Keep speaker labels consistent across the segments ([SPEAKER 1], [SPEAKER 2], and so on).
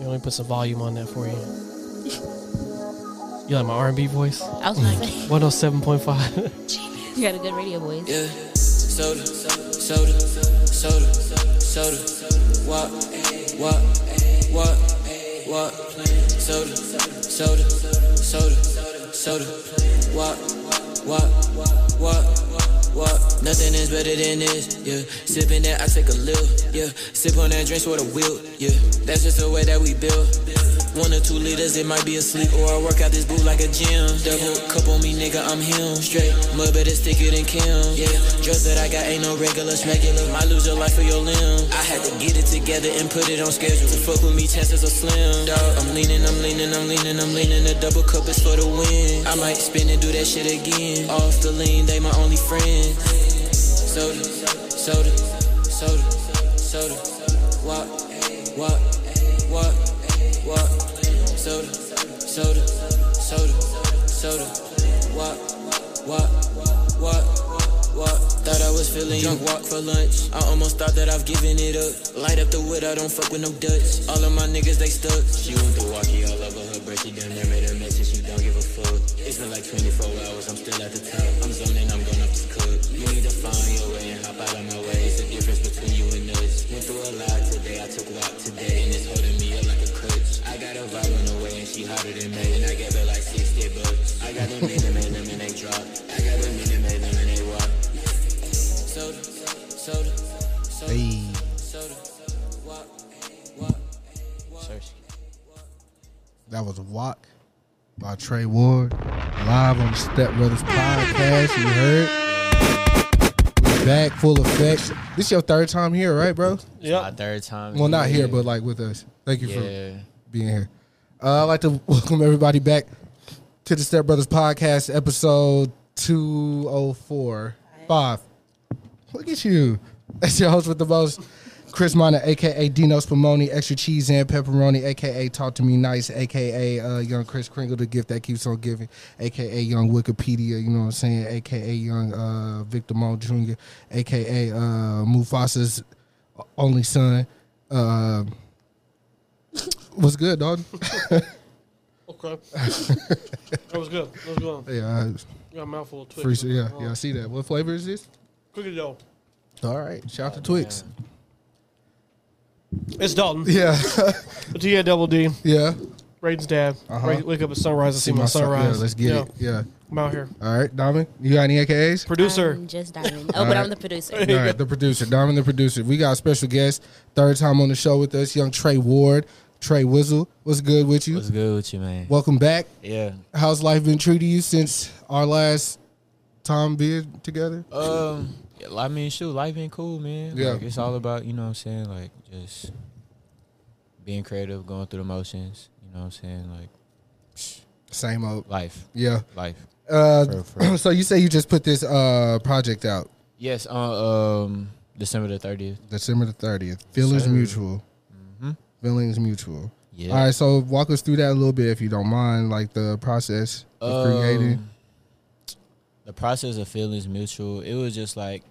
[SPEAKER 1] Yeah, let me put some volume on that for you. You like my R and B voice?
[SPEAKER 2] I was gonna say,
[SPEAKER 1] One hundred seven point five.
[SPEAKER 2] you got a good radio voice.
[SPEAKER 3] Yeah, soda, soda, soda, soda, what, what, what, what, soda, soda, soda, soda, what, what, what, what, nothing is better than this, yeah, sipping that, I take a lil, yeah, sip on that drink with a wheel, yeah, that's just the way that we build, one or two liters, it might be asleep, or I work out this boot like a gym, double cup on me, nigga, I'm him, straight, mud better stick it in Kim, yeah, drugs that I got ain't no regular schmegular, might lose your life for your limb, I had to get it together and put it on schedule, to fuck with me, chances are slim, dog, I'm leaning, I'm leaning, I'm leaning, I'm leaning, the double cup is for the win, I might spin and do that shit again, off the lean, they my only friend, soda, soda, soda, soda, what, what, what, what, soda, soda, soda, soda, what, what, what, what, thought I was feeling drunk, walk for lunch, I almost thought that I've given it up, light up the wood, I don't fuck with no Dutch, all of my niggas, they stuck, she went through walkie all over her breath, she done there made a message, she don't give a fuck, it's been like 24 hours, I'm still at the top, I'm zoning, I'm going up to cook, you need to find your way and hop out of my way, it's the difference between you and us, went through a lot today, I took a lot today, and it's holding me up like a clutch, I got a vibe on the way and she hotter than me, and I gave her like 60 bucks, I got them in them and them and they drop, I got them in them and them and they rock, soda, soda, soda, soda, what, what,
[SPEAKER 4] That was Walk by Trey Ward. Live on the Step Brothers podcast. You heard? We back, full effect. This your third time here, right, bro?
[SPEAKER 1] Yeah.
[SPEAKER 5] My third time.
[SPEAKER 4] Well, not here,
[SPEAKER 5] Yeah.
[SPEAKER 4] but like with us. Thank you
[SPEAKER 5] Yeah.
[SPEAKER 4] for being here. Uh, I'd like to welcome everybody back to the Step Brothers podcast, episode 204. Five. Look at you. That's your host with the most, Chris Minor, aka Dino Spumoni, extra cheese and pepperoni, aka Talk to Me Nice, aka uh, Young Chris Kringle, the gift that keeps on giving, aka Young Wikipedia. You know what I'm saying? Aka Young uh, Victor Mo Jr., aka uh, Mufasa's only son. Uh, what's good, dog?
[SPEAKER 1] Okay. that was good. That was good.
[SPEAKER 4] yeah,
[SPEAKER 1] You got a mouthful of
[SPEAKER 4] I
[SPEAKER 1] Twix. Uh,
[SPEAKER 4] free, yeah, yeah. I see that. What flavor is this?
[SPEAKER 1] Cookie dough.
[SPEAKER 4] All right, shout out to Twix.
[SPEAKER 1] It's Dalton.
[SPEAKER 4] Yeah,
[SPEAKER 1] T double D.
[SPEAKER 4] yeah.
[SPEAKER 1] Raiden's dad.
[SPEAKER 4] Uh-huh.
[SPEAKER 1] Ra- wake up at sunrise. I see, my
[SPEAKER 4] son-
[SPEAKER 1] sunrise.
[SPEAKER 4] Yeah, let's get it. Yeah.
[SPEAKER 1] I'm out here.
[SPEAKER 4] All right, Diamond, you got any AKAs?
[SPEAKER 1] Producer.
[SPEAKER 2] I'm just diamond. Oh, but I'm the producer.
[SPEAKER 4] All right, the producer, Diamond, the producer. We got a special guest, third time on the show with us, young Trey Ward, Trey Wizzle. What's good with you?
[SPEAKER 5] What's good with you, man?
[SPEAKER 4] Welcome back.
[SPEAKER 5] Yeah.
[SPEAKER 4] How's life been treating you since our last time being together?
[SPEAKER 5] Um, I mean, shoot, life ain't cool, man.
[SPEAKER 4] Yeah.
[SPEAKER 5] Like, it's all about, you know what I'm saying? Like, just being creative, going through the motions. You know what I'm saying? Like,
[SPEAKER 4] Same old.
[SPEAKER 5] life.
[SPEAKER 4] Yeah.
[SPEAKER 5] Life.
[SPEAKER 4] Uh,
[SPEAKER 5] For- for-
[SPEAKER 4] so you say you just put this uh, project out
[SPEAKER 5] Yes, on um, December the 30th.
[SPEAKER 4] December the 30th. Feelings
[SPEAKER 5] Sir.
[SPEAKER 4] Mutual. Feelings Mutual.
[SPEAKER 5] Mm-hmm. Yeah.
[SPEAKER 4] All right, so walk us through that a little bit if you don't mind, like the process of creating.
[SPEAKER 5] Um, The process of feelings mutual. It was just like,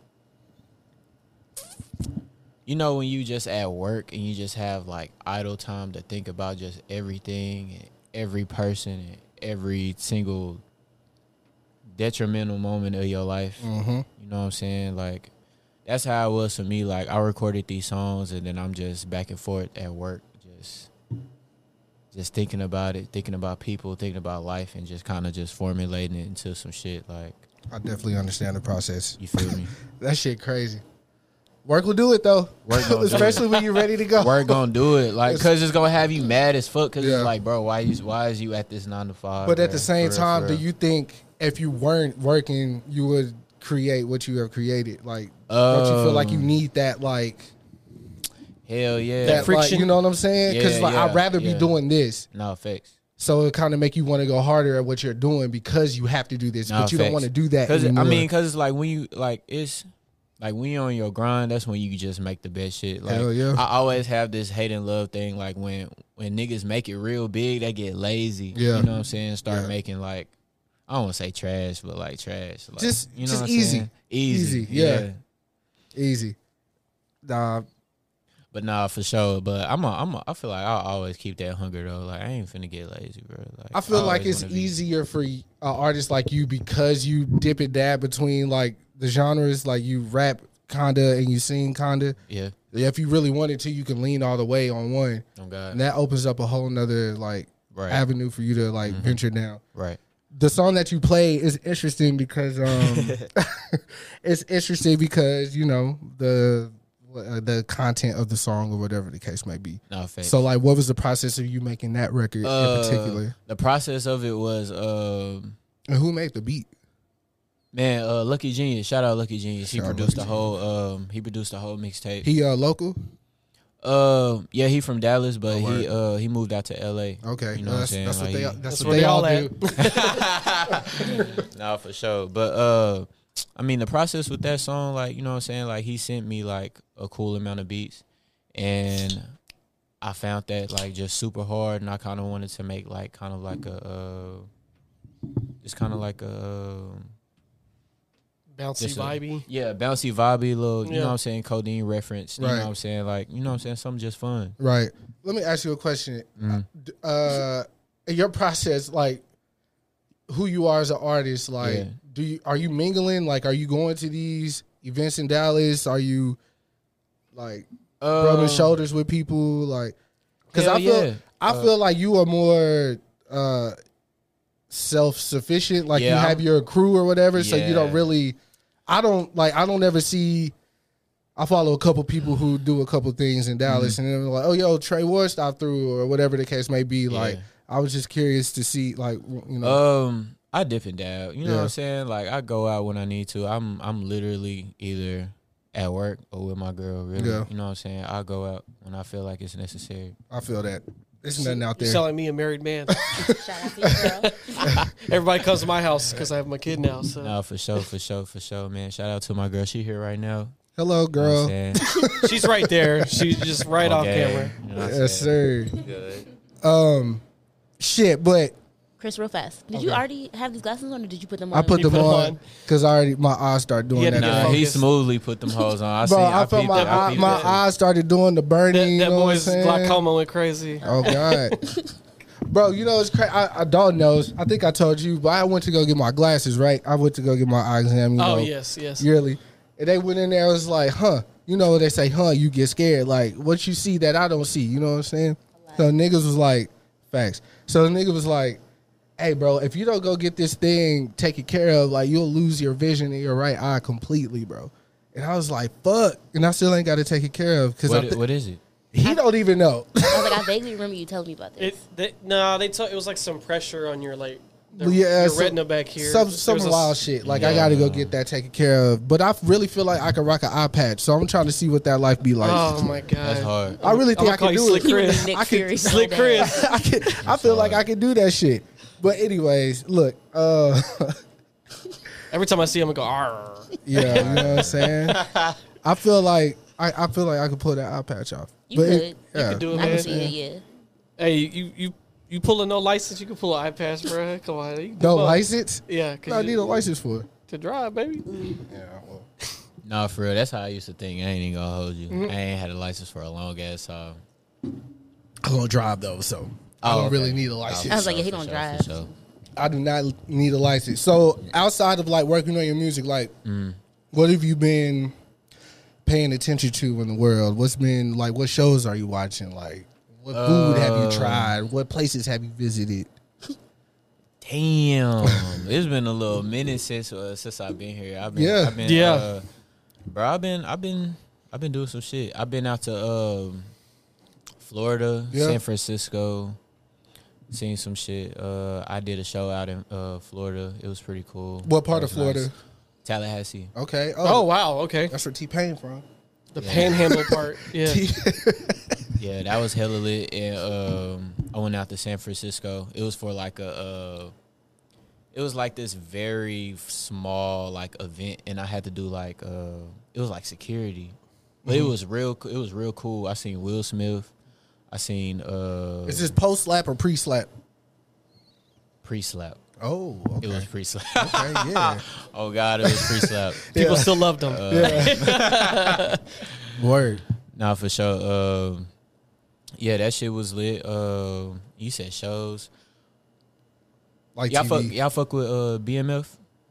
[SPEAKER 5] you know, when you just at work and you just have like idle time to think about just everything and every person and every single detrimental moment of your life. You know what I'm saying? Like that's how it was for me. Like I recorded these songs, and then I'm just back and forth at work, just just thinking about it, thinking about people, thinking about life, and just kind of just formulating it into some shit. Like
[SPEAKER 4] I definitely understand the process.
[SPEAKER 5] you feel me?
[SPEAKER 4] That shit crazy. Work will do it though.
[SPEAKER 5] Work gonna do it.
[SPEAKER 4] Especially when you're ready to go.
[SPEAKER 5] We're gonna do it, like, cause it's gonna have you mad as fuck. Cause
[SPEAKER 4] Yeah.
[SPEAKER 5] it's like, bro, why you why is you at this nine to five?
[SPEAKER 4] But at
[SPEAKER 5] bruh?
[SPEAKER 4] the same
[SPEAKER 5] For real,
[SPEAKER 4] time,
[SPEAKER 5] for
[SPEAKER 4] do
[SPEAKER 5] real.
[SPEAKER 4] you think if you weren't working, you would create what you have created? Like, don't you feel like you
[SPEAKER 5] Um,
[SPEAKER 4] need that, like,
[SPEAKER 5] Hell yeah,
[SPEAKER 4] that Like,
[SPEAKER 1] friction?
[SPEAKER 4] you know what I'm saying? Because
[SPEAKER 5] Yeah,
[SPEAKER 4] like,
[SPEAKER 5] yeah,
[SPEAKER 4] I'd rather
[SPEAKER 5] yeah.
[SPEAKER 4] be doing this.
[SPEAKER 5] no facts.
[SPEAKER 4] So it kind of make you want to go harder at what you're doing because you have to do this,
[SPEAKER 5] No,
[SPEAKER 4] but you don't
[SPEAKER 5] facts.
[SPEAKER 4] want to do that.
[SPEAKER 5] Cause it-
[SPEAKER 4] anymore.
[SPEAKER 5] I mean, cause it's like when you like it's like when you're on your grind, that's when you just make the best shit. Like
[SPEAKER 4] Hell yeah.
[SPEAKER 5] I always have this hate and love thing. Like when when niggas make it real big, they get lazy.
[SPEAKER 4] Yeah.
[SPEAKER 5] you know what I'm saying. Start
[SPEAKER 4] Yeah.
[SPEAKER 5] making like I don't want to say trash, but like trash. Like,
[SPEAKER 4] Just-
[SPEAKER 5] you know
[SPEAKER 4] just
[SPEAKER 5] what I'm
[SPEAKER 4] easy.
[SPEAKER 5] saying? easy,
[SPEAKER 4] Easy, yeah. easy. Nah,
[SPEAKER 5] But nah, for sure. But I'm a, I'm a, I feel like I'll always keep that hunger though. Like I ain't finna get lazy, bro. Like
[SPEAKER 4] I feel like
[SPEAKER 5] always
[SPEAKER 4] it's
[SPEAKER 5] wanna be-
[SPEAKER 4] easier for an artist like you because you dip and dab between like the genres, like you rap kinda and you sing kinda.
[SPEAKER 5] Yeah.
[SPEAKER 4] If you really wanted to, you can lean all the way on one,
[SPEAKER 5] Oh
[SPEAKER 4] and
[SPEAKER 5] God.
[SPEAKER 4] that opens up a whole nother like
[SPEAKER 5] Right. Mm-hmm.
[SPEAKER 4] avenue for you to like venture down.
[SPEAKER 5] Right.
[SPEAKER 4] The song that you play is interesting because um, it's interesting because you know the uh, the content of the song or whatever the case may be.
[SPEAKER 5] No fake.
[SPEAKER 4] So like, what was the process of you making that record in particular,
[SPEAKER 5] Uh, the process of it was, um,
[SPEAKER 4] and who made the beat?
[SPEAKER 5] man, uh, Lucky Genius. Shout out Lucky Genius. He
[SPEAKER 4] Shout out
[SPEAKER 5] produced the
[SPEAKER 4] Lucky
[SPEAKER 5] whole, um, he produced the whole mixtape.
[SPEAKER 4] He uh local.
[SPEAKER 5] Uh, yeah, he from Dallas, but
[SPEAKER 4] Oh, word.
[SPEAKER 5] he uh he moved out to L.A.
[SPEAKER 4] Okay,
[SPEAKER 5] you know
[SPEAKER 4] that's,
[SPEAKER 5] what I'm saying.
[SPEAKER 4] that's
[SPEAKER 5] Like,
[SPEAKER 4] what they
[SPEAKER 5] he-
[SPEAKER 4] that's,
[SPEAKER 1] That's
[SPEAKER 4] what
[SPEAKER 1] where
[SPEAKER 4] they
[SPEAKER 1] they
[SPEAKER 4] all
[SPEAKER 1] all at.
[SPEAKER 4] do.
[SPEAKER 5] nah, for sure. But uh, I mean, the process with that song, like you know, what I'm saying, like he sent me like a cool amount of beats, and I found that like just super hard, and I kind of wanted to make like kind of like a, uh, just kind of like a. um,
[SPEAKER 1] Bouncy
[SPEAKER 5] Just a-
[SPEAKER 1] vibey.
[SPEAKER 5] Yeah, bouncy, vibey, little, you
[SPEAKER 1] Yeah.
[SPEAKER 5] know what I'm saying, codeine reference. You
[SPEAKER 4] Right.
[SPEAKER 5] know what I'm saying? Like, you know what I'm saying? Something just fun.
[SPEAKER 4] Right. Let me ask you a question. D- Uh, in your process, like who you are as an artist, like
[SPEAKER 5] Yeah.
[SPEAKER 4] do you are you mingling? Like, are you going to these events in Dallas? Are you like
[SPEAKER 1] Uh,
[SPEAKER 4] rubbing shoulders with people? Like, because
[SPEAKER 5] Um, Hell
[SPEAKER 4] I feel
[SPEAKER 5] yeah. Uh,
[SPEAKER 4] I feel like you are more. uh self sufficient. Like you
[SPEAKER 5] Yeah,
[SPEAKER 4] have
[SPEAKER 5] I'm-
[SPEAKER 4] your crew or whatever, so you don't
[SPEAKER 5] Yeah.
[SPEAKER 4] really. I don't like. I don't ever see. I follow a couple people who do a couple things in
[SPEAKER 5] Mm-hmm.
[SPEAKER 4] Dallas, and they're like, "Oh, yo, Trey Ward stopped through," or whatever the case may be. Like,
[SPEAKER 5] Yeah.
[SPEAKER 4] I was just curious to see, like, w- you know,
[SPEAKER 5] Um, I dip and dab. You know what
[SPEAKER 4] Yeah.
[SPEAKER 5] I'm saying? Like I go out when I need to. I'm I'm literally either at work or with my girl. Really,
[SPEAKER 4] Yeah.
[SPEAKER 5] you know what I'm saying? I go out when I feel like it's necessary.
[SPEAKER 4] I feel that there's nothing out
[SPEAKER 1] You
[SPEAKER 4] there.
[SPEAKER 1] sound like me, a married man.
[SPEAKER 2] Shout out to you, girl.
[SPEAKER 1] Everybody comes to my house because I have my kid now. So
[SPEAKER 5] No, for sure, for sure, for sure, man. Shout out to my girl. She here right now.
[SPEAKER 4] Hello,
[SPEAKER 5] You know
[SPEAKER 4] girl.
[SPEAKER 5] what I'm saying?
[SPEAKER 1] she's right there. She's just right off
[SPEAKER 5] Okay.
[SPEAKER 1] camera.
[SPEAKER 5] You know what I'm
[SPEAKER 4] Yes,
[SPEAKER 5] saying?
[SPEAKER 4] sir. Um, shit, but
[SPEAKER 2] Chris, real fast. Did you already have these glasses on, or did you put them
[SPEAKER 4] I
[SPEAKER 2] on?
[SPEAKER 4] put
[SPEAKER 1] You
[SPEAKER 4] them
[SPEAKER 1] put 'em
[SPEAKER 4] on
[SPEAKER 1] on.
[SPEAKER 4] because I already my eyes start doing
[SPEAKER 1] Yeah,
[SPEAKER 4] that.
[SPEAKER 1] no,
[SPEAKER 5] Nah,
[SPEAKER 4] thing.
[SPEAKER 5] he
[SPEAKER 1] Focus.
[SPEAKER 5] smoothly put them hoes on. I
[SPEAKER 4] Bro,
[SPEAKER 5] seen.
[SPEAKER 4] I,
[SPEAKER 5] I,
[SPEAKER 4] felt
[SPEAKER 5] peeped
[SPEAKER 4] my
[SPEAKER 5] it. I
[SPEAKER 4] eye,
[SPEAKER 5] peeped
[SPEAKER 4] my
[SPEAKER 5] it.
[SPEAKER 4] eyes started doing the burning.
[SPEAKER 1] That,
[SPEAKER 4] you
[SPEAKER 1] that
[SPEAKER 4] know what I'm
[SPEAKER 1] boy's
[SPEAKER 4] saying?
[SPEAKER 1] glaucoma went crazy.
[SPEAKER 4] Oh God, bro, you know it's crazy. I, I dog knows. I think I told you, but I went to go get my glasses. Right, I went to go get my eye exam. You
[SPEAKER 1] Oh,
[SPEAKER 4] know,
[SPEAKER 1] yes, yes.
[SPEAKER 4] yearly. And they went in there. I was like, huh. You know they say, huh? You get scared. Like what you see that I don't see. You know what I'm saying? So niggas was like, facts. So the nigga was like, hey, bro, if you don't go get this thing taken care of, like you'll lose your vision in your right eye completely, bro. And I was like, fuck. And I still ain't got to take it care of because
[SPEAKER 5] What, what is it?
[SPEAKER 4] he don't even know.
[SPEAKER 2] I was like, I vaguely remember you telling me about this.
[SPEAKER 1] It, they, nah, they took it was like some pressure on your like the,
[SPEAKER 4] yeah,
[SPEAKER 1] your
[SPEAKER 4] some-
[SPEAKER 1] retina back here.
[SPEAKER 4] Some
[SPEAKER 1] There
[SPEAKER 4] some
[SPEAKER 1] was a s-
[SPEAKER 4] wild shit. Like I gotta go get that taken care of. But I really feel like I could rock an iPad. So I'm trying to see what that life be like.
[SPEAKER 1] Oh my god,
[SPEAKER 5] That's hard.
[SPEAKER 4] I really think
[SPEAKER 1] I'ma
[SPEAKER 4] I
[SPEAKER 1] call
[SPEAKER 4] can
[SPEAKER 1] you
[SPEAKER 4] do it.
[SPEAKER 1] Slick
[SPEAKER 2] He would be
[SPEAKER 1] Chris.
[SPEAKER 2] Nick
[SPEAKER 4] I could-
[SPEAKER 2] Fury so
[SPEAKER 1] Slick
[SPEAKER 2] bad.
[SPEAKER 1] Chris.
[SPEAKER 4] I can, I feel like I can do that shit. But anyways, look, uh
[SPEAKER 1] Every time I see him, I go. Arr.
[SPEAKER 4] yeah, you know what I'm saying? I feel like I, I feel like I could pull that eye patch off.
[SPEAKER 2] You
[SPEAKER 4] But
[SPEAKER 2] could.
[SPEAKER 4] it-
[SPEAKER 2] You
[SPEAKER 4] yeah.
[SPEAKER 1] could do it,
[SPEAKER 2] I can
[SPEAKER 1] man.
[SPEAKER 2] see it. Yeah.
[SPEAKER 1] Hey, you you you pull a no license, you can pull an iPass, bro. Come on, you can do
[SPEAKER 4] No
[SPEAKER 1] both.
[SPEAKER 4] license?
[SPEAKER 1] Yeah, 'cause
[SPEAKER 4] I
[SPEAKER 1] you-
[SPEAKER 4] need a license for it.
[SPEAKER 1] to drive, baby.
[SPEAKER 5] Nah, for real. That's how I used to think. I ain't even gonna hold you. I ain't had a license for a long ass time.
[SPEAKER 4] I don't drive though, so I
[SPEAKER 5] Oh,
[SPEAKER 4] don't
[SPEAKER 5] okay.
[SPEAKER 4] really need a
[SPEAKER 5] Nah,
[SPEAKER 4] license.
[SPEAKER 5] for
[SPEAKER 2] I was like,
[SPEAKER 5] sure,
[SPEAKER 2] yeah, he
[SPEAKER 5] for
[SPEAKER 2] don't
[SPEAKER 5] sure, for
[SPEAKER 2] drive.
[SPEAKER 5] sure.
[SPEAKER 4] I do not need a license. So outside of like working on your music, like what have you been? paying attention to in the world? What's been like? What shows are you watching? Like, what food have you tried? What places have you visited?
[SPEAKER 5] Damn, it's been a little minute since uh, since I've been here. I've been,
[SPEAKER 4] Yeah.
[SPEAKER 5] I've been,
[SPEAKER 1] Yeah.
[SPEAKER 5] uh, bro. I've been, I've been, I've been doing some shit. I've been out to um, Florida,
[SPEAKER 4] Yeah.
[SPEAKER 5] San Francisco, seen some shit. Uh, I did a show out in uh, Florida. It was pretty cool.
[SPEAKER 4] What part
[SPEAKER 5] It
[SPEAKER 4] of
[SPEAKER 5] was nice.
[SPEAKER 4] Florida?
[SPEAKER 5] Tallahassee.
[SPEAKER 4] Okay.
[SPEAKER 1] Oh
[SPEAKER 4] Oh,
[SPEAKER 1] wow. Okay.
[SPEAKER 4] that's where T Pain from.
[SPEAKER 1] The panhandle part. Yeah.
[SPEAKER 5] Yeah, that was hella lit. And um, I went out to San Francisco. It was for like a, uh, it was like this very small like event, and I had to do like, uh, it was like security, but
[SPEAKER 4] Mm-hmm.
[SPEAKER 5] it was real. co- It was real cool. I seen Will Smith. I seen uh,
[SPEAKER 4] Is this post slap or pre slap?
[SPEAKER 5] pre slap.
[SPEAKER 4] Oh,
[SPEAKER 5] It
[SPEAKER 4] okay.
[SPEAKER 5] was pre slap.
[SPEAKER 4] okay, yeah.
[SPEAKER 5] oh God, it was pre slap.
[SPEAKER 1] People still loved him.
[SPEAKER 5] Uh,
[SPEAKER 4] Word.
[SPEAKER 5] Nah, for sure. Um, yeah, that shit was lit. Um, you said shows.
[SPEAKER 4] Like
[SPEAKER 5] Y'all
[SPEAKER 4] TV.
[SPEAKER 5] fuck. Y'all fuck with uh, BMF.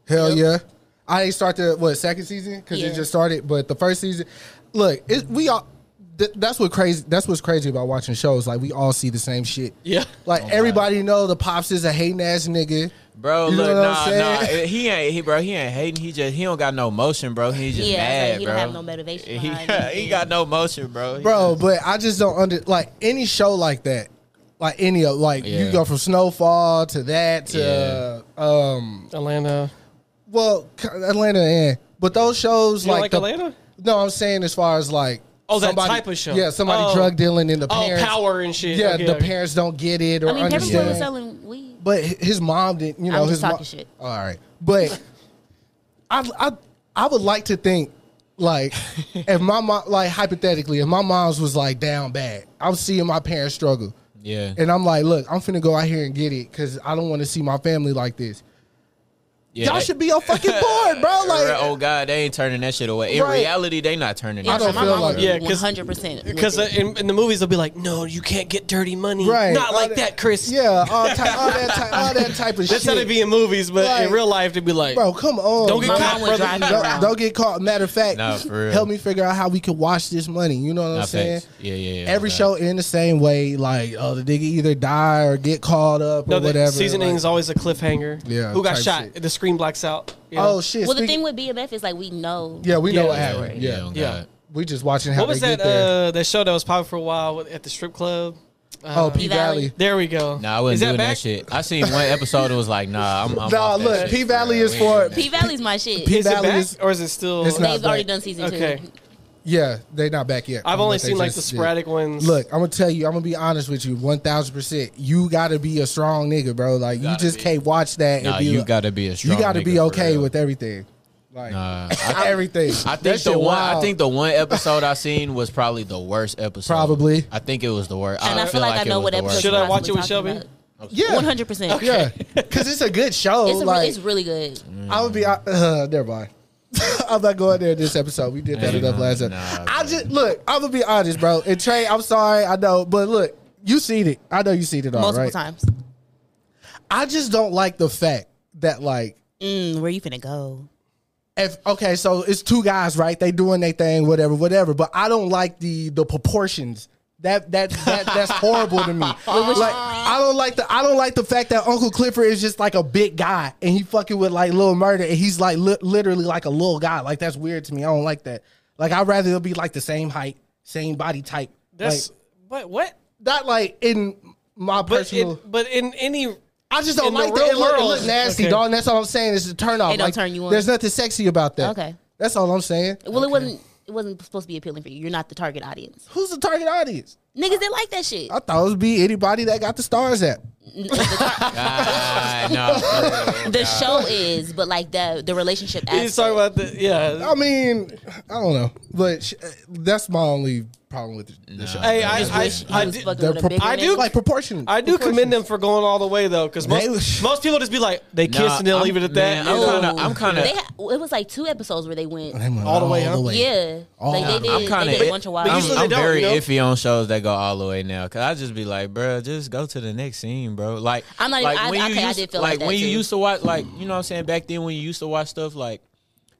[SPEAKER 4] Hell yeah. I ain't start the what second season because
[SPEAKER 2] Yeah.
[SPEAKER 4] it just started, but the first season, look, it, we all. th- that's what crazy. That's what's crazy about watching shows. Like we all see the same shit.
[SPEAKER 1] Yeah.
[SPEAKER 4] Like everybody know the pops is a hating ass nigga.
[SPEAKER 5] Bro,
[SPEAKER 4] You know
[SPEAKER 5] look,
[SPEAKER 4] what I'm
[SPEAKER 5] nah, nah,
[SPEAKER 4] saying?
[SPEAKER 5] he ain't, he, bro, he ain't hating. He just, he don't got no motion, bro. He just
[SPEAKER 2] Yeah,
[SPEAKER 5] mad,
[SPEAKER 2] it's like he
[SPEAKER 5] bro.
[SPEAKER 2] don't have no motivation
[SPEAKER 5] He,
[SPEAKER 2] behind it.
[SPEAKER 5] he got no motion, bro.
[SPEAKER 4] bro. But I just don't under like any show like that. Like any of like
[SPEAKER 5] Yeah.
[SPEAKER 4] you go from Snowfall to that to um
[SPEAKER 1] Atlanta.
[SPEAKER 4] well K- Atlanta and but those shows
[SPEAKER 1] You don't
[SPEAKER 4] like,
[SPEAKER 1] like
[SPEAKER 4] the-
[SPEAKER 1] Atlanta?
[SPEAKER 4] No, I'm saying as far as like
[SPEAKER 1] Oh, that type of show.
[SPEAKER 4] Yeah, somebody
[SPEAKER 1] Oh.
[SPEAKER 4] drug dealing in the
[SPEAKER 1] Oh,
[SPEAKER 4] parents.
[SPEAKER 1] power and shit.
[SPEAKER 4] Yeah,
[SPEAKER 1] Okay,
[SPEAKER 4] the
[SPEAKER 1] okay.
[SPEAKER 4] parents don't get it or
[SPEAKER 2] I mean, Peppercorn
[SPEAKER 4] understand.
[SPEAKER 2] was selling weed.
[SPEAKER 4] But hi- his mom didn't. You know,
[SPEAKER 2] I'm just
[SPEAKER 4] his mom.
[SPEAKER 2] talking shit.
[SPEAKER 4] All right, but I, I I would like to think like if my mom like hypothetically if my mom's was like down bad, I'm seeing my parents struggle,
[SPEAKER 5] Yeah,
[SPEAKER 4] and I'm like, look, I'm finna go out here and get it because I don't want to see my family like this.
[SPEAKER 5] yeah.
[SPEAKER 4] Y'all
[SPEAKER 5] they-
[SPEAKER 4] should be on fucking board, bro. Like,
[SPEAKER 5] oh God, they ain't turning that shit away. In
[SPEAKER 4] Right.
[SPEAKER 5] reality, they not turning.
[SPEAKER 2] Yeah,
[SPEAKER 5] that
[SPEAKER 4] I don't
[SPEAKER 2] so
[SPEAKER 5] shit
[SPEAKER 2] my
[SPEAKER 4] feel
[SPEAKER 2] mom
[SPEAKER 4] like-
[SPEAKER 2] would
[SPEAKER 1] Yeah,
[SPEAKER 2] yeah,
[SPEAKER 1] 'cause-
[SPEAKER 2] 100% with
[SPEAKER 1] Because
[SPEAKER 2] it.
[SPEAKER 1] uh, in, in the movies they'll be like, "No, you can't get dirty money."
[SPEAKER 4] right?
[SPEAKER 1] Not
[SPEAKER 4] all
[SPEAKER 1] like that, Chris.
[SPEAKER 4] Yeah, all, ty- all that, ty- all that type of shit.
[SPEAKER 1] That's how they be in movies, but
[SPEAKER 4] Like-
[SPEAKER 1] in real life they'd be like,
[SPEAKER 4] Bro, come on.
[SPEAKER 1] "Don't get
[SPEAKER 2] My
[SPEAKER 4] bro.
[SPEAKER 1] caught,
[SPEAKER 2] mom would
[SPEAKER 1] brother."
[SPEAKER 2] drive me
[SPEAKER 4] Don't,
[SPEAKER 2] around.
[SPEAKER 4] don't get caught. Matter of fact,
[SPEAKER 5] Nah, for real.
[SPEAKER 4] help me figure out how we can wash this money. You know what I'm
[SPEAKER 5] Nah,
[SPEAKER 4] saying?
[SPEAKER 5] facts. Yeah, yeah, oh, yeah,
[SPEAKER 4] Every
[SPEAKER 5] okay.
[SPEAKER 4] show in the same way, like oh, the nigga either die or get called up
[SPEAKER 1] No,
[SPEAKER 4] or
[SPEAKER 1] the
[SPEAKER 4] whatever.
[SPEAKER 1] seasoning is
[SPEAKER 4] like,
[SPEAKER 1] always a cliffhanger.
[SPEAKER 4] Yeah,
[SPEAKER 1] who got
[SPEAKER 4] type
[SPEAKER 1] shot?
[SPEAKER 4] shit.
[SPEAKER 1] The screen blacks out. you know?
[SPEAKER 4] Oh shit!
[SPEAKER 2] Well, the
[SPEAKER 4] speak-
[SPEAKER 2] thing with BMF is like we know.
[SPEAKER 4] yeah, we know
[SPEAKER 1] Yeah.
[SPEAKER 4] what
[SPEAKER 5] Yeah,
[SPEAKER 4] happened. Yeah,
[SPEAKER 5] yeah, oh,
[SPEAKER 1] Yeah.
[SPEAKER 5] God.
[SPEAKER 4] we just watching how
[SPEAKER 1] what was
[SPEAKER 4] they
[SPEAKER 1] that?
[SPEAKER 4] get there.
[SPEAKER 1] Uh, that show that was popular for a while with- at the strip club. uh,
[SPEAKER 4] oh, P Valley.
[SPEAKER 2] P-Valley.
[SPEAKER 1] There we go.
[SPEAKER 5] Nah, I wasn't
[SPEAKER 1] Is that
[SPEAKER 5] doing
[SPEAKER 1] back?
[SPEAKER 5] that shit. I seen one episode. It was like, nah, I'm. I'm
[SPEAKER 4] Nah,
[SPEAKER 5] off that
[SPEAKER 4] look,
[SPEAKER 5] shit,
[SPEAKER 4] P Valley
[SPEAKER 5] bro.
[SPEAKER 4] is
[SPEAKER 5] We ain't doing
[SPEAKER 4] for-
[SPEAKER 5] that.
[SPEAKER 2] P Valley's my shit.
[SPEAKER 4] P-
[SPEAKER 1] Is it
[SPEAKER 4] Valley
[SPEAKER 1] back
[SPEAKER 4] is-
[SPEAKER 1] or is it still?
[SPEAKER 4] It's not
[SPEAKER 2] They've already
[SPEAKER 4] back.
[SPEAKER 2] done season
[SPEAKER 1] Okay.
[SPEAKER 2] two.
[SPEAKER 4] Yeah, they not back yet.
[SPEAKER 1] I've
[SPEAKER 4] from
[SPEAKER 1] only
[SPEAKER 4] what they
[SPEAKER 1] seen like the
[SPEAKER 4] just did.
[SPEAKER 1] sporadic ones.
[SPEAKER 4] Look, I'm gonna tell you. I'm gonna be honest with you. One thousand percent. You gotta be a strong nigga, bro. Like you
[SPEAKER 5] Gotta
[SPEAKER 4] just
[SPEAKER 5] be.
[SPEAKER 4] can't watch that.
[SPEAKER 5] Nah,
[SPEAKER 4] and be
[SPEAKER 5] you
[SPEAKER 4] like-
[SPEAKER 5] gotta be a strong.
[SPEAKER 4] you gotta
[SPEAKER 5] nigga
[SPEAKER 4] be
[SPEAKER 5] for
[SPEAKER 4] okay
[SPEAKER 5] real.
[SPEAKER 4] with everything. Like
[SPEAKER 5] Nah,
[SPEAKER 4] everything.
[SPEAKER 5] I
[SPEAKER 4] That
[SPEAKER 5] think
[SPEAKER 4] shit
[SPEAKER 5] the one. I
[SPEAKER 4] wild.
[SPEAKER 5] think the one episode I seen was probably the worst episode.
[SPEAKER 4] Probably.
[SPEAKER 5] I think it was the worst.
[SPEAKER 2] And I, feel like,
[SPEAKER 5] it
[SPEAKER 2] I know
[SPEAKER 5] was
[SPEAKER 2] what
[SPEAKER 5] the worst
[SPEAKER 2] episode.
[SPEAKER 1] Should I
[SPEAKER 2] you're
[SPEAKER 5] one.
[SPEAKER 1] watch it with
[SPEAKER 2] possibly
[SPEAKER 1] Shelby?
[SPEAKER 2] talking
[SPEAKER 4] yeah,
[SPEAKER 2] About. 100%.
[SPEAKER 4] Yeah, because it's a good show.
[SPEAKER 2] It's, a,
[SPEAKER 4] like
[SPEAKER 2] it's really good.
[SPEAKER 4] I would be. Uh, never mind. I'm not going there this episode. We did that
[SPEAKER 5] Hey,
[SPEAKER 4] enough
[SPEAKER 5] nah,
[SPEAKER 4] last time.
[SPEAKER 5] nah,
[SPEAKER 4] I just look. I'm gonna be honest, bro. And Trey, I'm sorry. I know, but look, you seen it. I know you seen it all,
[SPEAKER 2] Multiple
[SPEAKER 4] right?
[SPEAKER 2] times.
[SPEAKER 4] I just don't like the fact that like
[SPEAKER 2] Mm, where you finna go?
[SPEAKER 4] if okay, so it's two guys, right? They doing their thing, whatever, whatever. But I don't like the the proportions. That that that that's horrible to me. Like I don't like the I don't like the fact that Uncle Clifford is just like a big guy and he fucking with like little murder and he's like li- literally like a little guy. Like that's weird to me. I don't like that. Like I'd rather it be like the same height, same body type.
[SPEAKER 1] That's
[SPEAKER 4] like,
[SPEAKER 1] but what?
[SPEAKER 4] not like in my
[SPEAKER 1] But
[SPEAKER 4] personal.
[SPEAKER 1] it, but in any
[SPEAKER 4] I just don't
[SPEAKER 1] in the
[SPEAKER 4] like
[SPEAKER 1] real
[SPEAKER 4] that. It look, it
[SPEAKER 1] world.
[SPEAKER 4] look nasty,
[SPEAKER 1] Okay.
[SPEAKER 4] dog. And that's all I'm saying. It's a turn off.
[SPEAKER 2] It don't
[SPEAKER 4] like,
[SPEAKER 2] turn you on.
[SPEAKER 4] There's nothing sexy about that.
[SPEAKER 2] Okay.
[SPEAKER 4] That's all I'm saying.
[SPEAKER 2] Well, it wasn't. It wasn't supposed to be appealing for you. You're not the target audience.
[SPEAKER 4] Who's the target audience?
[SPEAKER 2] Niggas that like that shit.
[SPEAKER 4] I thought it would be anybody that got the stars app.
[SPEAKER 5] Ah, nah, for real.
[SPEAKER 2] the show is, but like the the relationship
[SPEAKER 1] he's
[SPEAKER 2] aspect.
[SPEAKER 1] talking about the yeah.
[SPEAKER 4] I mean, I don't know, but sh- uh, that's my only problem with the show.
[SPEAKER 1] Hey, I I,
[SPEAKER 2] He
[SPEAKER 1] I,
[SPEAKER 2] was
[SPEAKER 1] do-
[SPEAKER 2] fucking
[SPEAKER 4] They're
[SPEAKER 2] with a
[SPEAKER 4] pro-
[SPEAKER 2] bigger
[SPEAKER 1] I do-
[SPEAKER 2] nigga.
[SPEAKER 4] like proportion.
[SPEAKER 1] I do commend them for going all the way though, because most,
[SPEAKER 4] They-
[SPEAKER 1] most people just be like they kiss
[SPEAKER 5] Nah,
[SPEAKER 1] and they'll
[SPEAKER 5] I'm-
[SPEAKER 1] leave it at
[SPEAKER 5] man,
[SPEAKER 1] that.
[SPEAKER 5] I'm
[SPEAKER 1] you know?
[SPEAKER 5] kinda- I'm kinda-
[SPEAKER 2] They ha- it was like two episodes where they went.
[SPEAKER 4] They went
[SPEAKER 1] All the way up?
[SPEAKER 2] Yeah,
[SPEAKER 4] All
[SPEAKER 2] like
[SPEAKER 4] the
[SPEAKER 2] they
[SPEAKER 4] way
[SPEAKER 2] did.
[SPEAKER 5] I'm
[SPEAKER 2] they
[SPEAKER 5] kind
[SPEAKER 2] did a
[SPEAKER 5] of.
[SPEAKER 2] bunch of
[SPEAKER 5] I'm,
[SPEAKER 2] wild.
[SPEAKER 1] usually they
[SPEAKER 5] I'm
[SPEAKER 1] don't,
[SPEAKER 5] very
[SPEAKER 1] you know?
[SPEAKER 5] iffy on shows that go all the way now because I just be like, bruh, just go to the next scene, bro. Like,
[SPEAKER 2] I'm not even-
[SPEAKER 5] like
[SPEAKER 2] I- okay, I
[SPEAKER 5] used,
[SPEAKER 2] did feel like
[SPEAKER 5] like
[SPEAKER 2] that
[SPEAKER 5] when you
[SPEAKER 2] too.
[SPEAKER 5] used to watch, like you know what I'm saying back then when you used to watch stuff like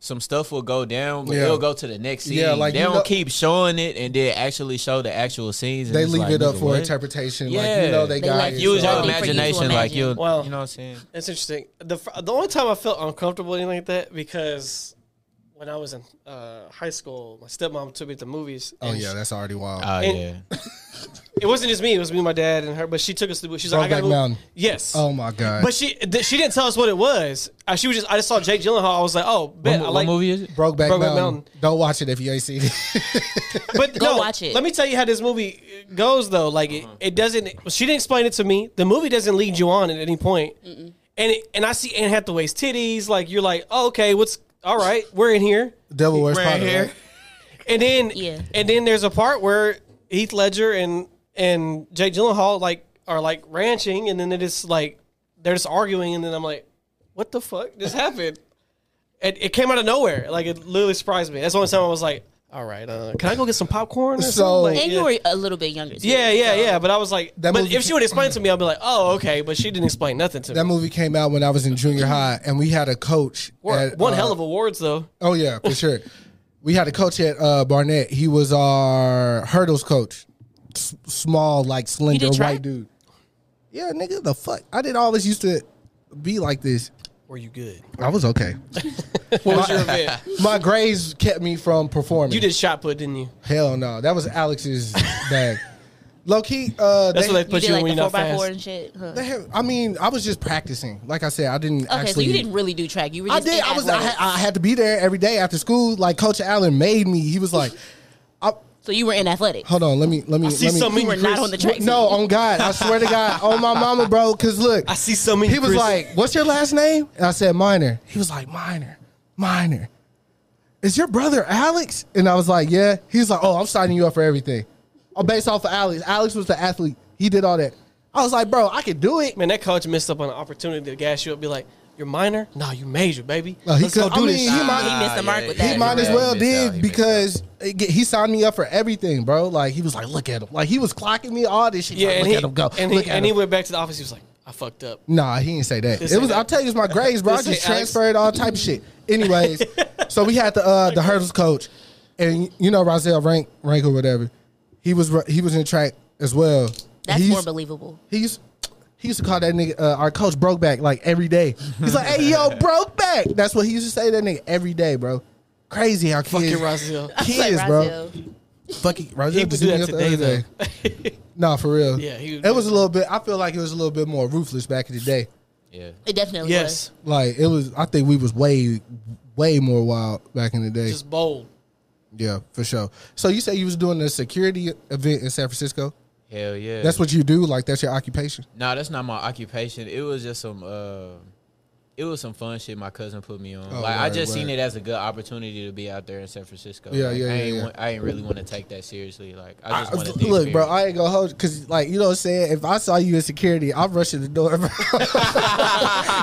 [SPEAKER 5] some stuff will go down, but
[SPEAKER 4] Yeah.
[SPEAKER 5] it'll go to the next scene.
[SPEAKER 4] Yeah, like,
[SPEAKER 5] they
[SPEAKER 4] you
[SPEAKER 5] don't
[SPEAKER 4] know-
[SPEAKER 5] keep showing it and then actually show the actual scenes. and
[SPEAKER 4] They
[SPEAKER 5] it's
[SPEAKER 4] leave
[SPEAKER 5] like,
[SPEAKER 4] it up
[SPEAKER 5] nigga,
[SPEAKER 4] for
[SPEAKER 5] what?
[SPEAKER 4] interpretation. Like
[SPEAKER 5] Yeah.
[SPEAKER 4] you know they,
[SPEAKER 5] They
[SPEAKER 4] got
[SPEAKER 2] like
[SPEAKER 4] it.
[SPEAKER 5] Use
[SPEAKER 2] I think for you
[SPEAKER 5] your
[SPEAKER 2] to
[SPEAKER 5] imagination, like
[SPEAKER 2] imagine.
[SPEAKER 5] you'll,
[SPEAKER 1] Well-
[SPEAKER 5] you know what I'm saying.
[SPEAKER 1] It's interesting. The fir- the only time I felt uncomfortable or anything like that because when I was in uh, high school, my stepmom took me to movies.
[SPEAKER 4] Oh
[SPEAKER 1] and
[SPEAKER 4] yeah, that's already wild.
[SPEAKER 5] Oh yeah,
[SPEAKER 1] And- she- it wasn't just me; it was me, and my dad, and her. But she took us to. She's like, I
[SPEAKER 4] Brokeback
[SPEAKER 1] got
[SPEAKER 4] Mountain.
[SPEAKER 1] Yes.
[SPEAKER 4] oh my god.
[SPEAKER 1] But she th- she didn't tell us what it was. Uh, she was just I just saw Jake Gyllenhaal. I was like, oh, bet
[SPEAKER 5] what,
[SPEAKER 1] I
[SPEAKER 5] what
[SPEAKER 1] like.
[SPEAKER 5] movie is it?
[SPEAKER 4] Brokeback
[SPEAKER 1] Brokeback
[SPEAKER 4] Mountain.
[SPEAKER 1] Mountain.
[SPEAKER 4] Don't watch it if you ain't seen it.
[SPEAKER 1] But
[SPEAKER 2] Go
[SPEAKER 1] no,
[SPEAKER 2] watch it. Uh-huh.
[SPEAKER 1] Let me tell you how this movie goes though. Like it, it doesn't. She didn't explain it to me. The movie doesn't lead you on at any point. And it, and I see Anne Hathaway's titties. Like you're like, oh, okay, what's all right? We're in here.
[SPEAKER 4] Devil Wears Prada.
[SPEAKER 5] here.
[SPEAKER 4] right?
[SPEAKER 1] And then
[SPEAKER 2] Yeah.
[SPEAKER 1] and then there's a part where Heath Ledger and and Jake Gyllenhaal like are like ranching, and then it is like they're just arguing, and then I'm like, what the fuck just happened? It, it came out of nowhere. Like it literally surprised me. That's the only time I was like, all right, uh, can I go get some popcorn? Or
[SPEAKER 4] So-
[SPEAKER 1] something? Like,
[SPEAKER 2] And
[SPEAKER 1] yeah.
[SPEAKER 2] you were a little bit younger. Too,
[SPEAKER 1] Yeah, yeah,
[SPEAKER 2] so-
[SPEAKER 1] yeah. But I was like,
[SPEAKER 4] That
[SPEAKER 1] but
[SPEAKER 4] movie-
[SPEAKER 1] if she would explain to me, I'd be like, oh, okay. But she didn't explain nothing to
[SPEAKER 4] That
[SPEAKER 1] me.
[SPEAKER 4] movie came out when I was in junior high, and we had a coach.
[SPEAKER 1] One-
[SPEAKER 4] at,
[SPEAKER 1] One
[SPEAKER 4] uh,
[SPEAKER 1] hell of awards though.
[SPEAKER 4] Oh yeah, for sure. we had a coach at uh, Barnett. He was our hurdles coach. S- small, like slender
[SPEAKER 2] did track?
[SPEAKER 4] white dude. Yeah, nigga, the fuck. I didn't always used to be like this.
[SPEAKER 1] Were you good?
[SPEAKER 4] I was okay.
[SPEAKER 1] What was your event?
[SPEAKER 4] My grades kept me from performing.
[SPEAKER 1] You did shot put, didn't you?
[SPEAKER 4] Hell no, that was Alex's bag. Low key, uh,
[SPEAKER 1] That's
[SPEAKER 4] they-
[SPEAKER 1] what they
[SPEAKER 2] You
[SPEAKER 1] put
[SPEAKER 2] did
[SPEAKER 1] you,
[SPEAKER 2] like
[SPEAKER 1] in when
[SPEAKER 2] the
[SPEAKER 1] you're not
[SPEAKER 2] four by four
[SPEAKER 1] fast.
[SPEAKER 2] and shit. huh?
[SPEAKER 4] they had- I mean, I was just practicing. Like I said, I didn't
[SPEAKER 2] Okay,
[SPEAKER 4] actually.
[SPEAKER 2] so you didn't really do track. You were
[SPEAKER 4] I
[SPEAKER 2] just
[SPEAKER 4] did.
[SPEAKER 2] in
[SPEAKER 4] I was. I,
[SPEAKER 2] athletics.
[SPEAKER 4] had- I had to be there every day after school. Like Coach Allen made me. He was like,
[SPEAKER 2] so you were in athletics.
[SPEAKER 4] "Hold on, let me, let me,
[SPEAKER 1] see
[SPEAKER 4] let me."
[SPEAKER 1] something
[SPEAKER 2] You were not on the track.
[SPEAKER 4] No, on God, I swear to God, on my mama, bro. Because look,
[SPEAKER 1] I see so many
[SPEAKER 4] He was
[SPEAKER 1] Chris-
[SPEAKER 4] like, "What's your last name?" And I said, "Minor." He was like, "Minor, minor." Is your brother Alex? And I was like, "Yeah." He was like, "Oh, I'm signing you up for everything." Oh, based off of Alex. Alex was the athlete. He did all that. I was like, "Bro, I could do it."
[SPEAKER 1] Man, that coach missed up on an opportunity to gas you up. Be like, you're minor? No, you major, baby.
[SPEAKER 4] No, he
[SPEAKER 1] Let's go
[SPEAKER 4] could- I
[SPEAKER 1] do
[SPEAKER 4] mean,
[SPEAKER 1] this.
[SPEAKER 4] he
[SPEAKER 1] shit."
[SPEAKER 4] might-
[SPEAKER 2] he missed the mark with
[SPEAKER 4] He
[SPEAKER 2] that.
[SPEAKER 4] might as
[SPEAKER 2] Yeah,
[SPEAKER 4] well
[SPEAKER 5] He missed out,
[SPEAKER 4] did
[SPEAKER 5] he missed out.
[SPEAKER 4] because it get- he signed me up for everything, bro. Like he was like, "Look at him!" Like he was clocking me all this shit.
[SPEAKER 1] yeah,
[SPEAKER 4] Like,
[SPEAKER 1] and
[SPEAKER 4] look
[SPEAKER 1] he,
[SPEAKER 4] at him go.
[SPEAKER 1] And,
[SPEAKER 4] look
[SPEAKER 1] he,
[SPEAKER 4] at
[SPEAKER 1] and
[SPEAKER 4] him.
[SPEAKER 1] he went back to the office. He was like, I fucked up.
[SPEAKER 4] Nah, he didn't say that.
[SPEAKER 1] This
[SPEAKER 4] it
[SPEAKER 1] ain't
[SPEAKER 4] was.
[SPEAKER 1] that.
[SPEAKER 4] I'll tell you, it's my grades, bro. I
[SPEAKER 1] This
[SPEAKER 4] just
[SPEAKER 1] ain't Alex.
[SPEAKER 4] transferred all type of shit. Anyways, so we had the uh, the hurdles coach, and you know Rozelle Rank Rank or whatever. He was ru- he was in track as well.
[SPEAKER 2] That's
[SPEAKER 4] He's-
[SPEAKER 2] more believable.
[SPEAKER 4] He's he used to call that nigga uh, our coach broke back like every day. He's like, "Hey yo, broke back." That's what he used to say to that nigga every day, bro. Crazy how kids,
[SPEAKER 1] Fucking Roswell.
[SPEAKER 4] kids,
[SPEAKER 2] Like
[SPEAKER 4] bro.
[SPEAKER 2] Raziel.
[SPEAKER 4] Fucking
[SPEAKER 1] He
[SPEAKER 4] Rozelle
[SPEAKER 1] would
[SPEAKER 4] just
[SPEAKER 1] do
[SPEAKER 4] hit
[SPEAKER 1] that
[SPEAKER 4] me up the
[SPEAKER 1] today,
[SPEAKER 4] other day.
[SPEAKER 1] though.
[SPEAKER 4] Nah, for real.
[SPEAKER 1] Yeah, he would
[SPEAKER 4] it
[SPEAKER 1] do
[SPEAKER 4] was a
[SPEAKER 1] that.
[SPEAKER 4] little bit. I feel like it was a little bit more ruthless back in the day.
[SPEAKER 5] yeah.
[SPEAKER 2] It definitely
[SPEAKER 1] yes.
[SPEAKER 4] Like it was, I think we was way, way more wild back in the day.
[SPEAKER 1] Just bold.
[SPEAKER 4] yeah, for sure. So you say you was doing a security event in San Francisco.
[SPEAKER 5] Hell yeah.
[SPEAKER 4] That's what you do. Like that's your occupation.
[SPEAKER 5] No, that's not my occupation. It was just some uh it was some fun shit my cousin put me on.
[SPEAKER 4] Oh,
[SPEAKER 5] like I
[SPEAKER 4] right,
[SPEAKER 5] just seen
[SPEAKER 4] right.
[SPEAKER 5] it as a good opportunity to be out there in San Francisco.
[SPEAKER 4] Yeah,
[SPEAKER 5] Like,
[SPEAKER 4] yeah,
[SPEAKER 5] I
[SPEAKER 4] yeah,
[SPEAKER 5] ain't
[SPEAKER 4] yeah.
[SPEAKER 5] Want, I ain't really want to take that seriously. Like I just
[SPEAKER 4] I-
[SPEAKER 5] want to
[SPEAKER 4] look, bro, I ain't gonna hold because, like, you know what I'm saying. If I saw you in security, I'm rushing the door, bro.
[SPEAKER 5] nah,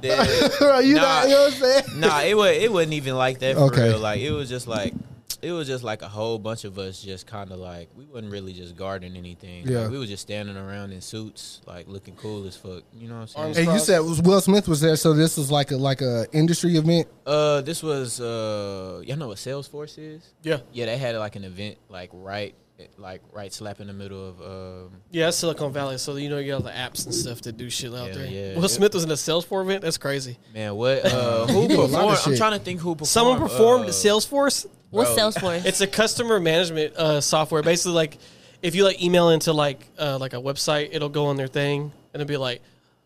[SPEAKER 5] dead.
[SPEAKER 4] Bro, you,
[SPEAKER 5] Nah.
[SPEAKER 4] know, you know what I'm saying?
[SPEAKER 5] nah, it was it wasn't even like that for
[SPEAKER 4] Okay.
[SPEAKER 5] real. Like it was just like it was just like a whole bunch of us just kind of like we wasn't really just guarding anything. Like,
[SPEAKER 4] Yeah.
[SPEAKER 5] we was just standing around in suits, like looking cool as fuck. You know what I'm saying?
[SPEAKER 1] Arms
[SPEAKER 4] And you
[SPEAKER 1] crossed.
[SPEAKER 4] said it was Will Smith was there, so this was like a like a industry event.
[SPEAKER 5] Uh, this was uh, y'all know what Salesforce is?
[SPEAKER 1] Yeah.
[SPEAKER 5] Yeah, they had like an event like right, like right slap in the middle of um.
[SPEAKER 1] Yeah, that's Silicon Valley. So, you know, you got all the apps and stuff that do shit out
[SPEAKER 5] Yeah,
[SPEAKER 1] there.
[SPEAKER 5] yeah.
[SPEAKER 1] Will Smith was in a Salesforce event? That's crazy.
[SPEAKER 5] Man, what? Uh, who
[SPEAKER 4] You do a lot of
[SPEAKER 5] performed? I'm
[SPEAKER 4] shit.
[SPEAKER 5] trying to think who performed.
[SPEAKER 1] Someone performed
[SPEAKER 5] uh,
[SPEAKER 1] at Salesforce?
[SPEAKER 2] was. What's
[SPEAKER 5] Bro.
[SPEAKER 2] Salesforce?
[SPEAKER 1] It's a customer management uh, software. Basically, like if you like email into like uh, like a website, it'll go on their thing and it'll be like,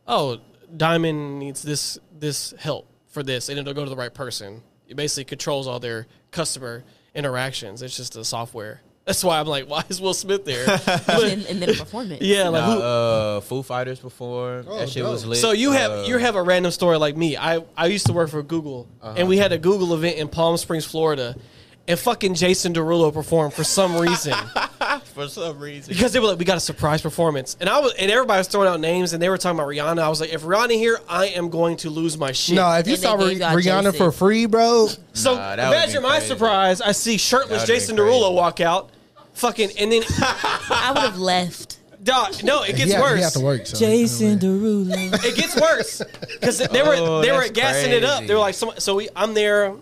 [SPEAKER 1] "Oh, Diamond needs this this help for this," and it'll go to the right person. It basically controls all their customer interactions. It's just a software. That's why I'm like, why is Will Smith there? But,
[SPEAKER 2] and, and then a performance.
[SPEAKER 1] yeah, like who,
[SPEAKER 5] Uh, Foo Fighters performed.
[SPEAKER 4] Oh,
[SPEAKER 5] that shit was lit.
[SPEAKER 1] so you have
[SPEAKER 5] Uh,
[SPEAKER 1] you have a random story like me. I I used to work for Google, and we had a Google event in Palm Springs, Florida, and fucking Jason Derulo performed for some reason.
[SPEAKER 5] for some reason.
[SPEAKER 1] because they were like, we got a surprise performance, and I was, and everybody was throwing out names, and they were talking about Rihanna. I was like, if Rihanna here, I am going to lose my shit.
[SPEAKER 4] No, if you
[SPEAKER 2] And
[SPEAKER 4] saw
[SPEAKER 2] they
[SPEAKER 4] Rih-
[SPEAKER 2] gave y'all
[SPEAKER 4] Rihanna
[SPEAKER 2] Jay-Z.
[SPEAKER 4] for free, bro,
[SPEAKER 1] so
[SPEAKER 5] Nah, that would've
[SPEAKER 1] imagine
[SPEAKER 5] been
[SPEAKER 1] my
[SPEAKER 5] crazy.
[SPEAKER 1] surprise. I see shirtless
[SPEAKER 5] That would've
[SPEAKER 1] Jason
[SPEAKER 5] been crazy.
[SPEAKER 1] Derulo walk out, fucking, and then
[SPEAKER 2] I would have left.
[SPEAKER 1] Dog, no, it gets
[SPEAKER 4] he had,
[SPEAKER 1] worse.
[SPEAKER 4] He had to work. So
[SPEAKER 5] Jason Derulo.
[SPEAKER 1] it gets worse because they were
[SPEAKER 5] Oh,
[SPEAKER 1] they were
[SPEAKER 5] that's
[SPEAKER 1] gassing it up. They were
[SPEAKER 5] crazy.
[SPEAKER 1] like, so, so we, I'm there,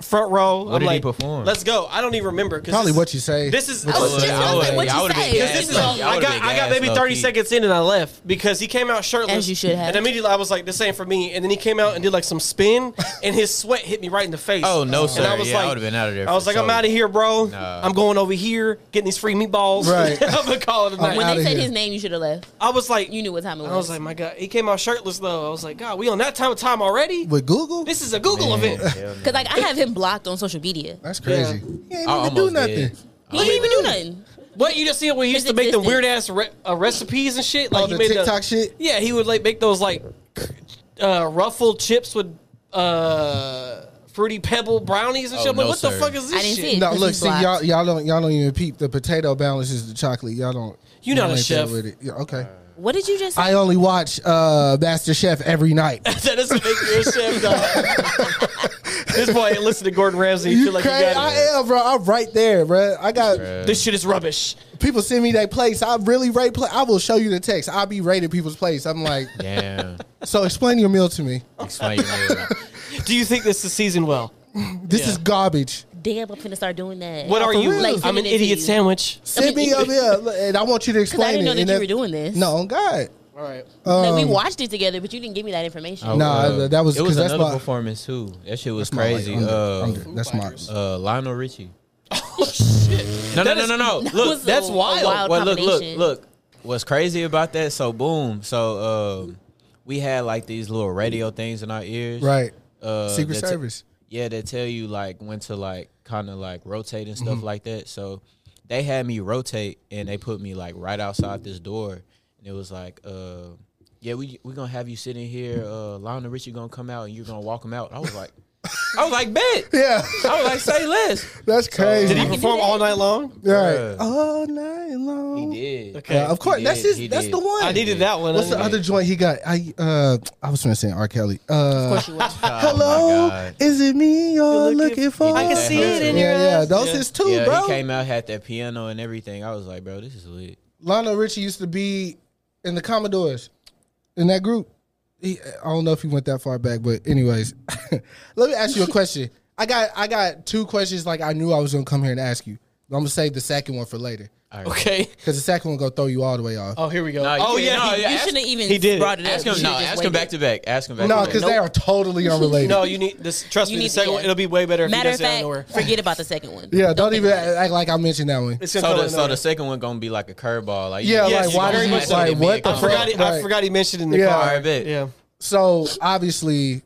[SPEAKER 1] front row. I'm
[SPEAKER 5] What did he
[SPEAKER 1] like,
[SPEAKER 5] perform?
[SPEAKER 1] Let's go. I don't even remember. 'cause
[SPEAKER 4] Probably
[SPEAKER 1] this-
[SPEAKER 4] what you say.
[SPEAKER 1] This is.
[SPEAKER 2] I was
[SPEAKER 1] this
[SPEAKER 2] just
[SPEAKER 1] is-
[SPEAKER 2] gonna say, what'd you say?
[SPEAKER 1] Because this is all, I got I got maybe 30 seconds in and I left because he came out shirtless.
[SPEAKER 2] As you should have.
[SPEAKER 1] And immediately I was like, this ain't for me. And then he came out and did like some spin and his sweat hit me right in the face.
[SPEAKER 5] Oh, no,
[SPEAKER 1] And
[SPEAKER 5] sir. Yeah, I would've been outta there
[SPEAKER 1] I was
[SPEAKER 5] for
[SPEAKER 1] like, I'm
[SPEAKER 5] sure.
[SPEAKER 1] out of here, bro.
[SPEAKER 5] Nah.
[SPEAKER 1] I'm going over here, getting these free meatballs.
[SPEAKER 4] Right.
[SPEAKER 1] I'm going to call it a night.
[SPEAKER 2] When
[SPEAKER 4] outta
[SPEAKER 2] they said
[SPEAKER 4] here.
[SPEAKER 2] his name, you should have left.
[SPEAKER 1] I was like,
[SPEAKER 2] You knew what time it was.
[SPEAKER 1] I was like, my God. He came out shirtless though. I was like, God, we on that time of time already?
[SPEAKER 4] with Google.
[SPEAKER 1] This is a Google event.
[SPEAKER 2] because like I have him blocked on social media.
[SPEAKER 4] That's crazy. He ain't
[SPEAKER 5] I
[SPEAKER 4] even do
[SPEAKER 5] almost
[SPEAKER 4] nothing.
[SPEAKER 5] did.
[SPEAKER 2] He didn't even do nothing.
[SPEAKER 1] What you just see when he used to make them
[SPEAKER 2] existence.
[SPEAKER 1] weird ass re- uh, recipes and shit. Like
[SPEAKER 4] Oh,
[SPEAKER 1] he
[SPEAKER 4] the
[SPEAKER 1] made the-
[SPEAKER 4] TikTok shit.
[SPEAKER 1] Yeah, he would like make those like uh, ruffled chips with uh, fruity pebble brownies and
[SPEAKER 5] Oh,
[SPEAKER 1] shit. I'm like,
[SPEAKER 5] no,
[SPEAKER 1] what the
[SPEAKER 5] sir.
[SPEAKER 1] fuck is this
[SPEAKER 2] I didn't
[SPEAKER 1] shit?
[SPEAKER 2] see it.
[SPEAKER 4] No,
[SPEAKER 2] 'cause
[SPEAKER 4] look,
[SPEAKER 2] he's
[SPEAKER 4] see,
[SPEAKER 2] black.
[SPEAKER 4] y'all, y'all don't, y'all don't even peep. The potato balances the chocolate. Y'all don't.
[SPEAKER 1] You
[SPEAKER 4] y'all
[SPEAKER 1] not a
[SPEAKER 4] ain't
[SPEAKER 1] chef.
[SPEAKER 4] there With it. Yeah, okay.
[SPEAKER 2] What did you just say?
[SPEAKER 4] I only watch uh, Master Chef every night.
[SPEAKER 1] that doesn't make you a chef, dog. this boy ain't listen to Gordon Ramsay. You
[SPEAKER 4] You
[SPEAKER 1] feel like you
[SPEAKER 4] crazy?
[SPEAKER 1] got
[SPEAKER 4] I
[SPEAKER 1] it.
[SPEAKER 4] am, bro. I'm right there, bro. I got
[SPEAKER 1] This shit is rubbish.
[SPEAKER 4] people send me their plates. I really rate. Pla- I will show you the text. I'll be rating people's plates. I'm like,
[SPEAKER 5] Damn.
[SPEAKER 4] so explain your meal to me.
[SPEAKER 5] Explain your meal.
[SPEAKER 1] Do you think this is seasoned well?
[SPEAKER 4] This
[SPEAKER 1] Yeah.
[SPEAKER 4] is garbage.
[SPEAKER 2] Damn, I'm finna start doing that.
[SPEAKER 1] What are you?
[SPEAKER 4] real? Like,
[SPEAKER 1] I'm
[SPEAKER 2] sending
[SPEAKER 1] an
[SPEAKER 2] it to
[SPEAKER 1] idiot
[SPEAKER 2] you.
[SPEAKER 1] sandwich.
[SPEAKER 4] Send me up here, and I want you to
[SPEAKER 2] Because
[SPEAKER 4] explain
[SPEAKER 2] I didn't know
[SPEAKER 4] it.
[SPEAKER 2] that
[SPEAKER 4] And
[SPEAKER 2] you were doing this.
[SPEAKER 4] No, Um, on God.
[SPEAKER 1] All right.
[SPEAKER 2] Like, we watched it together, but you didn't give me that information.
[SPEAKER 5] Oh,
[SPEAKER 4] Nah, that was-
[SPEAKER 5] it was
[SPEAKER 4] 'cause that's
[SPEAKER 5] another
[SPEAKER 4] my-
[SPEAKER 5] performance too. That shit was
[SPEAKER 4] That's my light.
[SPEAKER 5] crazy.
[SPEAKER 4] I'm good.
[SPEAKER 5] Uh,
[SPEAKER 4] I'm good. That's my.
[SPEAKER 5] uh, Lionel Richie. Oh shit! No, no,
[SPEAKER 1] That
[SPEAKER 5] no,
[SPEAKER 1] is-
[SPEAKER 5] no, no.
[SPEAKER 2] that
[SPEAKER 5] Look,
[SPEAKER 2] was
[SPEAKER 5] that's
[SPEAKER 2] a- a
[SPEAKER 5] wild.
[SPEAKER 2] wild
[SPEAKER 5] well, look, look,
[SPEAKER 2] combination.
[SPEAKER 5] look. What's crazy about that? So boom. So um, we had like these little radio things in our ears,
[SPEAKER 4] Right.
[SPEAKER 5] Uh,
[SPEAKER 4] Secret
[SPEAKER 5] that te-
[SPEAKER 4] Service.
[SPEAKER 5] yeah, they tell you like when to like kind of like rotate and stuff
[SPEAKER 4] Mm-hmm.
[SPEAKER 5] like that. So they had me rotate and they put me like right outside this door, and it was like, uh, yeah, we we gonna have you sitting here. Uh, Lionel Richie gonna come out and you're gonna walk him out. I was like, I was like, bet.
[SPEAKER 4] Yeah,
[SPEAKER 5] I was like, say less.
[SPEAKER 4] that's crazy.
[SPEAKER 1] Did he perform all night long?
[SPEAKER 4] right.
[SPEAKER 5] Bruh.
[SPEAKER 4] All night long.
[SPEAKER 5] did.
[SPEAKER 1] Okay.
[SPEAKER 4] Yeah, Uh, of course.
[SPEAKER 5] He
[SPEAKER 4] that's
[SPEAKER 5] did,
[SPEAKER 4] his,
[SPEAKER 5] he
[SPEAKER 4] That's
[SPEAKER 5] did.
[SPEAKER 4] the one.
[SPEAKER 1] I needed that one.
[SPEAKER 4] What's the
[SPEAKER 1] Uh,
[SPEAKER 4] other joint he got? I uh, I was gonna say R. Kelly. Uh,
[SPEAKER 2] Of course you were.
[SPEAKER 4] hello,
[SPEAKER 5] Oh God.
[SPEAKER 4] is it me you're
[SPEAKER 1] You're looking-
[SPEAKER 4] looking for?
[SPEAKER 5] I can see it in
[SPEAKER 1] your
[SPEAKER 4] yeah, yeah.
[SPEAKER 1] eyes.
[SPEAKER 4] Those
[SPEAKER 1] Yeah.
[SPEAKER 4] is two,
[SPEAKER 5] yeah,
[SPEAKER 4] bro.
[SPEAKER 5] he came out had that piano and everything. I was like, bro, this is lit.
[SPEAKER 4] Lionel Richie used to be in the Commodores in that group. He, I don't know if he went that far back, but anyways, let me ask you a question. I got I got two questions. Like I knew I was gonna come here and ask you. But I'm gonna save the second one for later
[SPEAKER 1] Okay.
[SPEAKER 4] because the second one gonna throw you all the way off.
[SPEAKER 1] Oh, here we go.
[SPEAKER 5] No, you
[SPEAKER 1] oh
[SPEAKER 5] can't-
[SPEAKER 1] yeah.
[SPEAKER 5] no,
[SPEAKER 1] he-
[SPEAKER 5] yeah,
[SPEAKER 2] you
[SPEAKER 5] ask-
[SPEAKER 2] shouldn't have even
[SPEAKER 1] he did.
[SPEAKER 2] brought it up.
[SPEAKER 5] Ask
[SPEAKER 2] You
[SPEAKER 5] him,
[SPEAKER 2] should've
[SPEAKER 5] no,
[SPEAKER 2] just
[SPEAKER 5] ask
[SPEAKER 2] waited.
[SPEAKER 5] him back to back. Ask him back.
[SPEAKER 4] no,
[SPEAKER 5] to
[SPEAKER 4] because
[SPEAKER 5] back.
[SPEAKER 4] they are totally unrelated.
[SPEAKER 1] No, you need this. Trust
[SPEAKER 2] You
[SPEAKER 1] me,
[SPEAKER 2] need
[SPEAKER 1] the
[SPEAKER 2] to
[SPEAKER 1] second
[SPEAKER 2] get-
[SPEAKER 1] one it'll be way better. If
[SPEAKER 2] Matter
[SPEAKER 1] he
[SPEAKER 2] of
[SPEAKER 1] does it out
[SPEAKER 2] fact,
[SPEAKER 1] nowhere.
[SPEAKER 2] forget about the second one.
[SPEAKER 4] Yeah, don't
[SPEAKER 2] think
[SPEAKER 4] even
[SPEAKER 2] about it.
[SPEAKER 4] act like I mentioned that one.
[SPEAKER 1] It's gonna
[SPEAKER 5] So
[SPEAKER 1] go
[SPEAKER 5] the, so
[SPEAKER 1] nowhere.
[SPEAKER 5] the second one gonna be like a curveball. Like
[SPEAKER 4] Yeah,
[SPEAKER 1] Yes,
[SPEAKER 4] like why
[SPEAKER 1] very
[SPEAKER 4] did you
[SPEAKER 1] much so.
[SPEAKER 4] like what the
[SPEAKER 5] I
[SPEAKER 1] I
[SPEAKER 4] fuck?
[SPEAKER 1] forgot. He, I
[SPEAKER 4] Right.
[SPEAKER 1] forgot he mentioned in the
[SPEAKER 4] Yeah.
[SPEAKER 1] car.
[SPEAKER 5] I bet.
[SPEAKER 1] Yeah.
[SPEAKER 4] So obviously,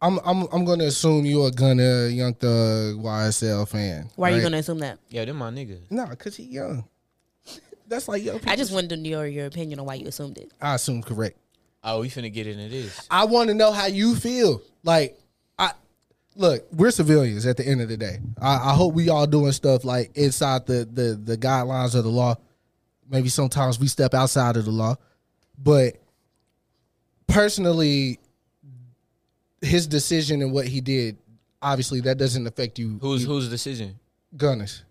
[SPEAKER 4] I'm I'm I'm gonna assume you're a Gunna Young Thug YSL fan.
[SPEAKER 2] Why are you
[SPEAKER 4] right?
[SPEAKER 2] going to assume that?
[SPEAKER 5] yeah, them my niggas.
[SPEAKER 4] Nah, cause he young. That's like young. People.
[SPEAKER 2] I just wanted to know your, your opinion on why you assumed it.
[SPEAKER 4] I assume correct.
[SPEAKER 5] Oh, we finna get into this.
[SPEAKER 4] I want to know how you feel. Like I look, we're civilians at the end of the day. I, I hope we all doing stuff like inside the the the guidelines of the law. Maybe sometimes we step outside of the law, but personally, his decision and what he did, obviously, that doesn't affect you.
[SPEAKER 5] Who's whose decision?
[SPEAKER 4] Gunners?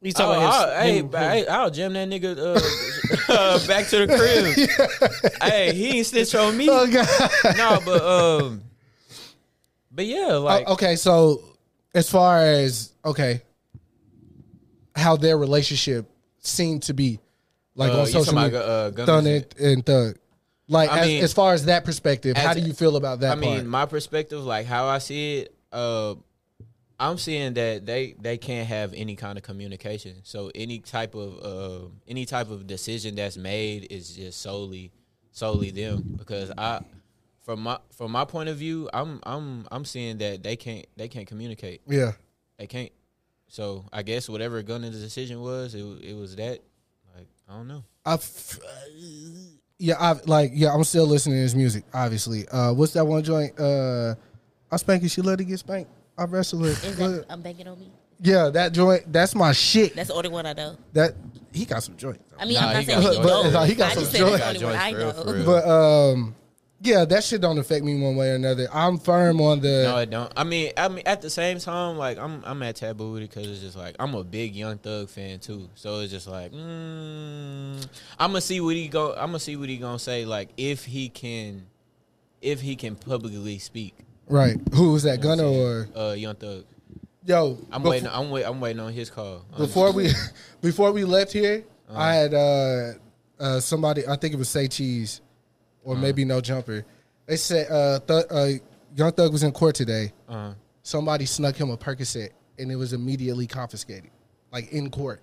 [SPEAKER 1] He's
[SPEAKER 5] Oh,
[SPEAKER 1] talking about
[SPEAKER 5] I'll,
[SPEAKER 1] his.
[SPEAKER 5] hey,
[SPEAKER 1] him-
[SPEAKER 5] but hey, I'll jam that nigga uh, uh, back to the crib. Hey, he ain't snitch on me.
[SPEAKER 4] Oh God.
[SPEAKER 5] no, but um, but yeah, like
[SPEAKER 4] Oh, okay, so as far as okay, how their relationship seemed to be, like
[SPEAKER 5] Uh,
[SPEAKER 4] on
[SPEAKER 5] you
[SPEAKER 4] social
[SPEAKER 5] talking
[SPEAKER 4] media,
[SPEAKER 5] about, uh,
[SPEAKER 4] Thun
[SPEAKER 5] Gunna's
[SPEAKER 4] and, and Thug. Like
[SPEAKER 5] I
[SPEAKER 4] as,
[SPEAKER 5] mean-
[SPEAKER 4] as far as that perspective, how
[SPEAKER 5] as-
[SPEAKER 4] do you feel about that
[SPEAKER 5] I mean,
[SPEAKER 4] part?
[SPEAKER 5] my perspective, like how I see it, uh, I'm seeing that they they can't have any kind of communication. So any type of uh, any type of decision that's made is just solely solely them because I. From my from my point of view, I'm I'm I'm seeing that they can't they can't communicate.
[SPEAKER 4] yeah,
[SPEAKER 5] They can't. So I guess whatever Gunner's decision was, it wa- it was that. Like I don't know.
[SPEAKER 4] I, f- yeah, I like yeah. I'm still listening to his music. Obviously, uh, what's that one joint? Uh, I spank you. She let it get spanked. I wrestle it.
[SPEAKER 2] Is that, I'm banking on me.
[SPEAKER 4] yeah, that joint. That's my shit.
[SPEAKER 2] That's the only one I know.
[SPEAKER 4] that he got some joint.
[SPEAKER 2] I mean,
[SPEAKER 5] Nah,
[SPEAKER 2] I'm
[SPEAKER 5] he
[SPEAKER 2] not saying
[SPEAKER 5] got
[SPEAKER 2] that he
[SPEAKER 5] joints.
[SPEAKER 2] knows.
[SPEAKER 4] But, uh, he got
[SPEAKER 2] I
[SPEAKER 4] some
[SPEAKER 2] just said that's
[SPEAKER 4] joints.
[SPEAKER 2] the only one I
[SPEAKER 5] Joints, for real, for
[SPEAKER 2] know.
[SPEAKER 5] real.
[SPEAKER 4] But um, yeah, that shit don't affect me one way or another. I'm firm on the.
[SPEAKER 5] No, it don't. I mean, I mean, at the same time, like I'm, I'm at taboo with it because it's just like I'm a big Young Thug fan too. So it's just like, mm, I'm gonna see what he go. I'm gonna see what he gonna say. Like if he can, if he can publicly speak.
[SPEAKER 4] right. Who was that,
[SPEAKER 5] You
[SPEAKER 4] Gunner
[SPEAKER 5] know what
[SPEAKER 4] or
[SPEAKER 5] I'm saying? uh, Young Thug.
[SPEAKER 4] yo?
[SPEAKER 5] I'm
[SPEAKER 4] befo-
[SPEAKER 5] waiting. I'm wait. I'm waiting on his call. um, honestly.
[SPEAKER 4] Before we, before we left here,
[SPEAKER 5] Uh-huh.
[SPEAKER 4] I had uh, uh, somebody. I think it was Say Cheese, or
[SPEAKER 5] Uh-huh.
[SPEAKER 4] maybe No Jumper. They said uh, Thug uh, Young Thug was in court today.
[SPEAKER 5] Uh-huh.
[SPEAKER 4] Somebody snuck him a Percocet, and it was immediately confiscated, like in court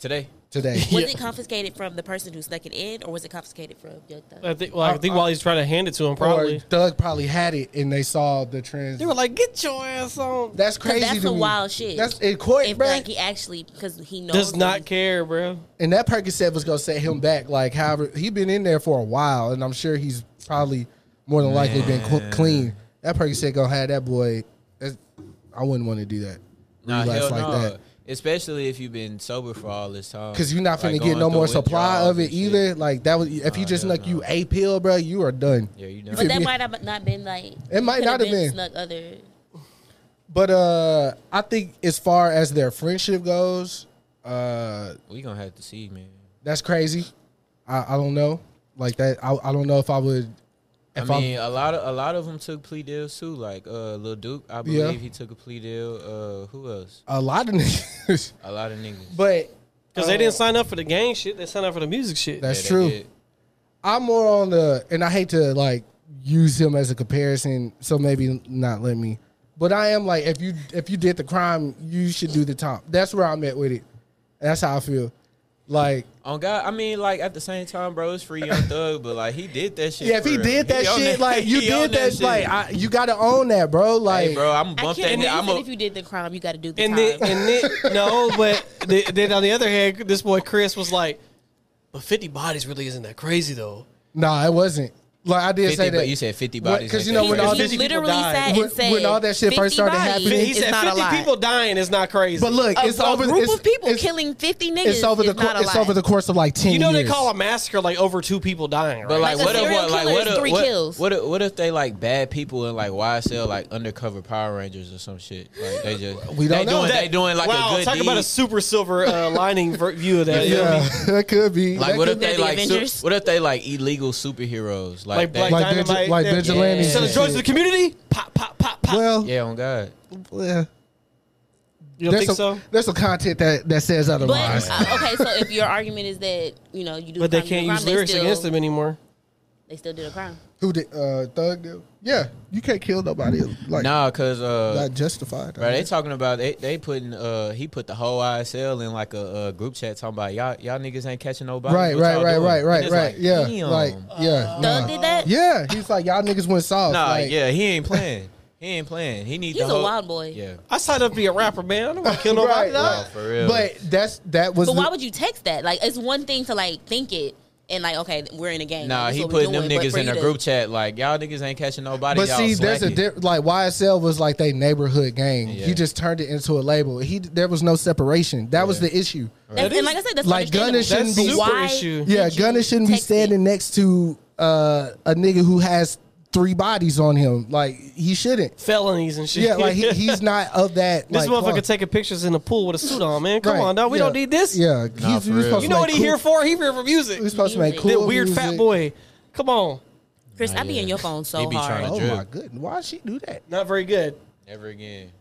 [SPEAKER 5] today.
[SPEAKER 4] today.
[SPEAKER 2] Was it confiscated from the person who snuck it in, or was it confiscated from Young Thug?
[SPEAKER 1] I think, well, I think while he's trying to hand it to him,
[SPEAKER 4] Or
[SPEAKER 1] probably
[SPEAKER 4] Thug probably had it, and they saw the trans.
[SPEAKER 1] they were like, "Get your ass on."
[SPEAKER 4] That's crazy.
[SPEAKER 2] Because that's
[SPEAKER 4] to
[SPEAKER 2] some
[SPEAKER 4] me.
[SPEAKER 2] wild shit.
[SPEAKER 4] That's in court,
[SPEAKER 2] if
[SPEAKER 4] bruh.
[SPEAKER 2] like he actually because he knows
[SPEAKER 1] Does
[SPEAKER 2] that
[SPEAKER 1] not
[SPEAKER 2] he's-
[SPEAKER 1] care, bro.
[SPEAKER 4] and that Percocet was gonna set him back. Like, however, he been in there for a while, and I'm sure he's probably more than likely been cl- clean. That Percocet gonna have that boy. That's, I wouldn't want to do that.
[SPEAKER 5] Nah,
[SPEAKER 4] Relapse
[SPEAKER 5] hell
[SPEAKER 4] like
[SPEAKER 5] no.
[SPEAKER 4] that.
[SPEAKER 5] Especially if you've been sober for all this time.
[SPEAKER 4] Cause you're not finna
[SPEAKER 5] Like,
[SPEAKER 4] get
[SPEAKER 5] going
[SPEAKER 4] no
[SPEAKER 5] through
[SPEAKER 4] more supply
[SPEAKER 5] withdrawals
[SPEAKER 4] of it
[SPEAKER 5] and shit.
[SPEAKER 4] either. Like that was if you just
[SPEAKER 5] hell
[SPEAKER 4] like
[SPEAKER 5] no.
[SPEAKER 4] you a pill, bro, you are done.
[SPEAKER 5] Yeah, you
[SPEAKER 4] You
[SPEAKER 5] done.
[SPEAKER 4] feel
[SPEAKER 2] But that
[SPEAKER 4] me?
[SPEAKER 2] might have not been like
[SPEAKER 4] It might
[SPEAKER 2] could
[SPEAKER 4] not
[SPEAKER 2] have
[SPEAKER 4] have been.
[SPEAKER 2] snuck other.
[SPEAKER 4] But uh, I think as far as their friendship goes, uh,
[SPEAKER 5] We gonna have to see, man.
[SPEAKER 4] that's crazy. I, I don't know. Like that, I, I don't know if I would. If
[SPEAKER 5] I
[SPEAKER 4] I'm-
[SPEAKER 5] mean, a lot of a lot of them took plea deals too. Like uh, Lil Duke, I believe he took a plea deal. Uh, who else?
[SPEAKER 4] A lot of niggas,
[SPEAKER 5] A lot of niggas.
[SPEAKER 4] but um,
[SPEAKER 1] Because they didn't sign up for the gang shit. They signed up for the music shit.
[SPEAKER 4] that's
[SPEAKER 5] Yeah, they
[SPEAKER 4] true.
[SPEAKER 5] did.
[SPEAKER 4] I'm more on the, and I hate to like use him as a comparison, so maybe not let me. But I am like, if you if you did the crime, you should do the top. That's where I'm at with it. That's how I feel. Like,
[SPEAKER 5] On God, I mean, like at the same time, bro, it's free Young Thug, but like he did that shit.
[SPEAKER 4] yeah, if
[SPEAKER 5] for
[SPEAKER 4] he
[SPEAKER 5] real.
[SPEAKER 4] did that
[SPEAKER 5] on
[SPEAKER 4] shit, like you
[SPEAKER 5] he on
[SPEAKER 4] did that,
[SPEAKER 5] shit.
[SPEAKER 4] like I, you got to own that, bro. Like,
[SPEAKER 5] hey, bro, I'm
[SPEAKER 2] I
[SPEAKER 5] bump that.
[SPEAKER 2] can't
[SPEAKER 5] nigga. I'm
[SPEAKER 2] believe
[SPEAKER 5] a,
[SPEAKER 2] that if you did the crime, you got to do the
[SPEAKER 1] And
[SPEAKER 2] time.
[SPEAKER 1] then, and then, no, but the, then on the other hand, this boy Chris was like, "But fifty bodies really isn't that crazy, though."
[SPEAKER 4] nah, it wasn't. Like I did
[SPEAKER 5] 50,
[SPEAKER 4] say that
[SPEAKER 5] but you said 50 bodies.
[SPEAKER 4] because
[SPEAKER 5] ain't
[SPEAKER 4] you know
[SPEAKER 5] that
[SPEAKER 4] when
[SPEAKER 5] crazy.
[SPEAKER 4] all
[SPEAKER 2] he
[SPEAKER 4] this,
[SPEAKER 1] people
[SPEAKER 2] literally
[SPEAKER 1] died.
[SPEAKER 2] sat and
[SPEAKER 4] When-
[SPEAKER 2] said
[SPEAKER 4] when all that shit
[SPEAKER 2] 50
[SPEAKER 4] first started
[SPEAKER 2] bodies
[SPEAKER 4] happening-
[SPEAKER 1] He
[SPEAKER 2] is
[SPEAKER 1] said
[SPEAKER 2] not a
[SPEAKER 1] fifty
[SPEAKER 2] lot.
[SPEAKER 1] people dying is not crazy.
[SPEAKER 4] but look,
[SPEAKER 2] a,
[SPEAKER 4] it's
[SPEAKER 2] a
[SPEAKER 4] over.
[SPEAKER 2] group
[SPEAKER 4] it's,
[SPEAKER 2] of people
[SPEAKER 4] it's-
[SPEAKER 2] killing fifty niggas.
[SPEAKER 4] It's over the
[SPEAKER 2] is not
[SPEAKER 4] cour-
[SPEAKER 2] a
[SPEAKER 4] it's
[SPEAKER 2] lot.
[SPEAKER 4] over the course of like ten.
[SPEAKER 1] you know they
[SPEAKER 4] years.
[SPEAKER 1] call a massacre like over two people dying, right?
[SPEAKER 5] But like,
[SPEAKER 2] Like,
[SPEAKER 5] what
[SPEAKER 2] a
[SPEAKER 5] if
[SPEAKER 2] serial
[SPEAKER 5] what like
[SPEAKER 2] killer
[SPEAKER 5] what
[SPEAKER 2] is
[SPEAKER 5] if,
[SPEAKER 2] three
[SPEAKER 5] what,
[SPEAKER 2] kills.
[SPEAKER 5] what if what if they like bad people in like YSL like undercover Power Rangers or some shit? Like they just
[SPEAKER 4] We don't
[SPEAKER 5] they
[SPEAKER 4] know.
[SPEAKER 5] doing
[SPEAKER 4] That-
[SPEAKER 5] they doing like
[SPEAKER 1] wow,
[SPEAKER 5] a good
[SPEAKER 1] talk about a
[SPEAKER 5] deed.
[SPEAKER 1] super silver uh, lining ver- view of that. Yeah.
[SPEAKER 4] Yeah, that could be.
[SPEAKER 5] like
[SPEAKER 4] That
[SPEAKER 5] what
[SPEAKER 4] could
[SPEAKER 5] if
[SPEAKER 2] They're
[SPEAKER 5] they
[SPEAKER 2] the
[SPEAKER 5] like su-
[SPEAKER 2] Avengers.
[SPEAKER 5] what if they like illegal superheroes like,
[SPEAKER 1] Like
[SPEAKER 5] they,
[SPEAKER 1] Black
[SPEAKER 4] Like
[SPEAKER 1] Dynamite,
[SPEAKER 4] vigi- like
[SPEAKER 1] they're-
[SPEAKER 4] vigilante
[SPEAKER 1] Selling
[SPEAKER 4] shit.
[SPEAKER 1] drugs to the community, pop, pop, pop, pop.
[SPEAKER 4] Well,
[SPEAKER 5] yeah on God
[SPEAKER 4] yeah.
[SPEAKER 1] you don't
[SPEAKER 4] There's
[SPEAKER 1] think
[SPEAKER 4] some,
[SPEAKER 1] so?
[SPEAKER 4] there's some content that, that says
[SPEAKER 2] But
[SPEAKER 4] otherwise.
[SPEAKER 2] uh, okay, so if your argument is that you know you do,
[SPEAKER 1] But they
[SPEAKER 2] crime, you
[SPEAKER 1] can't
[SPEAKER 2] do crime,
[SPEAKER 1] use lyrics
[SPEAKER 2] still,
[SPEAKER 1] against them anymore.
[SPEAKER 2] They still did a crime.
[SPEAKER 4] Who did uh, Thug? Do? Yeah, you can't kill nobody. Like
[SPEAKER 5] nah cause uh
[SPEAKER 4] not justified.
[SPEAKER 5] bro they talking about they they putting uh he put the whole ISL in like a, uh group chat talking about y'all y'all niggas ain't catching nobody
[SPEAKER 4] right,
[SPEAKER 5] What
[SPEAKER 4] right,
[SPEAKER 5] y'all
[SPEAKER 4] right,
[SPEAKER 5] doing?
[SPEAKER 4] right,
[SPEAKER 5] And
[SPEAKER 4] right,
[SPEAKER 5] it's
[SPEAKER 4] right.
[SPEAKER 5] like,
[SPEAKER 4] Yeah,
[SPEAKER 5] damn. Uh,
[SPEAKER 4] like yeah,
[SPEAKER 2] Thug
[SPEAKER 4] nah.
[SPEAKER 2] did that.
[SPEAKER 4] yeah. He's like y'all niggas went soft.
[SPEAKER 5] nah
[SPEAKER 4] like,
[SPEAKER 5] yeah he ain't playing he ain't playing he need
[SPEAKER 2] He's
[SPEAKER 5] the
[SPEAKER 2] a
[SPEAKER 5] whole-
[SPEAKER 2] wild boy.
[SPEAKER 5] yeah
[SPEAKER 1] I signed up to be a rapper, man. I don't want to kill nobody.
[SPEAKER 4] Right.
[SPEAKER 1] dog.
[SPEAKER 5] Wow, for real
[SPEAKER 4] But that's that was.
[SPEAKER 2] But why
[SPEAKER 4] the-
[SPEAKER 2] would you text that? Like, it's one thing to like think it and like, okay, we're in a game.
[SPEAKER 5] Nah,
[SPEAKER 2] Like, this
[SPEAKER 5] he
[SPEAKER 2] what we
[SPEAKER 5] putting them
[SPEAKER 2] doing, but
[SPEAKER 5] niggas
[SPEAKER 2] for
[SPEAKER 5] in
[SPEAKER 2] you
[SPEAKER 5] a
[SPEAKER 2] to-
[SPEAKER 5] group chat like y'all niggas ain't catching nobody.
[SPEAKER 4] but
[SPEAKER 5] y'all
[SPEAKER 4] see, there's a
[SPEAKER 5] slacking."
[SPEAKER 4] diff- like YSL was like they neighborhood gang.
[SPEAKER 5] Yeah.
[SPEAKER 4] He just turned it into a label. He there was no separation. That was the issue.
[SPEAKER 2] That's- and like I said, that's
[SPEAKER 4] Like, gun is
[SPEAKER 2] understandable.
[SPEAKER 4] shouldn't
[SPEAKER 1] That's
[SPEAKER 4] be-
[SPEAKER 1] super
[SPEAKER 2] Why-
[SPEAKER 1] issue.
[SPEAKER 4] Yeah,
[SPEAKER 2] Did you
[SPEAKER 4] Gunner shouldn't be
[SPEAKER 2] text
[SPEAKER 4] standing
[SPEAKER 2] it?
[SPEAKER 4] next to uh, a nigga who has three bodies on him. Like he shouldn't.
[SPEAKER 1] Felonies and shit.
[SPEAKER 4] Yeah, like he, he's not of that.
[SPEAKER 1] This
[SPEAKER 4] like,
[SPEAKER 1] motherfucker
[SPEAKER 4] class.
[SPEAKER 1] taking pictures in the pool with a suit on, man. Come
[SPEAKER 4] Right,
[SPEAKER 1] on, dog. We
[SPEAKER 4] yeah,
[SPEAKER 1] don't need this.
[SPEAKER 4] Yeah, he's,
[SPEAKER 5] for
[SPEAKER 4] he was
[SPEAKER 5] real.
[SPEAKER 4] supposed
[SPEAKER 1] You
[SPEAKER 4] to
[SPEAKER 1] know
[SPEAKER 4] make
[SPEAKER 1] what he
[SPEAKER 4] cool,
[SPEAKER 1] here for? He here for music.
[SPEAKER 4] He was supposed to make
[SPEAKER 2] That
[SPEAKER 4] cool.
[SPEAKER 1] That weird
[SPEAKER 4] music.
[SPEAKER 1] fat boy. Come on.
[SPEAKER 2] Chris, I
[SPEAKER 5] yeah.
[SPEAKER 2] be in your phone so
[SPEAKER 5] They be
[SPEAKER 2] hard.
[SPEAKER 5] trying to-
[SPEAKER 4] Oh my
[SPEAKER 5] Drip.
[SPEAKER 4] goodness, why would she do that?
[SPEAKER 1] Not very good.
[SPEAKER 5] Never again.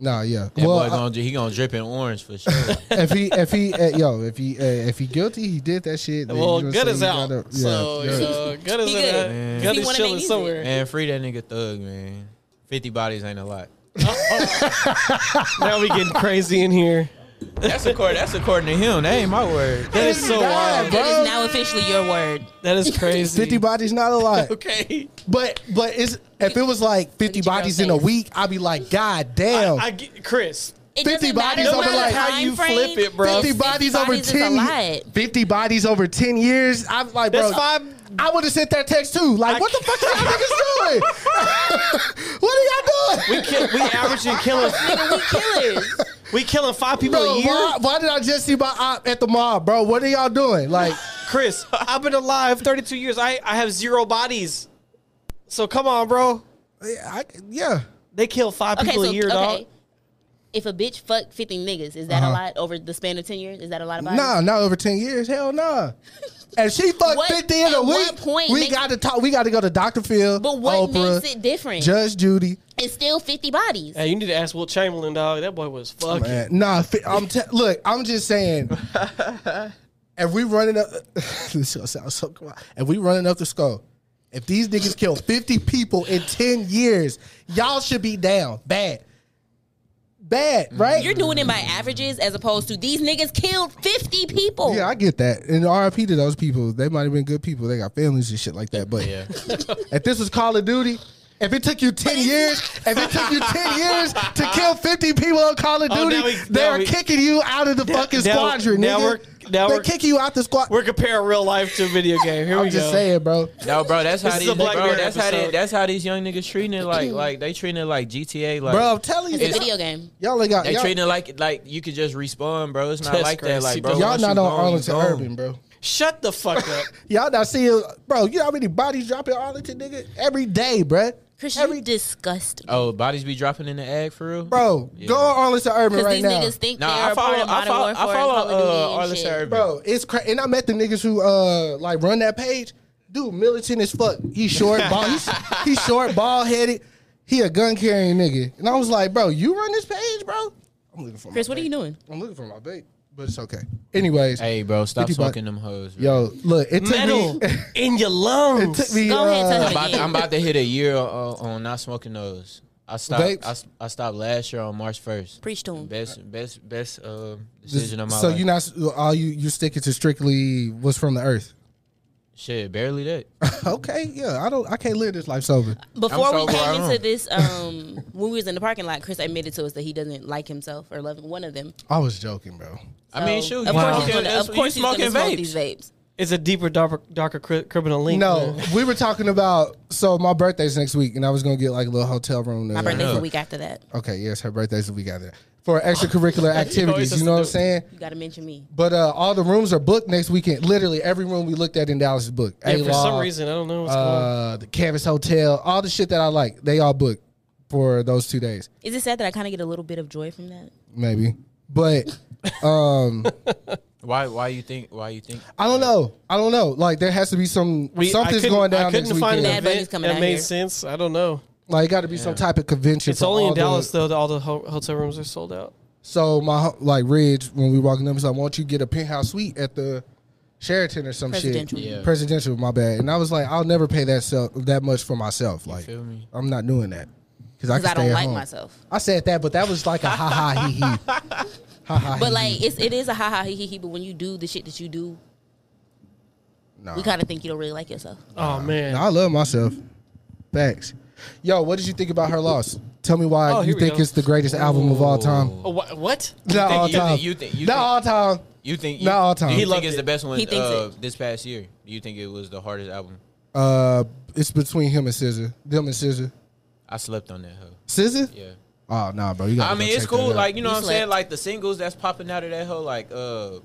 [SPEAKER 4] Nah, yeah.
[SPEAKER 5] That
[SPEAKER 4] well,
[SPEAKER 5] boy gonna dri- he gonna drip in orange for sure.
[SPEAKER 4] I- if he if he uh, yo if he uh, if he guilty, he did that shit. then
[SPEAKER 1] well,
[SPEAKER 4] you know
[SPEAKER 1] good
[SPEAKER 4] what I'm
[SPEAKER 1] is
[SPEAKER 4] saying,
[SPEAKER 1] out.
[SPEAKER 4] you gotta- yeah,
[SPEAKER 1] so,
[SPEAKER 4] yeah.
[SPEAKER 1] uh, good is
[SPEAKER 2] He
[SPEAKER 1] in
[SPEAKER 2] good.
[SPEAKER 1] that-
[SPEAKER 2] Man.
[SPEAKER 1] Good
[SPEAKER 2] He
[SPEAKER 1] is
[SPEAKER 2] wanna
[SPEAKER 1] chilling
[SPEAKER 2] make music.
[SPEAKER 1] somewhere.
[SPEAKER 5] man, free that nigga thug, man. Fifty bodies ain't a lot.
[SPEAKER 1] now we getting crazy in here.
[SPEAKER 5] That's according. That's according to him. That ain't my word.
[SPEAKER 1] That is so
[SPEAKER 4] God,
[SPEAKER 1] wild.
[SPEAKER 2] That
[SPEAKER 4] bro.
[SPEAKER 2] is now officially your word.
[SPEAKER 1] That is crazy.
[SPEAKER 4] Fifty bodies not a lot.
[SPEAKER 1] Okay.
[SPEAKER 4] But but it's, if it was like fifty
[SPEAKER 2] Look at your
[SPEAKER 4] bodies in a
[SPEAKER 2] face.
[SPEAKER 4] week, I'd be like, God
[SPEAKER 1] I,
[SPEAKER 4] damn.
[SPEAKER 1] I get, Chris.
[SPEAKER 2] It
[SPEAKER 4] 50
[SPEAKER 2] doesn't
[SPEAKER 4] bodies
[SPEAKER 2] matter
[SPEAKER 4] over,
[SPEAKER 2] about
[SPEAKER 4] like,
[SPEAKER 2] the
[SPEAKER 1] how
[SPEAKER 2] time
[SPEAKER 1] you
[SPEAKER 2] frame.
[SPEAKER 1] flip it, bro.
[SPEAKER 4] 50 bodies over
[SPEAKER 2] bodies is
[SPEAKER 4] 10
[SPEAKER 2] a
[SPEAKER 4] ye-
[SPEAKER 2] lot.
[SPEAKER 4] 50 bodies over 10 years. I'm like, bro.
[SPEAKER 1] That's five-
[SPEAKER 4] I would have sent that text too. Like,
[SPEAKER 1] I-
[SPEAKER 4] what the fuck are y'all niggas doing? what are y'all doing?
[SPEAKER 1] We kill, we averaging killing.
[SPEAKER 2] Nigga, we killers.
[SPEAKER 1] We killing five people
[SPEAKER 4] Bro,
[SPEAKER 1] a year.
[SPEAKER 4] why, why did I just see my op at the mall, bro? What are y'all doing? Like,
[SPEAKER 1] Chris, I've been alive 32 years. I, I have zero bodies. So come on, bro.
[SPEAKER 4] Yeah, I, yeah.
[SPEAKER 1] They kill five
[SPEAKER 2] Okay,
[SPEAKER 1] people
[SPEAKER 2] so
[SPEAKER 1] a year, dog.
[SPEAKER 2] okay. If a bitch fuck fifty niggas, is that a lot over the span of ten years? Is that a lot of bodies?
[SPEAKER 4] Nah, not over ten years. Hell nah. And she fucked
[SPEAKER 2] What-
[SPEAKER 4] fifty in a
[SPEAKER 2] at
[SPEAKER 4] week.
[SPEAKER 2] what point
[SPEAKER 4] we
[SPEAKER 2] makes-
[SPEAKER 4] got to talk. We got to go to Doctor Phil,
[SPEAKER 2] But what
[SPEAKER 4] Oprah,
[SPEAKER 2] makes it different?
[SPEAKER 4] Judge Judy.
[SPEAKER 2] it's still fifty bodies.
[SPEAKER 1] Hey, you need to ask Will Chamberlain, dog. That boy was fucking.
[SPEAKER 4] Man, nah, fi- I'm te- look. I'm just saying. if we running up, this is gonna sound so. come on. If we running up the skull, if these niggas kill 50 people in 10 years, y'all should be down bad, bad, right?
[SPEAKER 2] You're doing it by averages as opposed to these niggas killed fifty people.
[SPEAKER 4] yeah, I get that. And RIP to those people. They might have been good people. They got families and shit like that. But if this was Call of Duty. If it took you ten years, if it took you ten years to kill fifty people on Call of
[SPEAKER 1] Oh,
[SPEAKER 4] Duty,
[SPEAKER 1] now we-
[SPEAKER 4] they
[SPEAKER 1] now
[SPEAKER 4] are
[SPEAKER 1] we-
[SPEAKER 4] kicking you out of the fucking
[SPEAKER 1] now-
[SPEAKER 4] squadron.
[SPEAKER 1] now
[SPEAKER 4] nigga.
[SPEAKER 1] we're- now
[SPEAKER 4] they
[SPEAKER 1] we're-
[SPEAKER 4] kick you out the squad.
[SPEAKER 1] We're comparing real life to a video game. Here
[SPEAKER 4] I'm
[SPEAKER 1] we
[SPEAKER 4] just
[SPEAKER 1] go.
[SPEAKER 4] saying, bro.
[SPEAKER 5] No, bro, that's
[SPEAKER 1] This
[SPEAKER 5] how
[SPEAKER 1] is
[SPEAKER 5] these
[SPEAKER 1] a Black
[SPEAKER 5] bro,
[SPEAKER 1] Mirror
[SPEAKER 5] that's how they,
[SPEAKER 1] episode.
[SPEAKER 5] that's how these young niggas treating it like like they treating it like GTA like
[SPEAKER 4] Bro, I'm telling you,
[SPEAKER 2] It's a video game.
[SPEAKER 4] y'all ain't got
[SPEAKER 5] They
[SPEAKER 4] y'all,
[SPEAKER 5] treating it like like you could just respawn, bro. It's not
[SPEAKER 1] That's
[SPEAKER 5] like that,
[SPEAKER 1] crazy,
[SPEAKER 5] like
[SPEAKER 1] bro.
[SPEAKER 5] bro.
[SPEAKER 4] y'all
[SPEAKER 5] once
[SPEAKER 4] not
[SPEAKER 5] you
[SPEAKER 4] on
[SPEAKER 5] gone, you
[SPEAKER 4] Arlington
[SPEAKER 5] gone.
[SPEAKER 4] Urban, bro.
[SPEAKER 1] Shut the fuck up.
[SPEAKER 4] Y'all not seeing, bro. You know how many bodies dropping Arlington, nigga, every day, bro.
[SPEAKER 2] Christian, you disgusting.
[SPEAKER 5] Oh, bodies be dropping in the egg for real,
[SPEAKER 4] Bro, go on Arlington Urban
[SPEAKER 2] Because
[SPEAKER 4] right
[SPEAKER 2] these
[SPEAKER 4] now,
[SPEAKER 2] niggas think
[SPEAKER 5] Nah,
[SPEAKER 2] they're
[SPEAKER 5] I
[SPEAKER 2] a part
[SPEAKER 5] follow,
[SPEAKER 2] of
[SPEAKER 5] I
[SPEAKER 2] modern
[SPEAKER 5] follow, I
[SPEAKER 2] warfar's warfare and Call
[SPEAKER 5] follow uh,
[SPEAKER 2] of Duty
[SPEAKER 5] Arlington
[SPEAKER 2] and shit.
[SPEAKER 5] Urban.
[SPEAKER 4] bro. It's crazy, and I met the niggas who uh like run that page. Dude, militant as fuck. He short, bald. He's, he's short, bald headed. He a gun carrying nigga, and I was like, bro, you run this page, bro. I'm looking for my
[SPEAKER 2] Chris, what are
[SPEAKER 4] babe.
[SPEAKER 2] you doing?
[SPEAKER 4] I'm looking for my babe, but it's okay. Anyways,
[SPEAKER 5] Hey, bro, stop
[SPEAKER 4] 50 bucks.
[SPEAKER 5] smoking them hoes. Bro.
[SPEAKER 4] Yo, look, it took
[SPEAKER 1] Metal
[SPEAKER 4] me.
[SPEAKER 1] in your lungs.
[SPEAKER 4] Took me.
[SPEAKER 2] Go ahead,
[SPEAKER 4] uh,
[SPEAKER 2] tell
[SPEAKER 5] I'm
[SPEAKER 2] him
[SPEAKER 5] about,
[SPEAKER 2] again.
[SPEAKER 5] I'm about to hit a year uh, on not smoking those. I
[SPEAKER 4] Vapes?
[SPEAKER 5] stopped. I, s- I stopped last year on March first.
[SPEAKER 2] Preach to 'em.
[SPEAKER 5] Best, best, best uh,
[SPEAKER 4] just-
[SPEAKER 5] decision of my
[SPEAKER 4] so
[SPEAKER 5] life.
[SPEAKER 4] you not all you you sticking to strictly what's from the earth.
[SPEAKER 5] Shit, barely that.
[SPEAKER 4] Okay, yeah, I don't, I can't live this life sober.
[SPEAKER 2] Before
[SPEAKER 5] I'm so
[SPEAKER 2] we
[SPEAKER 5] glad
[SPEAKER 2] came
[SPEAKER 5] I'm
[SPEAKER 2] into
[SPEAKER 5] on.
[SPEAKER 2] this, um, when we was in the parking lot, Chris admitted to us that he doesn't like himself or love one of them.
[SPEAKER 4] I was joking, bro.
[SPEAKER 5] I mean,
[SPEAKER 2] So,
[SPEAKER 5] shoot,
[SPEAKER 2] Of
[SPEAKER 5] you
[SPEAKER 2] course, he's
[SPEAKER 5] smoking-
[SPEAKER 2] gonna,
[SPEAKER 5] that's-
[SPEAKER 2] of course he's
[SPEAKER 5] you
[SPEAKER 2] gonna
[SPEAKER 5] smoking
[SPEAKER 2] smoke
[SPEAKER 5] vapes.
[SPEAKER 2] these vapes.
[SPEAKER 1] It's a deeper, darker, darker cri- criminal link.
[SPEAKER 4] No,
[SPEAKER 1] man.
[SPEAKER 4] we were talking about so my birthday's next week, and I was gonna get like a little hotel room.
[SPEAKER 2] My
[SPEAKER 4] uh,
[SPEAKER 2] birthday's the week after that.
[SPEAKER 4] Okay, yes, her birthday's the week after that. for extracurricular activities. You know what I'm saying?
[SPEAKER 2] You gotta mention me.
[SPEAKER 4] But uh, all the rooms are booked next weekend. Literally every room we looked at in Dallas is booked.
[SPEAKER 1] And for some
[SPEAKER 4] A-Law,
[SPEAKER 1] reason, I don't know what's going on.
[SPEAKER 4] uh, the Canvas Hotel, all the shit that I like, they all booked for those two days.
[SPEAKER 2] Is it sad that I kind of get a little bit of joy from that?
[SPEAKER 4] maybe. But um
[SPEAKER 5] Why? Why you think? Why you think?
[SPEAKER 4] I don't know. I don't know. Like there has to be some
[SPEAKER 1] We, I
[SPEAKER 4] something's
[SPEAKER 1] couldn't-
[SPEAKER 4] going
[SPEAKER 1] I
[SPEAKER 4] down next
[SPEAKER 1] couldn't find
[SPEAKER 4] weekend.
[SPEAKER 1] an
[SPEAKER 2] Bad Bunny's
[SPEAKER 1] event
[SPEAKER 2] coming
[SPEAKER 1] that
[SPEAKER 2] out
[SPEAKER 1] made
[SPEAKER 2] here.
[SPEAKER 1] sense. I don't know.
[SPEAKER 4] Like got to be some type of convention.
[SPEAKER 1] It's
[SPEAKER 4] for
[SPEAKER 1] only
[SPEAKER 4] all
[SPEAKER 1] in
[SPEAKER 4] the-
[SPEAKER 1] Dallas though. that All the ho- hotel rooms are sold out.
[SPEAKER 4] So my ho- like Ridge when we walking up, he's like, "Why don't you get a penthouse suite at the Sheraton or some
[SPEAKER 2] Presidential.
[SPEAKER 4] shit?"
[SPEAKER 2] Yeah.
[SPEAKER 4] Presidential, my bad. And I was like, "I'll never pay that self that much for myself. Like,
[SPEAKER 5] feel me?
[SPEAKER 4] I'm not doing that because I,
[SPEAKER 2] Because
[SPEAKER 4] can
[SPEAKER 2] I
[SPEAKER 4] stay
[SPEAKER 2] don't
[SPEAKER 4] at
[SPEAKER 2] like
[SPEAKER 4] home.
[SPEAKER 2] myself.
[SPEAKER 4] I said that, but that was like a ha ha hee hee, ha ha.
[SPEAKER 2] But
[SPEAKER 4] hee hee.
[SPEAKER 2] like, it's it is a ha ha he he he. But when you do the shit that you do,
[SPEAKER 4] Nah.
[SPEAKER 2] we kind of think you don't really like yourself.
[SPEAKER 1] Oh man.
[SPEAKER 4] I love myself. Facts. Yo, what did you think about her loss? Tell me why
[SPEAKER 1] Oh,
[SPEAKER 4] you
[SPEAKER 1] here we
[SPEAKER 4] think
[SPEAKER 1] go.
[SPEAKER 4] it's the greatest album of all time.
[SPEAKER 1] Oh, wha- what?
[SPEAKER 4] Not all
[SPEAKER 5] you think-
[SPEAKER 4] time.
[SPEAKER 5] you think- you
[SPEAKER 4] Not
[SPEAKER 5] think-
[SPEAKER 4] all time.
[SPEAKER 5] You think? You,
[SPEAKER 4] Not all time.
[SPEAKER 5] Do
[SPEAKER 4] He
[SPEAKER 5] you
[SPEAKER 1] loved
[SPEAKER 5] think it's
[SPEAKER 1] it.
[SPEAKER 5] the best one
[SPEAKER 2] He thinks
[SPEAKER 5] uh,
[SPEAKER 2] it.
[SPEAKER 5] this past year? Do you think it was the hardest album?
[SPEAKER 4] Uh, it's between him and Scissor. Them and Scissor.
[SPEAKER 5] I slept on that hoe.
[SPEAKER 4] Scissor?
[SPEAKER 5] Yeah.
[SPEAKER 4] Oh nah, bro. You gotta
[SPEAKER 5] I
[SPEAKER 4] go
[SPEAKER 5] mean, it's
[SPEAKER 4] check that
[SPEAKER 5] cool.
[SPEAKER 4] out.
[SPEAKER 5] Like you know
[SPEAKER 2] You
[SPEAKER 5] what I'm saying.
[SPEAKER 2] slept.
[SPEAKER 5] Like the singles that's popping out of that hoe, like uh,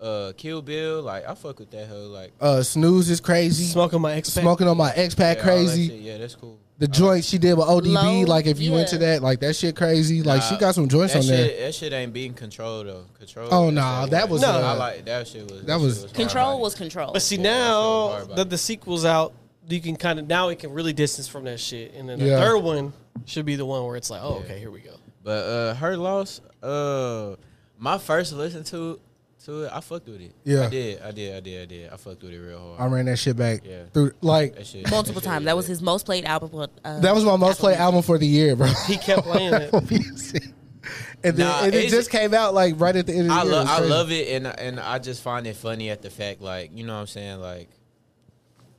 [SPEAKER 5] uh, Kill Bill. Like I fuck with that hoe. Like
[SPEAKER 4] uh, snooze is crazy.
[SPEAKER 1] Smoking my ex.
[SPEAKER 4] Smoking on my X
[SPEAKER 5] yeah,
[SPEAKER 4] pack
[SPEAKER 5] all that shit.
[SPEAKER 4] crazy.
[SPEAKER 5] Yeah, that's cool.
[SPEAKER 4] The joint she did with ODB.
[SPEAKER 2] Low,
[SPEAKER 4] like if you
[SPEAKER 2] yeah.
[SPEAKER 4] into that, like that shit crazy. Like she
[SPEAKER 5] Nah,
[SPEAKER 4] got some joints
[SPEAKER 5] that
[SPEAKER 4] on there.
[SPEAKER 5] shit- That shit ain't being control though. Control.
[SPEAKER 4] Oh,
[SPEAKER 5] that's
[SPEAKER 4] nah, that
[SPEAKER 5] one.
[SPEAKER 4] was, uh,
[SPEAKER 5] I like that shit. Was
[SPEAKER 4] that
[SPEAKER 5] shit
[SPEAKER 4] was-
[SPEAKER 5] hard.
[SPEAKER 2] Control
[SPEAKER 5] Like,
[SPEAKER 2] was control.
[SPEAKER 1] But see
[SPEAKER 5] Yeah, I feel
[SPEAKER 1] now
[SPEAKER 5] hard about
[SPEAKER 1] that
[SPEAKER 5] it.
[SPEAKER 1] the sequel's out, you can kind of now it can really distance from that shit. And then the
[SPEAKER 4] Yeah.
[SPEAKER 1] third one should be the one where it's like, oh okay, here we go.
[SPEAKER 5] But uh, her loss, uh, my first listen to to it, I fucked with it.
[SPEAKER 4] Yeah.
[SPEAKER 5] I did, I did, I did, I did. I fucked with it real hard.
[SPEAKER 4] I ran that shit back
[SPEAKER 5] Yeah.
[SPEAKER 4] through. Like
[SPEAKER 5] that shit, that
[SPEAKER 2] multiple
[SPEAKER 5] shit
[SPEAKER 2] times.
[SPEAKER 5] yeah.
[SPEAKER 2] That was his most played album. Uh,
[SPEAKER 4] that was my most played album for the year, bro.
[SPEAKER 1] He kept playing it.
[SPEAKER 4] And, then,
[SPEAKER 5] Nah,
[SPEAKER 4] and it
[SPEAKER 5] it's-
[SPEAKER 4] just came out like right at the end of the
[SPEAKER 5] I
[SPEAKER 4] year. It
[SPEAKER 5] love,
[SPEAKER 4] was
[SPEAKER 5] I
[SPEAKER 4] crazy.
[SPEAKER 5] love it, and and I just find it funny at the fact, like you know, what I'm saying, like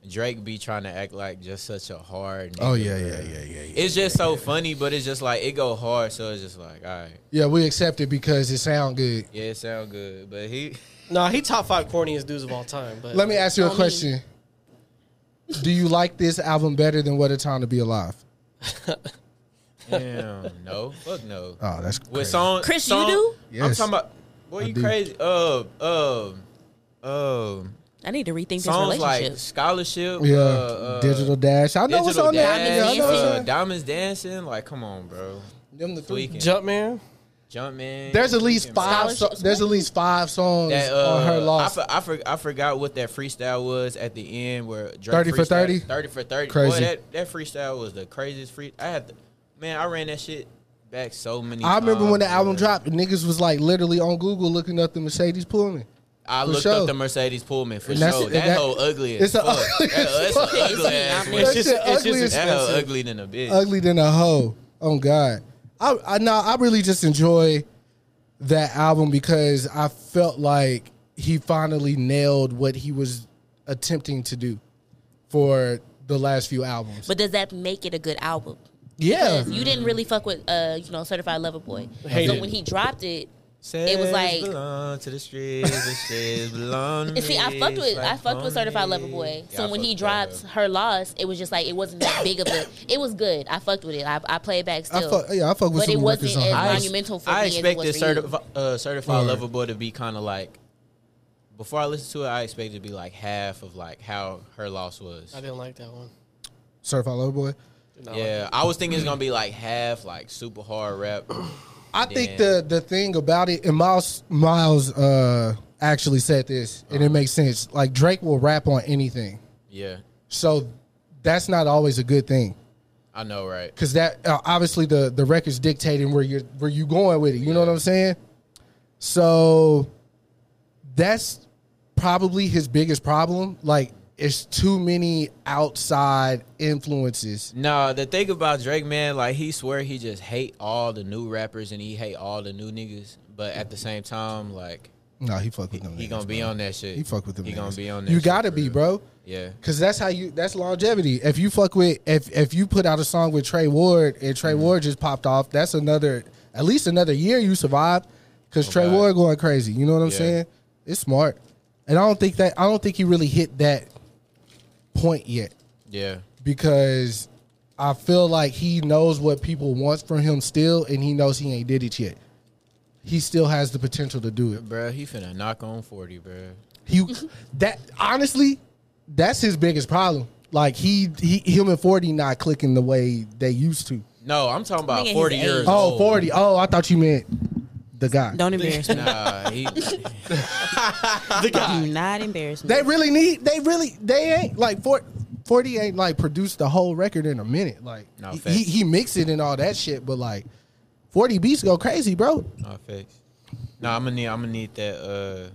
[SPEAKER 5] Drake be trying to act like just such a hard. Nigga,
[SPEAKER 4] Oh yeah,
[SPEAKER 5] bro.
[SPEAKER 4] yeah, yeah, yeah, yeah.
[SPEAKER 5] It's just so funny, but it's just like it go hard, so it's just like, all right,
[SPEAKER 4] Yeah, we accept it because it sound good.
[SPEAKER 5] yeah, it sound good, but he.
[SPEAKER 1] Nah, he top five corniest dudes of all time. But
[SPEAKER 4] Let me ask you a
[SPEAKER 2] Homie.
[SPEAKER 4] question. Do you like this album better than What a Time to Be Alive?
[SPEAKER 5] Damn, no, fuck no.
[SPEAKER 4] Oh, that's crazy.
[SPEAKER 5] With song,
[SPEAKER 2] Chris, you
[SPEAKER 5] song,
[SPEAKER 2] do?
[SPEAKER 4] Yes.
[SPEAKER 5] I'm talking about. Boy,
[SPEAKER 4] I
[SPEAKER 5] you
[SPEAKER 4] do.
[SPEAKER 5] crazy? Um, um, um.
[SPEAKER 2] I need to rethink this
[SPEAKER 5] Uh, Songs
[SPEAKER 2] relationship.
[SPEAKER 5] like scholarship,
[SPEAKER 4] Yeah,
[SPEAKER 5] uh, uh,
[SPEAKER 4] digital dash. I know what's
[SPEAKER 5] Digital
[SPEAKER 4] on there.
[SPEAKER 5] Dash,
[SPEAKER 2] Diamond
[SPEAKER 4] Yeah, I know what's
[SPEAKER 5] uh,
[SPEAKER 4] on there.
[SPEAKER 5] Diamonds dancing. Like, come on, bro.
[SPEAKER 4] Them the three.
[SPEAKER 5] Weekend.
[SPEAKER 1] Jump man.
[SPEAKER 5] Jumpman.
[SPEAKER 4] There's at least
[SPEAKER 5] Weeknd, bro.
[SPEAKER 4] five. So,
[SPEAKER 2] Scholarships,
[SPEAKER 4] there's at least five songs
[SPEAKER 5] That, uh,
[SPEAKER 4] on her
[SPEAKER 5] I,
[SPEAKER 4] loss.
[SPEAKER 5] for, I, for, I forgot what that freestyle was at the end where Drake
[SPEAKER 4] 30 for
[SPEAKER 5] freestyle-
[SPEAKER 4] 30?
[SPEAKER 5] 30 for 30. Boy,
[SPEAKER 4] Crazy.
[SPEAKER 5] that, that freestyle was the craziest free. I had to, man, I ran that shit back so many
[SPEAKER 4] I remember
[SPEAKER 5] times,
[SPEAKER 4] when the album
[SPEAKER 5] bro.
[SPEAKER 4] dropped, niggas was like literally on Google looking up the Mercedes Pullman.
[SPEAKER 5] I
[SPEAKER 4] for
[SPEAKER 5] looked
[SPEAKER 4] sure.
[SPEAKER 5] up the Mercedes Pullman for
[SPEAKER 4] And that's-
[SPEAKER 5] sure.
[SPEAKER 4] and
[SPEAKER 5] That,
[SPEAKER 4] that-
[SPEAKER 5] hoe ugly
[SPEAKER 4] it's
[SPEAKER 5] as
[SPEAKER 4] a
[SPEAKER 5] fuck.
[SPEAKER 4] ugly as
[SPEAKER 5] That- That's an
[SPEAKER 4] fuck.
[SPEAKER 5] ugly ass
[SPEAKER 2] That
[SPEAKER 5] one.
[SPEAKER 1] It's
[SPEAKER 4] shit
[SPEAKER 1] just it's
[SPEAKER 4] ugly
[SPEAKER 1] just
[SPEAKER 4] as-
[SPEAKER 5] That hoe
[SPEAKER 1] expensive.
[SPEAKER 5] ugly than a bitch.
[SPEAKER 4] Ugly than a hoe. Oh God. I I nah, I really just enjoy that album because I felt like he finally nailed what he was attempting to do for the last few albums.
[SPEAKER 2] But does that make it a good album?
[SPEAKER 4] yeah.
[SPEAKER 2] Because you didn't really fuck with, uh, you know, Certified Lover Boy.
[SPEAKER 1] Hate
[SPEAKER 2] so
[SPEAKER 1] it.
[SPEAKER 2] when he dropped it,
[SPEAKER 5] Says
[SPEAKER 2] it was like-
[SPEAKER 5] belong to the streets, the streets belong to me.
[SPEAKER 2] and see, I fucked
[SPEAKER 5] It's
[SPEAKER 2] with, I
[SPEAKER 5] like
[SPEAKER 2] fucked with Certified Lover
[SPEAKER 5] honey.
[SPEAKER 2] Boy.
[SPEAKER 5] Yeah,
[SPEAKER 2] So
[SPEAKER 5] I
[SPEAKER 2] when he
[SPEAKER 5] fucked with that
[SPEAKER 2] dropped her loss, it was just like it wasn't that big of a. It was good. I fucked with it. I, I play it back
[SPEAKER 4] I
[SPEAKER 2] still.
[SPEAKER 4] fuck, yeah, I fuck with
[SPEAKER 2] But
[SPEAKER 4] some
[SPEAKER 2] it
[SPEAKER 4] of the
[SPEAKER 2] wasn't
[SPEAKER 4] records
[SPEAKER 2] as
[SPEAKER 4] on
[SPEAKER 5] I
[SPEAKER 4] here.
[SPEAKER 5] ex-
[SPEAKER 2] monumental for
[SPEAKER 5] I
[SPEAKER 2] me as it
[SPEAKER 5] expected
[SPEAKER 2] was for you.
[SPEAKER 5] certifi- uh, certified
[SPEAKER 4] Word.
[SPEAKER 5] lover boy to be kind of like. Before I listened to it, I expected it to be like half of like how her loss was.
[SPEAKER 1] I didn't like that one.
[SPEAKER 4] Certified Lover Boy.
[SPEAKER 5] Yeah, I was thinking it's gonna be like half like super hard rap.
[SPEAKER 4] I think the the thing about it, and Miles Miles uh, actually said this, and
[SPEAKER 5] Uh-huh.
[SPEAKER 4] it makes sense. Like Drake will rap on anything,
[SPEAKER 5] Yeah,
[SPEAKER 4] so that's not always a good thing
[SPEAKER 5] I know, right?
[SPEAKER 4] because that uh, obviously the the record's dictating where you're where you going with it. You know what I'm saying? So that's probably his biggest problem. Like it's too many outside influences.
[SPEAKER 5] No, the thing about Drake, man, like he swear he just hate all the new rappers and he hate all the new niggas, but at the same time, like
[SPEAKER 4] No, he fuck with them.
[SPEAKER 5] he
[SPEAKER 4] niggas,
[SPEAKER 5] gonna be
[SPEAKER 4] bro.
[SPEAKER 5] on that shit.
[SPEAKER 4] He fuck with them.
[SPEAKER 5] He
[SPEAKER 4] niggas.
[SPEAKER 5] gonna be on that.
[SPEAKER 4] You
[SPEAKER 5] shit
[SPEAKER 4] gotta
[SPEAKER 5] for
[SPEAKER 4] be,
[SPEAKER 5] real.
[SPEAKER 4] bro.
[SPEAKER 5] Yeah,
[SPEAKER 4] Cause that's how you. That's longevity. If you fuck with, if if you put out a song with Trey Ward and
[SPEAKER 5] Mm-hmm.
[SPEAKER 4] Trey Ward just popped off, that's another, at least another year you survived. Cause Trey
[SPEAKER 5] God.
[SPEAKER 4] Ward going crazy. You know what I'm
[SPEAKER 5] Yeah.
[SPEAKER 4] saying? It's smart, and I don't think that I don't think he really hit that point yet
[SPEAKER 5] yeah.
[SPEAKER 4] because I feel like he knows what people want from him still, and he knows he ain't did it yet. He still has the potential to do it.
[SPEAKER 5] Bruh, he finna knock on 40, bruh.
[SPEAKER 4] He that honestly, that's his biggest problem. Like he, he him and forty not clicking the way they used to.
[SPEAKER 5] No, I'm talking
[SPEAKER 2] Nigga,
[SPEAKER 5] about
[SPEAKER 2] his
[SPEAKER 5] 40
[SPEAKER 2] age.
[SPEAKER 5] years
[SPEAKER 4] Oh,
[SPEAKER 5] old.
[SPEAKER 4] 40. Oh, I thought you meant the guy.
[SPEAKER 2] Don't embarrass me.
[SPEAKER 5] Nah, he,
[SPEAKER 2] Do not embarrass me.
[SPEAKER 4] They really need. They really. They ain't like for- 40 ain't like produced the whole record in a minute. Like
[SPEAKER 5] No,
[SPEAKER 4] he-
[SPEAKER 5] facts.
[SPEAKER 4] he he mixed it and all that shit, but like forty beats go crazy, bro.
[SPEAKER 5] nah, fix. Nah, I'm gonna need, I'm gonna need that, uh,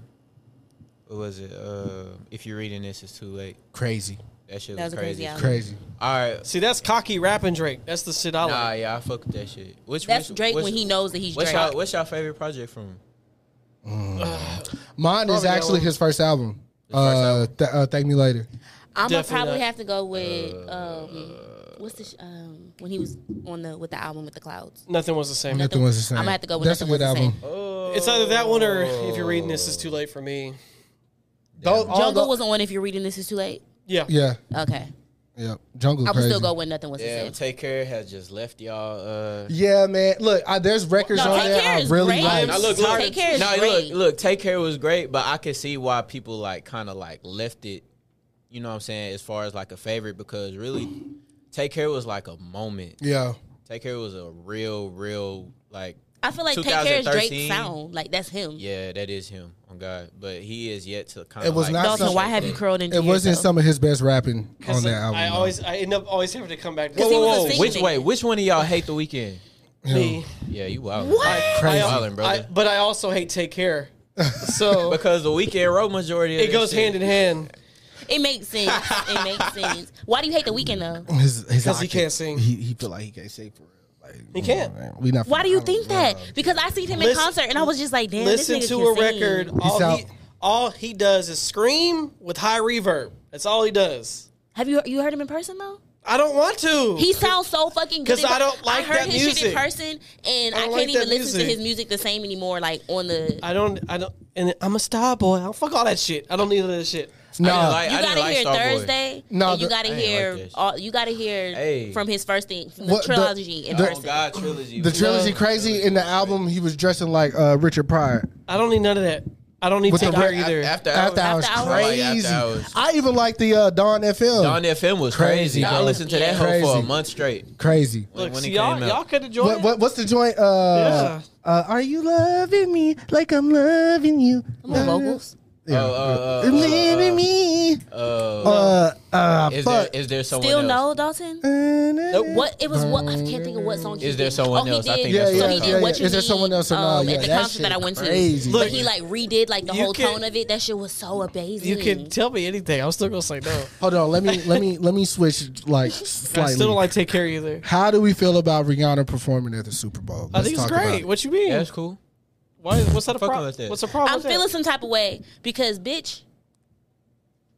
[SPEAKER 5] what was it? Uh, if you're reading this, it's too late.
[SPEAKER 4] Crazy,
[SPEAKER 5] That shit
[SPEAKER 2] That
[SPEAKER 5] was,
[SPEAKER 2] was a
[SPEAKER 5] crazy.
[SPEAKER 2] crazy album.
[SPEAKER 4] crazy.
[SPEAKER 5] All right.
[SPEAKER 1] See, that's cocky rapping Drake. That's the shit I like.
[SPEAKER 5] Nah, yeah, I fuck with that shit. Which,
[SPEAKER 2] That's
[SPEAKER 5] which-
[SPEAKER 2] Drake
[SPEAKER 5] what's-
[SPEAKER 2] when he knows that he's
[SPEAKER 5] what's
[SPEAKER 2] Drake.
[SPEAKER 5] Y'all, what's your favorite project from him?
[SPEAKER 4] Mine is
[SPEAKER 1] Probably
[SPEAKER 4] actually
[SPEAKER 1] that
[SPEAKER 4] his first album.
[SPEAKER 5] first
[SPEAKER 4] Uh,
[SPEAKER 5] album.
[SPEAKER 4] th- uh, thank me later.
[SPEAKER 2] I'm gonna
[SPEAKER 1] Definitely
[SPEAKER 2] probably
[SPEAKER 1] not.
[SPEAKER 2] have to go with um, what's the sh- um, when he was on the with the album with the clouds.
[SPEAKER 1] Nothing was the same.
[SPEAKER 4] Nothing was the same.
[SPEAKER 2] I'm gonna have to go with
[SPEAKER 4] That's a
[SPEAKER 2] Nothing
[SPEAKER 4] good
[SPEAKER 2] Was the
[SPEAKER 4] album.
[SPEAKER 2] Same.
[SPEAKER 1] It's either that one or if you're reading this, it's too late for me.
[SPEAKER 4] Those- all
[SPEAKER 2] Jungle
[SPEAKER 4] the-
[SPEAKER 2] was on. If you're reading this, is too late.
[SPEAKER 1] Yeah.
[SPEAKER 4] Yeah,
[SPEAKER 2] Okay,
[SPEAKER 4] yeah. Jungle.
[SPEAKER 2] I would
[SPEAKER 4] crazy.
[SPEAKER 2] still go with nothing was
[SPEAKER 5] Yeah,
[SPEAKER 2] the same.
[SPEAKER 5] Take Care has just left y'all, uh...
[SPEAKER 4] Yeah, man. Look, I, there's records
[SPEAKER 2] No,
[SPEAKER 4] on
[SPEAKER 2] Take
[SPEAKER 4] there
[SPEAKER 2] Care
[SPEAKER 4] I
[SPEAKER 2] is
[SPEAKER 4] really
[SPEAKER 2] great.
[SPEAKER 4] like.
[SPEAKER 5] Now look, look,
[SPEAKER 2] Take Care is
[SPEAKER 5] no,
[SPEAKER 2] great.
[SPEAKER 5] look, look, Take Care was great, but I can see why people like kind of like left it. You know what I'm saying? As far as like a favorite, because really, Take Care was like a moment.
[SPEAKER 4] Yeah,
[SPEAKER 5] Take Care was a real, real like.
[SPEAKER 2] I feel like Take Care is Drake's
[SPEAKER 5] 2013.
[SPEAKER 2] sound. Like that's him.
[SPEAKER 5] Yeah, that is him on God, but he is yet to kind
[SPEAKER 4] It
[SPEAKER 5] of.
[SPEAKER 4] was
[SPEAKER 5] like,
[SPEAKER 4] not
[SPEAKER 5] shake
[SPEAKER 2] Dalton, why have
[SPEAKER 5] that.
[SPEAKER 2] you curled into
[SPEAKER 4] it wasn't
[SPEAKER 2] yourself?
[SPEAKER 4] some of his best rapping on
[SPEAKER 1] Because
[SPEAKER 4] that album.
[SPEAKER 1] I
[SPEAKER 4] though.
[SPEAKER 1] always, I end up always having to come back. to
[SPEAKER 2] Because he was a
[SPEAKER 1] Whoa, whoa,
[SPEAKER 2] singer.
[SPEAKER 5] Which way? Which one of y'all hate the weekend?
[SPEAKER 1] me.
[SPEAKER 5] Yeah, you wild. What?
[SPEAKER 1] I-
[SPEAKER 5] Crazy, Wildin',
[SPEAKER 1] I,
[SPEAKER 5] brother.
[SPEAKER 1] but I also hate Take Care. So
[SPEAKER 5] Because the weekend wrote majority. of
[SPEAKER 1] it
[SPEAKER 5] that
[SPEAKER 1] goes
[SPEAKER 5] shit.
[SPEAKER 1] hand in hand.
[SPEAKER 2] It makes sense. it makes sense. Why do you hate the weekend though?
[SPEAKER 4] his, his
[SPEAKER 1] 'Cause he
[SPEAKER 4] octave-
[SPEAKER 1] can't sing.
[SPEAKER 4] He, he feel like he can't sing for real. Like,
[SPEAKER 1] He can't.
[SPEAKER 4] man, We not.
[SPEAKER 2] Why do you
[SPEAKER 4] I don't
[SPEAKER 2] think
[SPEAKER 4] know.
[SPEAKER 2] that? Because I seen him in
[SPEAKER 1] Listen-
[SPEAKER 2] concert and I was just like, damn,
[SPEAKER 1] Listen
[SPEAKER 2] this nigga
[SPEAKER 1] to
[SPEAKER 2] can
[SPEAKER 1] a
[SPEAKER 2] sing.
[SPEAKER 1] record. All
[SPEAKER 4] out.
[SPEAKER 1] he, all he does is scream with high reverb. That's all he does.
[SPEAKER 2] Have you you heard him in person though?
[SPEAKER 1] I don't want to.
[SPEAKER 2] He sounds so fucking good.
[SPEAKER 1] 'Cause
[SPEAKER 2] in per-
[SPEAKER 1] I don't like
[SPEAKER 2] I heard
[SPEAKER 1] that
[SPEAKER 2] his shit in
[SPEAKER 1] music.
[SPEAKER 2] person, and I,
[SPEAKER 1] don't
[SPEAKER 2] can't
[SPEAKER 1] like
[SPEAKER 2] even
[SPEAKER 1] that
[SPEAKER 2] listen to
[SPEAKER 1] music.
[SPEAKER 2] his music the same anymore. Like on the,
[SPEAKER 1] I don't. I don't. And I'm a star boy. I don't fuck all that shit. I don't need all that shit.
[SPEAKER 5] I didn't
[SPEAKER 4] Nah,
[SPEAKER 5] like-
[SPEAKER 2] you
[SPEAKER 5] I didn't
[SPEAKER 2] gotta
[SPEAKER 5] like
[SPEAKER 2] hear
[SPEAKER 5] Starboy.
[SPEAKER 2] Thursday.
[SPEAKER 4] No,
[SPEAKER 2] and you
[SPEAKER 4] the-
[SPEAKER 2] gotta
[SPEAKER 5] I ain't
[SPEAKER 2] hear
[SPEAKER 5] like that shit.
[SPEAKER 2] all, you gotta hear
[SPEAKER 5] Hey.
[SPEAKER 2] from his first thing, the
[SPEAKER 4] What the-
[SPEAKER 2] trilogy in
[SPEAKER 4] the-
[SPEAKER 5] Oh
[SPEAKER 2] person.
[SPEAKER 5] God, trilogy.
[SPEAKER 4] the trilogy crazy in the album. He was dressing like uh, Richard Pryor.
[SPEAKER 1] I don't need none of that. I don't need
[SPEAKER 4] With
[SPEAKER 1] to
[SPEAKER 4] the
[SPEAKER 1] hear
[SPEAKER 4] re-
[SPEAKER 1] either.
[SPEAKER 5] After hours,
[SPEAKER 4] After hours,
[SPEAKER 2] After hours.
[SPEAKER 5] Like,
[SPEAKER 4] crazy.
[SPEAKER 5] after hours.
[SPEAKER 4] I even like the uh, Dawn FM.
[SPEAKER 5] Don FM was crazy.
[SPEAKER 4] Crazy,
[SPEAKER 5] I
[SPEAKER 4] bro.
[SPEAKER 5] listened to that hoe
[SPEAKER 4] Crazy.
[SPEAKER 5] for a month straight.
[SPEAKER 4] crazy.
[SPEAKER 1] Look,
[SPEAKER 5] when
[SPEAKER 1] see,
[SPEAKER 5] it
[SPEAKER 1] y'all,
[SPEAKER 5] came out.
[SPEAKER 1] y'all could have joined.
[SPEAKER 4] What, what, what's the joint? Uh, uh, are you loving me like I'm loving you?
[SPEAKER 2] Come on, vocals.
[SPEAKER 4] Yeah.
[SPEAKER 5] Oh, uh, uh,
[SPEAKER 4] Loving
[SPEAKER 5] uh, uh,
[SPEAKER 4] me.
[SPEAKER 5] Uh,
[SPEAKER 4] Uh, uh,
[SPEAKER 5] is there
[SPEAKER 4] fuck.
[SPEAKER 5] is there someone
[SPEAKER 2] Still
[SPEAKER 5] else?
[SPEAKER 2] no, Dalton. What it was? What I can't think of what song. He
[SPEAKER 5] Is there
[SPEAKER 2] did.
[SPEAKER 5] someone
[SPEAKER 2] oh, he
[SPEAKER 5] else? I
[SPEAKER 2] Did,
[SPEAKER 5] think
[SPEAKER 4] Yeah,
[SPEAKER 5] that's
[SPEAKER 2] so
[SPEAKER 5] what
[SPEAKER 2] he
[SPEAKER 5] I'm
[SPEAKER 2] did
[SPEAKER 4] yeah, yeah.
[SPEAKER 2] what you
[SPEAKER 4] Is there
[SPEAKER 2] need,
[SPEAKER 4] someone else or no?
[SPEAKER 2] um,
[SPEAKER 4] Yeah,
[SPEAKER 2] at the
[SPEAKER 4] that
[SPEAKER 2] concert
[SPEAKER 4] shit
[SPEAKER 2] that I went to,
[SPEAKER 4] crazy.
[SPEAKER 2] but
[SPEAKER 1] Look,
[SPEAKER 2] he like redid like the
[SPEAKER 1] you
[SPEAKER 2] whole
[SPEAKER 1] can-
[SPEAKER 2] tone of it. That shit was so amazing.
[SPEAKER 1] you can tell me anything. I'm still gonna say no.
[SPEAKER 4] Hold on. Let me let me let me switch like
[SPEAKER 1] I still
[SPEAKER 4] slightly.
[SPEAKER 1] don't like take care either.
[SPEAKER 4] How do we feel about Rihanna performing at the Super Bowl?
[SPEAKER 1] I think it's
[SPEAKER 4] talk about
[SPEAKER 1] great.
[SPEAKER 4] it.
[SPEAKER 1] What you mean?
[SPEAKER 5] Yeah, that's cool.
[SPEAKER 1] Why? What's that a
[SPEAKER 5] Fucking
[SPEAKER 1] problem?
[SPEAKER 5] with that.
[SPEAKER 1] Oh, What's the problem?
[SPEAKER 2] I'm
[SPEAKER 1] with that?
[SPEAKER 2] feeling some type of way because, bitch,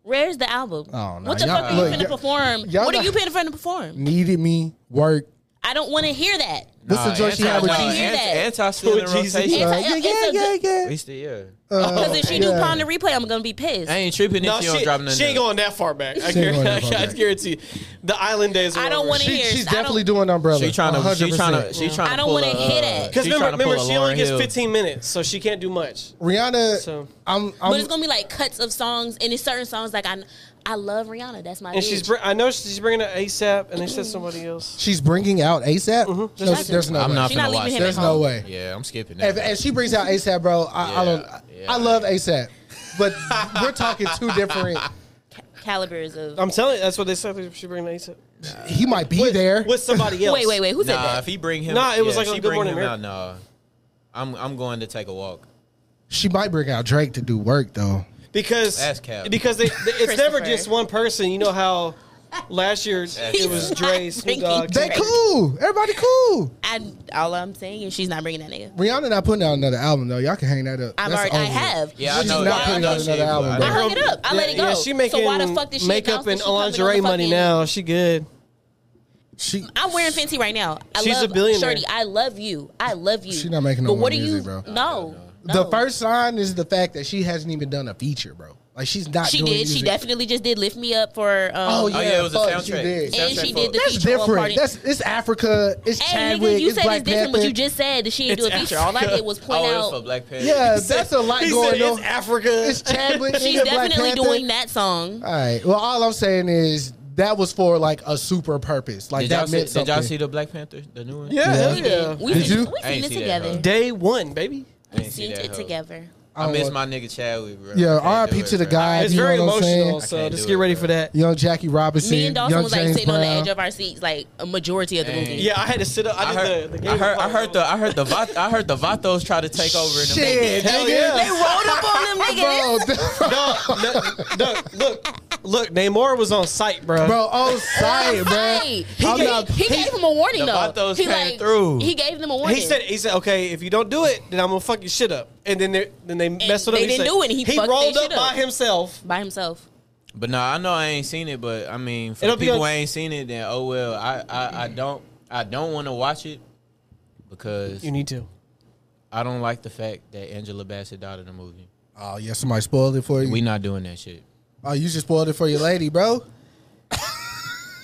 [SPEAKER 2] where's the album?
[SPEAKER 4] Oh, no,
[SPEAKER 2] what the
[SPEAKER 4] y'all-
[SPEAKER 2] fuck are you
[SPEAKER 4] look,
[SPEAKER 2] finna
[SPEAKER 4] y'all-
[SPEAKER 2] perform?
[SPEAKER 4] y'all
[SPEAKER 2] What are
[SPEAKER 4] not-
[SPEAKER 2] you finna finna perform?
[SPEAKER 4] Needed me work.
[SPEAKER 2] I don't want to hear that.
[SPEAKER 4] What's the joint she had with
[SPEAKER 2] anti-
[SPEAKER 4] you?
[SPEAKER 2] Jeezy? hear that.
[SPEAKER 5] Uh, Anti still in
[SPEAKER 1] With Jeezy?
[SPEAKER 5] rotation.
[SPEAKER 2] Anti-
[SPEAKER 4] yeah,
[SPEAKER 2] it's
[SPEAKER 4] yeah,
[SPEAKER 2] a
[SPEAKER 4] yeah,
[SPEAKER 2] good-
[SPEAKER 4] yeah.
[SPEAKER 5] At least, yeah.
[SPEAKER 4] Uh,
[SPEAKER 2] Because if she do
[SPEAKER 4] yeah.
[SPEAKER 2] pond the replay, I'm gonna be pissed.
[SPEAKER 5] I ain't tripping if
[SPEAKER 1] No,
[SPEAKER 5] she,
[SPEAKER 1] she,
[SPEAKER 5] don't drop nothing.
[SPEAKER 1] she ain't
[SPEAKER 5] else.
[SPEAKER 1] going that far back. I,
[SPEAKER 4] She ain't
[SPEAKER 1] guarantee,
[SPEAKER 4] going that far
[SPEAKER 1] I
[SPEAKER 4] back.
[SPEAKER 1] guarantee. you. The island days. Are
[SPEAKER 2] I don't
[SPEAKER 1] over.
[SPEAKER 2] wanna
[SPEAKER 4] She,
[SPEAKER 2] Years.
[SPEAKER 4] she's
[SPEAKER 2] I don't-
[SPEAKER 4] definitely doing umbrella.
[SPEAKER 5] She trying to. She
[SPEAKER 4] 100%.
[SPEAKER 5] trying to. She trying to.
[SPEAKER 2] I don't
[SPEAKER 5] pull
[SPEAKER 2] wanna
[SPEAKER 5] a,
[SPEAKER 2] hear that.
[SPEAKER 5] uh,
[SPEAKER 1] Because
[SPEAKER 5] she
[SPEAKER 1] remember,
[SPEAKER 5] tryna pull
[SPEAKER 1] remember,
[SPEAKER 5] a
[SPEAKER 1] she only
[SPEAKER 5] Lauryn
[SPEAKER 1] gets
[SPEAKER 5] Hill.
[SPEAKER 1] 15 minutes, so she can't do much.
[SPEAKER 4] Rihanna.
[SPEAKER 1] So-
[SPEAKER 4] I'm. I'm
[SPEAKER 2] but it's gonna be like cuts of songs, and it's certain songs like I, I love Rihanna. That's my.
[SPEAKER 1] And
[SPEAKER 2] bitch.
[SPEAKER 1] she's, br- I know she's bringing an ASAP, and they said somebody else.
[SPEAKER 4] she's bringing out ASAP.
[SPEAKER 2] Mm-hmm.
[SPEAKER 4] There's, there's no.
[SPEAKER 5] I'm
[SPEAKER 4] way.
[SPEAKER 5] not
[SPEAKER 2] She
[SPEAKER 5] finna
[SPEAKER 2] not leaving
[SPEAKER 5] watch
[SPEAKER 2] him
[SPEAKER 5] that.
[SPEAKER 2] at
[SPEAKER 4] There's
[SPEAKER 2] home.
[SPEAKER 4] no way.
[SPEAKER 5] Yeah, I'm skipping
[SPEAKER 4] If,
[SPEAKER 5] that.
[SPEAKER 4] if she brings out ASAP, bro, I, I don't. I,
[SPEAKER 5] Yeah,
[SPEAKER 4] I love ASAP, but we're talking two different.
[SPEAKER 2] calibers of.
[SPEAKER 1] I'm telling you, that's what they said. She bringing an ASAP
[SPEAKER 4] He might be there.
[SPEAKER 1] with somebody else.
[SPEAKER 2] wait, wait, wait. Who said
[SPEAKER 5] nah,
[SPEAKER 2] that?
[SPEAKER 5] if he bring him,
[SPEAKER 1] Nah, it was
[SPEAKER 5] yeah,
[SPEAKER 1] like on
[SPEAKER 5] she
[SPEAKER 1] Good
[SPEAKER 5] bring
[SPEAKER 1] Morning
[SPEAKER 5] him out. Nah, I'm I'm going to take a walk.
[SPEAKER 4] She might bring out Drake to do work though.
[SPEAKER 1] Because
[SPEAKER 5] That's cap.
[SPEAKER 1] because they, they- it's never
[SPEAKER 2] Christopher.
[SPEAKER 1] just one person. You know how last year it was Dre, Snoop Dogg.
[SPEAKER 2] They
[SPEAKER 4] They cool. Everybody cool.
[SPEAKER 2] I, all I'm saying is she's not bringing that nigga.
[SPEAKER 4] Rihanna not putting out another album though. Y'all can hang that up.
[SPEAKER 2] I've
[SPEAKER 4] That's
[SPEAKER 2] already, I
[SPEAKER 4] over.
[SPEAKER 2] have.
[SPEAKER 5] Yeah,
[SPEAKER 4] She's
[SPEAKER 5] I know.
[SPEAKER 4] not
[SPEAKER 5] I
[SPEAKER 4] putting
[SPEAKER 5] know
[SPEAKER 4] out
[SPEAKER 5] she-
[SPEAKER 4] another album,
[SPEAKER 5] I
[SPEAKER 2] I
[SPEAKER 4] bro.
[SPEAKER 2] hung it up. I let it go.
[SPEAKER 1] Yeah, she making
[SPEAKER 2] so why the fuck did she
[SPEAKER 1] makeup and
[SPEAKER 2] announce that she coming on the
[SPEAKER 1] lingerie money
[SPEAKER 2] fucking-
[SPEAKER 1] now. She good.
[SPEAKER 4] She.
[SPEAKER 2] I'm wearing Fenty right now. I
[SPEAKER 1] She's
[SPEAKER 2] love
[SPEAKER 1] a billionaire.
[SPEAKER 2] Shorty, I love you. I love you.
[SPEAKER 4] She not making no
[SPEAKER 2] But what
[SPEAKER 4] more
[SPEAKER 2] are you?
[SPEAKER 4] music, bro.
[SPEAKER 2] No,
[SPEAKER 4] The
[SPEAKER 2] no.
[SPEAKER 4] first sign is the fact that she hasn't even done a feature, bro. Like she's not.
[SPEAKER 2] She
[SPEAKER 4] doing
[SPEAKER 2] did. She
[SPEAKER 4] music.
[SPEAKER 2] definitely just did lift me up for. Um,
[SPEAKER 4] Oh yeah,
[SPEAKER 5] Oh yeah, it was a
[SPEAKER 4] fuck, she
[SPEAKER 5] soundtrack.
[SPEAKER 4] did.
[SPEAKER 2] And she did
[SPEAKER 5] Soundtrack
[SPEAKER 2] the
[SPEAKER 5] for-
[SPEAKER 4] That's
[SPEAKER 2] feature on
[SPEAKER 4] different.
[SPEAKER 2] party.
[SPEAKER 4] That's it's Africa. It's
[SPEAKER 2] hey,
[SPEAKER 4] Chadwick.
[SPEAKER 2] nigga, you
[SPEAKER 4] it's
[SPEAKER 2] said
[SPEAKER 4] Black
[SPEAKER 2] it's different, but
[SPEAKER 4] Panther.
[SPEAKER 2] you just said that she didn't do
[SPEAKER 1] It's
[SPEAKER 2] a feature. All I did was point
[SPEAKER 5] Oh, it's for
[SPEAKER 2] out
[SPEAKER 5] Black Panther.
[SPEAKER 4] Yeah, that's a lot
[SPEAKER 1] He
[SPEAKER 4] going
[SPEAKER 1] said it's
[SPEAKER 4] on.
[SPEAKER 1] Africa.
[SPEAKER 4] It's Chadwick.
[SPEAKER 2] she's
[SPEAKER 4] nigga, Black
[SPEAKER 2] definitely
[SPEAKER 4] Panther.
[SPEAKER 2] doing that song.
[SPEAKER 4] All right. Well, all I'm saying is that was for like a super purpose. Like
[SPEAKER 5] Did y'all,
[SPEAKER 4] that
[SPEAKER 5] see,
[SPEAKER 4] meant
[SPEAKER 5] did
[SPEAKER 4] something.
[SPEAKER 5] y'all see the Black Panther, the new one?
[SPEAKER 1] yeah, hell yeah.
[SPEAKER 2] We
[SPEAKER 4] Did you?
[SPEAKER 2] We
[SPEAKER 5] I
[SPEAKER 2] seen
[SPEAKER 5] ain't
[SPEAKER 2] it
[SPEAKER 5] see that,
[SPEAKER 2] together.
[SPEAKER 1] Day one, baby.
[SPEAKER 5] I
[SPEAKER 2] We
[SPEAKER 5] ain't see
[SPEAKER 2] seen
[SPEAKER 5] that
[SPEAKER 2] it
[SPEAKER 5] hoe.
[SPEAKER 2] together.
[SPEAKER 5] I miss
[SPEAKER 4] don't-
[SPEAKER 5] my nigga Chadwick, bro.
[SPEAKER 4] Oh, Yeah,
[SPEAKER 5] Can't
[SPEAKER 4] R.I.P.
[SPEAKER 5] do it,
[SPEAKER 4] to the
[SPEAKER 5] bro.
[SPEAKER 4] guy.
[SPEAKER 1] It's
[SPEAKER 4] you know
[SPEAKER 1] very
[SPEAKER 4] what I'm saying?
[SPEAKER 1] emotional,
[SPEAKER 4] I
[SPEAKER 1] so
[SPEAKER 5] can't
[SPEAKER 1] just
[SPEAKER 5] do
[SPEAKER 1] get
[SPEAKER 5] it,
[SPEAKER 1] ready
[SPEAKER 5] bro.
[SPEAKER 1] for that.
[SPEAKER 4] Young Jackie Robinson.
[SPEAKER 2] Me and Dawson
[SPEAKER 4] young
[SPEAKER 2] was like
[SPEAKER 4] James
[SPEAKER 2] sitting on the
[SPEAKER 4] Brown.
[SPEAKER 2] edge of our seats, like a majority of the
[SPEAKER 5] Dang.
[SPEAKER 2] movie.
[SPEAKER 1] Yeah, I had to sit up. I,
[SPEAKER 5] I
[SPEAKER 1] did
[SPEAKER 5] heard,
[SPEAKER 1] the, the game.
[SPEAKER 5] I heard, I heard the, I heard the, Vat- I heard the Vatos try to take over in the
[SPEAKER 4] Shit,
[SPEAKER 1] Hell
[SPEAKER 4] nigga.
[SPEAKER 2] They
[SPEAKER 1] yeah.
[SPEAKER 2] rolled up on them niggas.
[SPEAKER 4] Bro,
[SPEAKER 1] no, no, no, look, look, Namor was on site, bro.
[SPEAKER 4] bro, on site, bro.
[SPEAKER 2] Right. He,
[SPEAKER 4] I'm
[SPEAKER 2] gave-
[SPEAKER 4] not.
[SPEAKER 2] he gave him a warning
[SPEAKER 5] The
[SPEAKER 2] though.
[SPEAKER 5] Vatos
[SPEAKER 2] He
[SPEAKER 5] came through.
[SPEAKER 2] He gave them a warning.
[SPEAKER 1] He said, "He said, okay, if you don't do it, then I'm gonna fuck your shit up." And then they, then they messed it up.
[SPEAKER 2] they
[SPEAKER 1] He
[SPEAKER 2] didn't
[SPEAKER 1] said-
[SPEAKER 2] do it, and he fucked their
[SPEAKER 1] rolled up
[SPEAKER 2] shit up.
[SPEAKER 1] by himself.
[SPEAKER 2] by himself.
[SPEAKER 5] But no, I know I ain't seen it. But I mean, for
[SPEAKER 1] It'll be
[SPEAKER 5] people who
[SPEAKER 1] on-
[SPEAKER 5] ain't seen it, then oh well. I I, I don't I don't want to watch it because
[SPEAKER 1] You need to.
[SPEAKER 5] I don't like the fact that Angela Bassett died in the movie.
[SPEAKER 4] Oh yeah, somebody spoiled it for you.
[SPEAKER 5] We not doing that shit.
[SPEAKER 4] oh, you just spoiled it for your lady, bro.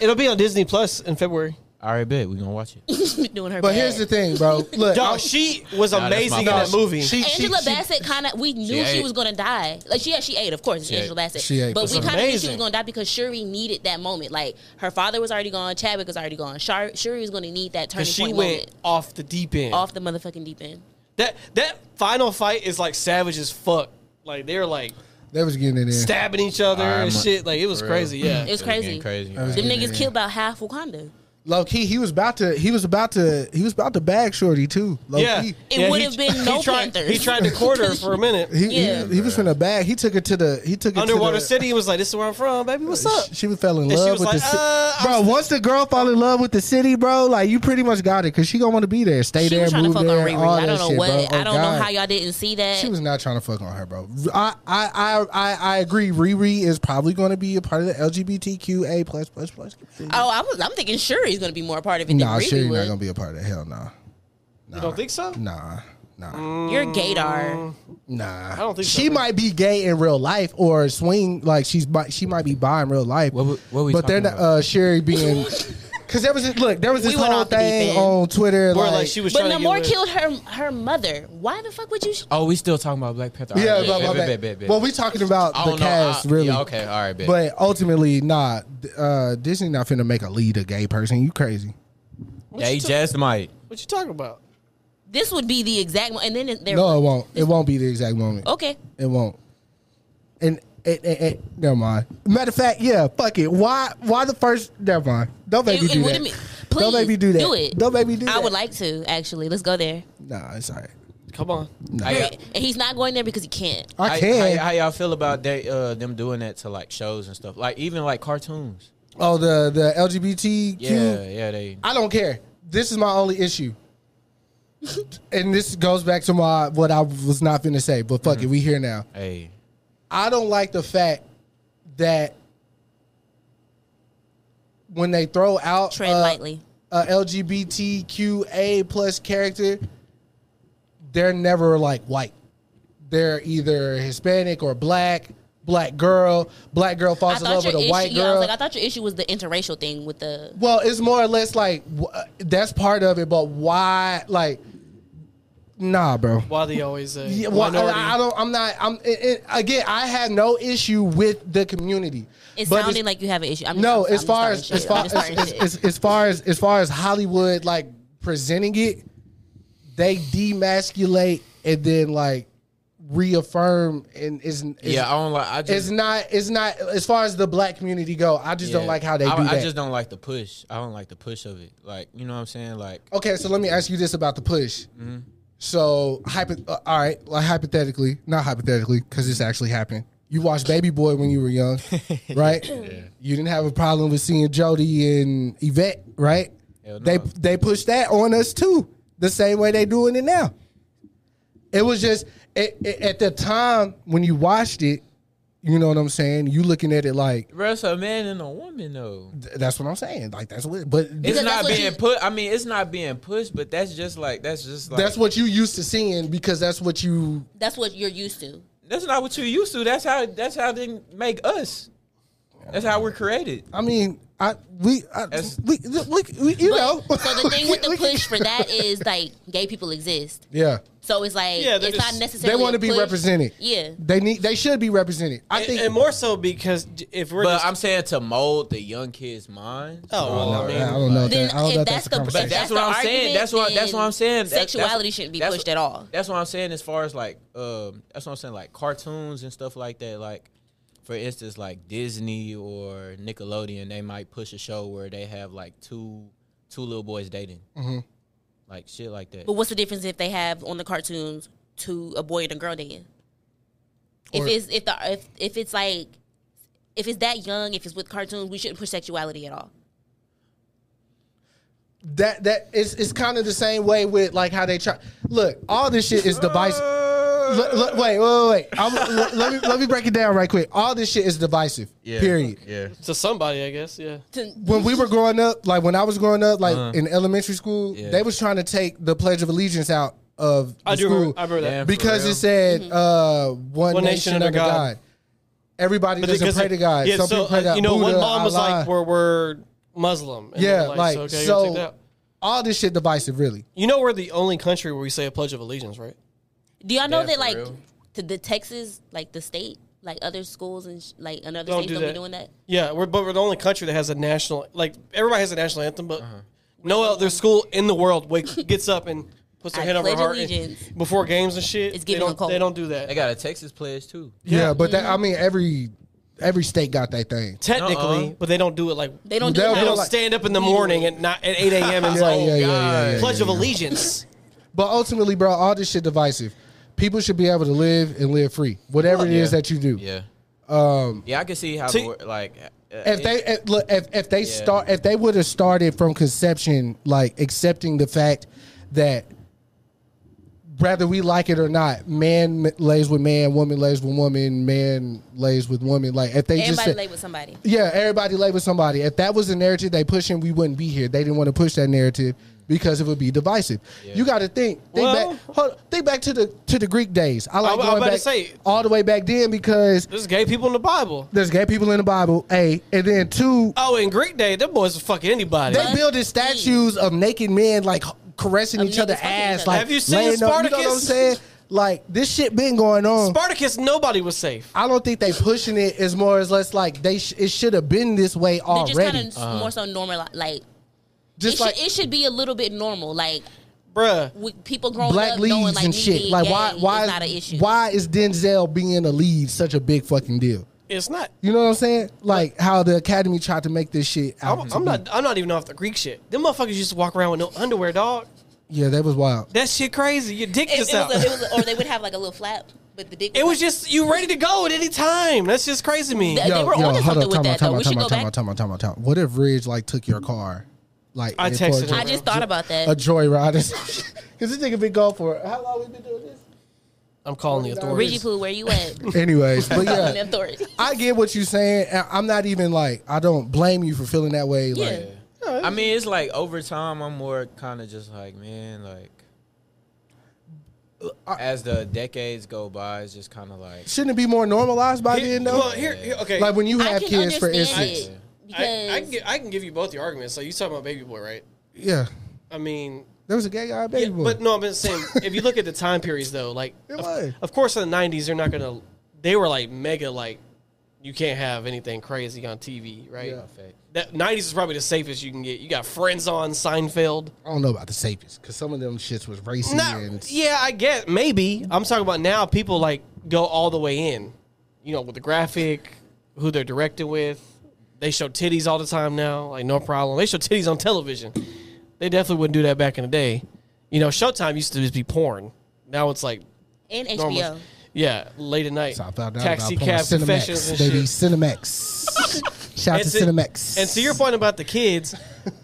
[SPEAKER 1] It'll be on Disney Plus in February.
[SPEAKER 5] All right, bet we gonna watch it.
[SPEAKER 2] Doing her.
[SPEAKER 4] But
[SPEAKER 2] bad.
[SPEAKER 4] here's the thing, bro. Look,
[SPEAKER 1] Dog,
[SPEAKER 4] I'm-
[SPEAKER 1] she was
[SPEAKER 5] Nah, that's
[SPEAKER 1] amazing in
[SPEAKER 5] my
[SPEAKER 1] that
[SPEAKER 5] fault.
[SPEAKER 1] movie.
[SPEAKER 4] she- she-
[SPEAKER 2] Angela
[SPEAKER 4] she-
[SPEAKER 2] Bassett kind of we knew she,
[SPEAKER 5] ate.
[SPEAKER 2] was gonna die. Like she yeah, she ate, of course, it's
[SPEAKER 5] She
[SPEAKER 2] Angela
[SPEAKER 5] ate.
[SPEAKER 2] Bassett.
[SPEAKER 4] She ate.
[SPEAKER 2] But
[SPEAKER 4] That's
[SPEAKER 2] we kind of knew she
[SPEAKER 1] amazing.
[SPEAKER 2] was gonna die because Shuri needed that moment. Like her father was already gone, Chadwick was already gone. Shar- Shuri was gonna need that turning
[SPEAKER 1] And she
[SPEAKER 2] point
[SPEAKER 1] went
[SPEAKER 2] moment
[SPEAKER 1] off the deep end.
[SPEAKER 2] off the motherfucking deep end.
[SPEAKER 1] That that final fight is like savage as fuck. Like they're like
[SPEAKER 4] they was getting it in.
[SPEAKER 1] stabbing each other and
[SPEAKER 5] I'm-
[SPEAKER 1] shit. Like it was
[SPEAKER 5] for
[SPEAKER 1] crazy. Yeah.
[SPEAKER 2] It was
[SPEAKER 5] getting
[SPEAKER 2] crazy.
[SPEAKER 5] crazy.
[SPEAKER 4] Uh,
[SPEAKER 2] Them niggas killed about half Wakanda.
[SPEAKER 4] Low key, he was about to. He was about to. He was about to bag shorty too. Low
[SPEAKER 1] yeah.
[SPEAKER 4] key.
[SPEAKER 2] It
[SPEAKER 1] Yeah, he-
[SPEAKER 2] would've been no
[SPEAKER 1] he tried,
[SPEAKER 2] Panthers.
[SPEAKER 1] He tried to quarter her for a minute.
[SPEAKER 4] He, he-
[SPEAKER 2] Yeah.
[SPEAKER 4] he, was from the bag. He took it to the. He took it
[SPEAKER 1] Underwater
[SPEAKER 4] to the,
[SPEAKER 1] City was like, "This is where I'm from, baby. What's up?"
[SPEAKER 4] She was fell in
[SPEAKER 1] And she
[SPEAKER 4] love
[SPEAKER 1] was
[SPEAKER 4] with the
[SPEAKER 1] like,
[SPEAKER 4] city,
[SPEAKER 1] uh, I'm
[SPEAKER 4] bro. Once the girl fall in love with the city, bro, like you pretty much got it because she gonna want to be there, stay
[SPEAKER 2] She
[SPEAKER 4] there,
[SPEAKER 2] was trying to
[SPEAKER 4] move
[SPEAKER 2] fuck on
[SPEAKER 4] there,
[SPEAKER 2] Riri.
[SPEAKER 4] all
[SPEAKER 2] I don't
[SPEAKER 4] that
[SPEAKER 2] know
[SPEAKER 4] shit,
[SPEAKER 2] what.
[SPEAKER 4] bro.
[SPEAKER 2] I
[SPEAKER 4] Oh,
[SPEAKER 2] don't
[SPEAKER 4] God.
[SPEAKER 2] know how y'all didn't see that.
[SPEAKER 4] She was not trying to fuck on her, bro. I I I I, I agree. Riri is probably going to be a part of the LGBTQA plus plus plus.
[SPEAKER 2] oh, I was. I'm thinking Shuri's gonna be more a part of it.
[SPEAKER 4] Nah,
[SPEAKER 2] than
[SPEAKER 4] sure
[SPEAKER 2] Riri
[SPEAKER 4] you're not
[SPEAKER 2] would.
[SPEAKER 4] gonna be a part of. it. Hell no.
[SPEAKER 1] You don't think so?
[SPEAKER 4] Nah. Nah.
[SPEAKER 2] You're Gator.
[SPEAKER 4] Nah, I
[SPEAKER 1] don't think so,
[SPEAKER 4] she
[SPEAKER 1] dude.
[SPEAKER 4] might be gay in real life or swing like she's bi- she might be bi in real life.
[SPEAKER 5] What we- what we
[SPEAKER 4] but they're
[SPEAKER 5] talking
[SPEAKER 4] not uh, Sherry being Because there was this, look, there was this
[SPEAKER 2] We went
[SPEAKER 4] whole
[SPEAKER 2] off the deep
[SPEAKER 4] thing
[SPEAKER 2] end.
[SPEAKER 4] on Twitter.
[SPEAKER 1] Where
[SPEAKER 4] like,
[SPEAKER 1] like, she was
[SPEAKER 2] But
[SPEAKER 1] trying to
[SPEAKER 2] Namor
[SPEAKER 1] get rid-
[SPEAKER 2] killed her her mother. Why the fuck would you? Sh-
[SPEAKER 5] Oh, we still talking about Black Panther.
[SPEAKER 4] Yeah,
[SPEAKER 5] All right,
[SPEAKER 4] but
[SPEAKER 5] bet,
[SPEAKER 4] my
[SPEAKER 5] bet,
[SPEAKER 4] bad.
[SPEAKER 5] bet, bet, bet.
[SPEAKER 4] well, we talking about
[SPEAKER 5] I
[SPEAKER 4] the
[SPEAKER 5] don't know, I-
[SPEAKER 4] cast, really.
[SPEAKER 5] yeah, okay, all right, bet.
[SPEAKER 4] But ultimately, nah. d- Uh, Disney not finna make a lead a gay person. You crazy?
[SPEAKER 5] they just might.
[SPEAKER 1] What you talking about?
[SPEAKER 2] this would be the exact one, and then it- there.
[SPEAKER 4] No, it won't. It won't be the exact moment.
[SPEAKER 2] Okay.
[SPEAKER 4] It won't. And it, it, it- never mind. Matter of fact, yeah, fuck it. Why? Why the first? Never mind. Don't make
[SPEAKER 2] It-
[SPEAKER 4] me
[SPEAKER 2] it
[SPEAKER 4] do that.
[SPEAKER 2] wouldn't be- Please
[SPEAKER 4] Don't make me do that.
[SPEAKER 2] Do it.
[SPEAKER 4] Don't make me do that.
[SPEAKER 2] I would like to actually. Let's go there.
[SPEAKER 4] Nah, it's alright.
[SPEAKER 1] Come on.
[SPEAKER 5] I got-
[SPEAKER 2] And he's not going there because he can't.
[SPEAKER 4] I
[SPEAKER 5] How-
[SPEAKER 4] can.
[SPEAKER 5] How, how, y'all feel about they, uh, them doing that to like shows and stuff? Like even like cartoons.
[SPEAKER 4] oh, the the LGBTQ.
[SPEAKER 5] Yeah, yeah, they.
[SPEAKER 4] I don't care. This is my only issue. and this goes back to my what I was not finna say, but fuck it, we here now.
[SPEAKER 5] Hey,
[SPEAKER 4] I don't like the fact that when they throw out
[SPEAKER 2] Tread
[SPEAKER 4] uh,
[SPEAKER 2] lightly.
[SPEAKER 4] a LGBTQA plus character, they're never like white. They're either Hispanic or black, black girl, black girl
[SPEAKER 2] I
[SPEAKER 4] falls in love
[SPEAKER 2] thought
[SPEAKER 4] with
[SPEAKER 2] your
[SPEAKER 4] a
[SPEAKER 2] issue.
[SPEAKER 4] white
[SPEAKER 2] Yeah, I was
[SPEAKER 4] girl.
[SPEAKER 2] like, I thought your issue was the interracial thing with the.
[SPEAKER 4] well, it's more or less like wh- that's part of it, but why? Like, nah, bro.
[SPEAKER 1] Why they always uh,
[SPEAKER 4] Yeah, well,
[SPEAKER 1] minority?
[SPEAKER 4] I, I don't. I'm not. I'm it, it- again. I have no issue with the community.
[SPEAKER 2] It
[SPEAKER 4] But
[SPEAKER 2] sounded
[SPEAKER 4] it's-
[SPEAKER 2] like you have an issue. I'm
[SPEAKER 4] no.
[SPEAKER 2] I'm,
[SPEAKER 4] as far
[SPEAKER 2] I'm
[SPEAKER 4] as
[SPEAKER 2] just
[SPEAKER 4] as far
[SPEAKER 2] starting
[SPEAKER 4] as,
[SPEAKER 2] shit. I'm just
[SPEAKER 4] as, as,
[SPEAKER 2] starting shit.
[SPEAKER 4] as far as as far as Hollywood like presenting it, they demasculate and then like reaffirm and is
[SPEAKER 5] yeah, I don't like. I just
[SPEAKER 4] It's not. It's not as far as the black community go. I just don't
[SPEAKER 5] yeah.
[SPEAKER 4] like how they
[SPEAKER 5] I,
[SPEAKER 4] do
[SPEAKER 5] I
[SPEAKER 4] that.
[SPEAKER 5] just don't like the push. I don't like the push of it. Like you know what I'm saying? Like
[SPEAKER 4] Okay, so let me ask you this about the push.
[SPEAKER 5] Mm-hmm.
[SPEAKER 4] So, hypo- uh, all right, like hypothetically, not hypothetically, because this actually happened. You watched Baby Boy when you were young, right? You didn't have a problem with seeing Jody and Yvette, right?
[SPEAKER 5] Hell no.
[SPEAKER 4] They they pushed that on us too, the same way they doing it now. It was just it, it- at the time when you watched it, you know what I'm saying. You looking at it like
[SPEAKER 5] bro, it's a man and a woman though.
[SPEAKER 4] th- that's what I'm saying, like that's what. But
[SPEAKER 5] It's
[SPEAKER 2] Because that's
[SPEAKER 5] not
[SPEAKER 2] what
[SPEAKER 5] being
[SPEAKER 2] you-
[SPEAKER 5] put. I mean, it's not being pushed, but that's just like that's just like
[SPEAKER 4] that's what you used to seeing because that's what you
[SPEAKER 2] That's what you're used to.
[SPEAKER 5] That's not what you're used to. That's how that's how they make us. That's how we're created.
[SPEAKER 4] I mean, I we I,
[SPEAKER 5] That's-
[SPEAKER 4] we, we, we you know.
[SPEAKER 2] So the thing with the push for that is like gay people exist.
[SPEAKER 4] yeah,
[SPEAKER 2] So it's like
[SPEAKER 1] Yeah, they're just-
[SPEAKER 2] it's not
[SPEAKER 4] they
[SPEAKER 2] necessarily.
[SPEAKER 4] want to
[SPEAKER 2] a
[SPEAKER 4] be
[SPEAKER 2] push.
[SPEAKER 4] represented.
[SPEAKER 2] Yeah.
[SPEAKER 4] they need they should be represented. I
[SPEAKER 1] and,
[SPEAKER 4] think
[SPEAKER 1] and more so because j- if we're
[SPEAKER 5] But
[SPEAKER 1] just,
[SPEAKER 5] I'm saying to mold the young kids' minds.
[SPEAKER 1] oh, well, I mean,
[SPEAKER 4] I don't know. if
[SPEAKER 2] Then
[SPEAKER 4] that, I don't know
[SPEAKER 2] if
[SPEAKER 4] if that's
[SPEAKER 2] that's
[SPEAKER 4] a
[SPEAKER 2] the- but
[SPEAKER 5] But
[SPEAKER 4] conversation.
[SPEAKER 5] that's,
[SPEAKER 2] That's
[SPEAKER 5] what
[SPEAKER 2] the
[SPEAKER 5] I'm saying.
[SPEAKER 2] argument,
[SPEAKER 5] That's what that's what I'm
[SPEAKER 2] then
[SPEAKER 5] saying. That- that's-
[SPEAKER 2] sexuality shouldn't be
[SPEAKER 5] that's-
[SPEAKER 2] pushed at all.
[SPEAKER 5] That's what I'm saying as far as like um that's what I'm saying like cartoons and stuff like that like for instance like Disney or Nickelodeon they might push a show where they have like two two little boys dating. Like shit like that.
[SPEAKER 2] But what's the difference if they have on the cartoons to a boy and a girl dating? If
[SPEAKER 4] Or-
[SPEAKER 2] it's if the if if it's like if it's that young, if it's with cartoons, we shouldn't push sexuality at all.
[SPEAKER 4] That that it's it's kind of the same way with like how they try. Look, all this shit is divisive. Look, look, wait, wait, wait. I'm, let, let me let me break it down right quick. All this shit is divisive. Period.
[SPEAKER 5] Yeah.
[SPEAKER 1] to somebody, I guess, yeah.
[SPEAKER 4] when we were growing up, like when I was growing up, like
[SPEAKER 1] Uh-huh.
[SPEAKER 4] in elementary school,
[SPEAKER 5] Yeah.
[SPEAKER 4] they was trying to take the Pledge of Allegiance out of the
[SPEAKER 1] I do.
[SPEAKER 4] school
[SPEAKER 1] Remember, I remember that.
[SPEAKER 5] Damn.
[SPEAKER 4] because it said uh, one, nation, under God. Everybody
[SPEAKER 1] But
[SPEAKER 4] doesn't
[SPEAKER 1] because
[SPEAKER 4] pray
[SPEAKER 1] it-
[SPEAKER 4] to God.
[SPEAKER 1] Yeah,
[SPEAKER 4] Some
[SPEAKER 1] so
[SPEAKER 4] people pray
[SPEAKER 1] uh,
[SPEAKER 4] to
[SPEAKER 1] you know,
[SPEAKER 4] Buddha,
[SPEAKER 1] one mom was
[SPEAKER 4] Allah.
[SPEAKER 1] like, "We're we're Muslim." And
[SPEAKER 4] yeah,
[SPEAKER 1] they're
[SPEAKER 4] like
[SPEAKER 1] so, okay, so
[SPEAKER 4] so.
[SPEAKER 1] check that out.
[SPEAKER 4] all this shit divisive, really.
[SPEAKER 1] you know, we're the only country where we say a pledge of allegiance, right?
[SPEAKER 2] Do y'all know
[SPEAKER 5] Yeah,
[SPEAKER 2] that
[SPEAKER 5] for
[SPEAKER 2] like
[SPEAKER 5] real.
[SPEAKER 2] to the Texas, like the state, like other schools and sh- like another
[SPEAKER 1] Don't
[SPEAKER 2] states
[SPEAKER 1] do
[SPEAKER 2] don't
[SPEAKER 1] that.
[SPEAKER 2] be doing that?
[SPEAKER 1] Yeah, we're but we're the only country that has a national like everybody has a national anthem, but
[SPEAKER 2] Uh-huh.
[SPEAKER 1] no other school in the world wake, gets up and puts their
[SPEAKER 2] I
[SPEAKER 1] hand over her
[SPEAKER 2] pledge
[SPEAKER 1] heart and-
[SPEAKER 2] allegiance.
[SPEAKER 1] before games and shit.
[SPEAKER 2] It's
[SPEAKER 1] they
[SPEAKER 2] giving a
[SPEAKER 1] don't,
[SPEAKER 2] cult.
[SPEAKER 1] They don't do
[SPEAKER 5] They
[SPEAKER 1] that
[SPEAKER 5] got a Texas pledge too.
[SPEAKER 4] Yeah, but that, I
[SPEAKER 1] Mm-hmm.
[SPEAKER 4] mean, every every state got that thing.
[SPEAKER 1] technically,
[SPEAKER 5] Nuh-uh.
[SPEAKER 1] but they don't do it like
[SPEAKER 2] They don't do
[SPEAKER 4] They'll
[SPEAKER 2] that.
[SPEAKER 1] they
[SPEAKER 4] do
[SPEAKER 1] don't
[SPEAKER 4] like-
[SPEAKER 1] stand up in the morning at not at eight a.m. and
[SPEAKER 4] Yeah,
[SPEAKER 1] like
[SPEAKER 4] yeah, yeah, yeah, yeah, yeah,
[SPEAKER 1] pledge
[SPEAKER 4] yeah.
[SPEAKER 1] of allegiance.
[SPEAKER 4] But ultimately, bro, all this shit divisive. People should be able to live and live free, whatever it is that you do.
[SPEAKER 5] Yeah. Um Yeah, I can see how
[SPEAKER 1] See-
[SPEAKER 5] the wor- like uh,
[SPEAKER 4] if they if, look if, if they start if they would have started from conception like accepting the fact that whether we like it or not man m- lays with man woman lays with woman man lays with woman like if they just
[SPEAKER 2] Everybody
[SPEAKER 4] said,
[SPEAKER 2] lay with somebody.
[SPEAKER 4] yeah everybody lay with somebody if that was the narrative they pushing we wouldn't be here they didn't want to push that narrative because it would be divisive. You got to think. Think
[SPEAKER 1] Well-
[SPEAKER 4] back. Hold, think back to the to the Greek days. I like
[SPEAKER 1] I- I
[SPEAKER 4] going
[SPEAKER 1] about to
[SPEAKER 4] back
[SPEAKER 1] say-
[SPEAKER 4] all the way back then because
[SPEAKER 1] There's gay people in the Bible.
[SPEAKER 4] there's gay people in the Bible. A and then two,
[SPEAKER 1] Oh, in Greek day, them boys was fucking anybody.
[SPEAKER 4] they building statues of naked men like caressing
[SPEAKER 2] Of
[SPEAKER 4] each other's
[SPEAKER 2] niggas fucking each
[SPEAKER 4] ass.
[SPEAKER 2] other.
[SPEAKER 4] Like
[SPEAKER 1] Have you seen
[SPEAKER 4] laying up- You know what I'm
[SPEAKER 1] Spartacus?
[SPEAKER 4] saying? Like this shit been going on.
[SPEAKER 1] Spartacus, nobody was safe.
[SPEAKER 4] I don't think they pushing it as more as less like they sh- it should have been this way
[SPEAKER 2] They're just kind
[SPEAKER 4] already.
[SPEAKER 2] of
[SPEAKER 1] Uh-huh.
[SPEAKER 4] Just,
[SPEAKER 2] more so normal. Like, it,
[SPEAKER 4] like
[SPEAKER 2] should, it should be a little bit normal. Like,
[SPEAKER 1] Bruh.
[SPEAKER 2] we, people growing
[SPEAKER 4] black
[SPEAKER 2] up
[SPEAKER 4] leads
[SPEAKER 2] knowing like
[SPEAKER 4] and
[SPEAKER 2] me
[SPEAKER 4] shit.
[SPEAKER 2] being
[SPEAKER 4] Like
[SPEAKER 2] gay
[SPEAKER 4] why why
[SPEAKER 2] is not an issue.
[SPEAKER 4] why is Denzel being a lead such a big fucking deal?
[SPEAKER 1] It's not.
[SPEAKER 4] You know what I'm saying? Like how the Academy tried to make this shit. Out
[SPEAKER 1] I'm,
[SPEAKER 4] to
[SPEAKER 1] I'm
[SPEAKER 4] be.
[SPEAKER 1] not. I'm not even off the Greek shit. Them motherfuckers used to walk around with no underwear, dog.
[SPEAKER 4] Yeah, that was wild.
[SPEAKER 1] That shit crazy. Your dick
[SPEAKER 2] It,
[SPEAKER 1] just
[SPEAKER 2] it
[SPEAKER 1] out.
[SPEAKER 2] was a, it was a- or they would have like a little flap, but the dick.
[SPEAKER 1] It was
[SPEAKER 2] like-
[SPEAKER 1] just you ready to go at any time. That's just crazy to me.
[SPEAKER 2] That- they were onto something with
[SPEAKER 4] time
[SPEAKER 2] that,
[SPEAKER 4] out, time
[SPEAKER 2] though.
[SPEAKER 4] out,
[SPEAKER 2] We
[SPEAKER 4] time
[SPEAKER 2] should
[SPEAKER 4] out,
[SPEAKER 2] go
[SPEAKER 4] time
[SPEAKER 2] back.
[SPEAKER 4] out, time out, time out, time out. What if Ridge like took your car? Like
[SPEAKER 1] I
[SPEAKER 4] and
[SPEAKER 1] texted
[SPEAKER 4] forged
[SPEAKER 1] her.
[SPEAKER 2] I just thought about that.
[SPEAKER 4] a joyride. Because this nigga been gone for how long? We been doing this?
[SPEAKER 1] I'm calling the authorities.
[SPEAKER 2] Reggie Poo, where you at?
[SPEAKER 4] Anyways, but
[SPEAKER 2] Calling the
[SPEAKER 4] yeah,
[SPEAKER 2] authority.
[SPEAKER 4] I get what you're saying. and I'm not even like I don't blame you for feeling that way.
[SPEAKER 2] Yeah.
[SPEAKER 4] Like
[SPEAKER 5] I mean, it's like over time, I'm more kind of just like, man, like as the decades go by, it's just kind of like
[SPEAKER 4] shouldn't it be more normalized by
[SPEAKER 1] Here-
[SPEAKER 4] then though?
[SPEAKER 1] well, here, here- okay.
[SPEAKER 4] like when you
[SPEAKER 2] I
[SPEAKER 4] have
[SPEAKER 2] can
[SPEAKER 4] kids, for
[SPEAKER 2] understand
[SPEAKER 4] instance.
[SPEAKER 2] it
[SPEAKER 1] I, I, can
[SPEAKER 2] because
[SPEAKER 1] give, I can give you both the arguments. So you talking about baby boy, right?
[SPEAKER 4] Yeah,
[SPEAKER 1] I mean,
[SPEAKER 4] there was a gay guy, a baby
[SPEAKER 1] yeah,
[SPEAKER 4] boy.
[SPEAKER 1] but no, I'm just saying. if you look at the time periods, though, like
[SPEAKER 4] It was.
[SPEAKER 1] of, of course in the '90s they're not gonna. They were like mega like. You can't have anything crazy on TV, right?
[SPEAKER 4] Yeah.
[SPEAKER 1] That '90s is probably the safest you can get. You got Friends on Seinfeld.
[SPEAKER 4] I don't know about the safest because some of them shits was racy and
[SPEAKER 1] Not, yeah, I guess maybe. I'm talking about now. People like go all the way in, you know, with the graphic, who they're directed with. They show titties all the time now, like no problem. They show titties on television. They definitely wouldn't do that back in the day. You know, Showtime used to just be porn. Now it's like
[SPEAKER 2] and
[SPEAKER 1] normal.
[SPEAKER 2] HBO.
[SPEAKER 1] Yeah, late at night,
[SPEAKER 4] So I found out
[SPEAKER 1] taxi
[SPEAKER 4] about porn.
[SPEAKER 1] cab confessions
[SPEAKER 4] Cinemax,
[SPEAKER 1] and
[SPEAKER 4] baby.
[SPEAKER 1] shit.
[SPEAKER 4] Cinemax. Shout out to, Cinemax.
[SPEAKER 1] And to your point about the kids,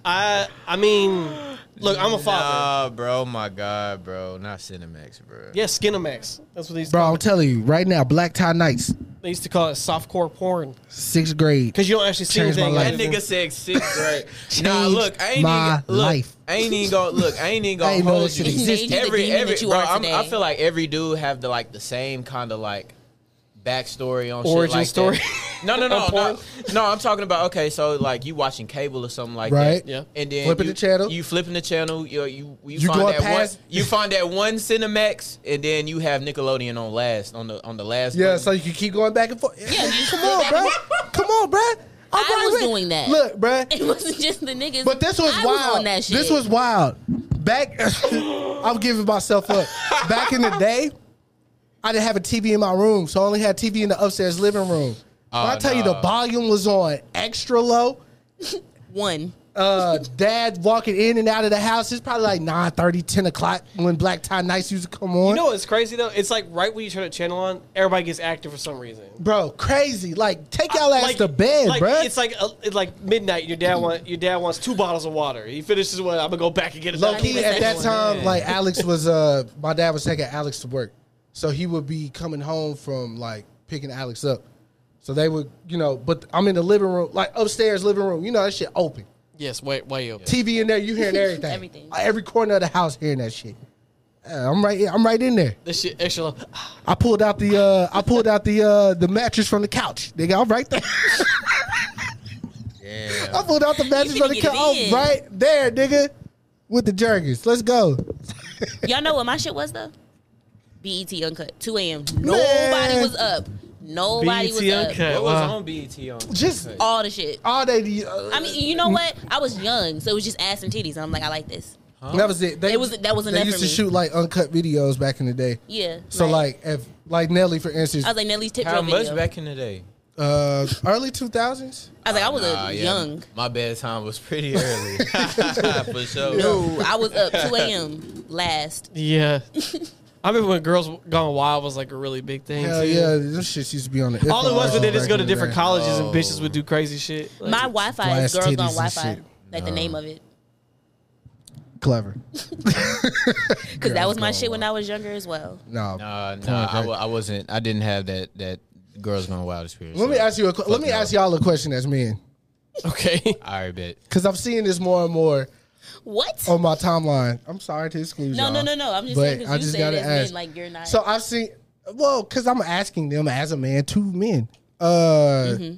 [SPEAKER 1] I I mean, look, I'm a father.
[SPEAKER 5] Nah, Oh, bro, my God, bro, not Cinemax, bro.
[SPEAKER 1] Yeah, Skinamax. That's what they used, to
[SPEAKER 4] bro,
[SPEAKER 1] call
[SPEAKER 4] I'm
[SPEAKER 1] it.
[SPEAKER 4] telling you right now, Black Tie Nights,
[SPEAKER 1] they used to call it softcore porn.
[SPEAKER 4] sixth grade.
[SPEAKER 1] Because you don't actually see
[SPEAKER 4] Changed my
[SPEAKER 1] anything.
[SPEAKER 4] life.
[SPEAKER 5] That nigga said sixth grade. nah,
[SPEAKER 4] Changed
[SPEAKER 5] look, I ain't
[SPEAKER 4] my
[SPEAKER 5] even look,
[SPEAKER 4] life.
[SPEAKER 5] I ain't even gonna look. I ain't even
[SPEAKER 4] I
[SPEAKER 5] gonna
[SPEAKER 4] ain't know
[SPEAKER 5] hold
[SPEAKER 4] this
[SPEAKER 5] you.
[SPEAKER 4] shit It
[SPEAKER 2] made you the demon that you
[SPEAKER 5] bro,
[SPEAKER 2] are
[SPEAKER 5] I'm-
[SPEAKER 2] today.
[SPEAKER 5] I feel like every dude have the like the same kind of like backstory on shit
[SPEAKER 1] Origin
[SPEAKER 5] like that.
[SPEAKER 1] story?
[SPEAKER 5] No, no, no,
[SPEAKER 1] On
[SPEAKER 5] no,
[SPEAKER 1] porn?
[SPEAKER 5] no. I'm talking about okay. So like you watching cable or something like
[SPEAKER 4] Right.
[SPEAKER 5] that,
[SPEAKER 1] Yeah.
[SPEAKER 5] And then
[SPEAKER 4] Flipping
[SPEAKER 5] you-
[SPEAKER 4] the channel.
[SPEAKER 5] You flipping the channel. You you you,
[SPEAKER 4] You
[SPEAKER 5] find
[SPEAKER 4] going
[SPEAKER 5] that
[SPEAKER 4] past-
[SPEAKER 5] one. You find that one Cinemax, and then you have Nickelodeon on last on the on the last.
[SPEAKER 4] Yeah,
[SPEAKER 5] one.
[SPEAKER 4] so you can keep going back and forth.
[SPEAKER 2] Yeah, you
[SPEAKER 4] come on, bro. Come on, bro. I'm
[SPEAKER 2] I was
[SPEAKER 4] with-
[SPEAKER 2] doing that.
[SPEAKER 4] Look, bro.
[SPEAKER 2] It wasn't just the niggas.
[SPEAKER 4] But this was
[SPEAKER 2] I
[SPEAKER 4] wild.
[SPEAKER 2] on that shit.
[SPEAKER 4] This was wild. Back, I'm giving myself up. Back in the day, I didn't have a TV in my room, so I only had TV in the upstairs living room. When I
[SPEAKER 5] Oh,
[SPEAKER 4] tell you the
[SPEAKER 5] no.
[SPEAKER 4] volume was on extra low.
[SPEAKER 2] one.
[SPEAKER 4] uh, dad walking in and out of the house. It's probably like 9 10 o'clock when Black Tie Nights used to come on.
[SPEAKER 1] You know what's crazy though? It's like right when you turn the channel on, everybody gets active for some reason.
[SPEAKER 4] bro, crazy. Like, take y'all ass
[SPEAKER 1] like,
[SPEAKER 4] to bed,
[SPEAKER 1] like,
[SPEAKER 4] bro.
[SPEAKER 1] It's like uh, it's like midnight. Your dad want your dad wants two bottles of water. He finishes one. I'm gonna go back and get another.
[SPEAKER 4] Low key,
[SPEAKER 1] one."
[SPEAKER 4] at that
[SPEAKER 2] Yeah.
[SPEAKER 4] time, like, Alex was, uh, my dad was taking Alex to work. So he would be coming home from, like, picking Alex up. So they would, you know, but I'm in the living room, like, upstairs living room. You know, that shit open.
[SPEAKER 1] Yes, wait, wait. yo.
[SPEAKER 4] TV in there, you hearing everything.
[SPEAKER 2] Everything.
[SPEAKER 4] Every corner of the house hearing that shit. Yeah, I'm right. I'm right in there.
[SPEAKER 1] This shit extra. long.
[SPEAKER 4] I pulled out the uh, I pulled out the uh, the mattress from the couch. Nigga, I'm right there. I pulled out the mattress
[SPEAKER 2] finna
[SPEAKER 4] from the
[SPEAKER 2] get
[SPEAKER 4] couch.
[SPEAKER 2] it
[SPEAKER 4] I'm
[SPEAKER 2] in.
[SPEAKER 4] right there, nigga, with the jerkins. Let's go.
[SPEAKER 2] Y'all know what my shit was though? BET Uncut. 2 a.m. Nobody
[SPEAKER 4] Man.
[SPEAKER 2] was up. Nobody was
[SPEAKER 1] BET
[SPEAKER 2] up.
[SPEAKER 1] E Uncut.
[SPEAKER 5] What was
[SPEAKER 1] Wow.
[SPEAKER 5] on BET on?
[SPEAKER 4] Just
[SPEAKER 2] All the shit.
[SPEAKER 4] all they. Uh,
[SPEAKER 2] I mean, you know what? I was young, so it was just ass and titties, and I'm like, I like this.
[SPEAKER 4] that was it. They,
[SPEAKER 2] It was- that was
[SPEAKER 4] They
[SPEAKER 2] enough
[SPEAKER 4] used
[SPEAKER 2] for
[SPEAKER 4] to
[SPEAKER 2] me.
[SPEAKER 4] shoot like uncut videos back in the day.
[SPEAKER 2] Yeah.
[SPEAKER 4] So like if like Nelly for instance,
[SPEAKER 2] I was like Nelly's tip
[SPEAKER 5] How
[SPEAKER 2] drill
[SPEAKER 5] much
[SPEAKER 2] video.
[SPEAKER 5] back in the day?
[SPEAKER 4] uh, early two thousands.
[SPEAKER 2] I was like, I was
[SPEAKER 5] Ah,
[SPEAKER 2] a
[SPEAKER 5] yeah.
[SPEAKER 2] young.
[SPEAKER 5] My bedtime was pretty early. For sure.
[SPEAKER 2] No, I was up 2 a.m. last.
[SPEAKER 1] Yeah. I remember when Girls Gone Wild was like a really big thing.
[SPEAKER 4] Hell
[SPEAKER 1] too.
[SPEAKER 4] yeah, this shit used to be on the.
[SPEAKER 1] All it was was they just
[SPEAKER 4] back
[SPEAKER 1] go
[SPEAKER 4] in
[SPEAKER 1] to
[SPEAKER 4] the
[SPEAKER 1] different
[SPEAKER 4] day.
[SPEAKER 1] colleges and bitches would do crazy shit. Like,
[SPEAKER 2] My Wi-Fi
[SPEAKER 4] Glass
[SPEAKER 2] is girls on
[SPEAKER 4] titties and
[SPEAKER 2] Wi-Fi.
[SPEAKER 4] shit.
[SPEAKER 2] Like the name of it,
[SPEAKER 4] Clever.
[SPEAKER 2] because that was my shit when I was younger as well.
[SPEAKER 4] No.
[SPEAKER 5] Uh,
[SPEAKER 4] Come on,
[SPEAKER 5] nah, I,
[SPEAKER 4] Greg.
[SPEAKER 5] wa- I wasn't. I didn't have that that girls gone wild experience.
[SPEAKER 4] Let me ask you. A, let me ask y'all a question as men,
[SPEAKER 1] okay.
[SPEAKER 5] All right, bet.
[SPEAKER 4] because I'm seeing this more and more.
[SPEAKER 2] What?
[SPEAKER 4] on my timeline. I'm sorry to exclude
[SPEAKER 2] no,
[SPEAKER 4] Oh, y'all,
[SPEAKER 2] no, no, no. I'm just
[SPEAKER 4] but
[SPEAKER 2] saying
[SPEAKER 4] I
[SPEAKER 2] because you
[SPEAKER 4] just
[SPEAKER 2] said
[SPEAKER 4] gotta
[SPEAKER 2] it as
[SPEAKER 4] ask.
[SPEAKER 2] men, like you're not.
[SPEAKER 4] So I've seen well, because I'm asking them as a man, two men. Uh,
[SPEAKER 2] Mm-hmm.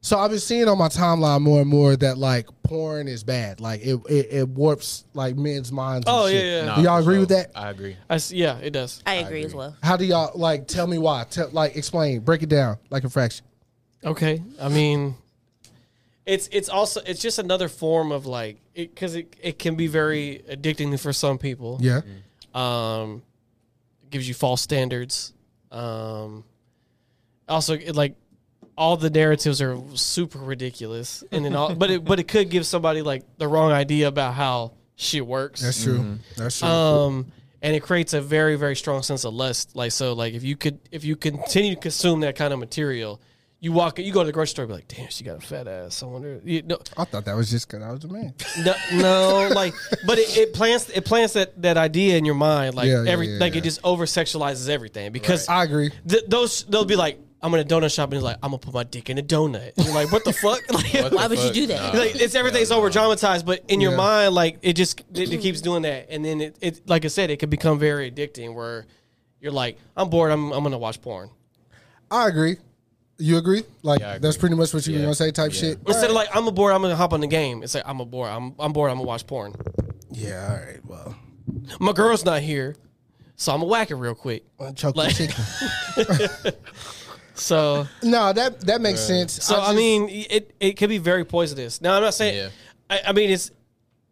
[SPEAKER 4] so I've been seeing on my timeline more and more that like porn is bad. Like it, it, it warps like men's minds. and
[SPEAKER 1] Oh, yeah,
[SPEAKER 4] shit.
[SPEAKER 1] yeah, yeah.
[SPEAKER 4] Do y'all
[SPEAKER 5] for
[SPEAKER 4] agree
[SPEAKER 5] sure.
[SPEAKER 4] with that?
[SPEAKER 5] I agree.
[SPEAKER 1] I s- yeah, it does.
[SPEAKER 2] I agree as well.
[SPEAKER 4] How do y'all like? Tell me why. Tell, like explain. Break it down like a fraction.
[SPEAKER 1] Okay, I mean, it's it's also it's just another form of like because it, it can be very addicting for some people.
[SPEAKER 4] Yeah.
[SPEAKER 1] Um, it gives you false standards. Um, also it, like all the narratives are super ridiculous, and then all but it but it could give somebody like the wrong idea about how shit works.
[SPEAKER 4] That's true. That's true.
[SPEAKER 1] Um, and it creates a very, very strong sense of lust. Like so, like if you could, if you continue to consume that kind of material, you walk, you go to the grocery store, and be like, damn, she got a fat ass. I wonder. You, no,
[SPEAKER 4] I thought that was just because I was a man.
[SPEAKER 1] no, no, like, but it, it plants, it plants that that idea in your mind. Like
[SPEAKER 4] Yeah, yeah,
[SPEAKER 1] every,
[SPEAKER 4] yeah,
[SPEAKER 1] like
[SPEAKER 4] yeah.
[SPEAKER 1] it just over sexualizes everything because
[SPEAKER 4] I agree.
[SPEAKER 1] th- those they'll be like, I'm in a donut shop, and it's like, I'm gonna put my dick in a donut. And you're like, what the fuck? Like,
[SPEAKER 2] Why would you do that?
[SPEAKER 1] like it's everything's over dramatized, but in your
[SPEAKER 4] Yeah.
[SPEAKER 1] mind, like it just it, it keeps doing that, and then it, it like I said, it can become very addicting. Where you're like, I'm bored, I'm I'm gonna watch porn
[SPEAKER 4] I agree. You agree? Like
[SPEAKER 5] I
[SPEAKER 4] that's pretty much what you were
[SPEAKER 5] Yeah.
[SPEAKER 4] gonna say, type shit.
[SPEAKER 1] instead of like I'm a bored, I'm gonna hop on the game. It's like I'm a bored, I'm I'm bored, I'm gonna watch porn.
[SPEAKER 4] Yeah. All right. Well,
[SPEAKER 1] My girl's not here, so I'm gonna whack it real quick.
[SPEAKER 4] I'll choke
[SPEAKER 1] Like-
[SPEAKER 4] the chicken.
[SPEAKER 1] So
[SPEAKER 4] No, that that makes sense.
[SPEAKER 1] so I,
[SPEAKER 4] just-
[SPEAKER 1] mean, it it can be very poisonous. Now I'm not saying,
[SPEAKER 5] Yeah.
[SPEAKER 1] I, I mean it's.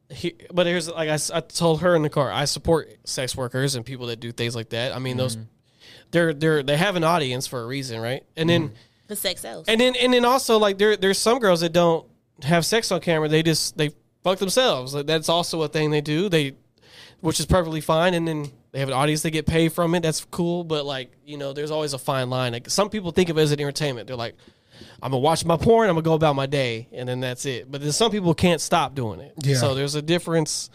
[SPEAKER 1] He, but here's like I, s- I told her in the car. I support sex workers and people that do things like that. I mean, those they're they're they have an audience for a reason, right? And then
[SPEAKER 2] But sex sells.
[SPEAKER 1] And then and then also like there there's some girls that don't have sex on camera. They just they fuck themselves. Like that's also a thing they do. They which is perfectly fine and then they have an audience they get paid from it. That's cool, but like, you know, there's always a fine line. Like some people think of it as an entertainment. They're like I'm gonna watch my porn. I'm gonna go about my day, and then that's it. But then some people can't stop doing it.
[SPEAKER 4] Yeah.
[SPEAKER 1] So there's a difference,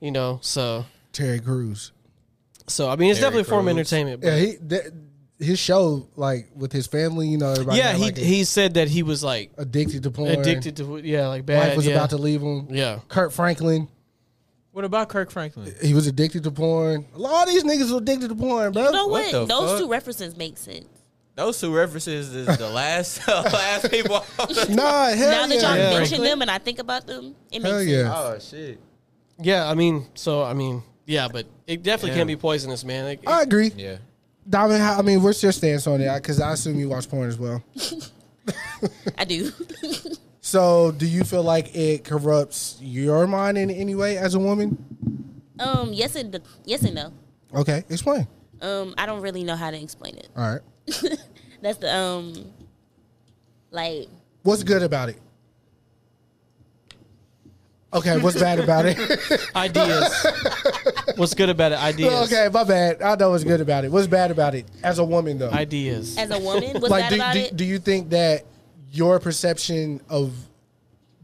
[SPEAKER 1] you know. So,
[SPEAKER 4] Terry Crews.
[SPEAKER 1] so I mean, it's
[SPEAKER 5] Terry
[SPEAKER 1] definitely a form of
[SPEAKER 5] Crews.
[SPEAKER 1] entertainment. But
[SPEAKER 4] Yeah, he that, his show like with his family. You know, everybody.
[SPEAKER 1] yeah,
[SPEAKER 4] got,
[SPEAKER 1] he
[SPEAKER 4] like,
[SPEAKER 1] he said that he was like
[SPEAKER 4] addicted to porn.
[SPEAKER 1] addicted to yeah, like bad.
[SPEAKER 4] Wife was
[SPEAKER 1] yeah.
[SPEAKER 4] about to leave him.
[SPEAKER 1] Yeah.
[SPEAKER 4] Kurt Franklin.
[SPEAKER 5] What about Kirk Franklin?
[SPEAKER 4] He was addicted to porn. A lot of these niggas were addicted to porn, bro.
[SPEAKER 2] you know
[SPEAKER 5] What
[SPEAKER 2] what?
[SPEAKER 5] the
[SPEAKER 2] Those
[SPEAKER 5] fuck?
[SPEAKER 2] two references make sense.
[SPEAKER 5] Those two references is the last last people.
[SPEAKER 4] nah, hell
[SPEAKER 2] now that
[SPEAKER 4] yeah.
[SPEAKER 2] y'all
[SPEAKER 1] Yeah.
[SPEAKER 2] mention them and I think about them, it makes
[SPEAKER 4] Hell
[SPEAKER 2] sense.
[SPEAKER 4] yeah.
[SPEAKER 5] oh shit!
[SPEAKER 1] Yeah, I mean, so I mean, yeah, but it definitely
[SPEAKER 5] Yeah. Ah!
[SPEAKER 1] can be poisonous, man. Like,
[SPEAKER 4] I agree.
[SPEAKER 5] Yeah.
[SPEAKER 4] Diamond, how- I mean, what's your stance on it? Because I assume you watch porn as well.
[SPEAKER 2] I do.
[SPEAKER 4] So, do you feel like it corrupts your mind in any way as a woman?
[SPEAKER 2] um, yes and yes and no.
[SPEAKER 4] Okay, explain.
[SPEAKER 2] Um, I don't really know how to explain it.
[SPEAKER 4] All right.
[SPEAKER 2] That's the um, like
[SPEAKER 4] What's good about it? Okay, what's bad about it?
[SPEAKER 1] ideas. What's good about it? Ideas.
[SPEAKER 4] okay, my bad. I know what's good about it. What's bad about it as a woman, though?
[SPEAKER 1] Ideas.
[SPEAKER 2] as a woman, what's
[SPEAKER 4] like,
[SPEAKER 2] that
[SPEAKER 4] do,
[SPEAKER 2] about
[SPEAKER 4] do,
[SPEAKER 2] it?
[SPEAKER 4] do you think that your perception of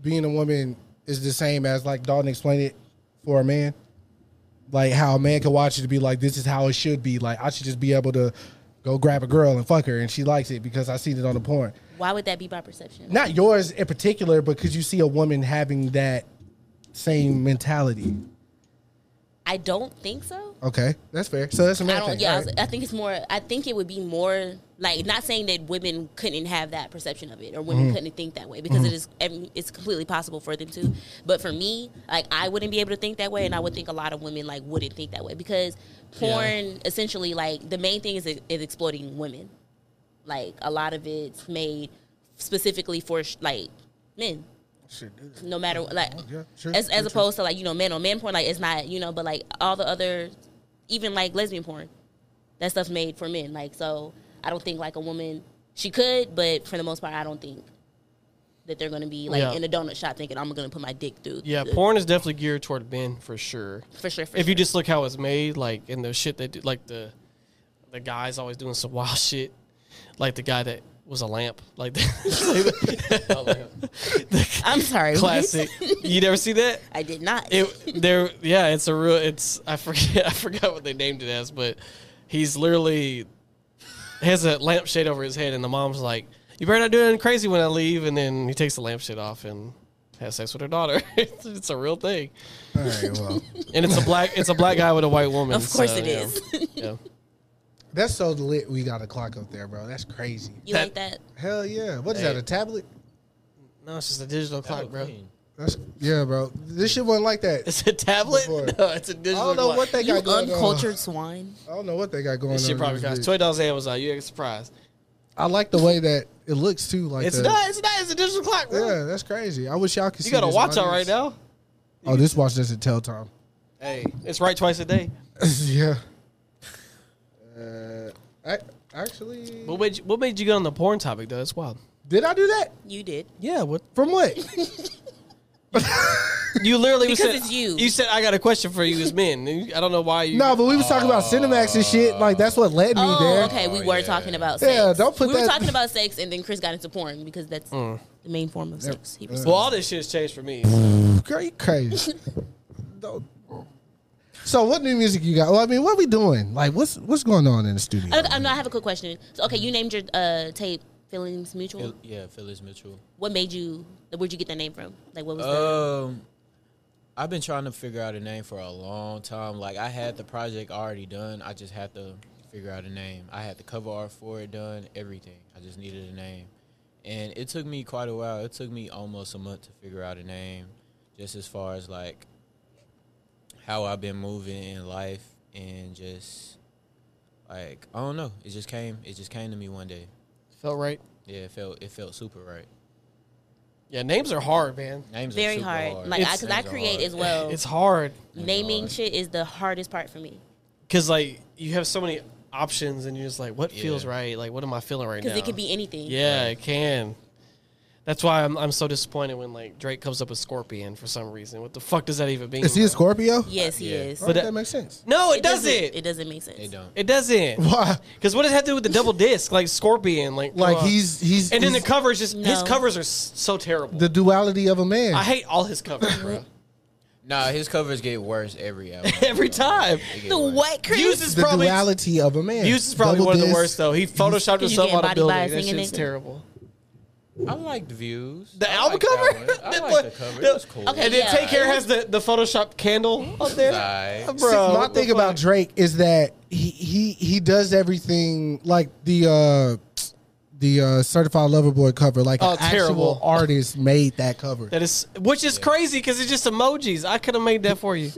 [SPEAKER 4] being a woman is the same as like Dalton explained it for a man? Like how a man can watch it to be like, this is how it should be. Like I should just be able to go grab a girl and fuck her, and she likes it because I seen it on the porn.
[SPEAKER 2] Why would that be my perception?
[SPEAKER 4] Not yours in particular, but because you see a woman having that same mentality.
[SPEAKER 2] I don't think so.
[SPEAKER 4] Okay, that's fair. So that's a man
[SPEAKER 2] I don't.
[SPEAKER 4] thing.
[SPEAKER 2] Yeah, I,
[SPEAKER 4] All
[SPEAKER 2] was-
[SPEAKER 4] right.
[SPEAKER 2] I think it's more. I think it would be more like not saying that women couldn't have that perception of it or women couldn't think that way because it is. I mean, it's completely possible for them to. But for me, like I wouldn't be able to think that way, and I would think a lot of women like wouldn't think that way because porn essentially like the main thing is is exploiting women. Like a lot of it's made specifically for sh- like men no matter like
[SPEAKER 4] yeah, sure,
[SPEAKER 2] as,
[SPEAKER 4] sure,
[SPEAKER 2] as opposed to like you know man on man porn like it's not you know but like all the other even like lesbian porn that stuff's made for men like so i don't think like a woman she could but for the most part i don't think that they're gonna be like
[SPEAKER 1] Yeah.
[SPEAKER 2] in a donut shop thinking i'm gonna put my dick through
[SPEAKER 1] yeah,
[SPEAKER 2] the-
[SPEAKER 1] porn is definitely geared toward men for sure.
[SPEAKER 2] for sure for
[SPEAKER 1] If
[SPEAKER 2] sure.
[SPEAKER 1] you just look how it's made, like and the shit that do, like the the guys always doing some wild shit, like the guy that was a lamp, like the,
[SPEAKER 2] i'm sorry what?
[SPEAKER 1] classic. you never see that?
[SPEAKER 2] i did not
[SPEAKER 1] it there yeah it's a real it's i forget i forgot what they named it as but he's literally has a lampshade over his head and the mom's like you better not do anything crazy when i leave and then he takes the lampshade off and has sex with her daughter. it's, it's a real thing,
[SPEAKER 4] All right, well,
[SPEAKER 1] and it's a black it's a black guy with a white woman.
[SPEAKER 2] Of course
[SPEAKER 1] so,
[SPEAKER 2] it
[SPEAKER 1] yeah.
[SPEAKER 2] is.
[SPEAKER 1] Yeah.
[SPEAKER 4] that's so lit. We got a clock up there, bro. That's crazy.
[SPEAKER 2] You
[SPEAKER 1] That-
[SPEAKER 2] like that?
[SPEAKER 4] Hell yeah! What is
[SPEAKER 1] Hey.
[SPEAKER 4] that? A tablet?
[SPEAKER 1] No, it's just a digital clock, bro.
[SPEAKER 4] That's yeah, bro. This shit wasn't like that.
[SPEAKER 1] It's a tablet.
[SPEAKER 4] Before.
[SPEAKER 1] No, it's a
[SPEAKER 4] I
[SPEAKER 1] digital.
[SPEAKER 4] don't know
[SPEAKER 1] clock.
[SPEAKER 4] what they
[SPEAKER 2] You
[SPEAKER 4] got going
[SPEAKER 2] uncultured swine.
[SPEAKER 4] on. I don't know what they got going
[SPEAKER 1] This
[SPEAKER 4] on.
[SPEAKER 1] shit
[SPEAKER 4] in
[SPEAKER 1] probably
[SPEAKER 4] this
[SPEAKER 1] costs
[SPEAKER 4] bitch.
[SPEAKER 1] twenty dollars Amazon. You ain't surprised.
[SPEAKER 4] I like the way that it looks too. Like
[SPEAKER 1] It's
[SPEAKER 4] the-
[SPEAKER 1] not. It's not. It's a digital clock, bro.
[SPEAKER 4] Yeah, that's crazy. I wish y'all could.
[SPEAKER 1] You
[SPEAKER 4] see
[SPEAKER 1] got a
[SPEAKER 4] this
[SPEAKER 1] watch out right
[SPEAKER 4] audience.
[SPEAKER 1] now.
[SPEAKER 4] Oh, this watch doesn't tell time.
[SPEAKER 1] Hey, it's right twice a day.
[SPEAKER 4] yeah. Uh, I actually
[SPEAKER 1] What made you, What made you get on the porn topic though? That's wild.
[SPEAKER 4] did. I do that
[SPEAKER 2] You did.
[SPEAKER 1] Yeah. What?
[SPEAKER 4] from what?
[SPEAKER 1] You literally
[SPEAKER 2] Because
[SPEAKER 1] said
[SPEAKER 2] it's you.
[SPEAKER 1] You said I got a question for you as men. And you- I don't know why you.
[SPEAKER 4] no, but we was talking about Cinemax and shit. Like that's what led me
[SPEAKER 2] Oh,
[SPEAKER 4] there.
[SPEAKER 2] okay. We were talking about sex.
[SPEAKER 4] Yeah, don't put
[SPEAKER 2] we
[SPEAKER 4] that-
[SPEAKER 2] were talking about sex, and then Chris got into porn because that's the main form of sex. He
[SPEAKER 1] Well, all this shit's changed for me.
[SPEAKER 4] Girl, you crazy. Don't- So what new music you got? Well, I mean, what we doing? Like, what's what's going on in the studio?
[SPEAKER 2] I, I, no, I have a quick question. So, okay, you named your uh, tape "Feelings Mutual."
[SPEAKER 5] Yeah, Phyllis Mitchell.
[SPEAKER 2] What made you? Where'd you get that name from? Like, what was
[SPEAKER 1] Uh,
[SPEAKER 5] Um, I've been trying to figure out a name for a long time. Like I had the project already done. I just had to figure out a name. I had the cover art for it done. Everything. I just needed a name, and it took me quite a while. It took me almost a month to figure out a name, just as far as like how I've been moving in life and just like I don't know. It just came. It just came to me one day.
[SPEAKER 1] Felt right.
[SPEAKER 5] Yeah, it felt it felt super right.
[SPEAKER 1] Yeah, names are hard, man.
[SPEAKER 5] Names
[SPEAKER 2] the
[SPEAKER 5] are
[SPEAKER 2] very
[SPEAKER 5] super
[SPEAKER 2] hard? Like, I,
[SPEAKER 1] It's-
[SPEAKER 2] cause I
[SPEAKER 5] Names are
[SPEAKER 2] create
[SPEAKER 5] hard.
[SPEAKER 2] as well.
[SPEAKER 1] It's hard
[SPEAKER 2] Naming shit is the hardest part for me
[SPEAKER 1] because like you have so many options, and you're just like, what feels
[SPEAKER 5] Yeah.
[SPEAKER 1] right? Like, what am I feeling right now?
[SPEAKER 2] because it could be anything.
[SPEAKER 1] Yeah, it can. That's why I'm I'm so disappointed when like Drake comes up with Scorpion for some reason. What the fuck does that even mean?
[SPEAKER 4] Is he a
[SPEAKER 1] bro?
[SPEAKER 4] Scorpio?
[SPEAKER 2] Yes, he is.
[SPEAKER 4] Why
[SPEAKER 1] But
[SPEAKER 4] does
[SPEAKER 1] that-
[SPEAKER 4] that makes sense.
[SPEAKER 1] No, it,
[SPEAKER 2] doesn't-
[SPEAKER 1] doesn't. It,
[SPEAKER 2] It doesn't make sense.
[SPEAKER 5] They don't.
[SPEAKER 1] doesn't.
[SPEAKER 4] Why?
[SPEAKER 1] Because what does it have to do with the double disc? Like Scorpion, like
[SPEAKER 4] Like
[SPEAKER 1] uh,
[SPEAKER 4] he's he's
[SPEAKER 1] and then the
[SPEAKER 4] he's
[SPEAKER 1] cover is just his
[SPEAKER 2] No.
[SPEAKER 1] covers are s- so terrible.
[SPEAKER 4] the duality of a man.
[SPEAKER 1] I hate all his covers, bro.
[SPEAKER 5] Nah, his covers get worse every album.
[SPEAKER 1] Every time.
[SPEAKER 5] They get
[SPEAKER 2] The
[SPEAKER 5] worse.
[SPEAKER 2] what, Chris?
[SPEAKER 1] Views is
[SPEAKER 4] the
[SPEAKER 1] probably
[SPEAKER 4] duality of a man.
[SPEAKER 1] Views is probably one of the
[SPEAKER 4] Double
[SPEAKER 1] worst though. He photoshopped
[SPEAKER 2] Did you
[SPEAKER 1] himself
[SPEAKER 2] get
[SPEAKER 1] on a
[SPEAKER 2] bodied
[SPEAKER 1] building.
[SPEAKER 2] by a
[SPEAKER 1] That
[SPEAKER 2] singing
[SPEAKER 1] shit's
[SPEAKER 2] nigga?
[SPEAKER 1] terrible.
[SPEAKER 5] I liked views.
[SPEAKER 1] The
[SPEAKER 5] I
[SPEAKER 1] album
[SPEAKER 5] liked that
[SPEAKER 1] cover.
[SPEAKER 5] one. I
[SPEAKER 1] That
[SPEAKER 5] liked
[SPEAKER 1] one-
[SPEAKER 5] the cover.
[SPEAKER 1] the-
[SPEAKER 5] It was cool.
[SPEAKER 2] Okay,
[SPEAKER 1] And then
[SPEAKER 2] Yeah.
[SPEAKER 1] Take Care has the the photoshopped candle up there,
[SPEAKER 5] Nice.
[SPEAKER 1] Uh,
[SPEAKER 4] See,
[SPEAKER 1] bro.
[SPEAKER 4] my
[SPEAKER 1] what the
[SPEAKER 4] thing about
[SPEAKER 1] fuck?
[SPEAKER 4] Drake is that he he he does everything like the uh the uh certified lover boy cover. Like
[SPEAKER 1] Oh,
[SPEAKER 4] an actual
[SPEAKER 1] terrible.
[SPEAKER 4] artist made that cover.
[SPEAKER 1] that is, which is crazy because it's just emojis. I could have made that for you.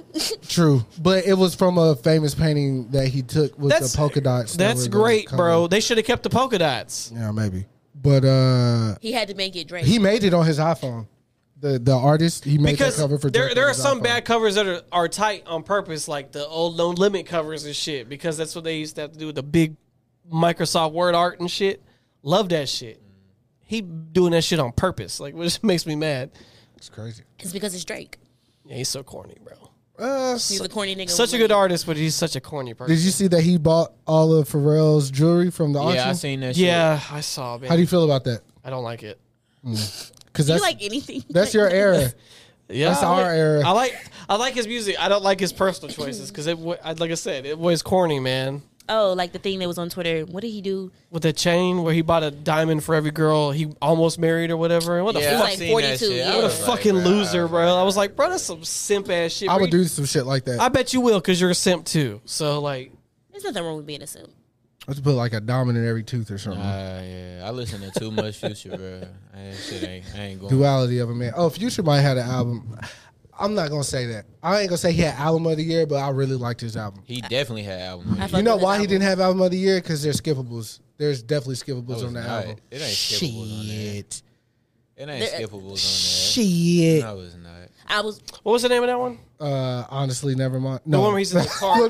[SPEAKER 4] True, but it was from a famous painting that he took with
[SPEAKER 1] That's
[SPEAKER 4] the polka dots. that
[SPEAKER 1] That's
[SPEAKER 4] were the
[SPEAKER 1] great,
[SPEAKER 4] cover.
[SPEAKER 1] bro. They should have kept the polka dots.
[SPEAKER 4] Yeah, maybe. But uh
[SPEAKER 2] He had to make it Drake.
[SPEAKER 4] he made it on his iPhone. The the artist he made
[SPEAKER 1] because
[SPEAKER 4] the cover for.
[SPEAKER 1] there
[SPEAKER 4] Drake
[SPEAKER 1] there
[SPEAKER 4] on
[SPEAKER 1] are
[SPEAKER 4] his
[SPEAKER 1] some
[SPEAKER 4] iPhone.
[SPEAKER 1] bad covers that are, are tight on purpose, like the old No Limit covers and shit, because that's what they used to have to do with the big Microsoft Word art and shit. Love that shit. He doing that shit on purpose, like which makes me mad.
[SPEAKER 4] It's crazy.
[SPEAKER 2] it's because it's Drake.
[SPEAKER 1] Yeah, he's so corny, bro.
[SPEAKER 4] Uh,
[SPEAKER 2] He's a corny nigga.
[SPEAKER 1] Such a
[SPEAKER 2] with
[SPEAKER 1] good
[SPEAKER 2] money.
[SPEAKER 1] artist, but he's such a corny person.
[SPEAKER 4] did you see that he bought all of Pharrell's jewelry from the auction?
[SPEAKER 5] Yeah, I seen that. shit.
[SPEAKER 1] Yeah, I saw,
[SPEAKER 4] How
[SPEAKER 1] man.
[SPEAKER 4] do you feel about that?
[SPEAKER 1] I don't like it.
[SPEAKER 4] Because
[SPEAKER 2] Do
[SPEAKER 4] that's
[SPEAKER 2] you like anything?
[SPEAKER 4] that's your era.
[SPEAKER 1] Yeah,
[SPEAKER 4] That's
[SPEAKER 1] I
[SPEAKER 4] our
[SPEAKER 1] like-
[SPEAKER 4] era.
[SPEAKER 1] I like I like his music. I don't like his personal choices because it, wa- I- like I said, it was corny, man.
[SPEAKER 2] Oh, like the thing that was on Twitter. What did he do?
[SPEAKER 1] with that chain where he bought a diamond for every girl he almost married or whatever. What the
[SPEAKER 5] Yeah,
[SPEAKER 2] He's
[SPEAKER 1] fuck?
[SPEAKER 2] like
[SPEAKER 5] seen that
[SPEAKER 2] 42,
[SPEAKER 5] shit. I
[SPEAKER 2] yeah.
[SPEAKER 1] What
[SPEAKER 5] was
[SPEAKER 1] a
[SPEAKER 2] Like,
[SPEAKER 1] fucking
[SPEAKER 5] bro,
[SPEAKER 1] loser, bro. I was like, bro, that's some simp ass shit.
[SPEAKER 4] I
[SPEAKER 1] bro.
[SPEAKER 4] would do some shit like that.
[SPEAKER 1] I bet you will because you're a simp too. So like,
[SPEAKER 2] There's nothing wrong with being a simp.
[SPEAKER 4] Let's put like a diamond in every tooth or something.
[SPEAKER 5] Uh, yeah, I listen to too much Future, bro. I, ain't- shit ain't, I ain't going.
[SPEAKER 4] Duality of a man. Oh, Future might have had an album. I'm not gonna say that. I ain't gonna say he had album of the year, but I really liked his album.
[SPEAKER 5] He definitely had album.
[SPEAKER 2] I
[SPEAKER 5] It
[SPEAKER 2] fuck
[SPEAKER 4] You know
[SPEAKER 2] with his
[SPEAKER 4] why he
[SPEAKER 2] album.
[SPEAKER 4] didn't have album of the year? Because there's skippables. There's definitely skippables
[SPEAKER 5] was
[SPEAKER 4] on that
[SPEAKER 5] not.
[SPEAKER 4] album.
[SPEAKER 5] It ain't skippables on there.
[SPEAKER 4] Shit.
[SPEAKER 5] ain't skippables on
[SPEAKER 4] Shit.
[SPEAKER 5] that. I was not.
[SPEAKER 2] I was
[SPEAKER 1] what was the name of that one?
[SPEAKER 4] Uh, honestly, never mind. No.
[SPEAKER 1] The one where he's in the car.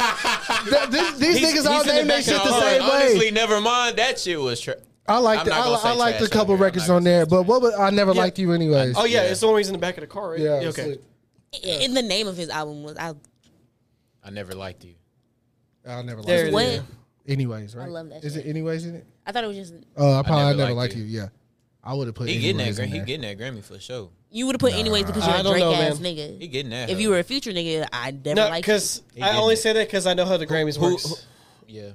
[SPEAKER 4] Th- this- these
[SPEAKER 1] He's-
[SPEAKER 4] niggas
[SPEAKER 1] he's
[SPEAKER 4] all
[SPEAKER 1] in the
[SPEAKER 4] name their
[SPEAKER 1] back
[SPEAKER 4] shit
[SPEAKER 1] of the
[SPEAKER 4] the
[SPEAKER 1] car.
[SPEAKER 4] same way.
[SPEAKER 5] Honestly, never mind. That shit was. Tra-
[SPEAKER 4] I
[SPEAKER 5] I'm
[SPEAKER 4] liked the,
[SPEAKER 5] not
[SPEAKER 4] I,
[SPEAKER 5] gonna say
[SPEAKER 4] I liked a
[SPEAKER 5] trash on
[SPEAKER 4] couple
[SPEAKER 5] here. I'm
[SPEAKER 4] records
[SPEAKER 5] not
[SPEAKER 4] on
[SPEAKER 5] gonna
[SPEAKER 4] there,
[SPEAKER 5] say
[SPEAKER 4] but what? would- I never liked you anyways.
[SPEAKER 1] Oh yeah, it's the one where he's in the back of the car, right?
[SPEAKER 4] yeah.
[SPEAKER 1] okay.
[SPEAKER 4] slick.
[SPEAKER 2] in the name of his album was I.
[SPEAKER 5] I never liked you.
[SPEAKER 4] I never liked
[SPEAKER 1] There
[SPEAKER 4] you.
[SPEAKER 1] it
[SPEAKER 2] What?
[SPEAKER 1] is.
[SPEAKER 4] Anyways, right?
[SPEAKER 2] love that
[SPEAKER 4] Is
[SPEAKER 2] shit.
[SPEAKER 4] it anyways in it?
[SPEAKER 2] I thought it was just
[SPEAKER 4] Oh, I probably
[SPEAKER 5] never
[SPEAKER 4] never,
[SPEAKER 5] liked
[SPEAKER 4] liked
[SPEAKER 5] you.
[SPEAKER 4] you. Yeah, I would have put.
[SPEAKER 5] He getting that.
[SPEAKER 4] anyways
[SPEAKER 5] Gra-
[SPEAKER 4] in
[SPEAKER 5] he
[SPEAKER 4] there.
[SPEAKER 5] getting that Grammy for sure.
[SPEAKER 2] you would have put anyways because
[SPEAKER 1] I
[SPEAKER 2] you're a
[SPEAKER 1] don't
[SPEAKER 2] Drake
[SPEAKER 1] know,
[SPEAKER 2] ass
[SPEAKER 1] man.
[SPEAKER 2] nigga.
[SPEAKER 5] He getting that.
[SPEAKER 2] If
[SPEAKER 5] hoe.
[SPEAKER 2] you were a future nigga, I never
[SPEAKER 1] No,
[SPEAKER 2] like
[SPEAKER 1] because
[SPEAKER 5] He
[SPEAKER 1] I
[SPEAKER 5] didn't.
[SPEAKER 1] only say that because I know how the Grammys
[SPEAKER 5] Who-
[SPEAKER 1] works.
[SPEAKER 5] who- yeah.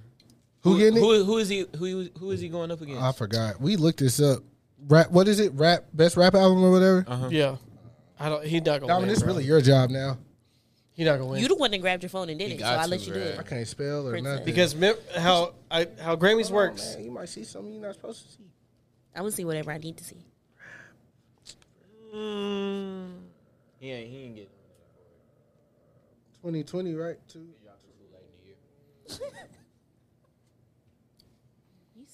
[SPEAKER 4] Who getting it?
[SPEAKER 5] Who who is he? Who who is he going up against?
[SPEAKER 4] I forgot. We looked this up. rap. What is it? Rap best rap album or whatever.
[SPEAKER 1] Yeah, I don't. He not gonna.
[SPEAKER 4] Dominic,
[SPEAKER 1] win,
[SPEAKER 4] it's
[SPEAKER 1] Uh-huh. bro.
[SPEAKER 4] really your job now.
[SPEAKER 1] He not gonna win.
[SPEAKER 2] You the one that grabbed your phone and did
[SPEAKER 5] You
[SPEAKER 2] it, so
[SPEAKER 5] got
[SPEAKER 2] I
[SPEAKER 5] to,
[SPEAKER 2] let you do
[SPEAKER 5] bruh.
[SPEAKER 2] it.
[SPEAKER 4] I can't spell or
[SPEAKER 2] Princess.
[SPEAKER 4] nothing. Oh,
[SPEAKER 1] because mem- how I how Grammys works.
[SPEAKER 4] Man, you might see something you're not supposed to see.
[SPEAKER 2] I will see whatever I need to see.
[SPEAKER 5] He ain't. He ain't get.
[SPEAKER 4] 2020, right? Two.
[SPEAKER 2] You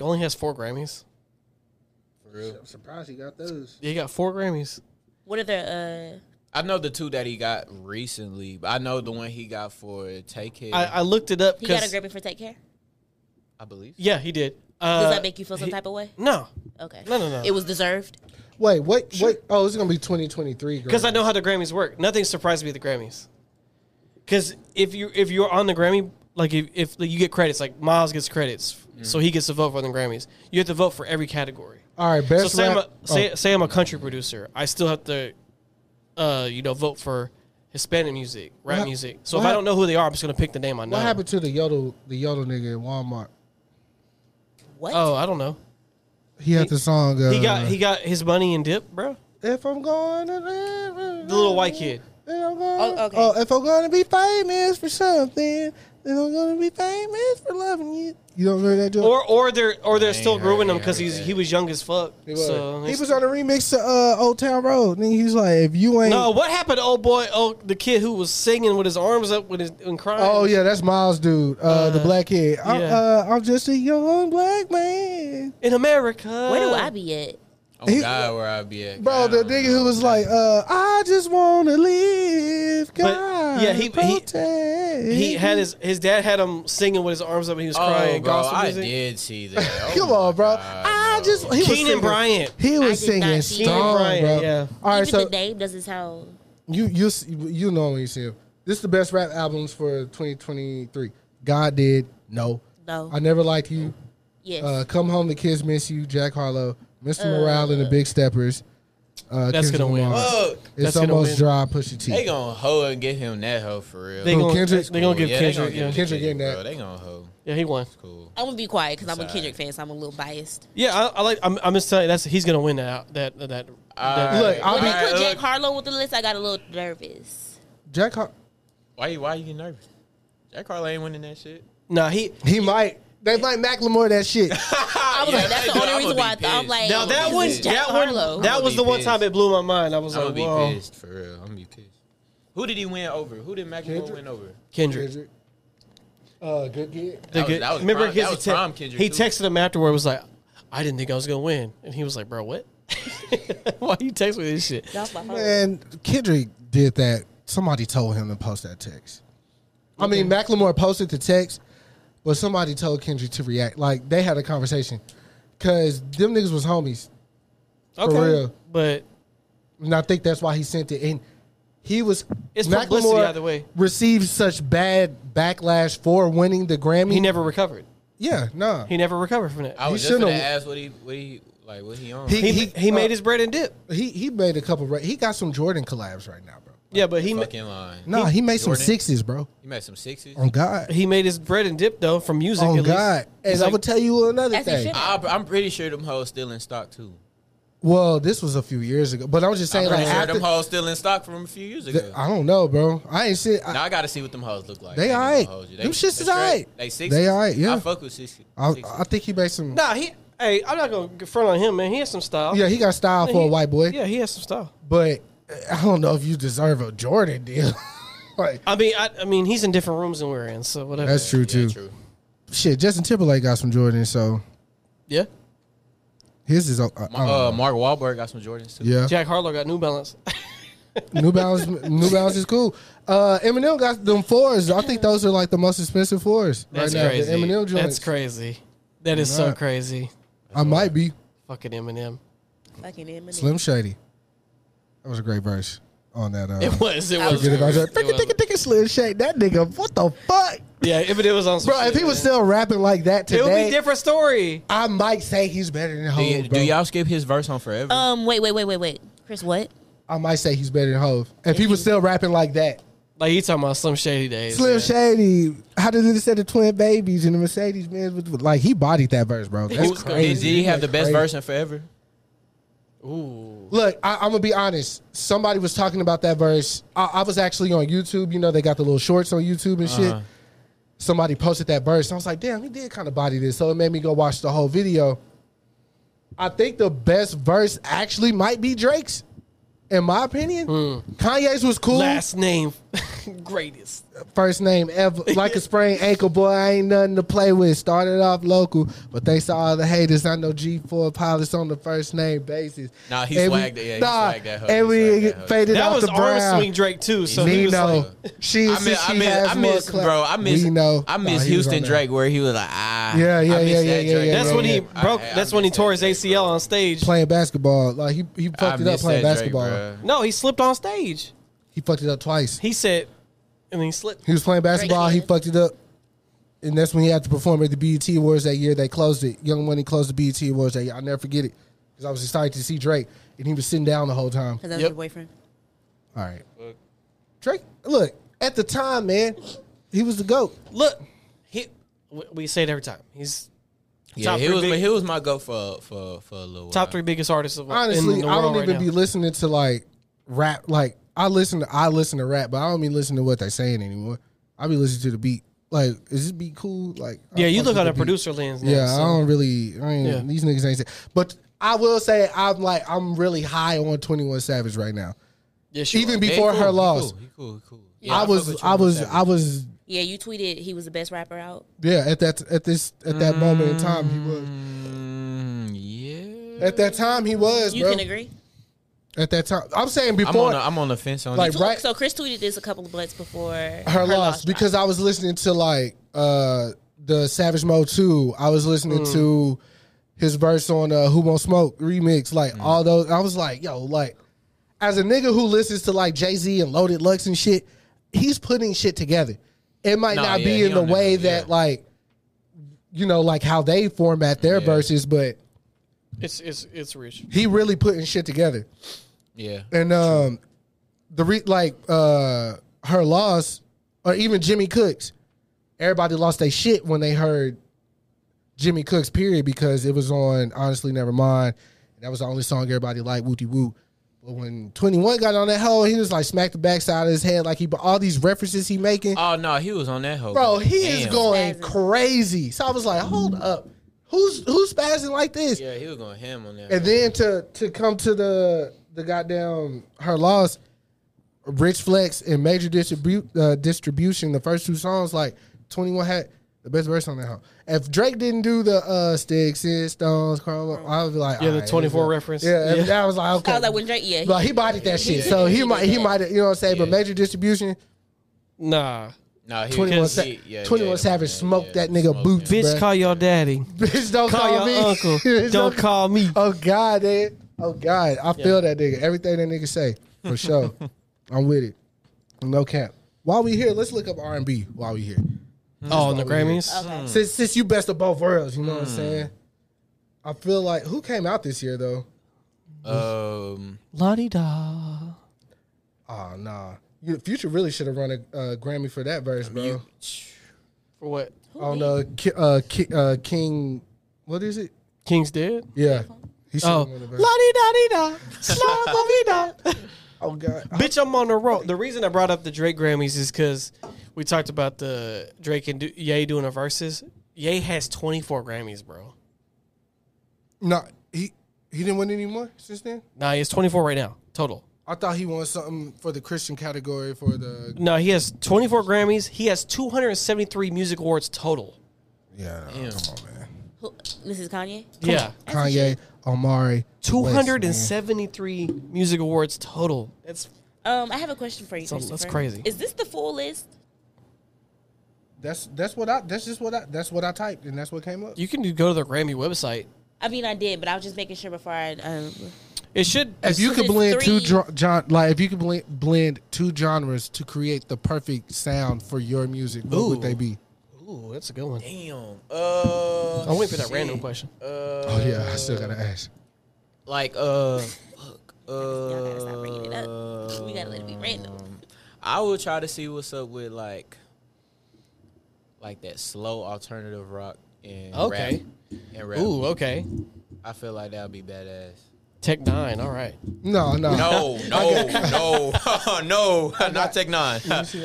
[SPEAKER 1] Only has four Grammys.
[SPEAKER 4] I'm surprised he got those.
[SPEAKER 1] He got four Grammys.
[SPEAKER 2] What are the uh,
[SPEAKER 5] I know the two that he got recently, but I know the one he got for Take It.
[SPEAKER 1] I, I looked it up
[SPEAKER 2] uh he got a
[SPEAKER 1] because
[SPEAKER 2] Grammy for Take Care?
[SPEAKER 5] I believe.
[SPEAKER 1] yeah, he did. Uh,
[SPEAKER 2] Does that make you feel some type of way?
[SPEAKER 1] no?
[SPEAKER 2] Okay.
[SPEAKER 1] No, no, no.
[SPEAKER 2] It was deserved.
[SPEAKER 4] Wait, what? What? Oh, it's gonna be 2023.
[SPEAKER 1] Because I know how the Grammys work. Nothing surprised me at the Grammys. Because if you if you're on the Grammy, like if, if like, you get credits, like Miles gets credits,
[SPEAKER 4] Mm-hmm.
[SPEAKER 1] so he gets to vote for the Grammys. You have to vote for every category.
[SPEAKER 4] All right,
[SPEAKER 1] So
[SPEAKER 4] best
[SPEAKER 1] say I'm a,
[SPEAKER 4] rap. oh.
[SPEAKER 1] say, say I'm a country producer, I still have to, uh, you know, vote for Hispanic music, rap
[SPEAKER 4] hap-
[SPEAKER 1] music. So
[SPEAKER 4] what
[SPEAKER 1] if I
[SPEAKER 4] hap-
[SPEAKER 1] don't know who they are, I'm just gonna pick the name I know.
[SPEAKER 4] what happened to the yodel? The yodel nigga at Walmart.
[SPEAKER 2] What?
[SPEAKER 1] Oh, I don't know.
[SPEAKER 4] He had the song. Uh,
[SPEAKER 1] He got he got his money and dip, bro.
[SPEAKER 4] If I'm going to
[SPEAKER 1] The little white kid.
[SPEAKER 4] If I'm gonna,
[SPEAKER 2] Oh, okay.
[SPEAKER 4] oh, if I'm going to be famous for something, then I'm going to be famous for loving you. You don't remember that joke?
[SPEAKER 1] Or or they're or they're still
[SPEAKER 5] ain't
[SPEAKER 1] grooming
[SPEAKER 5] heard-
[SPEAKER 1] him because
[SPEAKER 5] ain't
[SPEAKER 1] he's
[SPEAKER 5] heard
[SPEAKER 1] he was young as fuck.
[SPEAKER 4] he was,
[SPEAKER 1] So
[SPEAKER 4] he
[SPEAKER 1] it's-
[SPEAKER 4] was on a remix to uh, Old Town Road, and he was like, "If you ain't."
[SPEAKER 1] No, what happened to old boy? Oh, the kid who was singing with his arms up when his and crying.
[SPEAKER 4] Oh yeah, that's Miles, dude. Uh, the black kid. I'm,
[SPEAKER 1] yeah.
[SPEAKER 4] uh, I'm just a young black man,
[SPEAKER 1] in America.
[SPEAKER 2] Where do I be at?
[SPEAKER 5] Oh
[SPEAKER 4] He-
[SPEAKER 5] God, where I be at?
[SPEAKER 4] bro.
[SPEAKER 5] God,
[SPEAKER 4] The
[SPEAKER 5] I don't
[SPEAKER 4] nigga
[SPEAKER 5] know.
[SPEAKER 4] who was like, uh, "I just wanna live."
[SPEAKER 1] But,
[SPEAKER 4] God,
[SPEAKER 1] yeah, he- he-
[SPEAKER 4] protect.
[SPEAKER 1] He had his his dad had him singing with his arms up and he was
[SPEAKER 5] Oh,
[SPEAKER 1] crying
[SPEAKER 5] bro,
[SPEAKER 1] gospel
[SPEAKER 5] I
[SPEAKER 1] music.
[SPEAKER 5] did see that. Oh
[SPEAKER 4] Come
[SPEAKER 5] my
[SPEAKER 4] on, bro.
[SPEAKER 5] God,
[SPEAKER 4] I
[SPEAKER 5] bro.
[SPEAKER 4] just he was
[SPEAKER 1] Keenan
[SPEAKER 4] singing-
[SPEAKER 1] Bryant.
[SPEAKER 4] He was
[SPEAKER 2] I did not
[SPEAKER 4] singing
[SPEAKER 2] see
[SPEAKER 4] strong,
[SPEAKER 1] Keenan Bryant,
[SPEAKER 4] bro.
[SPEAKER 1] yeah.
[SPEAKER 4] All right,
[SPEAKER 2] Even
[SPEAKER 4] so
[SPEAKER 2] the name doesn't tell.
[SPEAKER 4] you you s- you know when you see him. This is the best rap albums for 2023. God did no.
[SPEAKER 2] No.
[SPEAKER 4] I never liked you.
[SPEAKER 2] Yes. Uh.
[SPEAKER 4] Uh, Come home, the kids miss you. Jack Harlow, Mr. Morale, and the Big Steppers. Uh,
[SPEAKER 1] That's
[SPEAKER 4] Kendrick
[SPEAKER 1] gonna win.
[SPEAKER 4] Lamar.
[SPEAKER 5] Look,
[SPEAKER 4] It's
[SPEAKER 1] That's gonna
[SPEAKER 4] almost
[SPEAKER 1] win.
[SPEAKER 4] dry. Push your
[SPEAKER 5] they
[SPEAKER 4] teeth.
[SPEAKER 5] gonna hoe and get him that hoe for real.
[SPEAKER 1] They
[SPEAKER 4] Who,
[SPEAKER 1] gonna,
[SPEAKER 4] Kendrick?
[SPEAKER 1] they gonna give
[SPEAKER 5] Oh, yeah, they gonna
[SPEAKER 1] Kendrick.
[SPEAKER 5] give
[SPEAKER 1] Yeah,
[SPEAKER 5] him
[SPEAKER 4] Kendrick getting that.
[SPEAKER 5] Bro, they gonna hoe.
[SPEAKER 1] yeah, he won.
[SPEAKER 5] Cool.
[SPEAKER 2] I'm gonna be quiet because I'm a
[SPEAKER 5] Sorry.
[SPEAKER 2] Kendrick fan, so I'm a little biased.
[SPEAKER 1] Yeah, I, I like. I'm, I'm just telling you, that's he's gonna win that that that. that
[SPEAKER 4] Look,
[SPEAKER 2] When
[SPEAKER 4] All
[SPEAKER 2] they
[SPEAKER 4] right,
[SPEAKER 2] put Jack
[SPEAKER 5] look.
[SPEAKER 2] Harlow with the list, I got a little nervous.
[SPEAKER 4] Jack Har-
[SPEAKER 5] Why you why you getting nervous? Jack Harlow ain't winning that shit.
[SPEAKER 1] nah, he.
[SPEAKER 4] he might. They might Macklemore that shit.
[SPEAKER 2] I was
[SPEAKER 5] yeah,
[SPEAKER 2] like, that's
[SPEAKER 5] I
[SPEAKER 2] the only
[SPEAKER 5] know, I'ma
[SPEAKER 2] reason
[SPEAKER 5] be
[SPEAKER 2] why I thought, I'm
[SPEAKER 5] pissed.
[SPEAKER 2] like, oh,
[SPEAKER 1] Now that
[SPEAKER 2] this
[SPEAKER 1] one,
[SPEAKER 2] is Jack
[SPEAKER 1] that one,
[SPEAKER 2] Harlow.
[SPEAKER 1] that
[SPEAKER 5] I'ma
[SPEAKER 1] was
[SPEAKER 5] be
[SPEAKER 1] the one
[SPEAKER 5] pissed.
[SPEAKER 1] time it blew my mind. I was
[SPEAKER 5] I'm gonna
[SPEAKER 1] like,
[SPEAKER 5] be
[SPEAKER 1] whoa,
[SPEAKER 5] pissed for real. I'm gonna be pissed. Who did he win over? Who did Macklemore
[SPEAKER 4] Kendrick?
[SPEAKER 5] win over?
[SPEAKER 1] Kendrick.
[SPEAKER 4] Kendrick. Uh, good kid.
[SPEAKER 1] They
[SPEAKER 5] That was-
[SPEAKER 1] get-
[SPEAKER 5] that was
[SPEAKER 1] remember
[SPEAKER 5] prime-
[SPEAKER 1] his
[SPEAKER 5] that was
[SPEAKER 1] te-
[SPEAKER 5] prime Kendrick,
[SPEAKER 1] He
[SPEAKER 5] too.
[SPEAKER 1] texted him afterward. Was like, I didn't think I was gonna win, and he was like, bro, what? Why you text me this shit?
[SPEAKER 2] That was my fault.
[SPEAKER 4] And Kendrick did that. Somebody told him to post that text. I mean, Macklemore posted the text, but somebody told Kendrick to react. Like they had a conversation because them niggas was homies.
[SPEAKER 1] Okay,
[SPEAKER 4] real.
[SPEAKER 1] but
[SPEAKER 4] And I think that's why he sent it. And he was
[SPEAKER 1] It's publicity either way.
[SPEAKER 4] Received such bad backlash for winning the Grammy.
[SPEAKER 1] he never recovered.
[SPEAKER 4] Yeah, nah.
[SPEAKER 1] He never recovered from that.
[SPEAKER 5] I was
[SPEAKER 4] He
[SPEAKER 5] just gonna
[SPEAKER 4] shouldn't-
[SPEAKER 5] ask what he what he like what he uh, on.
[SPEAKER 1] He,
[SPEAKER 4] He-
[SPEAKER 1] he, made his bread and dip.
[SPEAKER 4] He he made a couple. Re- he got some Jordan collabs right now, bro.
[SPEAKER 1] Yeah, but he ma-
[SPEAKER 5] fucking line.
[SPEAKER 4] Nah, he, made
[SPEAKER 5] Jordan?
[SPEAKER 4] some sixes, bro.
[SPEAKER 5] He made some sixes.
[SPEAKER 4] On God,
[SPEAKER 1] he made his bread and dip though from music.
[SPEAKER 4] on
[SPEAKER 1] at least.
[SPEAKER 4] Oh, God.
[SPEAKER 1] He's
[SPEAKER 4] And I
[SPEAKER 1] like-
[SPEAKER 4] would tell you another
[SPEAKER 2] As he
[SPEAKER 4] thing.
[SPEAKER 2] should.
[SPEAKER 5] I, I'm pretty sure them hoes still in stock too.
[SPEAKER 4] Well, this was a few years ago, but I was just
[SPEAKER 5] I'm
[SPEAKER 4] saying,
[SPEAKER 5] pretty
[SPEAKER 4] like,
[SPEAKER 5] sure
[SPEAKER 4] after,
[SPEAKER 5] them hoes still in stock from a few years ago.
[SPEAKER 4] th- I don't know, bro. I ain't see. I,
[SPEAKER 5] now I gotta see what them hoes look like.
[SPEAKER 4] They
[SPEAKER 5] I ain't
[SPEAKER 4] alright.
[SPEAKER 5] gonna hold you.
[SPEAKER 4] Them shits is
[SPEAKER 5] straight-
[SPEAKER 4] alright.
[SPEAKER 5] They six.
[SPEAKER 4] They alright, yeah.
[SPEAKER 5] I fuck with six.
[SPEAKER 4] I,
[SPEAKER 5] six.
[SPEAKER 4] I think he made some.
[SPEAKER 1] Nah, he. Hey, I'm not gonna front on him, man. He has some style.
[SPEAKER 4] Yeah, he got style
[SPEAKER 1] He-
[SPEAKER 4] for a white boy, eh,
[SPEAKER 1] Yeah, he has some style.
[SPEAKER 4] but uh, I don't know if you deserve a Jordan deal. like
[SPEAKER 1] I mean, I, I mean, he's in different rooms than we're in, so whatever.
[SPEAKER 4] that's true too.
[SPEAKER 5] true.
[SPEAKER 4] Shit, Justin Timberlake got some Jordan, so
[SPEAKER 1] Yeah.
[SPEAKER 4] his is uh,
[SPEAKER 5] Uh, Mark Wahlberg got some Jordans too.
[SPEAKER 4] yeah.
[SPEAKER 1] Jack Harlow got New Balance.
[SPEAKER 4] New Balance, New Balance is cool. Uh, Eminem got them fours. I think those are like the most expensive fours
[SPEAKER 1] That's
[SPEAKER 4] right now.
[SPEAKER 1] crazy.
[SPEAKER 4] The Eminem joints.
[SPEAKER 1] That's crazy. That is so
[SPEAKER 4] Right.
[SPEAKER 1] crazy.
[SPEAKER 4] I might be
[SPEAKER 1] Fucking Eminem.
[SPEAKER 2] Fucking Eminem.
[SPEAKER 4] Slim Shady. That was a great verse on that. Uh,
[SPEAKER 1] It was. It was.
[SPEAKER 4] forget about that.
[SPEAKER 1] It
[SPEAKER 4] Think,
[SPEAKER 1] was.
[SPEAKER 4] think, think, Slim Shady. That nigga. What the fuck,
[SPEAKER 1] Yeah, Eminem was on. Some
[SPEAKER 4] bro?
[SPEAKER 1] shit,
[SPEAKER 4] If he
[SPEAKER 1] man.
[SPEAKER 4] was still rapping like that
[SPEAKER 1] it would be
[SPEAKER 4] today,
[SPEAKER 1] different story.
[SPEAKER 4] I might say he's better than
[SPEAKER 5] Do,
[SPEAKER 4] Hov.
[SPEAKER 5] y-
[SPEAKER 4] Oh, bro.
[SPEAKER 5] do y'all skip his verse on forever?
[SPEAKER 1] Oh,
[SPEAKER 2] Um, wait, wait, wait, wait, wait. Chris, what?
[SPEAKER 4] I might say he's better than Hov. If he was still rapping like that,
[SPEAKER 1] Like he talking about Slim Shady days.
[SPEAKER 4] Slim
[SPEAKER 1] yeah.
[SPEAKER 4] Shady. How did it say the twin babies and the Mercedes Benz? with- with- Like he bodied that verse, bro. That's
[SPEAKER 1] was
[SPEAKER 5] Did-
[SPEAKER 4] crazy.
[SPEAKER 5] Did he have
[SPEAKER 4] That's
[SPEAKER 5] the best
[SPEAKER 4] crazy.
[SPEAKER 5] verse in forever?
[SPEAKER 4] Look, I, I'm gonna be honest. Somebody was talking about that verse. I, I was actually on YouTube. You know, they got the little shorts on YouTube and shit. Somebody posted that verse. I was like, damn, he did kind of body this. So it made me go watch the whole video. I think the best verse actually might be Drake's, in my opinion. Kanye's was cool.
[SPEAKER 1] Last name, greatest.
[SPEAKER 4] First name ever. Like a sprained ankle, boy. I ain't nothing to play with. Started off local, but thanks to all the haters, I know G4 pilots on the first name basis.
[SPEAKER 5] Nah, he
[SPEAKER 4] And we-
[SPEAKER 5] swagged it. Yeah, he
[SPEAKER 4] nah,
[SPEAKER 5] swagged that hoe.
[SPEAKER 4] And
[SPEAKER 5] He
[SPEAKER 4] we
[SPEAKER 5] swagged that hoe.
[SPEAKER 4] faded
[SPEAKER 1] That
[SPEAKER 4] off
[SPEAKER 1] was
[SPEAKER 4] the
[SPEAKER 1] arm
[SPEAKER 4] brown.
[SPEAKER 1] swing Drake too. So he was
[SPEAKER 4] Nino.
[SPEAKER 1] like,
[SPEAKER 4] she,
[SPEAKER 5] I miss,
[SPEAKER 4] she
[SPEAKER 5] I miss,
[SPEAKER 4] has
[SPEAKER 5] I
[SPEAKER 4] more
[SPEAKER 5] miss
[SPEAKER 4] clout.
[SPEAKER 5] bro. I miss,
[SPEAKER 4] Nino.
[SPEAKER 5] I
[SPEAKER 4] Nah, he
[SPEAKER 5] miss
[SPEAKER 4] was on
[SPEAKER 5] Houston
[SPEAKER 4] that.
[SPEAKER 5] Drake where he was like, ah,
[SPEAKER 4] Yeah, yeah,
[SPEAKER 5] I miss
[SPEAKER 4] yeah,
[SPEAKER 5] that
[SPEAKER 4] yeah,
[SPEAKER 5] Drake.
[SPEAKER 4] yeah,
[SPEAKER 1] that's
[SPEAKER 4] yeah,
[SPEAKER 1] when he
[SPEAKER 4] yeah.
[SPEAKER 1] broke.
[SPEAKER 5] I- I
[SPEAKER 1] that's when he
[SPEAKER 5] miss
[SPEAKER 1] tore his
[SPEAKER 5] that
[SPEAKER 1] ACL
[SPEAKER 5] Drake, bro.
[SPEAKER 1] on stage.
[SPEAKER 4] Playing basketball. Like he, he
[SPEAKER 5] I
[SPEAKER 4] fucked it up
[SPEAKER 5] miss
[SPEAKER 4] playing
[SPEAKER 5] that Drake,
[SPEAKER 4] basketball.
[SPEAKER 5] bro.
[SPEAKER 1] No, he slipped on stage.
[SPEAKER 4] he fucked it up twice.
[SPEAKER 1] He said, and he slipped.
[SPEAKER 4] He was playing basketball. He
[SPEAKER 2] kid.
[SPEAKER 4] fucked it up. And that's when he had to perform at the BET Awards that year. They closed it. Young Money closed the BET Awards that year. I'll never forget it because I was excited to see Drake, and he was sitting down the whole time.
[SPEAKER 2] Because that was
[SPEAKER 1] Yep.
[SPEAKER 2] your boyfriend.
[SPEAKER 4] All right, Drake. Look, at the time, man, he was the goat.
[SPEAKER 1] Look, he. we- We say it every time. He's
[SPEAKER 5] Yeah,
[SPEAKER 1] Top
[SPEAKER 5] he
[SPEAKER 1] three
[SPEAKER 5] was,
[SPEAKER 1] big-
[SPEAKER 5] he was my go for for for a little
[SPEAKER 1] top
[SPEAKER 5] while.
[SPEAKER 1] three biggest artists of in
[SPEAKER 4] Honestly,
[SPEAKER 1] the
[SPEAKER 4] I
[SPEAKER 1] world
[SPEAKER 4] don't
[SPEAKER 1] right
[SPEAKER 4] even
[SPEAKER 1] now.
[SPEAKER 4] be listening to like rap. Like I listen to I listen to rap, but I don't be listening to what they're saying anymore. I be listening to the beat. Like, is this beat cool? Like, I
[SPEAKER 1] Yeah, you
[SPEAKER 4] fuck
[SPEAKER 1] look
[SPEAKER 4] with
[SPEAKER 1] on
[SPEAKER 4] the
[SPEAKER 1] a
[SPEAKER 4] beat.
[SPEAKER 1] producer lens. Now,
[SPEAKER 4] Yeah,
[SPEAKER 1] so.
[SPEAKER 4] I don't really. I mean,
[SPEAKER 1] Yeah.
[SPEAKER 4] these niggas ain't. Say, but I will say, I'm like, I'm really high on Twenty One Savage right now.
[SPEAKER 1] yeah, sure.
[SPEAKER 4] Even
[SPEAKER 5] He
[SPEAKER 4] before
[SPEAKER 5] cool,
[SPEAKER 4] her
[SPEAKER 5] he
[SPEAKER 4] loss,
[SPEAKER 5] cool, he cool, he cool.
[SPEAKER 4] I was, I was, I was.
[SPEAKER 2] Yeah, you tweeted he was the best rapper out.
[SPEAKER 4] Yeah, at that, at this, at that moment in time, he was.
[SPEAKER 5] Mm, yeah.
[SPEAKER 4] At that time, he was.
[SPEAKER 2] You
[SPEAKER 4] bro.
[SPEAKER 2] can agree.
[SPEAKER 4] At that time, I'm saying
[SPEAKER 5] I'm on
[SPEAKER 4] before
[SPEAKER 5] the, I'm on the fence on
[SPEAKER 4] Like,
[SPEAKER 5] like,
[SPEAKER 2] Tw-
[SPEAKER 4] right-
[SPEAKER 2] So Chris tweeted this a couple of months before her,
[SPEAKER 4] her, loss,
[SPEAKER 2] loss dropped.
[SPEAKER 4] because I was listening to like uh the Savage Mode 2. I was listening
[SPEAKER 5] Mm.
[SPEAKER 4] to his verse on uh, Who Won't Smoke remix, like
[SPEAKER 5] Mm.
[SPEAKER 4] all those. I was like, yo, like as a nigga who listens to like Jay Z and Loaded Lux and shit, he's putting shit together. It might
[SPEAKER 5] Nah,
[SPEAKER 4] not
[SPEAKER 5] yeah,
[SPEAKER 4] be
[SPEAKER 5] he
[SPEAKER 4] in the
[SPEAKER 5] don't know,
[SPEAKER 4] way that
[SPEAKER 5] yeah.
[SPEAKER 4] like you know like how they format their verses, but
[SPEAKER 1] it's it's it's rich.
[SPEAKER 4] he really putting shit together.
[SPEAKER 5] yeah.
[SPEAKER 4] And um, the re- like uh, her loss, or even Jimmy Cooks, everybody lost their shit when they heard Jimmy Cooks. Period, because it was on honestly, never mind. That was the only song everybody liked. Wooty woo. But when Twenty One got on that hole, he was like smacked the backside of his head, like he. But all these references he making,
[SPEAKER 5] Oh no, he was on that hoe.
[SPEAKER 4] bro, he is
[SPEAKER 5] Damn.
[SPEAKER 4] going
[SPEAKER 2] Spazzing.
[SPEAKER 4] crazy. So I was like, hold up, who's who's spazzing like this?
[SPEAKER 5] Yeah, he was going ham on that.
[SPEAKER 4] And then to to come to the the goddamn her loss, Rich Flex and Major Distribu- uh, Distribution, the first two songs, like Twenty One had the best verse on that. Song. If Drake didn't do the uh, sticks and stones, Carl, I would be like,
[SPEAKER 1] Yeah, the
[SPEAKER 4] all right,
[SPEAKER 1] 24
[SPEAKER 4] it's a-
[SPEAKER 1] reference.
[SPEAKER 4] Yeah,
[SPEAKER 1] Yeah.
[SPEAKER 4] I was like, okay.
[SPEAKER 2] I was like, when Drake, yeah, he-
[SPEAKER 4] but he bodied that shit, so he might, he might, you know what I'm saying. But Major Distribution,
[SPEAKER 1] Nah,
[SPEAKER 5] Nah, he,
[SPEAKER 4] Twenty One,
[SPEAKER 5] he- yeah, yeah,
[SPEAKER 4] Savage
[SPEAKER 5] yeah,
[SPEAKER 4] smoked
[SPEAKER 5] yeah.
[SPEAKER 4] that nigga
[SPEAKER 5] Smoked
[SPEAKER 4] boots.
[SPEAKER 5] him.
[SPEAKER 1] bitch,
[SPEAKER 4] bruh.
[SPEAKER 1] call your daddy.
[SPEAKER 4] Bitch, don't
[SPEAKER 1] Call,
[SPEAKER 4] call,
[SPEAKER 1] your
[SPEAKER 4] me.
[SPEAKER 1] uncle.
[SPEAKER 4] Bitch,
[SPEAKER 1] Don't call me.
[SPEAKER 4] Oh God, eh? Oh God, I feel that nigga. Everything that nigga say for sure. I'm with it. No cap. While we here, let's look up R and B. While we here,
[SPEAKER 1] Oh, and the Grammys.
[SPEAKER 4] since since you best of both worlds, you know
[SPEAKER 1] Hmm.
[SPEAKER 4] what I'm saying. I feel like who came out this year though?
[SPEAKER 5] Um,
[SPEAKER 1] Lottie da.
[SPEAKER 4] Oh nah, You- Future really should have run a uh, Grammy for that verse, bro.
[SPEAKER 1] For what?
[SPEAKER 4] On uh, Ki- uh, Ki- uh, King, what is it?
[SPEAKER 1] King's dead.
[SPEAKER 4] Yeah, he should
[SPEAKER 1] Oh,
[SPEAKER 4] have won the verse.
[SPEAKER 1] la di da di da,
[SPEAKER 4] Oh God,
[SPEAKER 1] Bitch, I'm on the road. The reason I brought up the Drake Grammys is because we talked about the Drake and Du- Ye doing a verses. Ye has 24 Grammys, bro.
[SPEAKER 4] no, he he didn't win anymore since then.
[SPEAKER 1] Nah, he has 24 right now total.
[SPEAKER 4] I thought he won something for the Christian category for the
[SPEAKER 1] No, he has 24 Grammys. He has 273 music awards total.
[SPEAKER 4] yeah. no, come on, man.
[SPEAKER 2] Who, this is Kanye.
[SPEAKER 1] yeah.
[SPEAKER 4] Kanye, Omari, West,
[SPEAKER 1] 273 music awards total. That's
[SPEAKER 2] Um, I have a question for you.
[SPEAKER 1] So that's
[SPEAKER 2] Christopher.
[SPEAKER 1] crazy.
[SPEAKER 2] Is this the full list?
[SPEAKER 4] man. That's that's what I that's just what I that's what I typed and that's what came up.
[SPEAKER 1] you can go to the Grammy website.
[SPEAKER 2] I mean, I did, but I was just making sure before I. Um,
[SPEAKER 1] It should.
[SPEAKER 4] if you
[SPEAKER 2] So
[SPEAKER 4] could
[SPEAKER 2] there's
[SPEAKER 4] blend two
[SPEAKER 2] three-
[SPEAKER 4] dr- gen- like if you could blend, blend two genres to create the perfect sound for your music, what would
[SPEAKER 1] Ooh.
[SPEAKER 4] they be?
[SPEAKER 1] Ooh, that's a good one.
[SPEAKER 5] Damn. Uh,
[SPEAKER 1] I'm waiting for that
[SPEAKER 5] shit.
[SPEAKER 1] random question.
[SPEAKER 4] oh yeah, I still gotta ask.
[SPEAKER 5] Like uh, fuck,
[SPEAKER 2] y'all gotta stop bringing it up. We gotta let it be random.
[SPEAKER 5] I will try to see what's up with like, like that slow alternative rock and
[SPEAKER 1] Okay.
[SPEAKER 5] rap and rap.
[SPEAKER 1] Ooh, okay.
[SPEAKER 5] I feel like that'll be badass.
[SPEAKER 1] Tech nine. All right.
[SPEAKER 4] No, no,
[SPEAKER 5] No, no, no, no, not Tech Nine.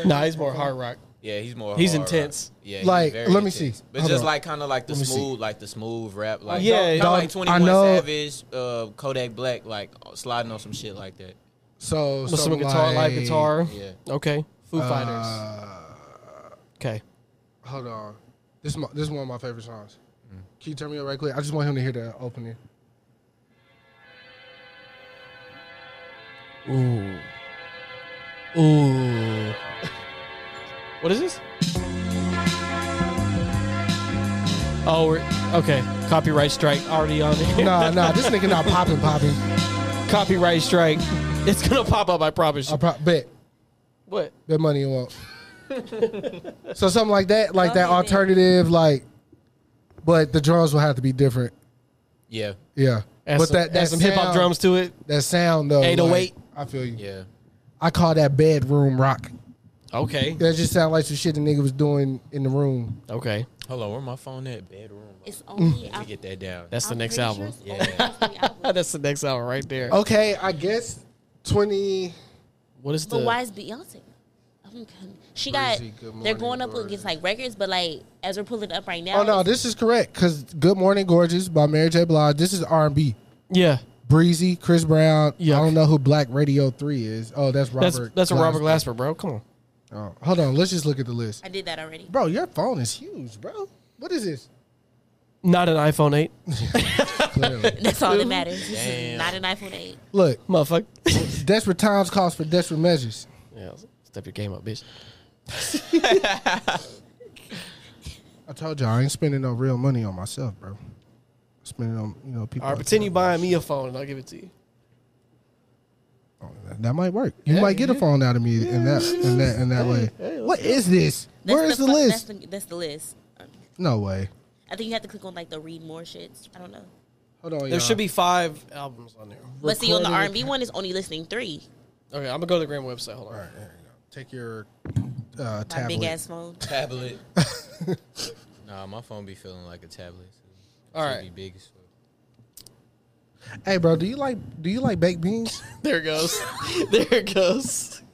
[SPEAKER 1] Nah, he's more hard rock.
[SPEAKER 5] yeah, he's more.
[SPEAKER 1] He's
[SPEAKER 5] hard rock.
[SPEAKER 1] intense.
[SPEAKER 5] Yeah,
[SPEAKER 4] Like,
[SPEAKER 5] very
[SPEAKER 4] let me see.
[SPEAKER 5] But
[SPEAKER 4] Hold
[SPEAKER 5] just
[SPEAKER 4] on.
[SPEAKER 5] like kind of like the
[SPEAKER 4] Let me see.
[SPEAKER 5] smooth, like the smooth rap, like
[SPEAKER 1] Yeah,
[SPEAKER 5] yeah,
[SPEAKER 1] dog,
[SPEAKER 5] like Twenty
[SPEAKER 4] I
[SPEAKER 5] One
[SPEAKER 4] know-
[SPEAKER 5] Savage, uh, Kodak Black, like uh, sliding on some shit like that.
[SPEAKER 4] So
[SPEAKER 1] With some
[SPEAKER 4] something
[SPEAKER 1] guitar,
[SPEAKER 4] like-
[SPEAKER 1] live guitar.
[SPEAKER 5] Yeah.
[SPEAKER 1] Okay. Foo Fighters.
[SPEAKER 4] Uh,
[SPEAKER 1] Okay.
[SPEAKER 4] hold on, this is my, this is one of my favorite songs.
[SPEAKER 1] Mm.
[SPEAKER 4] Can you turn me up right quick? I just want him to hear the opening.
[SPEAKER 1] Ooh. Ooh. what is this? Oh, we're okay. Copyright strike already on it.
[SPEAKER 4] Nah, nah, this nigga not popping, popping.
[SPEAKER 1] Copyright strike. It's gonna pop up. I promise
[SPEAKER 4] I
[SPEAKER 1] you.
[SPEAKER 4] pro- bet
[SPEAKER 1] What?
[SPEAKER 4] bet money it won't. so something like that, like that
[SPEAKER 2] Okay, man.
[SPEAKER 4] alternative, like, but the drums will have to be different.
[SPEAKER 5] Yeah,
[SPEAKER 4] Yeah,
[SPEAKER 1] Add
[SPEAKER 4] but
[SPEAKER 1] some,
[SPEAKER 4] that that
[SPEAKER 1] add some hip hop
[SPEAKER 4] sound-
[SPEAKER 1] drums oh to it.
[SPEAKER 4] that sound though.
[SPEAKER 1] 808.
[SPEAKER 4] like, I feel you.
[SPEAKER 5] yeah.
[SPEAKER 4] I call that bedroom rock.
[SPEAKER 1] Okay.
[SPEAKER 4] That just sound like some shit the nigga was doing in the room.
[SPEAKER 1] Okay.
[SPEAKER 5] Hold on, where my phone at? Bedroom.
[SPEAKER 2] It's
[SPEAKER 4] Uh,
[SPEAKER 2] only.
[SPEAKER 5] Let me get that down.
[SPEAKER 1] That's the next album.
[SPEAKER 2] Yeah.
[SPEAKER 1] That's the next album right there.
[SPEAKER 4] Okay, I guess twenty.
[SPEAKER 1] What is the?
[SPEAKER 2] But why is Beyonce? I'm con- She got.
[SPEAKER 4] Breezy, Good
[SPEAKER 2] they're
[SPEAKER 4] Morning,
[SPEAKER 2] going up
[SPEAKER 4] Glory.
[SPEAKER 2] against like records, but like as we're pulling it up right now.
[SPEAKER 4] Oh no,
[SPEAKER 2] it's-
[SPEAKER 4] this is correct because "Good Morning Gorgeous" by Mary J. Blige. This is R and B.
[SPEAKER 1] Yeah.
[SPEAKER 4] Breezy, Chris Brown. I
[SPEAKER 1] Yuck.
[SPEAKER 4] don't know who Black Radio Three is. Oh, that's
[SPEAKER 1] That's
[SPEAKER 4] Robert.
[SPEAKER 1] that's a Robert
[SPEAKER 4] Glasper.
[SPEAKER 1] Glasper, bro. Come on.
[SPEAKER 4] Oh, hold on, let's just look at the list.
[SPEAKER 2] I did that already.
[SPEAKER 4] Bro, your phone is huge, bro. What is this?
[SPEAKER 1] Not an iPhone eight,
[SPEAKER 4] Clearly.
[SPEAKER 2] That's all that matters. This is not an iPhone 8.
[SPEAKER 4] Look,
[SPEAKER 1] motherfucker.
[SPEAKER 4] desperate times calls for desperate measures.
[SPEAKER 1] yeah. Step your game up, bitch.
[SPEAKER 4] I told y'all I ain't spending no real money on myself, bro. Spending on you know people.
[SPEAKER 1] All right.
[SPEAKER 4] like
[SPEAKER 1] Pretend you
[SPEAKER 4] that.
[SPEAKER 1] buying me a phone, and I'll give it to you.
[SPEAKER 4] That might work. You might get a phone out of me in that in that in that way. What is this?
[SPEAKER 2] That's
[SPEAKER 4] Where is the,
[SPEAKER 2] fu-
[SPEAKER 4] list?
[SPEAKER 2] That's the, that's the list. Um,
[SPEAKER 4] no way.
[SPEAKER 2] I think you have to click on like the read more shits. I don't know.
[SPEAKER 4] Hold on,
[SPEAKER 1] There should be five albums on there.
[SPEAKER 2] But see, on the
[SPEAKER 4] Recorded-
[SPEAKER 2] R&B one, is only listing three.
[SPEAKER 1] Okay, I'm gonna go to the Graham website. Hold on.
[SPEAKER 4] Take your uh,
[SPEAKER 2] My big
[SPEAKER 4] tablet.
[SPEAKER 2] ass phone.
[SPEAKER 5] tablet. nah, my phone be feeling like a tablet. Too.
[SPEAKER 1] All
[SPEAKER 5] Should
[SPEAKER 1] right.
[SPEAKER 5] be big as fuck.
[SPEAKER 4] Hey, bro, do you like do you like baked beans?
[SPEAKER 1] There it goes. there it goes.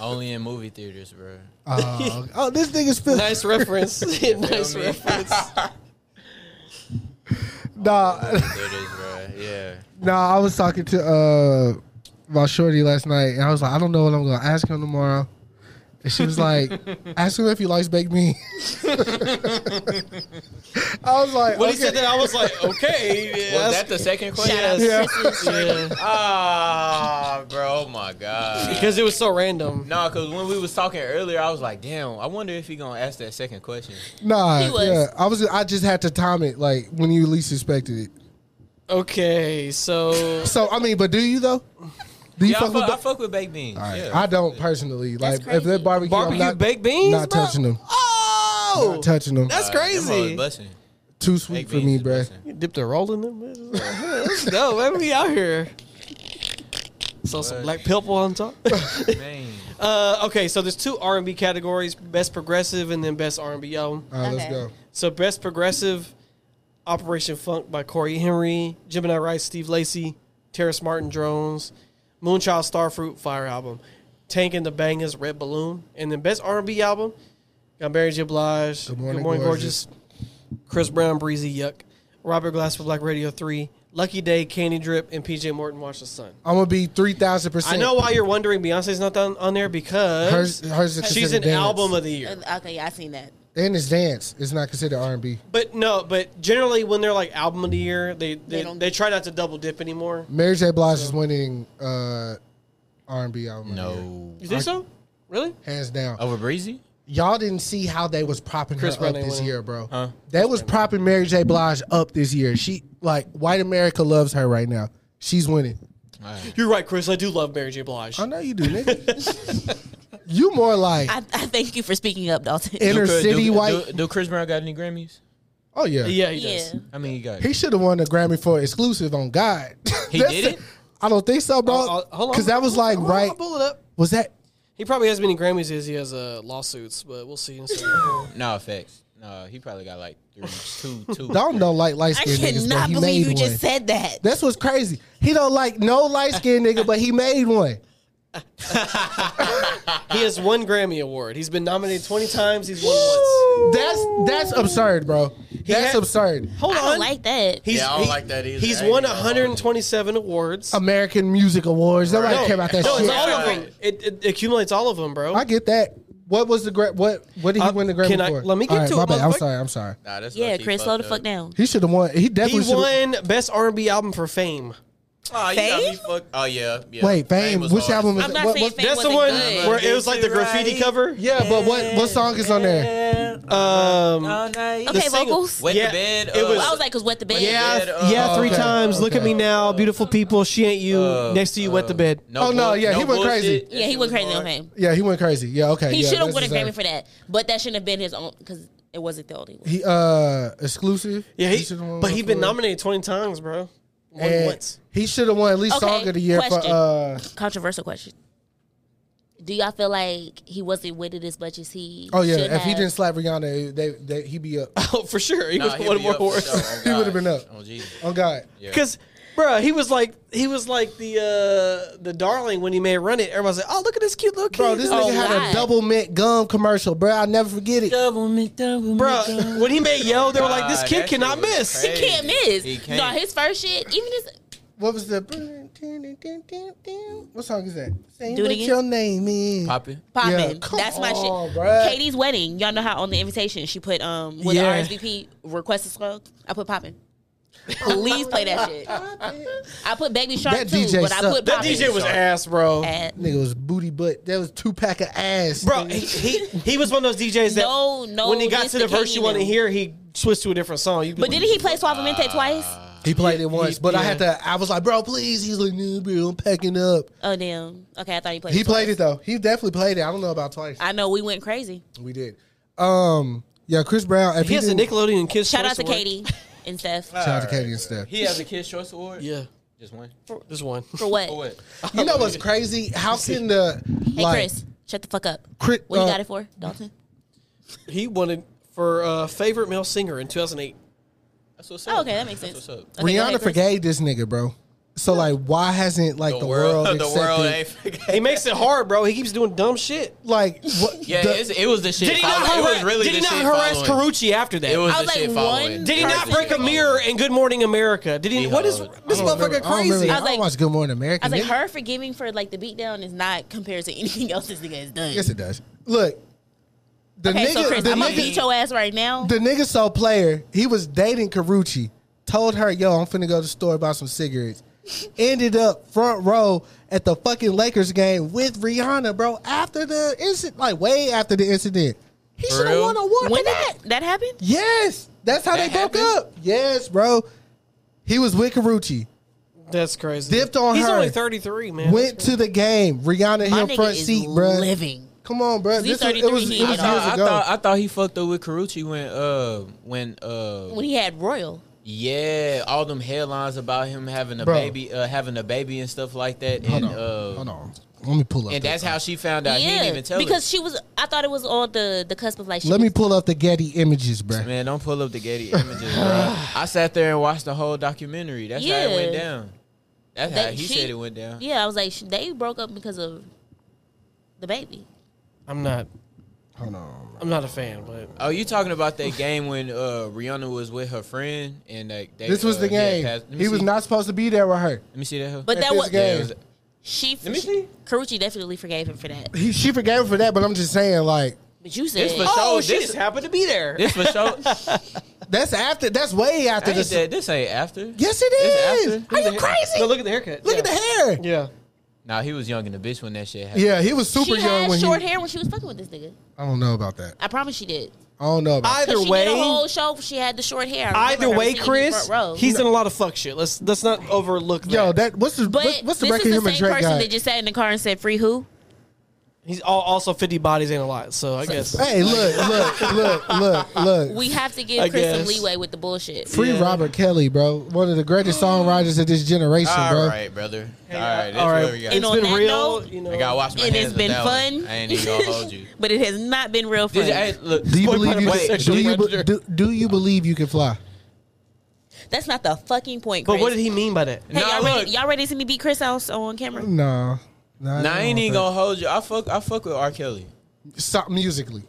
[SPEAKER 5] Only in movie theaters, bro.
[SPEAKER 4] Oh, oh, this nigga's spilling.
[SPEAKER 1] Nice reference. nice reference.
[SPEAKER 4] Nah,
[SPEAKER 5] Theaters, bro. Yeah.
[SPEAKER 4] nah. I was talking to uh my shorty last night, and I was like, I don't know what I'm gonna ask him tomorrow. And she was like, ask him if he likes baked beans. I was like,
[SPEAKER 1] When
[SPEAKER 4] okay.
[SPEAKER 1] he said that, I was like, okay.
[SPEAKER 5] Was
[SPEAKER 1] that's-
[SPEAKER 5] that the second question?
[SPEAKER 4] Yeah.
[SPEAKER 5] Ah, bro. Oh my god.
[SPEAKER 1] Because it was so random.
[SPEAKER 5] No, cause when we was talking earlier, I was like, "Damn, I wonder if he gonna ask that second question."
[SPEAKER 4] Nah,
[SPEAKER 2] He was.
[SPEAKER 4] yeah. I was. I just had to time it like when you least expected it.
[SPEAKER 1] Okay, so
[SPEAKER 4] So I mean, but do you though? Do you
[SPEAKER 5] Yeah,
[SPEAKER 4] fuck
[SPEAKER 5] I,
[SPEAKER 4] with?
[SPEAKER 5] fuck, I
[SPEAKER 4] ba-
[SPEAKER 5] fuck with baked beans.
[SPEAKER 4] All right.
[SPEAKER 5] Yeah.
[SPEAKER 4] I don't personally like if
[SPEAKER 2] crazy.
[SPEAKER 4] they're barbecue. I'm
[SPEAKER 1] barbecue
[SPEAKER 4] not,
[SPEAKER 1] baked beans.
[SPEAKER 4] Not
[SPEAKER 1] bro?
[SPEAKER 4] touching them.
[SPEAKER 1] Oh,
[SPEAKER 4] Not touching them.
[SPEAKER 1] that's
[SPEAKER 5] Them hoes
[SPEAKER 1] crazy.
[SPEAKER 5] busting.
[SPEAKER 4] Too sweet
[SPEAKER 5] Baked
[SPEAKER 4] for
[SPEAKER 5] beans
[SPEAKER 4] me,
[SPEAKER 5] is
[SPEAKER 4] bruh.
[SPEAKER 5] busting.
[SPEAKER 1] You dipped a roll in them. Let's go, man. We out here. So some black purple on top.
[SPEAKER 5] Man.
[SPEAKER 1] Uh, okay, so there's two R&B categories: best progressive and then best R&B album.
[SPEAKER 4] All right, let's
[SPEAKER 2] Okay.
[SPEAKER 4] go.
[SPEAKER 1] So best progressive, Operation Funk by Corey Henry, Gemini Rice, Steve Lacy, Terrace Martin Drones, Moonchild Starfruit Fire album, Tank and the Bangers Red Balloon, and then best R and B album, got Mary J Blige, Good
[SPEAKER 4] Morning,
[SPEAKER 1] Morning, Gorgeous, Chris Brown Breezy Yuck, Robert Glasper Black Radio Three, Lucky Day, Candy Drip, and PJ Morton Watch the Sun.
[SPEAKER 4] I'm gonna be three thousand
[SPEAKER 1] I
[SPEAKER 4] percent.
[SPEAKER 1] know why you're wondering Beyonce's not on, on there because
[SPEAKER 4] Hers- hers is
[SPEAKER 1] she's
[SPEAKER 4] considered
[SPEAKER 1] an
[SPEAKER 4] dance.
[SPEAKER 1] album of the year.
[SPEAKER 2] Uh, Okay, yeah, I seen that.
[SPEAKER 4] And it's dance. It's not considered R and B.
[SPEAKER 1] But no, but generally when they're like album of the year, they they, they,
[SPEAKER 2] don't-
[SPEAKER 1] try not to double dip anymore.
[SPEAKER 4] Mary J. Blige is winning uh, R and B album. of the year.
[SPEAKER 5] No. Oh.
[SPEAKER 1] You think so? Really?
[SPEAKER 4] hands down.
[SPEAKER 5] Over Breezy?
[SPEAKER 4] Y'all didn't see how they was propping
[SPEAKER 1] Chris
[SPEAKER 4] her
[SPEAKER 1] Brown
[SPEAKER 4] up
[SPEAKER 1] ain't
[SPEAKER 4] this
[SPEAKER 1] winning.
[SPEAKER 4] year, bro. They was propping Mary J. Blige up this year. She like white America loves her right now. She's winning.
[SPEAKER 1] You're right, Chris. I do love Mary J. Blige.
[SPEAKER 4] I know you do, nigga. you more like
[SPEAKER 2] I, I thank you for speaking up, Dalton.
[SPEAKER 4] inner
[SPEAKER 5] Could-
[SPEAKER 4] city
[SPEAKER 5] do,
[SPEAKER 4] white.
[SPEAKER 5] Do, do Chris Brown got any Grammys?
[SPEAKER 4] oh yeah.
[SPEAKER 1] Yeah, he
[SPEAKER 2] yeah,
[SPEAKER 1] does.
[SPEAKER 5] I mean, he got.
[SPEAKER 4] He should have won a Grammy for exclusive on God.
[SPEAKER 5] He
[SPEAKER 4] That's
[SPEAKER 5] did it?
[SPEAKER 4] I don't think so,
[SPEAKER 1] I'll-
[SPEAKER 4] bro.
[SPEAKER 1] I'll- Oh, Uh, hold on.
[SPEAKER 4] Because that was like
[SPEAKER 1] Hold on,
[SPEAKER 4] right.
[SPEAKER 1] I'll pull it up.
[SPEAKER 4] Was that
[SPEAKER 1] He probably has many Grammys as he has uh, lawsuits, but we'll see.
[SPEAKER 5] No effects. No, he probably got like three, two, two.
[SPEAKER 4] Don don't like light
[SPEAKER 2] I
[SPEAKER 4] skinned niggas, but
[SPEAKER 2] cannot
[SPEAKER 4] he
[SPEAKER 2] believe
[SPEAKER 4] made
[SPEAKER 2] you
[SPEAKER 4] one.
[SPEAKER 2] just said that.
[SPEAKER 4] That's what's crazy. He don't like no light skinned nigga, but he made one.
[SPEAKER 1] he has one Grammy award. He's been nominated 20 times. He's won once.
[SPEAKER 4] That's that's absurd, bro. That's
[SPEAKER 1] had-
[SPEAKER 4] absurd.
[SPEAKER 1] Hold
[SPEAKER 2] I
[SPEAKER 1] on.
[SPEAKER 2] don't like that.
[SPEAKER 1] He's,
[SPEAKER 3] Yeah, I don't like that either.
[SPEAKER 1] He's
[SPEAKER 3] I ain't
[SPEAKER 1] won
[SPEAKER 3] gonna hold
[SPEAKER 1] 127 awards.
[SPEAKER 4] American Music Awards. Nobody
[SPEAKER 1] No,
[SPEAKER 4] care about that
[SPEAKER 1] no,
[SPEAKER 4] shit.
[SPEAKER 1] it's all of them. It, it accumulates all of them, bro.
[SPEAKER 4] I get that. What was the gra- what? What did he
[SPEAKER 1] Uh,
[SPEAKER 4] win the Grammy
[SPEAKER 1] can I-
[SPEAKER 4] for?
[SPEAKER 1] let me get
[SPEAKER 4] All
[SPEAKER 1] to
[SPEAKER 4] my
[SPEAKER 1] it,
[SPEAKER 4] bad. I'm
[SPEAKER 1] motherfucker.
[SPEAKER 4] sorry. I'm sorry.
[SPEAKER 5] Nah, that's
[SPEAKER 2] yeah,
[SPEAKER 5] low-key
[SPEAKER 2] Chris, slow the
[SPEAKER 5] fucked
[SPEAKER 2] fuck
[SPEAKER 5] up.
[SPEAKER 2] down.
[SPEAKER 4] He should have won. He
[SPEAKER 1] he
[SPEAKER 4] definitely should. have
[SPEAKER 1] won Best R&B Album for Fame.
[SPEAKER 3] Oh, you got me
[SPEAKER 2] Fame?
[SPEAKER 3] fucked. Oh yeah, yeah.
[SPEAKER 4] Wait, Fame.
[SPEAKER 3] was
[SPEAKER 4] which
[SPEAKER 3] hard.
[SPEAKER 4] album is
[SPEAKER 2] I'm not
[SPEAKER 4] what,
[SPEAKER 2] saying
[SPEAKER 4] what's-
[SPEAKER 2] Fame
[SPEAKER 1] That's the
[SPEAKER 2] wasn't
[SPEAKER 1] one
[SPEAKER 2] good.
[SPEAKER 1] where it was like the graffiti cover.
[SPEAKER 4] Yeah, but what what song is on there?
[SPEAKER 1] Um,
[SPEAKER 2] Okay, vocals.
[SPEAKER 5] Wet
[SPEAKER 1] Yeah,
[SPEAKER 5] the bed.
[SPEAKER 1] it
[SPEAKER 5] uh,
[SPEAKER 1] was-
[SPEAKER 2] Well, I was like, because wet the bed.
[SPEAKER 5] Yeah.
[SPEAKER 1] yeah, yeah, three
[SPEAKER 4] okay.
[SPEAKER 1] times. Look at me now, beautiful people. She ain't you. Next to you, wet the bed.
[SPEAKER 5] no
[SPEAKER 4] Oh, no,
[SPEAKER 5] bull-
[SPEAKER 4] yeah, he went
[SPEAKER 5] bullshit.
[SPEAKER 4] crazy.
[SPEAKER 5] That
[SPEAKER 2] Yeah, he went
[SPEAKER 5] shit was
[SPEAKER 2] crazy on
[SPEAKER 5] hard.
[SPEAKER 2] him.
[SPEAKER 4] Yeah, he went crazy. Yeah, okay.
[SPEAKER 2] He
[SPEAKER 4] yeah,
[SPEAKER 2] should have
[SPEAKER 4] that's
[SPEAKER 2] won a
[SPEAKER 4] deserved.
[SPEAKER 2] Grammy for that, but that shouldn't have been his own because it wasn't the only one.
[SPEAKER 4] He uh exclusive.
[SPEAKER 1] Yeah, he,
[SPEAKER 4] should've won
[SPEAKER 1] but
[SPEAKER 4] one
[SPEAKER 1] he been
[SPEAKER 4] for it.
[SPEAKER 1] nominated 20 times, bro. Won
[SPEAKER 4] And
[SPEAKER 1] once.
[SPEAKER 4] He should have won at least
[SPEAKER 2] Okay,
[SPEAKER 4] song of the year
[SPEAKER 2] question.
[SPEAKER 4] for uh
[SPEAKER 2] Controversial question. Do y'all feel like he wasn't with it as much as he?
[SPEAKER 4] Oh yeah,
[SPEAKER 2] should
[SPEAKER 4] if he
[SPEAKER 2] have?
[SPEAKER 4] didn't slap Rihanna, they, they he'd be up.
[SPEAKER 1] Oh, for sure. He
[SPEAKER 5] Nah,
[SPEAKER 1] was
[SPEAKER 5] he'd
[SPEAKER 1] one
[SPEAKER 5] be
[SPEAKER 1] more
[SPEAKER 5] up for
[SPEAKER 1] horse.
[SPEAKER 5] sure. Oh,
[SPEAKER 4] He would've been
[SPEAKER 5] gosh.
[SPEAKER 4] up.
[SPEAKER 5] Oh Jesus.
[SPEAKER 4] Oh God,
[SPEAKER 1] Because, bruh, he was like he was like the uh, the darling when he made Run It. Everybody's like, oh, look at this cute little kid.
[SPEAKER 4] bro, this
[SPEAKER 1] oh,
[SPEAKER 4] nigga had a
[SPEAKER 2] God.
[SPEAKER 4] double mint gum commercial, bro. I will never forget it.
[SPEAKER 1] bruh. When he made Yo, they were like, this
[SPEAKER 5] God,
[SPEAKER 1] kid
[SPEAKER 5] that shit
[SPEAKER 1] cannot
[SPEAKER 5] was
[SPEAKER 1] miss.
[SPEAKER 5] crazy.
[SPEAKER 2] He can't miss.
[SPEAKER 5] He can't.
[SPEAKER 2] No, his first shit, even his.
[SPEAKER 4] What was the? What song is that? Say
[SPEAKER 2] Do it
[SPEAKER 4] what
[SPEAKER 2] again.
[SPEAKER 4] your name is.
[SPEAKER 5] Popping.
[SPEAKER 2] Poppin'.
[SPEAKER 4] come
[SPEAKER 2] That's my
[SPEAKER 4] on,
[SPEAKER 2] shit.
[SPEAKER 4] bruh.
[SPEAKER 2] Katie's wedding. Y'all know how on the invitation she put um with
[SPEAKER 1] Yeah.
[SPEAKER 2] the RSVP request is closed. I put poppin'. Please play that shit. I put baby shark
[SPEAKER 4] That
[SPEAKER 2] too,
[SPEAKER 4] DJ
[SPEAKER 2] but I
[SPEAKER 4] sucked.
[SPEAKER 2] put
[SPEAKER 1] That
[SPEAKER 2] poppin'.
[SPEAKER 1] DJ was ass, bro.
[SPEAKER 2] At-
[SPEAKER 4] Nigga was booty butt. That was two pack of ass.
[SPEAKER 1] Bro, he, he he was one of those DJs that
[SPEAKER 2] No, no,
[SPEAKER 1] when he got
[SPEAKER 2] this
[SPEAKER 1] to the
[SPEAKER 2] the
[SPEAKER 1] verse you
[SPEAKER 2] king
[SPEAKER 1] want to
[SPEAKER 2] even.
[SPEAKER 1] hear, he switched to a different song. You
[SPEAKER 2] But didn't he play Suavemente twice?
[SPEAKER 4] he played it once, but I
[SPEAKER 1] yeah.
[SPEAKER 4] had to. I was like, bro, please. He's like, no, bro, I'm packing up.
[SPEAKER 2] Oh damn. Okay, I thought he played.
[SPEAKER 4] He played
[SPEAKER 2] twice.
[SPEAKER 4] it though. He definitely played it. I don't know about twice.
[SPEAKER 2] I know we went crazy.
[SPEAKER 4] we did. Um, yeah, Chris Brown. If
[SPEAKER 1] He has a
[SPEAKER 4] didn't-
[SPEAKER 1] Nickelodeon Kids
[SPEAKER 2] Shout
[SPEAKER 1] Choice
[SPEAKER 2] out to
[SPEAKER 1] Award.
[SPEAKER 2] Katie and Steph.
[SPEAKER 4] Shout out to Katie and Steph.
[SPEAKER 5] He has a Kids Choice Award.
[SPEAKER 1] Yeah,
[SPEAKER 5] Just one.
[SPEAKER 1] there's one.
[SPEAKER 2] For what?
[SPEAKER 5] For what?
[SPEAKER 4] You know what's crazy? How can the
[SPEAKER 2] Hey
[SPEAKER 4] like,
[SPEAKER 2] Chris, shut the fuck up.
[SPEAKER 4] Chris-
[SPEAKER 2] what you
[SPEAKER 4] uh,
[SPEAKER 2] got it for, Dalton?
[SPEAKER 1] He wanted for uh, favorite male singer in 2008.
[SPEAKER 5] That's what's up.
[SPEAKER 2] Oh, okay, that makes sense.
[SPEAKER 5] That's what's up.
[SPEAKER 2] Okay, go ahead,
[SPEAKER 4] Rihanna
[SPEAKER 2] Chris.
[SPEAKER 4] forgave this nigga, bro? So like, why hasn't like the, world,
[SPEAKER 5] the
[SPEAKER 4] accepted?
[SPEAKER 5] world ain't forget.
[SPEAKER 1] He makes it hard, bro. He keeps doing dumb shit.
[SPEAKER 4] like, what,
[SPEAKER 5] Yeah,
[SPEAKER 4] the-
[SPEAKER 5] it's, it was the shit.
[SPEAKER 1] Did he not
[SPEAKER 5] following-
[SPEAKER 1] harass,
[SPEAKER 5] it was really
[SPEAKER 1] did he
[SPEAKER 5] the
[SPEAKER 1] not
[SPEAKER 5] shit
[SPEAKER 1] harass
[SPEAKER 5] following.
[SPEAKER 1] Carucci after that?
[SPEAKER 5] It was,
[SPEAKER 2] I was
[SPEAKER 5] the shit
[SPEAKER 2] like,
[SPEAKER 5] following.
[SPEAKER 2] one
[SPEAKER 1] did he not
[SPEAKER 2] person.
[SPEAKER 1] break a mirror in Good Morning America? Did he?
[SPEAKER 5] He
[SPEAKER 1] What is
[SPEAKER 5] hollowed it.
[SPEAKER 1] this
[SPEAKER 4] I don't remember-
[SPEAKER 1] motherfucker
[SPEAKER 4] I don't, really,
[SPEAKER 1] crazy?
[SPEAKER 4] I
[SPEAKER 2] I was
[SPEAKER 4] don't
[SPEAKER 2] like-
[SPEAKER 4] watch Good Morning America.
[SPEAKER 2] I was like,
[SPEAKER 4] nigga.
[SPEAKER 2] her forgiving for like the beatdown is not compared to anything else this nigga has done.
[SPEAKER 4] Yes, it does. Look, the
[SPEAKER 2] okay,
[SPEAKER 4] nigga,
[SPEAKER 2] so Chris,
[SPEAKER 4] the
[SPEAKER 2] I'm gonna
[SPEAKER 4] nigga,
[SPEAKER 2] beat your ass right now.
[SPEAKER 4] the nigga saw player. He was dating Carucci. Told her, yo, I'm finna go to the store buy some cigarettes. Ended up front row at the fucking Lakers game with Rihanna, bro. After the incident, like way after the incident, he should have
[SPEAKER 5] real?
[SPEAKER 4] won a war for
[SPEAKER 2] when
[SPEAKER 4] that.
[SPEAKER 2] that that happened?
[SPEAKER 4] Yes, that's how
[SPEAKER 5] That
[SPEAKER 4] they broke
[SPEAKER 5] happened?
[SPEAKER 4] up. Yes, bro. He was with Carucci.
[SPEAKER 1] That's crazy.
[SPEAKER 4] Dipped on
[SPEAKER 1] He's
[SPEAKER 4] her.
[SPEAKER 1] only 33, man.
[SPEAKER 4] Went to the game. Rihanna
[SPEAKER 2] My
[SPEAKER 4] him
[SPEAKER 2] nigga
[SPEAKER 4] front
[SPEAKER 2] is
[SPEAKER 4] seat, bro.
[SPEAKER 2] living.
[SPEAKER 4] Come on, bro.
[SPEAKER 2] He's
[SPEAKER 4] This was, it
[SPEAKER 2] 33,
[SPEAKER 4] was,
[SPEAKER 2] he
[SPEAKER 4] it
[SPEAKER 2] ain't
[SPEAKER 4] was years
[SPEAKER 2] at all.
[SPEAKER 5] I
[SPEAKER 4] ago.
[SPEAKER 5] thought I thought he fucked up with Carucci when uh when uh
[SPEAKER 2] When he had Royal.
[SPEAKER 5] yeah all them headlines about him having a
[SPEAKER 4] Bro.
[SPEAKER 5] baby uh, having a baby and stuff like that and uh
[SPEAKER 4] Hold on. Let me pull up.
[SPEAKER 5] and
[SPEAKER 4] the-
[SPEAKER 5] that's how she found out he didn't
[SPEAKER 2] yeah,
[SPEAKER 5] even tell
[SPEAKER 2] because
[SPEAKER 5] her.
[SPEAKER 2] she was. I thought it was on the the cusp of like. She
[SPEAKER 4] Let
[SPEAKER 2] was-
[SPEAKER 4] me pull up the Getty images, bro.
[SPEAKER 5] Man, don't pull up the Getty images, bro. I sat there and watched the whole documentary. That's how it went
[SPEAKER 2] Yeah.
[SPEAKER 5] down. That's how
[SPEAKER 2] they-
[SPEAKER 5] he
[SPEAKER 2] she-
[SPEAKER 5] said it went down.
[SPEAKER 2] Yeah, I was like, she, they broke up because of the baby.
[SPEAKER 1] I'm not.
[SPEAKER 4] Hold on.
[SPEAKER 1] I'm not a fan, but
[SPEAKER 5] Oh, you talking about that game when uh, Rihanna was with her friend and like they,
[SPEAKER 4] This was
[SPEAKER 5] uh,
[SPEAKER 4] the
[SPEAKER 5] yeah,
[SPEAKER 4] game.
[SPEAKER 5] passed- let me
[SPEAKER 4] he was
[SPEAKER 5] see.
[SPEAKER 4] not supposed to be there with her.
[SPEAKER 5] Let me see that. hoe.
[SPEAKER 2] But that
[SPEAKER 4] this
[SPEAKER 2] was
[SPEAKER 4] game.
[SPEAKER 5] Yeah, it was-
[SPEAKER 2] she.
[SPEAKER 1] me
[SPEAKER 2] she
[SPEAKER 1] see.
[SPEAKER 2] Karuchi definitely forgave him for that.
[SPEAKER 4] He, she forgave him for that, but I'm just saying, like,
[SPEAKER 2] But you said
[SPEAKER 5] This for
[SPEAKER 2] oh,
[SPEAKER 5] sure.
[SPEAKER 1] she
[SPEAKER 5] this,
[SPEAKER 1] just happened to be there.
[SPEAKER 5] this for sure. I
[SPEAKER 4] that's after. That's way after
[SPEAKER 5] ain't
[SPEAKER 4] this.
[SPEAKER 5] said this ain't after.
[SPEAKER 4] Yes, it
[SPEAKER 5] This
[SPEAKER 4] is.
[SPEAKER 5] after.
[SPEAKER 4] Are you
[SPEAKER 1] Look at the hair-
[SPEAKER 4] crazy?
[SPEAKER 1] No,
[SPEAKER 4] look
[SPEAKER 1] look at the haircut.
[SPEAKER 4] at the hair.
[SPEAKER 1] Yeah.
[SPEAKER 5] Nah, he was young in the bitch when that shit happened.
[SPEAKER 4] Yeah, he was super
[SPEAKER 2] she
[SPEAKER 4] young
[SPEAKER 2] had
[SPEAKER 4] when
[SPEAKER 2] short
[SPEAKER 4] he.
[SPEAKER 2] hair when she was fucking with this nigga.
[SPEAKER 4] I don't know about that.
[SPEAKER 2] I promise she did.
[SPEAKER 4] I don't know about.
[SPEAKER 1] Either
[SPEAKER 2] Either she way, did a
[SPEAKER 1] way,
[SPEAKER 2] whole show. She had the short hair. I remember
[SPEAKER 1] either
[SPEAKER 2] her
[SPEAKER 1] way,
[SPEAKER 2] sitting in the front
[SPEAKER 1] Chris,
[SPEAKER 2] row.
[SPEAKER 1] he's in a lot of fuck shit. Let's let's not overlook that.
[SPEAKER 4] that. Yo, that what's the
[SPEAKER 2] But
[SPEAKER 4] what, what's the
[SPEAKER 2] this
[SPEAKER 4] record
[SPEAKER 2] is
[SPEAKER 4] him
[SPEAKER 2] the
[SPEAKER 4] and
[SPEAKER 2] same
[SPEAKER 4] Drake
[SPEAKER 2] person
[SPEAKER 4] got?
[SPEAKER 2] that just sat in the car and said, "Free who?"
[SPEAKER 1] he's all, also 50 bodies ain't a lot, so I guess.
[SPEAKER 4] Hey, look, look, look, look, look.
[SPEAKER 2] We have to give
[SPEAKER 1] I
[SPEAKER 2] Chris some
[SPEAKER 1] guess.
[SPEAKER 2] leeway with the bullshit.
[SPEAKER 4] Free Robert Kelly, bro. One of the greatest songwriters of this generation,
[SPEAKER 5] All
[SPEAKER 4] bro.
[SPEAKER 5] right, brother. all right, that's
[SPEAKER 1] all right.
[SPEAKER 5] what we got.
[SPEAKER 2] And
[SPEAKER 1] It's
[SPEAKER 2] on
[SPEAKER 1] been
[SPEAKER 2] that
[SPEAKER 1] real,
[SPEAKER 2] note,
[SPEAKER 1] you know.
[SPEAKER 5] I gotta wash my
[SPEAKER 2] it
[SPEAKER 5] hands.
[SPEAKER 2] has
[SPEAKER 5] with
[SPEAKER 2] been
[SPEAKER 5] that
[SPEAKER 2] fun.
[SPEAKER 5] one. I ain't even gonna hold you.
[SPEAKER 2] but it has not been real fun.
[SPEAKER 5] Did you, hey, look,
[SPEAKER 4] Do you
[SPEAKER 5] boy,
[SPEAKER 4] believe
[SPEAKER 5] put
[SPEAKER 4] you
[SPEAKER 5] away.
[SPEAKER 4] can, do you be- do, do you believe you can fly?
[SPEAKER 2] That's not the fucking point, Chris.
[SPEAKER 1] But what did he mean by that?
[SPEAKER 2] Hey,
[SPEAKER 5] Nah,
[SPEAKER 2] y'all, ready,
[SPEAKER 5] look.
[SPEAKER 2] y'all ready to see me beat Chris out on camera?
[SPEAKER 4] No.
[SPEAKER 5] Nah, I ain't even gonna hold you. I fuck, I fuck with R. Kelly
[SPEAKER 4] stop musically.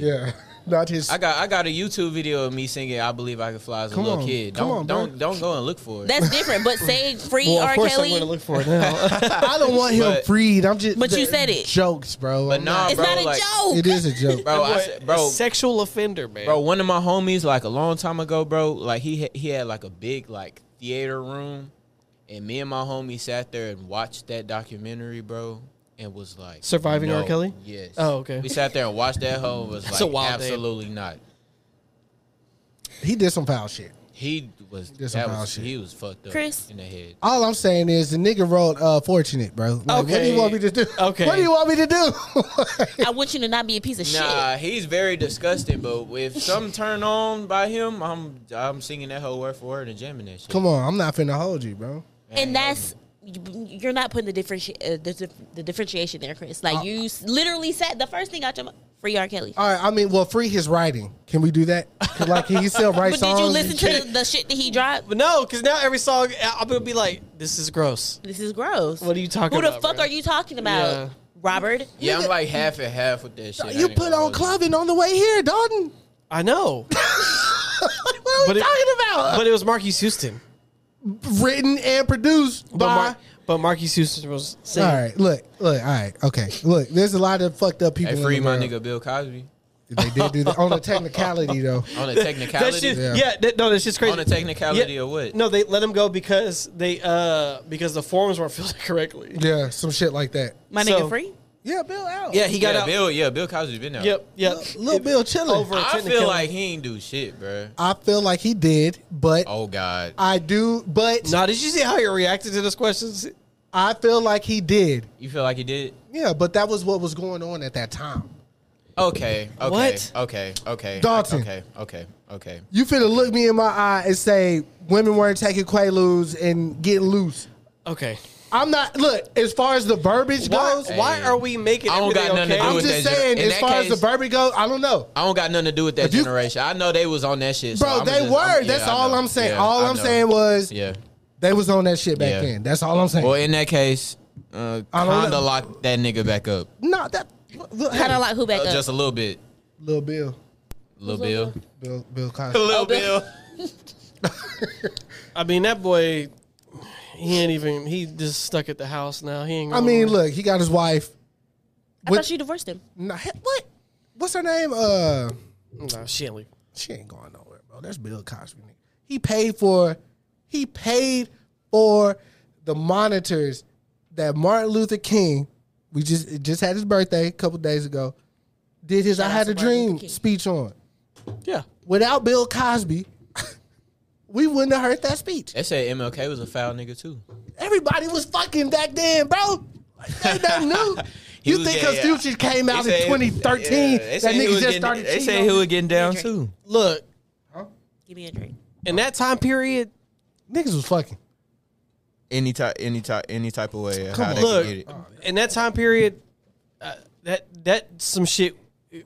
[SPEAKER 4] Yeah, not his.
[SPEAKER 5] I got, I got a YouTube video of me singing "I Believe I Can Fly" as a
[SPEAKER 4] Come
[SPEAKER 5] little
[SPEAKER 4] on.
[SPEAKER 5] kid.
[SPEAKER 4] Come
[SPEAKER 5] Don't,
[SPEAKER 4] on, bro.
[SPEAKER 5] don't, don't go and look for it.
[SPEAKER 2] That's different. But say free
[SPEAKER 1] Well,
[SPEAKER 2] R.
[SPEAKER 1] of course I'm
[SPEAKER 2] Kelly.
[SPEAKER 1] going to look for it now.
[SPEAKER 4] I don't want him
[SPEAKER 5] But-
[SPEAKER 4] freed. I'm just.
[SPEAKER 2] But you
[SPEAKER 4] they're
[SPEAKER 2] said it.
[SPEAKER 4] Jokes, bro.
[SPEAKER 5] but
[SPEAKER 4] I'm
[SPEAKER 5] nah,
[SPEAKER 2] it's
[SPEAKER 5] bro,
[SPEAKER 2] not a
[SPEAKER 5] like,
[SPEAKER 2] joke.
[SPEAKER 4] It is a joke.
[SPEAKER 5] bro, I, said- bro,
[SPEAKER 1] Sexual offender, man.
[SPEAKER 5] bro. One of my homies, like a long time ago, bro, like he had- he had like a big like theater room, and me and my homie sat there and watched that documentary, bro, and was like
[SPEAKER 1] Surviving
[SPEAKER 5] no,
[SPEAKER 1] R. Kelly?
[SPEAKER 5] Yes.
[SPEAKER 1] Oh, okay.
[SPEAKER 5] We sat there and watched that whole was
[SPEAKER 1] That's
[SPEAKER 5] like
[SPEAKER 1] a wild day.
[SPEAKER 5] absolutely not.
[SPEAKER 4] He did some foul shit.
[SPEAKER 5] He was
[SPEAKER 4] That's
[SPEAKER 5] that
[SPEAKER 4] some foul
[SPEAKER 5] was
[SPEAKER 4] shit.
[SPEAKER 5] he was fucked up
[SPEAKER 2] Chris.
[SPEAKER 5] in the head.
[SPEAKER 4] All I'm saying is the nigga wrote uh, "Fortunate," bro. Like, What do you
[SPEAKER 1] Okay.
[SPEAKER 4] want me to do?
[SPEAKER 1] Okay.
[SPEAKER 4] What do you want me to do?
[SPEAKER 2] I want you to not be a piece of shit.
[SPEAKER 5] Nah, he's very disgusting. But if some turn on by him, I'm I'm singing that whole word for word and jamming that shit.
[SPEAKER 4] Come on, I'm not finna hold you, bro.
[SPEAKER 2] And that's you're not putting the differenti- uh, the, dif- the differentiation there, Chris. Like you s- literally said the first thing out your mouth. Free R. Kelly.
[SPEAKER 4] All right, I mean, well, free his writing. Can we do that? 'Cause, Like, he still write
[SPEAKER 2] But did
[SPEAKER 4] songs.
[SPEAKER 2] you listen to the, the shit that he dropped?
[SPEAKER 1] But no, because now every song, I- I'm going to be like, this is gross.
[SPEAKER 2] This is gross.
[SPEAKER 1] What are you talking
[SPEAKER 2] Who the
[SPEAKER 1] about,
[SPEAKER 2] fuck
[SPEAKER 1] bro?
[SPEAKER 2] are you talking about,
[SPEAKER 1] Yeah.
[SPEAKER 2] Robert?
[SPEAKER 5] Yeah, I'm like half and half with that shit. I
[SPEAKER 4] You
[SPEAKER 5] ain't
[SPEAKER 4] put
[SPEAKER 5] gonna
[SPEAKER 4] on
[SPEAKER 5] hold you.
[SPEAKER 4] clubbing on the way here, Dalton.
[SPEAKER 1] I know.
[SPEAKER 4] What are
[SPEAKER 1] But
[SPEAKER 4] we
[SPEAKER 1] it-
[SPEAKER 4] talking about?
[SPEAKER 1] But it was Marquise Houston.
[SPEAKER 4] Written and produced
[SPEAKER 1] But,
[SPEAKER 4] by.
[SPEAKER 1] Mar- but Marquise Houston was
[SPEAKER 4] all
[SPEAKER 1] saying,
[SPEAKER 4] right, look, look, all right, okay, look. There's a lot of fucked up people.
[SPEAKER 5] Hey,
[SPEAKER 4] in
[SPEAKER 5] free
[SPEAKER 4] the
[SPEAKER 5] my
[SPEAKER 4] world.
[SPEAKER 5] nigga Bill Cosby
[SPEAKER 4] They did do that on the technicality though.
[SPEAKER 5] on a
[SPEAKER 1] that
[SPEAKER 5] technicality.
[SPEAKER 1] shit,
[SPEAKER 4] Yeah.
[SPEAKER 1] yeah, that, no, that's just crazy.
[SPEAKER 5] On a technicality or what?
[SPEAKER 1] No, they let him go because they uh because the forms weren't filled out correctly.
[SPEAKER 4] Yeah, some shit like that.
[SPEAKER 2] My
[SPEAKER 1] So-
[SPEAKER 2] nigga free?
[SPEAKER 4] Yeah, Bill out.
[SPEAKER 1] Yeah, he got
[SPEAKER 5] yeah,
[SPEAKER 1] out.
[SPEAKER 5] Bill. Yeah, Bill Cosby's been out.
[SPEAKER 1] Yep, yep.
[SPEAKER 4] Lil Bill chilling.
[SPEAKER 1] Over a
[SPEAKER 5] I feel
[SPEAKER 1] technicality.
[SPEAKER 5] like he ain't do shit, bro.
[SPEAKER 4] I feel like he did, but
[SPEAKER 5] Oh God.
[SPEAKER 4] I do, but
[SPEAKER 1] Nah, did you see how he reacted to those questions?
[SPEAKER 4] I feel like he did.
[SPEAKER 5] You feel like he did?
[SPEAKER 4] Yeah, but that was what was going on at that time.
[SPEAKER 5] Okay. Okay.
[SPEAKER 1] What?
[SPEAKER 5] Okay. Okay.
[SPEAKER 4] Dalton.
[SPEAKER 5] Okay. Okay. Okay.
[SPEAKER 4] You finna look me in my eye and say women weren't taking quaaludes and getting loose.
[SPEAKER 1] Okay.
[SPEAKER 4] I'm not. Look, as far as the verbiage
[SPEAKER 1] Why,
[SPEAKER 4] goes,
[SPEAKER 1] why are we making
[SPEAKER 5] I don't got
[SPEAKER 1] everything
[SPEAKER 5] nothing
[SPEAKER 1] okay?
[SPEAKER 5] to do
[SPEAKER 4] I'm
[SPEAKER 5] with
[SPEAKER 4] just
[SPEAKER 5] that
[SPEAKER 4] saying.
[SPEAKER 5] gen- in
[SPEAKER 4] As
[SPEAKER 5] that
[SPEAKER 4] far as
[SPEAKER 5] case-
[SPEAKER 4] the verbiage goes, I don't know.
[SPEAKER 5] I don't got nothing to do with that
[SPEAKER 4] If you-
[SPEAKER 5] generation. I know they was on that shit. so
[SPEAKER 4] Bro,
[SPEAKER 5] I'm
[SPEAKER 4] they
[SPEAKER 5] just-
[SPEAKER 4] were.
[SPEAKER 5] I'm- yeah,
[SPEAKER 4] That's
[SPEAKER 5] I
[SPEAKER 4] all
[SPEAKER 5] know.
[SPEAKER 4] I'm saying.
[SPEAKER 5] Yeah,
[SPEAKER 4] all
[SPEAKER 5] I
[SPEAKER 4] I'm
[SPEAKER 5] know.
[SPEAKER 4] saying was
[SPEAKER 5] Yeah.
[SPEAKER 4] they was on that shit back
[SPEAKER 5] Yeah.
[SPEAKER 4] then. That's all I'm saying.
[SPEAKER 5] Well, in that case, uh,
[SPEAKER 4] I don't
[SPEAKER 5] kinda
[SPEAKER 4] know.
[SPEAKER 5] lock that nigga back up,
[SPEAKER 4] no, that look,
[SPEAKER 2] Kind
[SPEAKER 4] hey,
[SPEAKER 2] of like who back
[SPEAKER 5] Uh,
[SPEAKER 2] up?
[SPEAKER 5] just a little bit.
[SPEAKER 4] Lil Bill,
[SPEAKER 5] Little Bill.
[SPEAKER 4] Bill, Bill Cosby.
[SPEAKER 5] Little
[SPEAKER 2] Bill.
[SPEAKER 5] Bill.
[SPEAKER 1] I mean, that boy, he ain't even. He just stuck at the house now. He ain't.
[SPEAKER 4] I
[SPEAKER 1] going
[SPEAKER 4] mean,
[SPEAKER 1] nowhere.
[SPEAKER 4] look, he got his wife.
[SPEAKER 2] I thought she divorced him.
[SPEAKER 4] Nah, he- what? What's her name? Uh,
[SPEAKER 1] Nah, she ain't leave.
[SPEAKER 4] she ain't going nowhere, bro. That's Bill Cosby. nigga. He paid for, he paid for the monitors that Martin Luther King. We just it just had his birthday a couple days ago. Did his "I
[SPEAKER 2] out
[SPEAKER 4] Had
[SPEAKER 2] to
[SPEAKER 4] a
[SPEAKER 2] Martin Luther
[SPEAKER 4] Dream"
[SPEAKER 2] King.
[SPEAKER 4] speech on.
[SPEAKER 1] Yeah.
[SPEAKER 4] Without Bill Cosby, we wouldn't have heard that speech.
[SPEAKER 5] They said MLK was a foul nigga too.
[SPEAKER 4] Everybody was fucking back then, bro. They, they knew.
[SPEAKER 5] He
[SPEAKER 4] you
[SPEAKER 5] was-
[SPEAKER 4] think
[SPEAKER 5] yeah,
[SPEAKER 4] because
[SPEAKER 5] yeah.
[SPEAKER 4] Future came
[SPEAKER 5] They
[SPEAKER 4] out
[SPEAKER 5] said-
[SPEAKER 4] in 2013,
[SPEAKER 5] yeah, they
[SPEAKER 4] that
[SPEAKER 5] said he
[SPEAKER 4] nigga
[SPEAKER 5] was
[SPEAKER 4] just
[SPEAKER 5] getting-
[SPEAKER 4] started
[SPEAKER 5] They
[SPEAKER 4] cheating?
[SPEAKER 5] said he was getting down too.
[SPEAKER 1] Look,
[SPEAKER 2] Give me a drink.
[SPEAKER 1] in that time period,
[SPEAKER 4] niggas was fucking.
[SPEAKER 5] Any type, any type, any type of way.
[SPEAKER 4] Come on.
[SPEAKER 5] how
[SPEAKER 4] Oh,
[SPEAKER 5] they could
[SPEAKER 1] look,
[SPEAKER 5] get it.
[SPEAKER 1] in that time period, uh, that that some shit that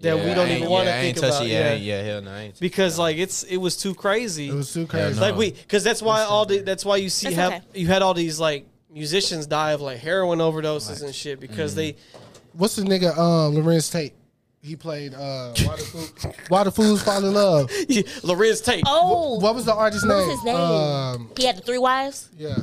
[SPEAKER 5] Yeah,
[SPEAKER 1] we
[SPEAKER 5] I
[SPEAKER 1] don't
[SPEAKER 5] ain't-
[SPEAKER 1] even want to
[SPEAKER 5] yeah, I ain't
[SPEAKER 1] think
[SPEAKER 5] touch
[SPEAKER 1] about.
[SPEAKER 5] It, yeah,
[SPEAKER 1] yeah.
[SPEAKER 5] yeah, hell no. I ain't touch
[SPEAKER 1] Because like it's it was too crazy.
[SPEAKER 4] It was too crazy.
[SPEAKER 5] no.
[SPEAKER 1] Like we, because that's why all the that's why you see
[SPEAKER 2] That's
[SPEAKER 1] have
[SPEAKER 2] okay.
[SPEAKER 1] you had all these like
[SPEAKER 5] Mm-hmm.
[SPEAKER 1] musicians die of like heroin overdoses and shit because they
[SPEAKER 4] What's the nigga? Um, Lorenz Tate. He played uh, Why, the Fool- Why the Fools Fall in Love.
[SPEAKER 1] Lorenz Tate.
[SPEAKER 2] Oh,
[SPEAKER 4] What was the artist's
[SPEAKER 2] what
[SPEAKER 4] name?
[SPEAKER 2] was his name?
[SPEAKER 4] Um,
[SPEAKER 2] he had the three wives.
[SPEAKER 4] yeah.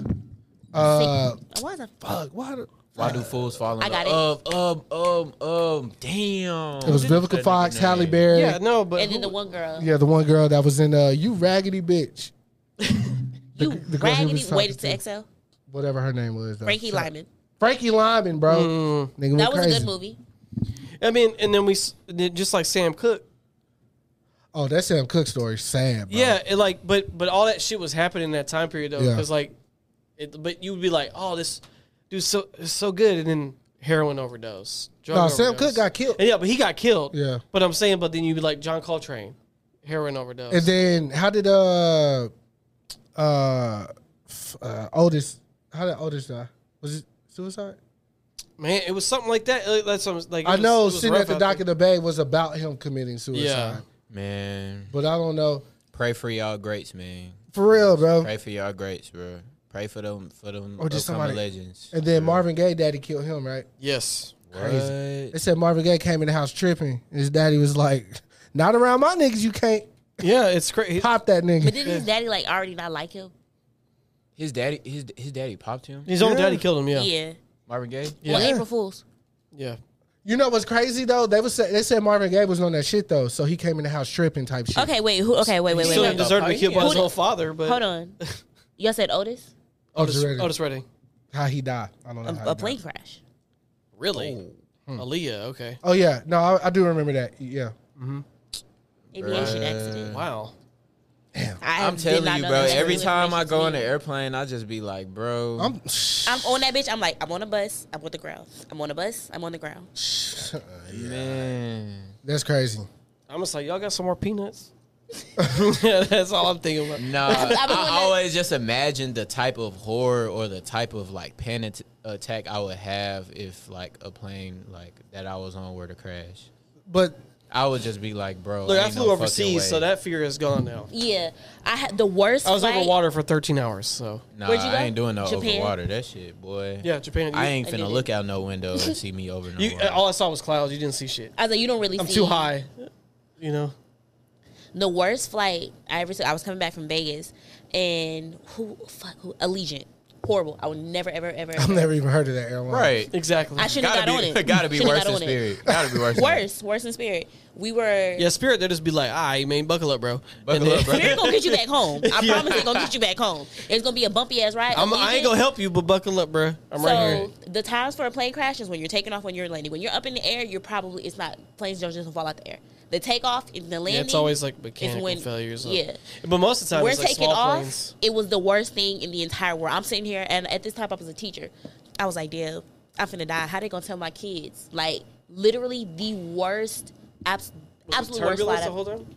[SPEAKER 4] Uh,
[SPEAKER 2] Why is that?
[SPEAKER 4] fuck. Why the,
[SPEAKER 5] Why do fools fall in
[SPEAKER 2] I got
[SPEAKER 5] love? Um, um, um, damn.
[SPEAKER 4] it was Vivica Fox, Halle Berry.
[SPEAKER 1] Yeah,
[SPEAKER 4] Yeah.
[SPEAKER 1] no, but
[SPEAKER 2] And then
[SPEAKER 1] who-
[SPEAKER 2] the one girl.
[SPEAKER 4] the one girl that was in uh, You Raggedy Bitch,
[SPEAKER 2] you
[SPEAKER 4] the girl he was
[SPEAKER 2] raggedy
[SPEAKER 4] talking
[SPEAKER 2] waited to
[SPEAKER 4] to.
[SPEAKER 2] exhale.
[SPEAKER 4] whatever her name was. though.
[SPEAKER 2] Frankie
[SPEAKER 4] Shut up.
[SPEAKER 2] Lyman.
[SPEAKER 4] Frankie Lyman, bro. Nigga went
[SPEAKER 2] That was a
[SPEAKER 4] crazy.
[SPEAKER 2] good movie.
[SPEAKER 1] I mean, and then we s- then just like Sam Cook.
[SPEAKER 4] Oh, that Sam Cook story, sad. Bro.
[SPEAKER 1] Yeah, it like but but all that shit was happening in that time period though,
[SPEAKER 4] Yeah.
[SPEAKER 1] because like, it, but you would be like, oh, this dude's so it's so good, and then heroin overdose. Drug
[SPEAKER 4] No, Sam
[SPEAKER 1] overdose.
[SPEAKER 4] Cooke got killed.
[SPEAKER 1] And yeah, but he got killed.
[SPEAKER 4] Yeah.
[SPEAKER 1] but I'm saying, but then you'd be like John Coltrane, heroin overdose.
[SPEAKER 4] And then how did uh uh, f- uh Otis how did Otis die? Was it suicide?
[SPEAKER 1] Man, it was something like that. Like, That's what I was- like. it
[SPEAKER 4] I
[SPEAKER 1] was- it
[SPEAKER 4] know
[SPEAKER 1] was
[SPEAKER 4] sitting
[SPEAKER 1] rough
[SPEAKER 4] at the
[SPEAKER 1] out
[SPEAKER 4] dock
[SPEAKER 1] there.
[SPEAKER 4] in the bay was about him committing suicide.
[SPEAKER 1] Yeah.
[SPEAKER 5] Man,
[SPEAKER 4] But I don't know.
[SPEAKER 5] pray for y'all greats, man.
[SPEAKER 4] For real, bro.
[SPEAKER 5] Pray for y'all greats, bro. Pray for them, for them
[SPEAKER 4] Oh. Or just
[SPEAKER 5] upcoming
[SPEAKER 4] somebody-
[SPEAKER 5] legends.
[SPEAKER 4] And then Marvin Gaye daddy killed him, right?
[SPEAKER 1] Yes.
[SPEAKER 5] Crazy.
[SPEAKER 4] They said Marvin Gaye came in the house tripping. and His daddy was like, Not around my niggas, you can't
[SPEAKER 1] Yeah, it's crazy.
[SPEAKER 4] pop that
[SPEAKER 2] But
[SPEAKER 4] nigga.
[SPEAKER 2] didn't his daddy like already not like him?
[SPEAKER 5] His daddy, his his daddy popped him.
[SPEAKER 1] His own daddy killed him. Yeah.
[SPEAKER 2] Yeah.
[SPEAKER 1] Yeah.
[SPEAKER 5] Marvin Gaye.
[SPEAKER 2] Well, April Fools.
[SPEAKER 4] You know what's crazy though? They was say, they said Marvin Gaye was on that shit though, so he came in the house tripping type shit.
[SPEAKER 2] Okay, wait. Who? Okay, wait, wait,
[SPEAKER 1] He
[SPEAKER 2] wait.
[SPEAKER 1] still
[SPEAKER 2] wait.
[SPEAKER 1] didn't deserve to be killed by
[SPEAKER 2] Who
[SPEAKER 1] his
[SPEAKER 2] did-
[SPEAKER 1] own father. But
[SPEAKER 2] Hold on. Y'all said Otis?
[SPEAKER 4] Otis,
[SPEAKER 1] Otis,
[SPEAKER 4] Redding.
[SPEAKER 1] Otis Redding.
[SPEAKER 4] How he died. I don't know. how
[SPEAKER 2] A,
[SPEAKER 4] he
[SPEAKER 2] a
[SPEAKER 4] died.
[SPEAKER 2] plane crash.
[SPEAKER 1] Really? Aaliyah. Okay.
[SPEAKER 4] Oh yeah, no, I, I do remember that. Yeah,
[SPEAKER 2] Aviation
[SPEAKER 4] Hmm.
[SPEAKER 2] accident.
[SPEAKER 1] Wow.
[SPEAKER 2] I
[SPEAKER 5] I'm
[SPEAKER 2] did
[SPEAKER 5] telling
[SPEAKER 2] not
[SPEAKER 5] you,
[SPEAKER 2] know
[SPEAKER 5] bro.
[SPEAKER 2] that
[SPEAKER 5] Every
[SPEAKER 2] was
[SPEAKER 5] time I
[SPEAKER 2] information
[SPEAKER 5] go
[SPEAKER 2] to
[SPEAKER 5] on an
[SPEAKER 2] me.
[SPEAKER 5] airplane, I just be like, bro.
[SPEAKER 4] I'm.
[SPEAKER 2] I'm on that bitch. I'm like, I'm on a bus. I'm on the ground. I'm on a bus. I'm on the ground.
[SPEAKER 5] man.
[SPEAKER 4] That's crazy.
[SPEAKER 1] I'm just like, y'all got some more peanuts? yeah, that's all I'm thinking about.
[SPEAKER 5] No,
[SPEAKER 2] I mean,
[SPEAKER 5] I,
[SPEAKER 2] when they-
[SPEAKER 5] always just imagine the type of horror or the type of like panic t- attack I would have if like a plane like that I was on were to crash.
[SPEAKER 4] But
[SPEAKER 5] I would just be like, bro.
[SPEAKER 1] Look, I
[SPEAKER 5] ain't no
[SPEAKER 1] flew
[SPEAKER 5] fucking
[SPEAKER 1] overseas, so
[SPEAKER 5] way.
[SPEAKER 1] that fear is gone now.
[SPEAKER 2] Yeah, I had the worst.
[SPEAKER 1] I was
[SPEAKER 2] flight.
[SPEAKER 1] over water for 13 hours, so
[SPEAKER 5] Nah,
[SPEAKER 2] Where'd you
[SPEAKER 5] I
[SPEAKER 2] go?
[SPEAKER 5] ain't doing no
[SPEAKER 2] Japan?
[SPEAKER 5] over water. That shit, boy.
[SPEAKER 1] yeah, Japan. You,
[SPEAKER 5] I ain't
[SPEAKER 2] I
[SPEAKER 5] finna
[SPEAKER 2] did uh,
[SPEAKER 5] look out no window and see me over no
[SPEAKER 1] you-
[SPEAKER 5] water.
[SPEAKER 1] all I saw was clouds. You didn't see shit.
[SPEAKER 2] I was like, you don't really.
[SPEAKER 1] I'm
[SPEAKER 2] see.
[SPEAKER 1] too high. You know.
[SPEAKER 2] The worst flight I ever took. I was coming back from Vegas, and who fuck who Allegiant. Horrible. I would never ever ever.
[SPEAKER 4] I've
[SPEAKER 2] ever-
[SPEAKER 4] never even heard of that airline.
[SPEAKER 5] right.
[SPEAKER 1] Exactly.
[SPEAKER 2] I shouldn't have
[SPEAKER 5] Gotta
[SPEAKER 2] got on
[SPEAKER 5] be,
[SPEAKER 2] it.
[SPEAKER 5] gotta be
[SPEAKER 2] Shouldn't
[SPEAKER 5] worse
[SPEAKER 2] have
[SPEAKER 5] than
[SPEAKER 2] got on it.
[SPEAKER 5] spirit. Gotta be worse. than-
[SPEAKER 2] Worse, worse than spirit. We were.
[SPEAKER 1] yeah, Spirit. They'll just be like, all right, man, buckle up, bro.
[SPEAKER 5] Buckle
[SPEAKER 1] And
[SPEAKER 5] up, bro.
[SPEAKER 2] Spirit gonna get you back home. I promise it's gonna get you back home. It's gonna be a bumpy ass ride.
[SPEAKER 1] I'm, I ain't
[SPEAKER 2] Allegiant.
[SPEAKER 1] gonna help you, but buckle up, bro. I'm right here.
[SPEAKER 2] So the times for a plane crash is when you're taking off, when you're landing. When you're up in the air, you're probably it's not planes don't just fall out the air. The takeoff and the landing.
[SPEAKER 1] Yeah, it's always like
[SPEAKER 2] is
[SPEAKER 1] mechanical
[SPEAKER 2] when-
[SPEAKER 1] failures. uh,
[SPEAKER 2] yeah.
[SPEAKER 1] but most of the time
[SPEAKER 2] we're
[SPEAKER 1] it's like
[SPEAKER 2] taking
[SPEAKER 1] small
[SPEAKER 2] off.
[SPEAKER 1] planes.
[SPEAKER 2] It was the worst thing in the entire world. I'm sitting here, and at this time, I was a teacher. I was like, damn, I'm finna die. How they gonna tell my kids? Like literally the worst, abs- absolute worst
[SPEAKER 1] Turbulence
[SPEAKER 2] flight.
[SPEAKER 1] the
[SPEAKER 2] I've-
[SPEAKER 1] whole time.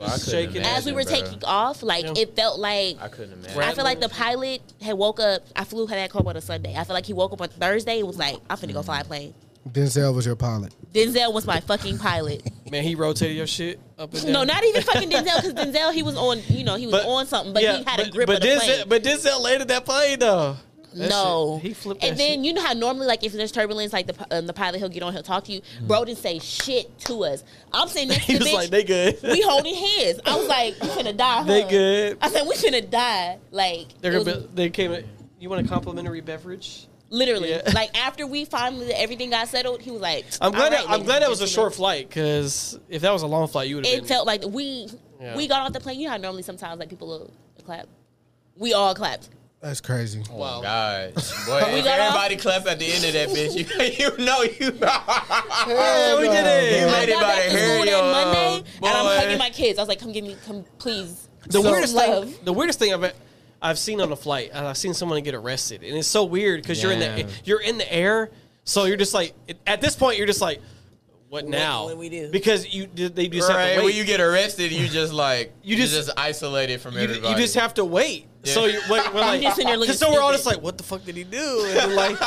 [SPEAKER 5] Well, I couldn't
[SPEAKER 1] Shaking.
[SPEAKER 5] imagine,
[SPEAKER 2] As we were
[SPEAKER 5] bro.
[SPEAKER 2] taking off, like
[SPEAKER 1] Yeah.
[SPEAKER 2] it felt like
[SPEAKER 5] I couldn't imagine.
[SPEAKER 2] I feel like the pilot had woke up. I flew had that call on a Sunday. I feel like he woke up on Thursday and was like, "I'm finna go fly a plane."
[SPEAKER 4] Denzel was your pilot.
[SPEAKER 2] Denzel was my fucking pilot.
[SPEAKER 1] Man, he rotated your shit up and down.
[SPEAKER 2] no, not even fucking Denzel, because Denzel he was on, you know, he was on something, but
[SPEAKER 1] yeah,
[SPEAKER 2] he had a
[SPEAKER 1] but-
[SPEAKER 2] grip
[SPEAKER 1] but
[SPEAKER 2] of the
[SPEAKER 1] Denzel,
[SPEAKER 2] plane.
[SPEAKER 1] But Denzel landed that plane though. That
[SPEAKER 2] no,
[SPEAKER 1] shit- he flipped.
[SPEAKER 2] And
[SPEAKER 1] that
[SPEAKER 2] then
[SPEAKER 1] shit.
[SPEAKER 2] you know how normally, like, if there's turbulence, like the um, the pilot he'll get on, he'll talk to you. Bro didn't say shit to us. I'm sitting
[SPEAKER 1] Mm.
[SPEAKER 2] next
[SPEAKER 1] he
[SPEAKER 2] to the
[SPEAKER 1] was
[SPEAKER 2] bitch.
[SPEAKER 1] like, "They good.
[SPEAKER 2] we holding hands. I was like, we finna die. Huh?
[SPEAKER 1] They good.
[SPEAKER 2] I said, we finna die. Like,
[SPEAKER 1] They're
[SPEAKER 2] it was
[SPEAKER 1] gonna be, they came. You want a complimentary beverage?
[SPEAKER 2] literally,
[SPEAKER 1] Yeah.
[SPEAKER 2] like after we finally everything got settled, he was like,
[SPEAKER 1] I'm
[SPEAKER 2] "All
[SPEAKER 1] glad.
[SPEAKER 2] right,
[SPEAKER 1] that, I'm
[SPEAKER 2] ladies
[SPEAKER 1] glad
[SPEAKER 2] and
[SPEAKER 1] that was a
[SPEAKER 2] gentlemen."
[SPEAKER 1] short flight because if that was a long flight, you would have
[SPEAKER 2] it
[SPEAKER 1] been.
[SPEAKER 2] felt like we
[SPEAKER 1] Yeah.
[SPEAKER 2] we got off the plane. You know how normally sometimes like people will clap. We all clapped.
[SPEAKER 4] That's crazy.
[SPEAKER 1] wow.
[SPEAKER 5] God, boy! if
[SPEAKER 2] got off-
[SPEAKER 5] everybody clap at the end of that bitch, you, you know you.
[SPEAKER 1] Yeah, we did
[SPEAKER 5] You
[SPEAKER 1] it.
[SPEAKER 5] made
[SPEAKER 2] I
[SPEAKER 5] it
[SPEAKER 2] got
[SPEAKER 5] by
[SPEAKER 2] back
[SPEAKER 5] the
[SPEAKER 2] to
[SPEAKER 5] hair,
[SPEAKER 2] school
[SPEAKER 5] yo,
[SPEAKER 1] uh,
[SPEAKER 2] that Monday,
[SPEAKER 5] boy.
[SPEAKER 2] and I'm hugging my kids. I was like, "Come give me, come please."
[SPEAKER 1] The
[SPEAKER 2] So
[SPEAKER 1] weirdest thing.
[SPEAKER 2] love.
[SPEAKER 1] The weirdest thing I've I've seen on a flight, and I've seen someone get arrested, and it's so weird because you're in
[SPEAKER 5] Yeah.
[SPEAKER 1] the you're in the air, so you're just like at this point you're just like, what now?
[SPEAKER 2] what do we do?
[SPEAKER 1] Because you they just have
[SPEAKER 5] Right
[SPEAKER 1] to wait.
[SPEAKER 5] when you get arrested, you just like you
[SPEAKER 1] just-
[SPEAKER 5] just, isolated from
[SPEAKER 1] you,
[SPEAKER 5] everybody.
[SPEAKER 1] you just have to wait. So you, we're, we're like,
[SPEAKER 2] just sitting there looking
[SPEAKER 1] 'cause so we're all
[SPEAKER 2] stupid.
[SPEAKER 1] just like, what the fuck did he do? And we're like,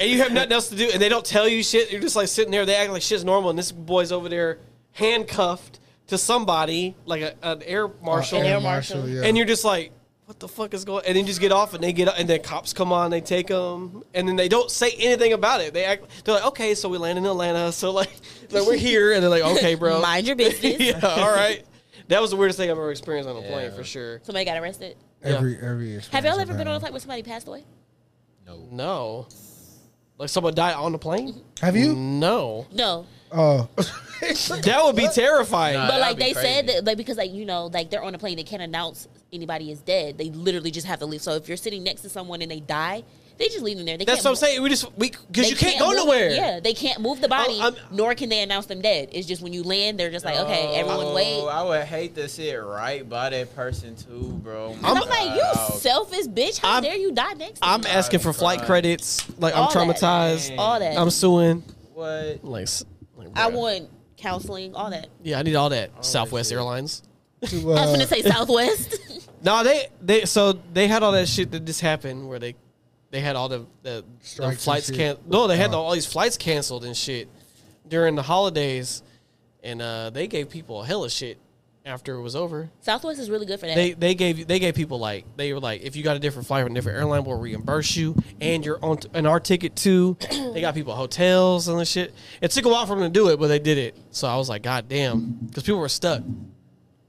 [SPEAKER 1] and you have nothing else to do, and they don't tell you shit. You're just like sitting there. They act like shit's normal, and this boy's over there handcuffed to somebody, like a, an air marshal,
[SPEAKER 2] An air marshal.
[SPEAKER 4] yeah.
[SPEAKER 1] and you're just like, what the fuck is going? And then just get off, and they get and then cops come on, they take them, and then they don't say anything about it. They act, they're like, okay, so we land in Atlanta, so like, like we're here, and they're like, okay, bro,
[SPEAKER 2] Mind your business.
[SPEAKER 1] yeah, all right. That was the weirdest thing I've ever experienced on a plane for sure.
[SPEAKER 2] Somebody got arrested.
[SPEAKER 4] Every every.
[SPEAKER 2] Have y'all ever
[SPEAKER 4] experience
[SPEAKER 2] been on a
[SPEAKER 4] I've
[SPEAKER 2] flight where somebody passed away?
[SPEAKER 1] No, like someone died on the plane.
[SPEAKER 4] had. Have
[SPEAKER 1] Mm.
[SPEAKER 4] you?
[SPEAKER 1] No,
[SPEAKER 2] No,
[SPEAKER 4] Oh,
[SPEAKER 1] that would be terrifying.
[SPEAKER 5] Nah.
[SPEAKER 2] but like
[SPEAKER 5] that'd be
[SPEAKER 2] they said
[SPEAKER 5] crazy.
[SPEAKER 2] that like because like you know like they're on a plane they can't announce anybody is dead. They literally just have to leave. So if you're sitting next to someone and they die, they just leave them there. They
[SPEAKER 1] That's
[SPEAKER 2] can't
[SPEAKER 1] what I'm
[SPEAKER 2] move-
[SPEAKER 1] saying. We just we because
[SPEAKER 2] they
[SPEAKER 1] you can't, go
[SPEAKER 2] move-
[SPEAKER 1] nowhere.
[SPEAKER 2] Yeah, they can't move the body,
[SPEAKER 1] I'm-
[SPEAKER 2] nor can they announce them dead. It's just when you land, they're just like, okay, everyone wait.
[SPEAKER 5] Oh, I would hate to sit right by that person too, bro.
[SPEAKER 2] And I'm like, you selfish bitch. How
[SPEAKER 1] I'm-
[SPEAKER 2] dare you die next to
[SPEAKER 1] I'm
[SPEAKER 2] me?
[SPEAKER 1] asking for flight
[SPEAKER 5] God.
[SPEAKER 1] credits. Like
[SPEAKER 2] All
[SPEAKER 1] I'm
[SPEAKER 2] that.
[SPEAKER 1] traumatized.
[SPEAKER 2] All that.
[SPEAKER 1] I'm suing.
[SPEAKER 5] what?
[SPEAKER 1] Like, s- like,
[SPEAKER 2] I
[SPEAKER 1] bruh.
[SPEAKER 2] want counseling, all that.
[SPEAKER 1] Yeah, I need all that. Southwest Airlines.
[SPEAKER 4] to,
[SPEAKER 2] I was
[SPEAKER 4] uh,
[SPEAKER 2] gonna say Southwest.
[SPEAKER 1] No, they they so they had all that shit that just happened where they they had all the the, the
[SPEAKER 4] Strikes and
[SPEAKER 1] flights
[SPEAKER 4] shit.
[SPEAKER 1] can no they had all these flights canceled and shit during the holidays, and uh, they gave people a hell of shit after it was over.
[SPEAKER 2] Southwest is really good for that.
[SPEAKER 1] They they gave they gave people like they were like if you got a different flight from a different airline we'll reimburse you and your on and our ticket too. they got people hotels and this shit. It took a while for them to do it, but they did it. So I was like, God damn, because people were stuck.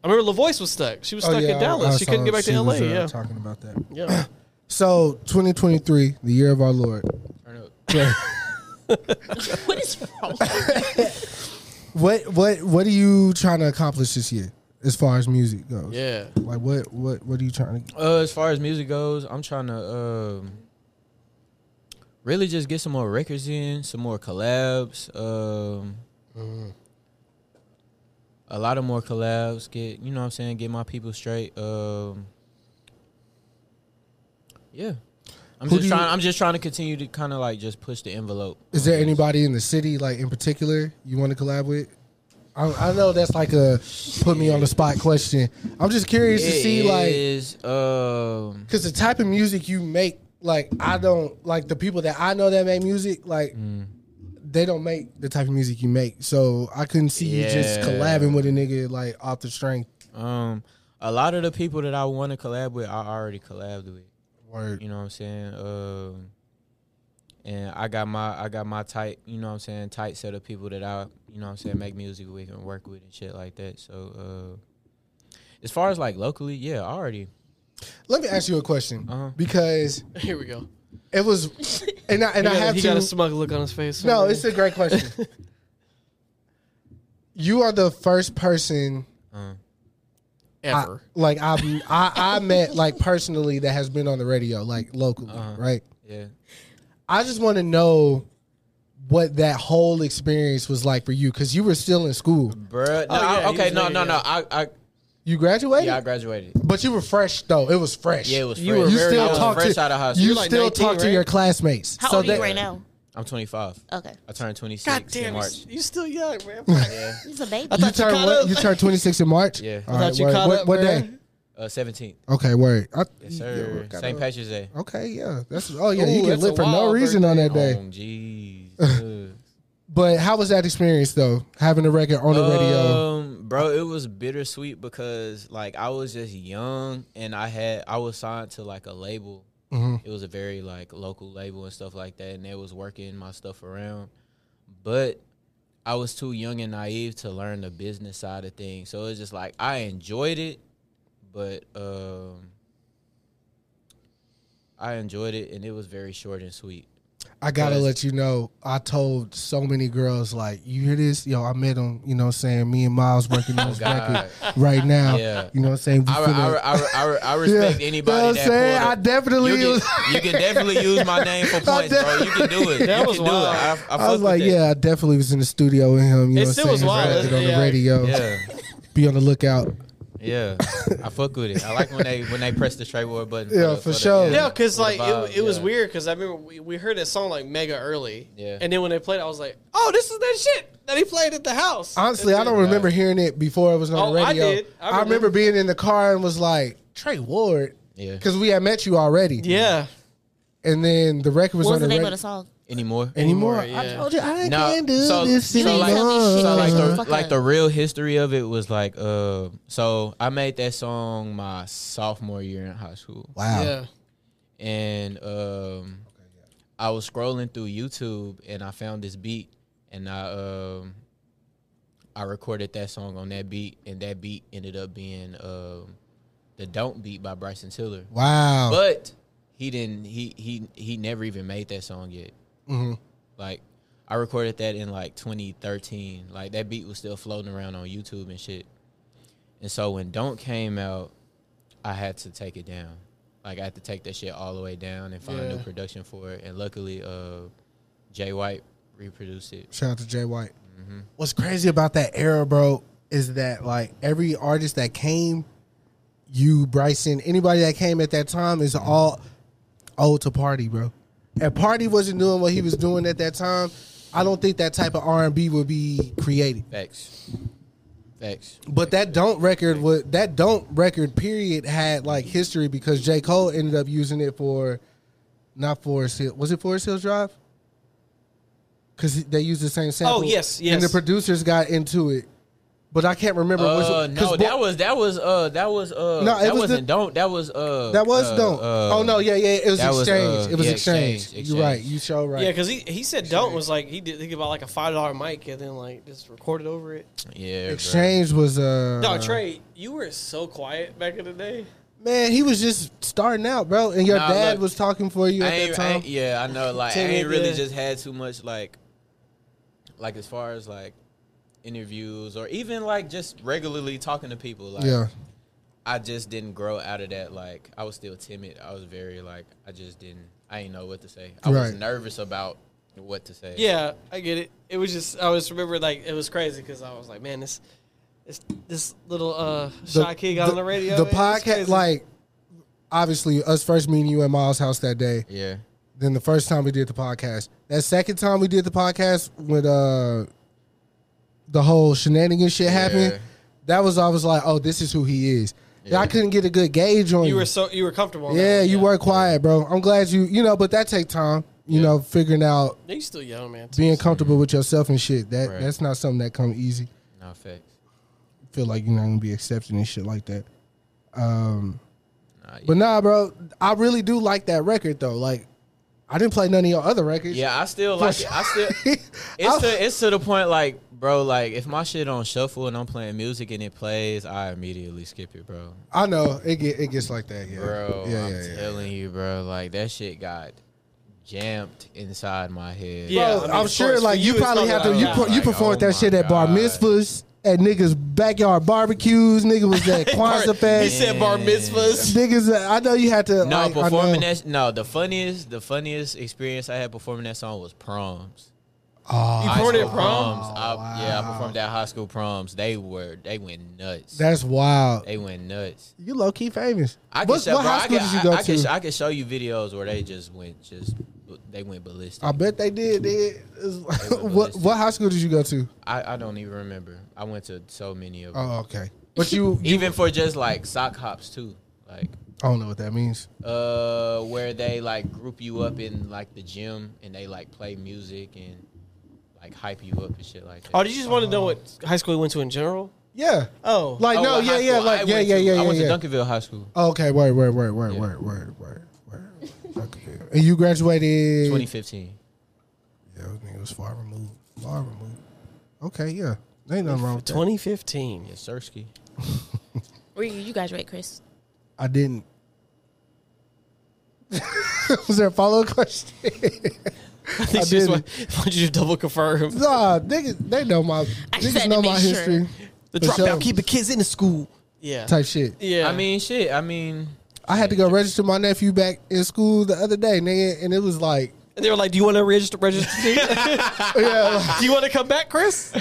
[SPEAKER 1] I remember Lavoice was stuck. She was
[SPEAKER 4] oh,
[SPEAKER 1] stuck
[SPEAKER 4] yeah,
[SPEAKER 1] in
[SPEAKER 4] I-
[SPEAKER 1] Dallas.
[SPEAKER 4] I
[SPEAKER 1] she couldn't
[SPEAKER 4] saw
[SPEAKER 1] get back to
[SPEAKER 4] she
[SPEAKER 1] LA.
[SPEAKER 4] was, uh,
[SPEAKER 1] yeah,
[SPEAKER 4] Talking about that.
[SPEAKER 1] yeah.
[SPEAKER 4] So 2023, the year of our Lord.
[SPEAKER 2] what is wrong?
[SPEAKER 4] What what what are you trying to accomplish this year as far as music goes?
[SPEAKER 1] Yeah.
[SPEAKER 4] Like what what what are you trying to?
[SPEAKER 5] Uh, as far as music goes, I'm trying to um, really just get some more records in, some more collabs. Um,
[SPEAKER 4] Mm-hmm.
[SPEAKER 5] A lot of more collabs. Get you know what I'm saying. Get my people straight. Um, yeah, I'm
[SPEAKER 4] Who do
[SPEAKER 5] just
[SPEAKER 4] you-
[SPEAKER 5] trying. I'm just trying to continue to kind of like just push the envelope.
[SPEAKER 4] Is there anybody in the city like in particular you want to collab with? I, I know that's like a put me on the spot question. I'm just curious to see like
[SPEAKER 5] Is, um,
[SPEAKER 4] because the type of music you make, like I don't like the people that I know that make music, like
[SPEAKER 1] Mm.
[SPEAKER 4] they don't make the type of music you make. So I couldn't see you just
[SPEAKER 5] Yeah.
[SPEAKER 4] collabing with a nigga like off the strength.
[SPEAKER 5] um, a lot of the people that I want to collab with, I already collabed with.
[SPEAKER 4] Word.
[SPEAKER 5] You know what I'm saying? Um, and I got my I got my tight, you know what I'm saying, tight set of people that I, you know what I'm saying, make music with and work with and shit like that. So uh as far as like locally, yeah, I already.
[SPEAKER 4] Let me ask you a question
[SPEAKER 1] Uh-huh.
[SPEAKER 4] because
[SPEAKER 1] Here we go.
[SPEAKER 4] it was, and I, and
[SPEAKER 1] he
[SPEAKER 4] I
[SPEAKER 1] got,
[SPEAKER 4] have
[SPEAKER 1] he
[SPEAKER 4] to.
[SPEAKER 1] got a smug look on his face.
[SPEAKER 4] No, it's a great question. you are the first person
[SPEAKER 1] ever.
[SPEAKER 4] like I've, I I met like personally that has been on the radio like locally,
[SPEAKER 1] Uh-huh.
[SPEAKER 4] right?
[SPEAKER 5] Yeah.
[SPEAKER 4] I just want to know what that whole experience was like for you because you were still in school.
[SPEAKER 5] Bruh. No,
[SPEAKER 1] Oh, yeah,
[SPEAKER 5] I-
[SPEAKER 1] he
[SPEAKER 5] okay,
[SPEAKER 1] was
[SPEAKER 5] no,
[SPEAKER 1] there,
[SPEAKER 5] no, no.
[SPEAKER 1] yeah.
[SPEAKER 5] I I
[SPEAKER 4] You graduated,
[SPEAKER 5] yeah, I graduated.
[SPEAKER 4] but you were fresh though. It was fresh.
[SPEAKER 5] Yeah, it was
[SPEAKER 1] You
[SPEAKER 5] fresh.
[SPEAKER 1] were
[SPEAKER 4] You
[SPEAKER 1] very
[SPEAKER 4] still
[SPEAKER 5] I was
[SPEAKER 1] young.
[SPEAKER 4] talk
[SPEAKER 5] fresh
[SPEAKER 4] to
[SPEAKER 5] out of high school.
[SPEAKER 4] you
[SPEAKER 1] like
[SPEAKER 4] still
[SPEAKER 1] 19,
[SPEAKER 4] talk to your
[SPEAKER 1] right?
[SPEAKER 4] classmates.
[SPEAKER 2] How
[SPEAKER 4] so
[SPEAKER 2] old are
[SPEAKER 4] that,
[SPEAKER 2] you right now?
[SPEAKER 5] I'm 25.
[SPEAKER 2] Okay.
[SPEAKER 5] I turned 26
[SPEAKER 1] God
[SPEAKER 5] in
[SPEAKER 1] damn, you,
[SPEAKER 5] March.
[SPEAKER 1] you still young, man.
[SPEAKER 2] He's a baby.
[SPEAKER 1] I
[SPEAKER 4] You
[SPEAKER 1] thought you
[SPEAKER 4] turned
[SPEAKER 1] caught
[SPEAKER 4] what?
[SPEAKER 1] up.
[SPEAKER 4] You turned twenty six in March.
[SPEAKER 5] Yeah. I
[SPEAKER 4] All
[SPEAKER 1] thought you
[SPEAKER 4] word.
[SPEAKER 1] caught
[SPEAKER 4] what,
[SPEAKER 1] up,
[SPEAKER 4] what
[SPEAKER 1] bruh.
[SPEAKER 4] day?
[SPEAKER 5] Uh 17th.
[SPEAKER 4] Okay, word. I,
[SPEAKER 5] Yes, sir.
[SPEAKER 4] got
[SPEAKER 5] St.
[SPEAKER 4] up.
[SPEAKER 5] Patrick's Day.
[SPEAKER 4] Okay, yeah. That's oh yeah.
[SPEAKER 1] Ooh,
[SPEAKER 4] you get
[SPEAKER 1] that's
[SPEAKER 4] lit
[SPEAKER 1] a
[SPEAKER 4] for no
[SPEAKER 1] wild
[SPEAKER 4] reason on that day.
[SPEAKER 5] Oh, jeez. Ugh.
[SPEAKER 4] But how was that experience though? Having a record on the radio.
[SPEAKER 5] Um, bro, it was bittersweet because like I was just young and I had I was signed to like a label.
[SPEAKER 4] Mm-hmm.
[SPEAKER 5] It was a very like local label and stuff like that, and they was working my stuff around. But I was too young and naive to learn the business side of things, so it's just like I enjoyed it, but um, I enjoyed it and it was very short and sweet.
[SPEAKER 4] I gotta let you know. I told so many girls like, you hear this? Yo, I met him. You know, what I'm saying me and Miles working on this record right now.
[SPEAKER 5] Oh, Yeah.
[SPEAKER 4] You know, what I'm saying we
[SPEAKER 5] I,
[SPEAKER 4] finna-
[SPEAKER 5] I, I, I, I respect
[SPEAKER 4] Yeah.
[SPEAKER 5] anybody
[SPEAKER 4] You know what
[SPEAKER 5] that
[SPEAKER 4] I'm saying?
[SPEAKER 5] pulled
[SPEAKER 4] I
[SPEAKER 5] up.
[SPEAKER 4] definitely
[SPEAKER 5] you can,
[SPEAKER 4] was-
[SPEAKER 5] you can definitely use my name for points, bro. You can do it.
[SPEAKER 1] That
[SPEAKER 5] you
[SPEAKER 1] was
[SPEAKER 5] can
[SPEAKER 1] wild.
[SPEAKER 5] Do it. I, I,
[SPEAKER 4] I
[SPEAKER 5] fuck
[SPEAKER 4] was
[SPEAKER 5] with
[SPEAKER 4] like,
[SPEAKER 5] that.
[SPEAKER 4] yeah, I definitely was in the studio with him. You know,
[SPEAKER 1] It
[SPEAKER 4] what I'm
[SPEAKER 1] still
[SPEAKER 4] saying
[SPEAKER 1] was
[SPEAKER 4] his
[SPEAKER 1] wild,
[SPEAKER 4] record on the
[SPEAKER 1] yeah.
[SPEAKER 4] radio.
[SPEAKER 5] yeah,
[SPEAKER 4] Be on the lookout.
[SPEAKER 5] yeah. I fuck with it. I like when they when they press the straight word button.
[SPEAKER 4] Yeah,
[SPEAKER 5] the-
[SPEAKER 4] for
[SPEAKER 5] the-
[SPEAKER 4] sure.
[SPEAKER 1] Yeah, because
[SPEAKER 5] for the
[SPEAKER 1] like
[SPEAKER 5] vibe,
[SPEAKER 1] it, it was
[SPEAKER 5] yeah.
[SPEAKER 1] weird because I remember we, we heard that song like mega early.
[SPEAKER 5] Yeah.
[SPEAKER 1] And then when they played, it, I was like, oh, this is that shit that he played at the house.
[SPEAKER 4] Honestly, I don't remember hearing it before it was on the
[SPEAKER 1] Oh, I
[SPEAKER 4] radio.
[SPEAKER 1] did. I
[SPEAKER 4] remember.
[SPEAKER 1] remember.
[SPEAKER 4] being in the car and was like, Trey Ward.
[SPEAKER 5] Yeah.
[SPEAKER 4] Because we had met you already.
[SPEAKER 1] yeah.
[SPEAKER 4] And then the record was
[SPEAKER 2] What was
[SPEAKER 4] on
[SPEAKER 2] the name
[SPEAKER 4] radio.
[SPEAKER 2] of the song?
[SPEAKER 5] anymore.
[SPEAKER 4] anymore. I
[SPEAKER 1] yeah.
[SPEAKER 4] told you I
[SPEAKER 5] No,
[SPEAKER 4] can't do
[SPEAKER 5] so-
[SPEAKER 4] this
[SPEAKER 5] so
[SPEAKER 4] anymore.
[SPEAKER 5] like-
[SPEAKER 2] so
[SPEAKER 5] like
[SPEAKER 4] uh,
[SPEAKER 5] the,
[SPEAKER 2] Fuck
[SPEAKER 5] like
[SPEAKER 2] up.
[SPEAKER 5] the real history of it was like uh so I made that song my sophomore year in high school.
[SPEAKER 4] wow.
[SPEAKER 1] Yeah.
[SPEAKER 5] And um I was scrolling through YouTube and I found this beat and I um I recorded that song on that beat and that beat ended up being um the Don't Beat by Bryson Tiller.
[SPEAKER 4] Wow.
[SPEAKER 5] But he didn't he he he never even made that song yet.
[SPEAKER 4] Mm-hmm.
[SPEAKER 5] Like I recorded that in like 2013. Like that beat was still floating around on YouTube and shit. And so when Don't came out, I had to take it down. Like I had to take that shit all the way down and find a new
[SPEAKER 1] Yeah.
[SPEAKER 5] production for it. And luckily, uh, Jay White reproduced it.
[SPEAKER 4] Shout out to Jay White.
[SPEAKER 5] Mm-hmm.
[SPEAKER 4] What's crazy about that era, bro, is that like every artist that came, you, Bryson, anybody that came at that time is all old to Party, bro. If Party wasn't doing what he was doing at that time, I don't think that type of R and B would be created.
[SPEAKER 5] Facts. Facts.
[SPEAKER 4] But that don't record would that don't record period had like history because J Cole ended up using it for, not Forest Hill. Was it Forest Hills Drive? Because they used the same sample.
[SPEAKER 1] Oh, yes,
[SPEAKER 4] And the
[SPEAKER 1] yes.
[SPEAKER 4] producers got into it, but I can't remember. which
[SPEAKER 5] Uh,
[SPEAKER 4] one- 'cause Bo-
[SPEAKER 5] no, that was that was uh that was uh
[SPEAKER 4] No, it
[SPEAKER 5] that
[SPEAKER 4] was
[SPEAKER 5] wasn't
[SPEAKER 4] the-
[SPEAKER 5] don't that was uh
[SPEAKER 4] that was
[SPEAKER 5] uh,
[SPEAKER 4] don't.
[SPEAKER 5] uh,
[SPEAKER 4] oh no, yeah, yeah, it was
[SPEAKER 5] that
[SPEAKER 4] exchange.
[SPEAKER 5] was, uh,
[SPEAKER 4] it was
[SPEAKER 5] yeah,
[SPEAKER 4] exchange.
[SPEAKER 5] Exchange,
[SPEAKER 4] You're right.
[SPEAKER 5] Exchange.
[SPEAKER 4] You show right.
[SPEAKER 1] Yeah, because he, he said don't was like he did he bought like a five dollar mic and then like just recorded over it.
[SPEAKER 5] yeah bro.
[SPEAKER 4] exchange was uh.
[SPEAKER 1] Dog Trey, you were so quiet back in the day.
[SPEAKER 4] Man, he was just starting out, bro, and your
[SPEAKER 5] Nah,
[SPEAKER 4] dad
[SPEAKER 5] look,
[SPEAKER 4] was talking for you
[SPEAKER 5] I
[SPEAKER 4] at that
[SPEAKER 5] ain't, I
[SPEAKER 4] time.
[SPEAKER 5] ain't- yeah, I know. Like I
[SPEAKER 1] Timid,
[SPEAKER 5] ain't really
[SPEAKER 1] yeah.
[SPEAKER 5] just had too much like, like as far as like interviews or even like just regularly talking to people. Like
[SPEAKER 4] yeah.
[SPEAKER 5] I just didn't grow out of that. Like I was still timid. I was very like I just didn't. I didn't know what to say. I was
[SPEAKER 4] Right.
[SPEAKER 5] nervous about what to say.
[SPEAKER 1] Yeah, I get it. It was just I was remember like it was crazy because I was like, man, this this this little uh shy kid got on the radio.
[SPEAKER 4] The
[SPEAKER 1] man, it's
[SPEAKER 4] podcast,
[SPEAKER 1] crazy.
[SPEAKER 4] like, obviously, us first meeting you at Miles' house that day.
[SPEAKER 5] yeah,
[SPEAKER 4] Then the first time we did the podcast. That second time we did the podcast with uh the whole shenanigans shit happening.
[SPEAKER 5] Yeah.
[SPEAKER 4] That was I was like, oh, this is who he is. I couldn't get a good gauge on you.
[SPEAKER 1] you were so you were comfortable. on that
[SPEAKER 4] yeah,
[SPEAKER 1] one,
[SPEAKER 4] you were quiet, bro. I'm glad you, you know, but that take time. You know, figuring out
[SPEAKER 1] You still young, man.
[SPEAKER 4] being comfortable with yourself and shit. That
[SPEAKER 5] Right.
[SPEAKER 4] that's not something that come easy
[SPEAKER 5] no facts.
[SPEAKER 4] feel like you're not gonna be accepted and shit like that. Um,
[SPEAKER 5] Nah,
[SPEAKER 4] but nah, bro, I really do like that record though. Like, I didn't play none of your other records.
[SPEAKER 5] Yeah, I still like. it. I still.
[SPEAKER 4] I-
[SPEAKER 5] It's to it's to the point like, bro. Like if my shit on shuffle and I'm playing music and it plays, I immediately skip it, bro.
[SPEAKER 4] I know it get it gets like that. Yeah,
[SPEAKER 5] bro.
[SPEAKER 4] Yeah,
[SPEAKER 5] I'm
[SPEAKER 4] yeah, yeah.
[SPEAKER 5] telling you, bro. Like that shit got jammed inside my head.
[SPEAKER 1] Yeah,
[SPEAKER 4] Bro,
[SPEAKER 1] I mean,
[SPEAKER 4] Oh, I'm
[SPEAKER 1] of
[SPEAKER 4] sure
[SPEAKER 1] course, for
[SPEAKER 4] like you
[SPEAKER 1] you, it's
[SPEAKER 4] probably
[SPEAKER 1] not
[SPEAKER 4] have to.
[SPEAKER 1] like
[SPEAKER 4] You
[SPEAKER 1] that.
[SPEAKER 4] per- you
[SPEAKER 5] Like,
[SPEAKER 4] performed
[SPEAKER 5] oh
[SPEAKER 4] that shit at bar
[SPEAKER 5] my God.
[SPEAKER 4] mitzvahs at niggas backyard barbecues. Nigga was at Kwanzaa
[SPEAKER 1] He
[SPEAKER 4] fest.
[SPEAKER 1] said bar mitzvahs.
[SPEAKER 4] Niggas, uh, I know you had to.
[SPEAKER 5] No,
[SPEAKER 4] like, I
[SPEAKER 5] performing
[SPEAKER 4] know.
[SPEAKER 5] that. No, the funniest, the funniest experience I had performing that song was proms.
[SPEAKER 1] You
[SPEAKER 5] High
[SPEAKER 1] poured it
[SPEAKER 5] school
[SPEAKER 1] prom.
[SPEAKER 4] Oh,
[SPEAKER 5] I, Yeah, I performed at high school proms. They were, they went nuts.
[SPEAKER 4] That's wild.
[SPEAKER 5] they went nuts.
[SPEAKER 4] You low key famous.
[SPEAKER 5] I can
[SPEAKER 4] what
[SPEAKER 5] show,
[SPEAKER 4] what
[SPEAKER 5] bro,
[SPEAKER 4] high school
[SPEAKER 5] I can,
[SPEAKER 4] did you go
[SPEAKER 5] I, I
[SPEAKER 4] to?
[SPEAKER 5] Can, I can show you videos where they just went, just they went ballistic.
[SPEAKER 4] I bet they did. They, what
[SPEAKER 5] ballistic.
[SPEAKER 4] what high school did you go to?
[SPEAKER 5] I, I don't even remember. I went to so many of them.
[SPEAKER 4] Oh, okay. But you, you
[SPEAKER 5] even for just like sock hops too, like
[SPEAKER 4] I don't know what that means.
[SPEAKER 5] uh where they like group you up in like the gym and they like play music and like hype you up and shit like that.
[SPEAKER 1] Oh, did you just want to know what high school he went to in general?
[SPEAKER 4] Yeah.
[SPEAKER 1] Oh.
[SPEAKER 4] Like
[SPEAKER 5] Oh,
[SPEAKER 4] no,
[SPEAKER 5] what
[SPEAKER 4] yeah,
[SPEAKER 5] high
[SPEAKER 4] yeah,
[SPEAKER 5] school I
[SPEAKER 4] like yeah,
[SPEAKER 5] went
[SPEAKER 4] yeah,
[SPEAKER 5] to?
[SPEAKER 4] yeah, yeah.
[SPEAKER 5] I went
[SPEAKER 4] yeah. Oh,
[SPEAKER 5] to Duncanville High School,
[SPEAKER 4] Okay, wait, wait, wait, wait, wait, wait, wait, wait, wait. Okay. And you graduated.
[SPEAKER 5] 2015.
[SPEAKER 4] Yeah, those niggas was far removed. Far removed. Okay, yeah. Ain't nothing wrong with that.
[SPEAKER 1] 2015.
[SPEAKER 5] Yeah, Sersky.
[SPEAKER 2] Where you, you graduate, Chris?
[SPEAKER 4] I didn't. was there a follow up question?
[SPEAKER 1] I think
[SPEAKER 4] I
[SPEAKER 1] she just
[SPEAKER 4] did.
[SPEAKER 1] want, wanted you to double confirm.
[SPEAKER 4] nah, niggas, they know my
[SPEAKER 2] I just
[SPEAKER 4] niggas
[SPEAKER 2] had to
[SPEAKER 4] know
[SPEAKER 2] make
[SPEAKER 4] my
[SPEAKER 2] sure.
[SPEAKER 4] history.
[SPEAKER 1] The
[SPEAKER 4] For sure.
[SPEAKER 1] dropout keep the kids in the school. Yeah.
[SPEAKER 4] Type shit.
[SPEAKER 1] Yeah.
[SPEAKER 5] I mean, shit. I mean,
[SPEAKER 4] I had to go register my nephew back in school the other day, nigga, and it was like,
[SPEAKER 1] And they were like, "Do you want to register? Register?
[SPEAKER 4] yeah,
[SPEAKER 1] Do you want to come back, Chris?"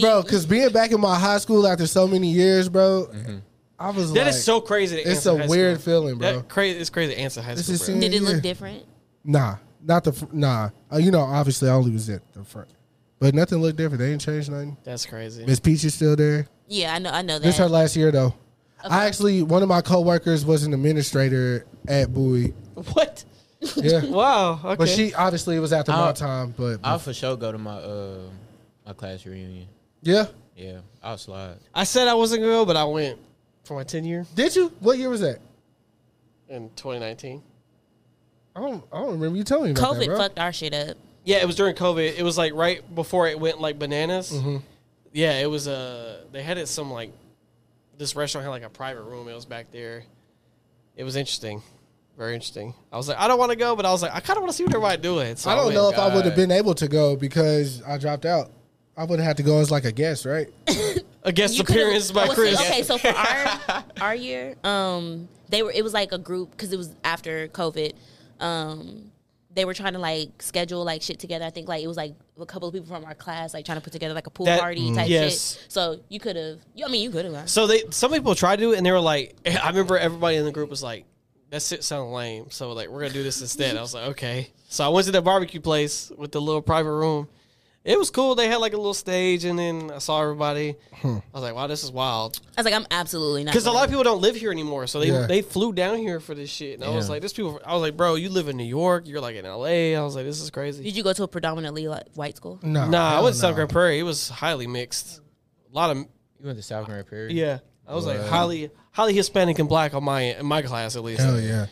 [SPEAKER 4] bro, because being back in my high school after so many years, bro, I was like,
[SPEAKER 1] Mm-hmm. That is so crazy. To
[SPEAKER 4] it's
[SPEAKER 1] answer
[SPEAKER 4] a
[SPEAKER 1] high
[SPEAKER 4] weird
[SPEAKER 1] school.
[SPEAKER 4] feeling, bro.
[SPEAKER 1] That crazy. It's crazy. To answer high
[SPEAKER 4] This
[SPEAKER 1] school.
[SPEAKER 4] is
[SPEAKER 1] bro.
[SPEAKER 4] serious.
[SPEAKER 2] Did it
[SPEAKER 4] Yeah.
[SPEAKER 2] look different?
[SPEAKER 4] nah, not the fr- nah. Uh, you know, obviously, I only was at the front, but nothing looked different. They didn't change nothing.
[SPEAKER 1] That's crazy.
[SPEAKER 4] Miss Peach is still there.
[SPEAKER 2] Yeah, I know. I know that.
[SPEAKER 4] This her last year though. I actually, one of my coworkers was an administrator at Bowie.
[SPEAKER 1] What?
[SPEAKER 4] Yeah.
[SPEAKER 1] Wow. Okay.
[SPEAKER 4] But she obviously it was after my
[SPEAKER 1] Uh,
[SPEAKER 5] I'll-
[SPEAKER 4] time, but
[SPEAKER 5] I'll for sure go to my uh my class reunion.
[SPEAKER 4] yeah.
[SPEAKER 5] Yeah, I'll slide.
[SPEAKER 1] I said I wasn't gonna go, but I went for my ten year
[SPEAKER 4] Did you? What year was that?
[SPEAKER 1] in 2019.
[SPEAKER 4] I don't I don't remember you telling me about that,
[SPEAKER 2] COVID
[SPEAKER 4] bro.
[SPEAKER 2] fucked our shit up.
[SPEAKER 1] Yeah, it was during COVID. It was like right before it went like bananas.
[SPEAKER 4] Mm-hmm.
[SPEAKER 1] Yeah, it was Uh, they had it some like this restaurant had like a private room. It was back there. It was interesting, very interesting. I was like, I don't want to go, but I was like, I kind of want to see what everybody doing. So
[SPEAKER 4] I don't
[SPEAKER 1] went.
[SPEAKER 4] know if I would have been able to go because I dropped out. I would have had to go as like a guest, right?
[SPEAKER 1] a guest
[SPEAKER 2] You could've-
[SPEAKER 1] appearance by
[SPEAKER 2] well, see,
[SPEAKER 1] Chris.
[SPEAKER 2] okay, so for our our year, um, they were it was like a group because it was after COVID. Um, they were trying to like schedule like shit together. I think like it was like a couple of people from our class like trying to put together like a pool
[SPEAKER 1] That-
[SPEAKER 2] party
[SPEAKER 1] mm.
[SPEAKER 2] type
[SPEAKER 1] yes.
[SPEAKER 2] shit. So you could have. I mean, you could have.
[SPEAKER 1] So they some people tried to, do it and they were like, I remember everybody in the group was like, that shit sound lame. So like, we're gonna do this instead. I was like, okay. So I went to the barbecue place with the little private room. It was cool. They had like a little stage, and then I saw everybody. I was like, wow, this is wild.
[SPEAKER 2] I was like, I'm absolutely not.
[SPEAKER 1] Because a
[SPEAKER 2] going.
[SPEAKER 1] lot of people don't live here anymore, so they
[SPEAKER 4] Yeah.
[SPEAKER 1] they flew down here for this shit. And I was
[SPEAKER 5] Yeah.
[SPEAKER 1] like, this people. I was like, bro, you live in New York. You're like in L.A. I was like, this is crazy.
[SPEAKER 2] Did you go to a predominantly like, white school?
[SPEAKER 4] No.
[SPEAKER 1] Nah, I
[SPEAKER 4] hell
[SPEAKER 1] went to South
[SPEAKER 4] no.
[SPEAKER 1] Grand Prairie. It was highly mixed. A lot of
[SPEAKER 5] You went to South Grand Prairie.
[SPEAKER 1] yeah. I was like
[SPEAKER 5] Wow.
[SPEAKER 1] highly highly Hispanic and black on my in my class at least.
[SPEAKER 4] Hell yeah.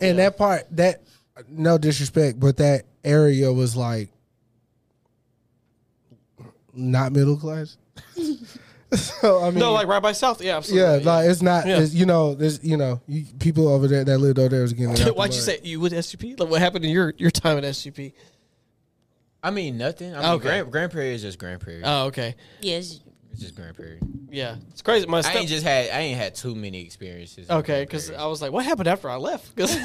[SPEAKER 4] And that part, that no disrespect, but that area was like not middle class. so I mean,
[SPEAKER 1] No, like right by South. Yeah,
[SPEAKER 4] yeah,
[SPEAKER 1] absolutely.
[SPEAKER 4] like it's not.
[SPEAKER 1] Yeah.
[SPEAKER 4] It's, you know, there's you know, you, people over there that lived over there was getting.
[SPEAKER 1] Why'd you say you with SGP? Like, what happened to your your time at SGP?
[SPEAKER 5] I mean nothing. I mean
[SPEAKER 1] Okay.
[SPEAKER 5] Grand, Grand Prairie is just Grand Prairie.
[SPEAKER 1] Oh, okay.
[SPEAKER 2] Yes.
[SPEAKER 5] it's just Grand Prairie.
[SPEAKER 1] Yeah, it's crazy. My
[SPEAKER 5] I
[SPEAKER 1] step.
[SPEAKER 5] ain't just had I ain't had too many experiences. in
[SPEAKER 1] okay,
[SPEAKER 5] Grand
[SPEAKER 1] because
[SPEAKER 5] Prairie.
[SPEAKER 1] I was like, what happened after I left? 'Cause-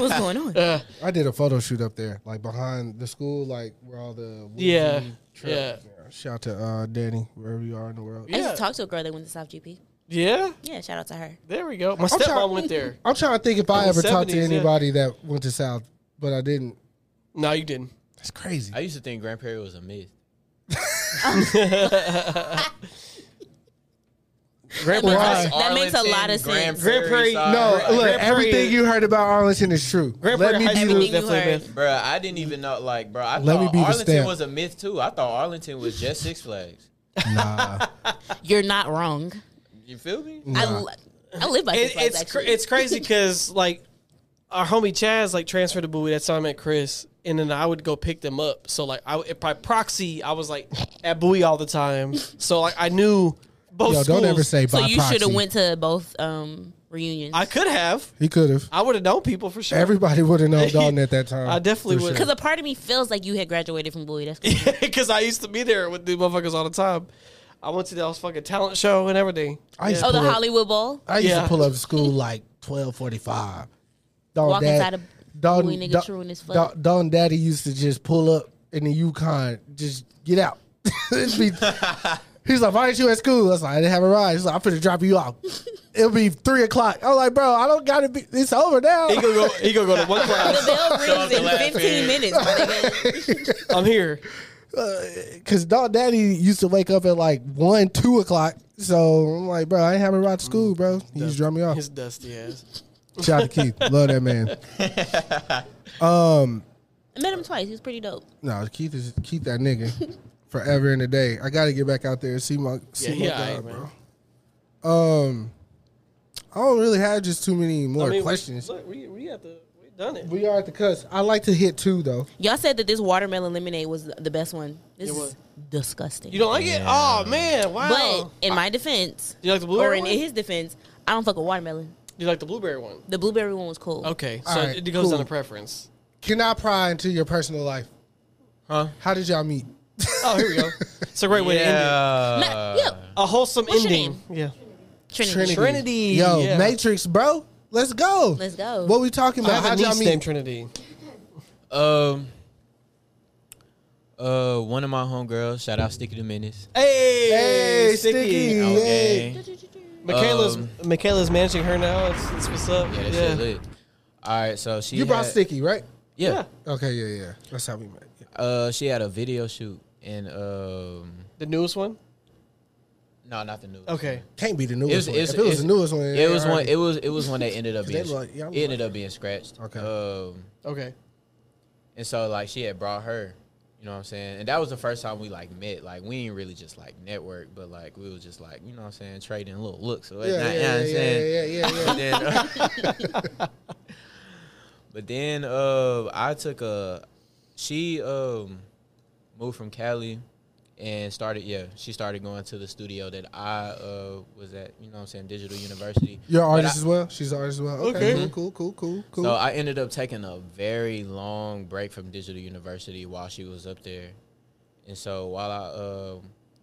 [SPEAKER 2] What's going on?
[SPEAKER 4] I did a photo shoot up there, like behind the school, like where all the Woozy
[SPEAKER 1] yeah,
[SPEAKER 4] trail-
[SPEAKER 1] yeah,
[SPEAKER 4] Shout out to uh, Danny, wherever you are in the world.
[SPEAKER 2] I used
[SPEAKER 1] yeah,
[SPEAKER 2] to talk to a girl that went to South GP.
[SPEAKER 1] yeah.
[SPEAKER 2] Yeah, shout out to her.
[SPEAKER 1] There we go. My
[SPEAKER 4] sorry.
[SPEAKER 1] stepmom went there.
[SPEAKER 4] I'm trying to think if I
[SPEAKER 1] In the
[SPEAKER 4] ever talked to
[SPEAKER 1] 70s, yeah.
[SPEAKER 4] anybody that went to South, but I didn't.
[SPEAKER 1] No, you didn't.
[SPEAKER 4] That's crazy.
[SPEAKER 5] I used to think Grand Prairie was a myth.
[SPEAKER 1] Grand
[SPEAKER 4] Why?
[SPEAKER 1] Prairie,
[SPEAKER 2] That makes a lot of
[SPEAKER 5] Arlington, Grand
[SPEAKER 2] sense.
[SPEAKER 1] Grand Prairie-
[SPEAKER 5] Prairie. side.
[SPEAKER 4] No,
[SPEAKER 1] Grand
[SPEAKER 4] look,
[SPEAKER 1] Prairie-
[SPEAKER 4] everything you heard about Arlington is true.
[SPEAKER 1] Grand
[SPEAKER 4] Let
[SPEAKER 1] Prairie
[SPEAKER 4] me
[SPEAKER 1] High
[SPEAKER 4] be
[SPEAKER 1] School
[SPEAKER 4] the,
[SPEAKER 1] is
[SPEAKER 2] Everything you
[SPEAKER 1] definitely a
[SPEAKER 2] heard.
[SPEAKER 1] myth.
[SPEAKER 5] Bruh, I didn't even know. Like, bruh, I
[SPEAKER 4] Let me
[SPEAKER 5] thought
[SPEAKER 4] be the
[SPEAKER 5] Arlington
[SPEAKER 4] stamp.
[SPEAKER 5] was a myth too. I thought Arlington was just Six Flags.
[SPEAKER 1] Uh,
[SPEAKER 2] You're not wrong.
[SPEAKER 5] You feel me?
[SPEAKER 2] I, li- I live by
[SPEAKER 1] It,
[SPEAKER 2] this.
[SPEAKER 1] it's cr- it's crazy because like our homie Chaz like transferred to Bowie. That's how I met Chris, and then I would go pick them up. So like I if by proxy, I was like at Bowie all the time. So like I knew both.
[SPEAKER 4] Yo, don't ever
[SPEAKER 1] schools.
[SPEAKER 4] say by
[SPEAKER 2] so you
[SPEAKER 4] proxy.
[SPEAKER 2] should have went to both um, reunions.
[SPEAKER 1] I could have.
[SPEAKER 4] He could have.
[SPEAKER 1] I would have known people for sure.
[SPEAKER 4] Everybody would have known Dalton at that time.
[SPEAKER 1] I definitely
[SPEAKER 4] For
[SPEAKER 1] would.
[SPEAKER 2] Because a part of me feels like you had graduated from Bowie. That's
[SPEAKER 1] because I used to be there with these motherfuckers all the time. I went to those fucking talent show and everything.
[SPEAKER 4] I used,
[SPEAKER 2] oh,
[SPEAKER 4] to,
[SPEAKER 2] the
[SPEAKER 4] pull up,
[SPEAKER 2] Hollywood Bowl.
[SPEAKER 4] I used
[SPEAKER 1] Yeah.
[SPEAKER 4] to pull up to school like twelve forty five.
[SPEAKER 2] Walk inside a Bowie nigga chewing his foot.
[SPEAKER 4] Don Daddy used to just pull up in the Yukon, just get out. It'd be- he's like, "Why aren't you at school?" I was like, "I didn't have a ride." He's like, "I'm finna drop you off." It'll be three o'clock. I'm like, "Bro, I don't gotta be. It's over now."
[SPEAKER 1] He gonna go. He gonna go to one
[SPEAKER 2] The
[SPEAKER 1] class.
[SPEAKER 2] bell rings
[SPEAKER 5] the
[SPEAKER 2] in
[SPEAKER 5] last
[SPEAKER 2] 15
[SPEAKER 5] period.
[SPEAKER 2] minutes. my nigga.
[SPEAKER 1] I'm here.
[SPEAKER 4] Cause Don Daddy used to wake up at like one, two o'clock. So I'm like, "Bro, I ain't have a ride to school, bro." He just dropped me off.
[SPEAKER 1] His dusty ass.
[SPEAKER 4] Shout out to Keith. Love that man.
[SPEAKER 2] I met him twice. He was pretty dope.
[SPEAKER 4] No, Keith is Keith that nigga forever and a day. I gotta get back out there and see my see
[SPEAKER 1] Yeah,
[SPEAKER 4] my
[SPEAKER 1] yeah,
[SPEAKER 4] guy,
[SPEAKER 1] alright,
[SPEAKER 4] bro.
[SPEAKER 1] man.
[SPEAKER 4] Um, I don't really have just too many more
[SPEAKER 1] I mean, we-
[SPEAKER 4] questions.
[SPEAKER 1] Look, we we at the we done it.
[SPEAKER 4] We are at the cusp. I like to hit two though.
[SPEAKER 2] Y'all said that this watermelon lemonade was the best one. This is disgusting.
[SPEAKER 1] You don't like it? Oh man! Wow.
[SPEAKER 2] but in my defense,
[SPEAKER 1] you like the
[SPEAKER 2] or
[SPEAKER 1] blueberry
[SPEAKER 2] in
[SPEAKER 1] one?
[SPEAKER 2] his defense, I don't fuck with watermelon.
[SPEAKER 1] you like the blueberry one?
[SPEAKER 2] The blueberry one was cool.
[SPEAKER 1] Okay, so
[SPEAKER 4] Alright,
[SPEAKER 1] it goes
[SPEAKER 4] cool.
[SPEAKER 1] down to preference.
[SPEAKER 4] Can I pry into your personal life?
[SPEAKER 5] Huh?
[SPEAKER 4] How did y'all meet?
[SPEAKER 1] Oh, here we go. It's a great way to end
[SPEAKER 5] Yeah.
[SPEAKER 2] Ma- yeah,
[SPEAKER 1] it. A wholesome
[SPEAKER 2] What's your
[SPEAKER 1] ending. Yeah.
[SPEAKER 2] Trinity.
[SPEAKER 1] Trinity,
[SPEAKER 4] Yo,
[SPEAKER 1] yeah.
[SPEAKER 4] Matrix, bro. Let's go.
[SPEAKER 2] Let's go.
[SPEAKER 4] What we talking
[SPEAKER 1] I
[SPEAKER 4] about? How
[SPEAKER 1] have a
[SPEAKER 4] did y'all
[SPEAKER 1] niece named
[SPEAKER 4] meet?
[SPEAKER 1] Trinity.
[SPEAKER 5] Um. Uh, one of my homegirls. Shout out, Sticky the Menace.
[SPEAKER 1] Hey,
[SPEAKER 4] Hey,
[SPEAKER 1] Sticky.
[SPEAKER 4] Sticky.
[SPEAKER 5] Okay.
[SPEAKER 1] Michaela's
[SPEAKER 5] Um,
[SPEAKER 1] Michaela's managing her now. It's, it's what's up.
[SPEAKER 5] Yeah, that shit lit. All right, so she
[SPEAKER 4] You brought
[SPEAKER 5] had-
[SPEAKER 4] Sticky, right?
[SPEAKER 5] Yeah.
[SPEAKER 4] Okay, yeah, yeah. That's how we met.
[SPEAKER 5] Uh, she had a video shoot and um,
[SPEAKER 1] The newest one.
[SPEAKER 5] No, not the newest.
[SPEAKER 1] Okay.
[SPEAKER 4] Can't be the
[SPEAKER 5] It
[SPEAKER 4] newest
[SPEAKER 5] was,
[SPEAKER 4] one.
[SPEAKER 5] it's-
[SPEAKER 4] If it was
[SPEAKER 5] it's-
[SPEAKER 4] the newest one,
[SPEAKER 5] It was
[SPEAKER 4] all
[SPEAKER 5] one.
[SPEAKER 4] right.
[SPEAKER 5] It was it was one that ended up
[SPEAKER 4] They
[SPEAKER 5] being
[SPEAKER 4] like- y'all
[SPEAKER 5] it ended
[SPEAKER 4] like-
[SPEAKER 5] up being scratched.
[SPEAKER 4] Okay.
[SPEAKER 5] Um,
[SPEAKER 1] Okay.
[SPEAKER 5] and so like she had brought her, you know what I'm saying? And that was the first time we like met. Like we ain't really just like network, but like we was just like, you know what I'm saying, trading little looks. So
[SPEAKER 4] Yeah,
[SPEAKER 5] yeah,
[SPEAKER 4] yeah, yeah, yeah, yeah, yeah, yeah.
[SPEAKER 5] uh, But then uh, I took a. She um, moved from Cali and started. Yeah, she started going to the studio that I uh, was at. You know, what I'm saying Digital University.
[SPEAKER 4] You're an
[SPEAKER 5] But
[SPEAKER 4] artist
[SPEAKER 5] I-
[SPEAKER 4] as well. She's an artist as well. Okay, cool, cool, cool, cool.
[SPEAKER 5] So I ended up taking a very long break from Digital University while she was up there, and so while I uh,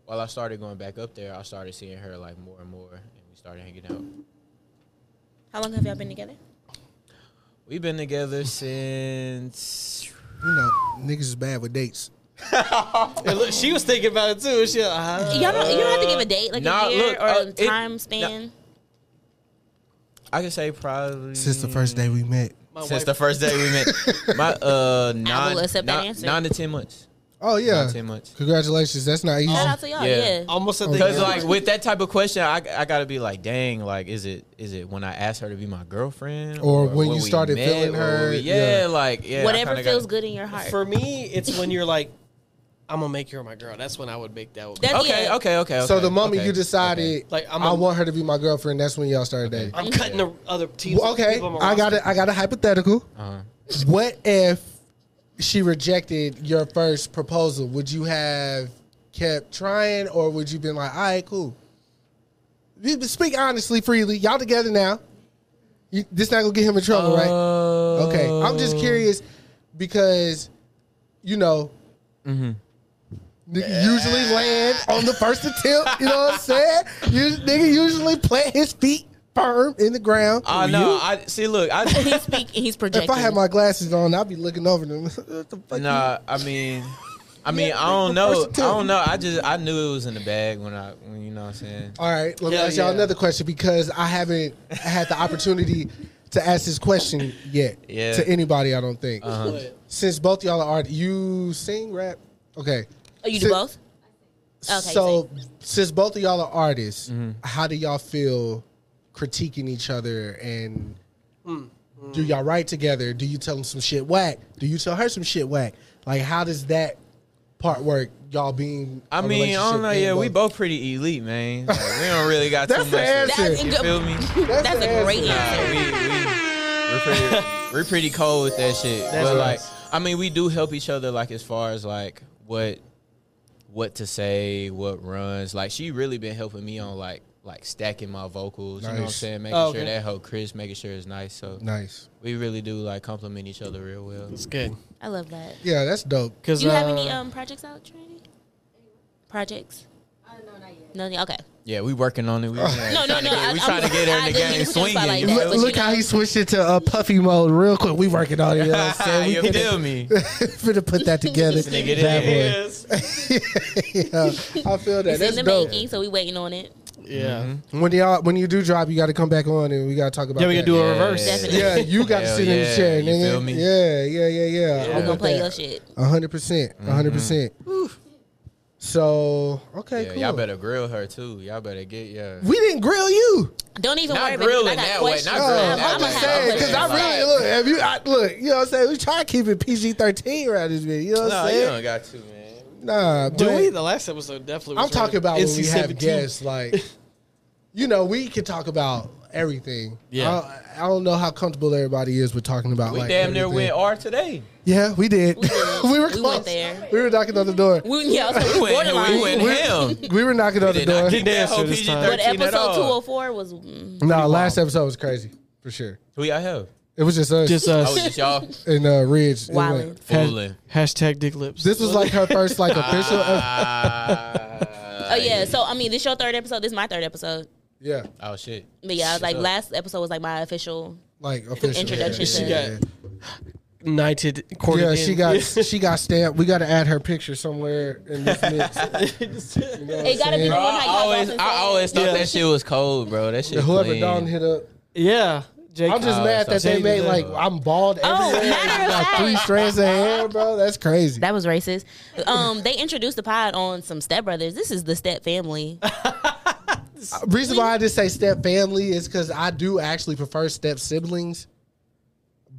[SPEAKER 5] while I started going back up there, I started seeing her like more and more, and we started hanging out.
[SPEAKER 2] How long have y'all been together?
[SPEAKER 5] We've been together since
[SPEAKER 4] you know, niggas is bad with dates.
[SPEAKER 1] And look, she was thinking about it too. She, uh,
[SPEAKER 2] Y'all don't, you don't have to give a date, like
[SPEAKER 5] nah,
[SPEAKER 2] a year
[SPEAKER 5] look,
[SPEAKER 2] or
[SPEAKER 5] uh,
[SPEAKER 2] a
[SPEAKER 5] it-
[SPEAKER 2] time
[SPEAKER 5] nah.
[SPEAKER 2] span.
[SPEAKER 5] I can say probably
[SPEAKER 4] Since the first day we met.
[SPEAKER 1] my
[SPEAKER 5] since
[SPEAKER 1] wife,
[SPEAKER 5] the first day we met. My uh nine,
[SPEAKER 2] accept that
[SPEAKER 5] nine-
[SPEAKER 2] answer.
[SPEAKER 5] nine to ten months.
[SPEAKER 4] Oh yeah,
[SPEAKER 5] Not Oh, 10 months.
[SPEAKER 4] Congratulations. That's not easy.
[SPEAKER 2] Shout out to y'all.
[SPEAKER 5] yeah.
[SPEAKER 2] Yeah.
[SPEAKER 1] almost at the
[SPEAKER 5] Because
[SPEAKER 1] end.
[SPEAKER 5] like with that type of question, I, I gotta be like, dang, like is it is it when I asked her to be my girlfriend
[SPEAKER 4] Or when you
[SPEAKER 5] we
[SPEAKER 4] started
[SPEAKER 5] met,
[SPEAKER 4] feeling
[SPEAKER 5] or when
[SPEAKER 4] her,
[SPEAKER 5] we- yeah,
[SPEAKER 4] yeah.
[SPEAKER 5] like yeah, I
[SPEAKER 2] Whatever
[SPEAKER 5] kinda
[SPEAKER 2] feels
[SPEAKER 5] gotta-
[SPEAKER 2] good in your heart.
[SPEAKER 1] for me, it's when you're like, I'm gonna make her my girl. That's when I would make that. Would be.
[SPEAKER 2] That's-
[SPEAKER 5] Okay,
[SPEAKER 2] Yeah.
[SPEAKER 5] okay, okay.
[SPEAKER 4] so
[SPEAKER 5] okay,
[SPEAKER 4] the moment
[SPEAKER 5] okay,
[SPEAKER 4] you decided,
[SPEAKER 1] Like,
[SPEAKER 4] like,
[SPEAKER 1] I'm
[SPEAKER 4] I'm
[SPEAKER 1] a-
[SPEAKER 4] i want her to be my girlfriend, that's when y'all started dating.
[SPEAKER 1] I'm cutting the other teeth.
[SPEAKER 4] Well, okay, I got it. I got a hypothetical. What if she rejected your first proposal? Would you have kept trying, or would you been like, all right, cool? You speak honestly, freely. Y'all together now. You, this not gonna get him in trouble, right? Okay, I'm just curious because you know. Nigga usually land on the first attempt. You know what I'm saying? You, nigga usually plant his feet firm in the ground.
[SPEAKER 5] I know. Uh, I see. Look, I
[SPEAKER 2] he's speaking. He's
[SPEAKER 4] if
[SPEAKER 2] projecting.
[SPEAKER 4] I had my glasses on, I'd be looking over them. what the fuck?
[SPEAKER 5] nah. I mean, I mean, I don't know. I don't know. I just I knew it was in the bag when I, when, you know, what I'm saying.
[SPEAKER 4] All right, let me
[SPEAKER 1] Yeah,
[SPEAKER 4] ask y'all
[SPEAKER 1] yeah.
[SPEAKER 4] another question because I haven't had the opportunity to ask this question yet
[SPEAKER 5] Yeah.
[SPEAKER 4] to anybody. I don't think since both y'all are art, you sing rap. Okay,
[SPEAKER 2] Oh, you
[SPEAKER 4] Sin-
[SPEAKER 2] do both? Okay,
[SPEAKER 4] so since both of y'all are artists, how do y'all feel critiquing each other and do y'all write together? Do you tell them some shit whack? Do you tell her some shit whack? Like how does that part work? Y'all being
[SPEAKER 5] I
[SPEAKER 4] a
[SPEAKER 5] mean, I
[SPEAKER 4] relationship
[SPEAKER 5] don't know.
[SPEAKER 4] and
[SPEAKER 5] Yeah, we both pretty elite, man. Like, we don't really got
[SPEAKER 4] That's
[SPEAKER 5] too
[SPEAKER 4] the
[SPEAKER 5] much.
[SPEAKER 4] answer.
[SPEAKER 5] to-
[SPEAKER 2] That's,
[SPEAKER 5] You
[SPEAKER 2] a
[SPEAKER 5] feel
[SPEAKER 2] good,
[SPEAKER 5] me?
[SPEAKER 2] that's,
[SPEAKER 4] That's the
[SPEAKER 2] a great
[SPEAKER 4] answer.
[SPEAKER 2] answer.
[SPEAKER 5] we, we, we're pretty we're pretty cold with that shit. but like, I mean, we do help each other. Like as far as like what what to say, what runs. Like she really been helping me on like like stacking my vocals. You know what I'm
[SPEAKER 4] Nice.
[SPEAKER 5] saying? Making
[SPEAKER 1] Oh,
[SPEAKER 5] sure
[SPEAKER 1] okay.
[SPEAKER 5] that whole Chris, making sure it's nice. So
[SPEAKER 4] Nice.
[SPEAKER 5] we really do like compliment each other real well.
[SPEAKER 1] It's good.
[SPEAKER 2] I love that.
[SPEAKER 4] Yeah, that's dope.
[SPEAKER 1] Cause
[SPEAKER 2] Do you have
[SPEAKER 1] uh,
[SPEAKER 2] any um projects out, Trinity? Projects? No, no, okay.
[SPEAKER 5] Yeah, we working on it. We
[SPEAKER 2] No, no,
[SPEAKER 5] trying
[SPEAKER 2] no.
[SPEAKER 5] To get,
[SPEAKER 2] I-
[SPEAKER 5] we
[SPEAKER 2] I'm
[SPEAKER 5] trying to
[SPEAKER 2] just-
[SPEAKER 5] get her in
[SPEAKER 2] I
[SPEAKER 5] the
[SPEAKER 2] just-
[SPEAKER 5] game
[SPEAKER 2] you just
[SPEAKER 5] swinging.
[SPEAKER 2] like
[SPEAKER 5] you
[SPEAKER 2] that,
[SPEAKER 5] feel
[SPEAKER 2] but
[SPEAKER 5] me?
[SPEAKER 2] you
[SPEAKER 4] Look how he switched it to a puffy mode real quick. We working on it. You know what I'm saying?
[SPEAKER 5] you
[SPEAKER 4] We
[SPEAKER 5] feel me?
[SPEAKER 4] finna put that together.
[SPEAKER 5] Nigga, it
[SPEAKER 4] Bad boy.
[SPEAKER 1] Yes.
[SPEAKER 4] I feel that.
[SPEAKER 2] It's
[SPEAKER 4] That's
[SPEAKER 2] in the
[SPEAKER 4] dope.
[SPEAKER 2] making, so we waiting on it.
[SPEAKER 1] Yeah.
[SPEAKER 4] When y'all when you do drop, you got to come back on and we got to talk about.
[SPEAKER 1] Yeah, we
[SPEAKER 4] that.
[SPEAKER 1] can do a
[SPEAKER 5] Yeah.
[SPEAKER 1] reverse.
[SPEAKER 2] Definitely.
[SPEAKER 4] Yeah, you got to
[SPEAKER 5] Hell
[SPEAKER 4] sit in
[SPEAKER 5] yeah,
[SPEAKER 4] the chair,
[SPEAKER 5] you
[SPEAKER 4] nigga.
[SPEAKER 5] feel me?
[SPEAKER 4] Yeah, yeah, yeah, yeah. I'm
[SPEAKER 2] We're gonna
[SPEAKER 4] with
[SPEAKER 2] play
[SPEAKER 4] that.
[SPEAKER 2] your shit.
[SPEAKER 4] A hundred percent,
[SPEAKER 5] Mm-hmm.
[SPEAKER 4] a hundred percent. So okay,
[SPEAKER 5] Yeah,
[SPEAKER 4] cool.
[SPEAKER 5] y'all better grill her too. Y'all better get yeah.
[SPEAKER 4] We didn't grill you.
[SPEAKER 2] Don't even
[SPEAKER 5] Not
[SPEAKER 2] worry about
[SPEAKER 5] grilling
[SPEAKER 2] it. 'cause I
[SPEAKER 5] that
[SPEAKER 2] got
[SPEAKER 5] way,
[SPEAKER 2] questions.
[SPEAKER 5] not
[SPEAKER 4] Oh,
[SPEAKER 5] grilling
[SPEAKER 2] I'm-
[SPEAKER 5] that
[SPEAKER 2] I'm
[SPEAKER 4] I'm
[SPEAKER 5] way.
[SPEAKER 2] gonna
[SPEAKER 4] just
[SPEAKER 2] have
[SPEAKER 4] saying because
[SPEAKER 2] questions.
[SPEAKER 4] I
[SPEAKER 5] Like-
[SPEAKER 4] really look. If you I, look, you know what I'm saying. We try to keep it PG thirteen around this bitch. You know what
[SPEAKER 5] No,
[SPEAKER 4] I'm
[SPEAKER 5] you
[SPEAKER 4] saying?
[SPEAKER 5] don't got to, man.
[SPEAKER 4] Nah,
[SPEAKER 1] Do
[SPEAKER 4] but-
[SPEAKER 1] we? The last episode definitely. Was
[SPEAKER 4] I'm talking
[SPEAKER 1] rated
[SPEAKER 4] about when we have
[SPEAKER 1] NC-17.
[SPEAKER 4] guests. Like, you know, we can talk about everything.
[SPEAKER 1] Yeah.
[SPEAKER 4] I, I don't know how comfortable everybody is with talking about.
[SPEAKER 5] We
[SPEAKER 4] like,
[SPEAKER 5] damn near went
[SPEAKER 4] everything.
[SPEAKER 5] R today.
[SPEAKER 4] Yeah, we did. We,
[SPEAKER 2] did.
[SPEAKER 4] were
[SPEAKER 2] We
[SPEAKER 4] close.
[SPEAKER 2] went there.
[SPEAKER 4] We were knocking on the door.
[SPEAKER 2] We, yeah, so
[SPEAKER 5] We
[SPEAKER 2] we
[SPEAKER 5] went, we
[SPEAKER 2] borderline.
[SPEAKER 5] went ham.
[SPEAKER 4] We were knocking on the
[SPEAKER 5] Did not
[SPEAKER 4] door.
[SPEAKER 5] keep that whole
[SPEAKER 1] this
[SPEAKER 5] PG
[SPEAKER 1] time.
[SPEAKER 2] But
[SPEAKER 5] thirteen
[SPEAKER 2] episode
[SPEAKER 5] at all.
[SPEAKER 2] 204 was. mm,
[SPEAKER 4] Nah, last episode was crazy for sure.
[SPEAKER 5] Who y'all have?
[SPEAKER 4] It was just us
[SPEAKER 1] Just
[SPEAKER 5] I was
[SPEAKER 1] us.
[SPEAKER 5] just uh, y'all
[SPEAKER 4] and uh, Ridge. It
[SPEAKER 2] Wildin'.
[SPEAKER 4] went-
[SPEAKER 5] fooling.
[SPEAKER 1] Hashtag dick lips.
[SPEAKER 4] This was like her first like official. ep-
[SPEAKER 5] Ah. Uh,
[SPEAKER 2] Oh, yeah. So, I mean, this your third episode. This is my third episode.
[SPEAKER 4] yeah,
[SPEAKER 5] Oh shit.
[SPEAKER 2] But yeah, I was like, last episode was like my official.
[SPEAKER 4] like official.
[SPEAKER 2] Introduction
[SPEAKER 4] Yeah,
[SPEAKER 2] to-
[SPEAKER 4] yeah, yeah.
[SPEAKER 1] knighted. quartered
[SPEAKER 4] Yeah, she
[SPEAKER 1] in.
[SPEAKER 4] got she got stamped. We got to add her picture somewhere in this mix. You know what
[SPEAKER 2] It
[SPEAKER 4] I'm
[SPEAKER 2] gotta be
[SPEAKER 4] saying?
[SPEAKER 2] the
[SPEAKER 5] Bro,
[SPEAKER 2] one
[SPEAKER 5] I
[SPEAKER 2] how y'all
[SPEAKER 5] always,
[SPEAKER 2] both
[SPEAKER 5] I always thought that shit was cold, bro. That shit.
[SPEAKER 4] whoever
[SPEAKER 5] clean.
[SPEAKER 4] Don hit up.
[SPEAKER 1] Yeah. Jake.
[SPEAKER 4] I'm just
[SPEAKER 5] Oh,
[SPEAKER 4] mad
[SPEAKER 5] so
[SPEAKER 4] that they
[SPEAKER 1] Jada.
[SPEAKER 4] made like I'm bald
[SPEAKER 2] Oh,
[SPEAKER 4] everywhere. and
[SPEAKER 2] matter
[SPEAKER 4] I
[SPEAKER 2] of
[SPEAKER 4] got
[SPEAKER 2] fact.
[SPEAKER 4] three strands of hair, bro. That's crazy.
[SPEAKER 2] That was racist. Um, they introduced the pod on some Step Brothers. This is the Step family.
[SPEAKER 4] reason why I just say step family is because I do actually prefer step siblings,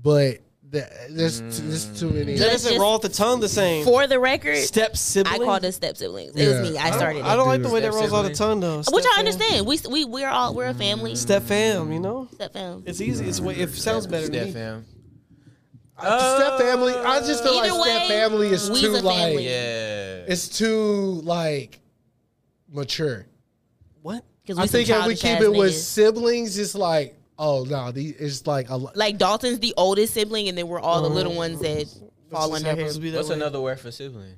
[SPEAKER 4] but the, there's t- there's too
[SPEAKER 2] Mm.
[SPEAKER 4] many.
[SPEAKER 1] That doesn't
[SPEAKER 2] just-
[SPEAKER 1] roll off the tongue the same.
[SPEAKER 2] For the record,
[SPEAKER 1] step
[SPEAKER 2] I
[SPEAKER 1] sibling.
[SPEAKER 2] called us step siblings. It
[SPEAKER 4] Yeah.
[SPEAKER 2] was me. I started it.
[SPEAKER 1] I don't like the
[SPEAKER 4] Dude,
[SPEAKER 1] way that
[SPEAKER 4] step
[SPEAKER 1] rolls off the tongue
[SPEAKER 4] sibling.
[SPEAKER 1] though.
[SPEAKER 2] Which
[SPEAKER 1] Step
[SPEAKER 2] I
[SPEAKER 1] fam.
[SPEAKER 2] understand. We we we're all we're a family. Step,
[SPEAKER 1] Step fam, you know,
[SPEAKER 2] family.
[SPEAKER 1] it's easy. It's way, it sounds better to me.
[SPEAKER 5] fam.
[SPEAKER 4] Uh, step family. I just feel like
[SPEAKER 2] Either
[SPEAKER 4] step
[SPEAKER 2] way,
[SPEAKER 4] family is
[SPEAKER 2] we's
[SPEAKER 4] too
[SPEAKER 2] a
[SPEAKER 4] like
[SPEAKER 2] family.
[SPEAKER 5] Yeah.
[SPEAKER 4] it's too like mature.
[SPEAKER 1] What?
[SPEAKER 4] I think if we keep it with siblings, it's like oh no, these it's like a lo-
[SPEAKER 2] like Dalton's the oldest sibling, and then we're all the little
[SPEAKER 4] Uh-huh.
[SPEAKER 2] ones that fall
[SPEAKER 1] Just
[SPEAKER 2] under
[SPEAKER 1] happens to
[SPEAKER 2] him.
[SPEAKER 1] be that
[SPEAKER 5] What's
[SPEAKER 1] way.
[SPEAKER 5] another word for sibling?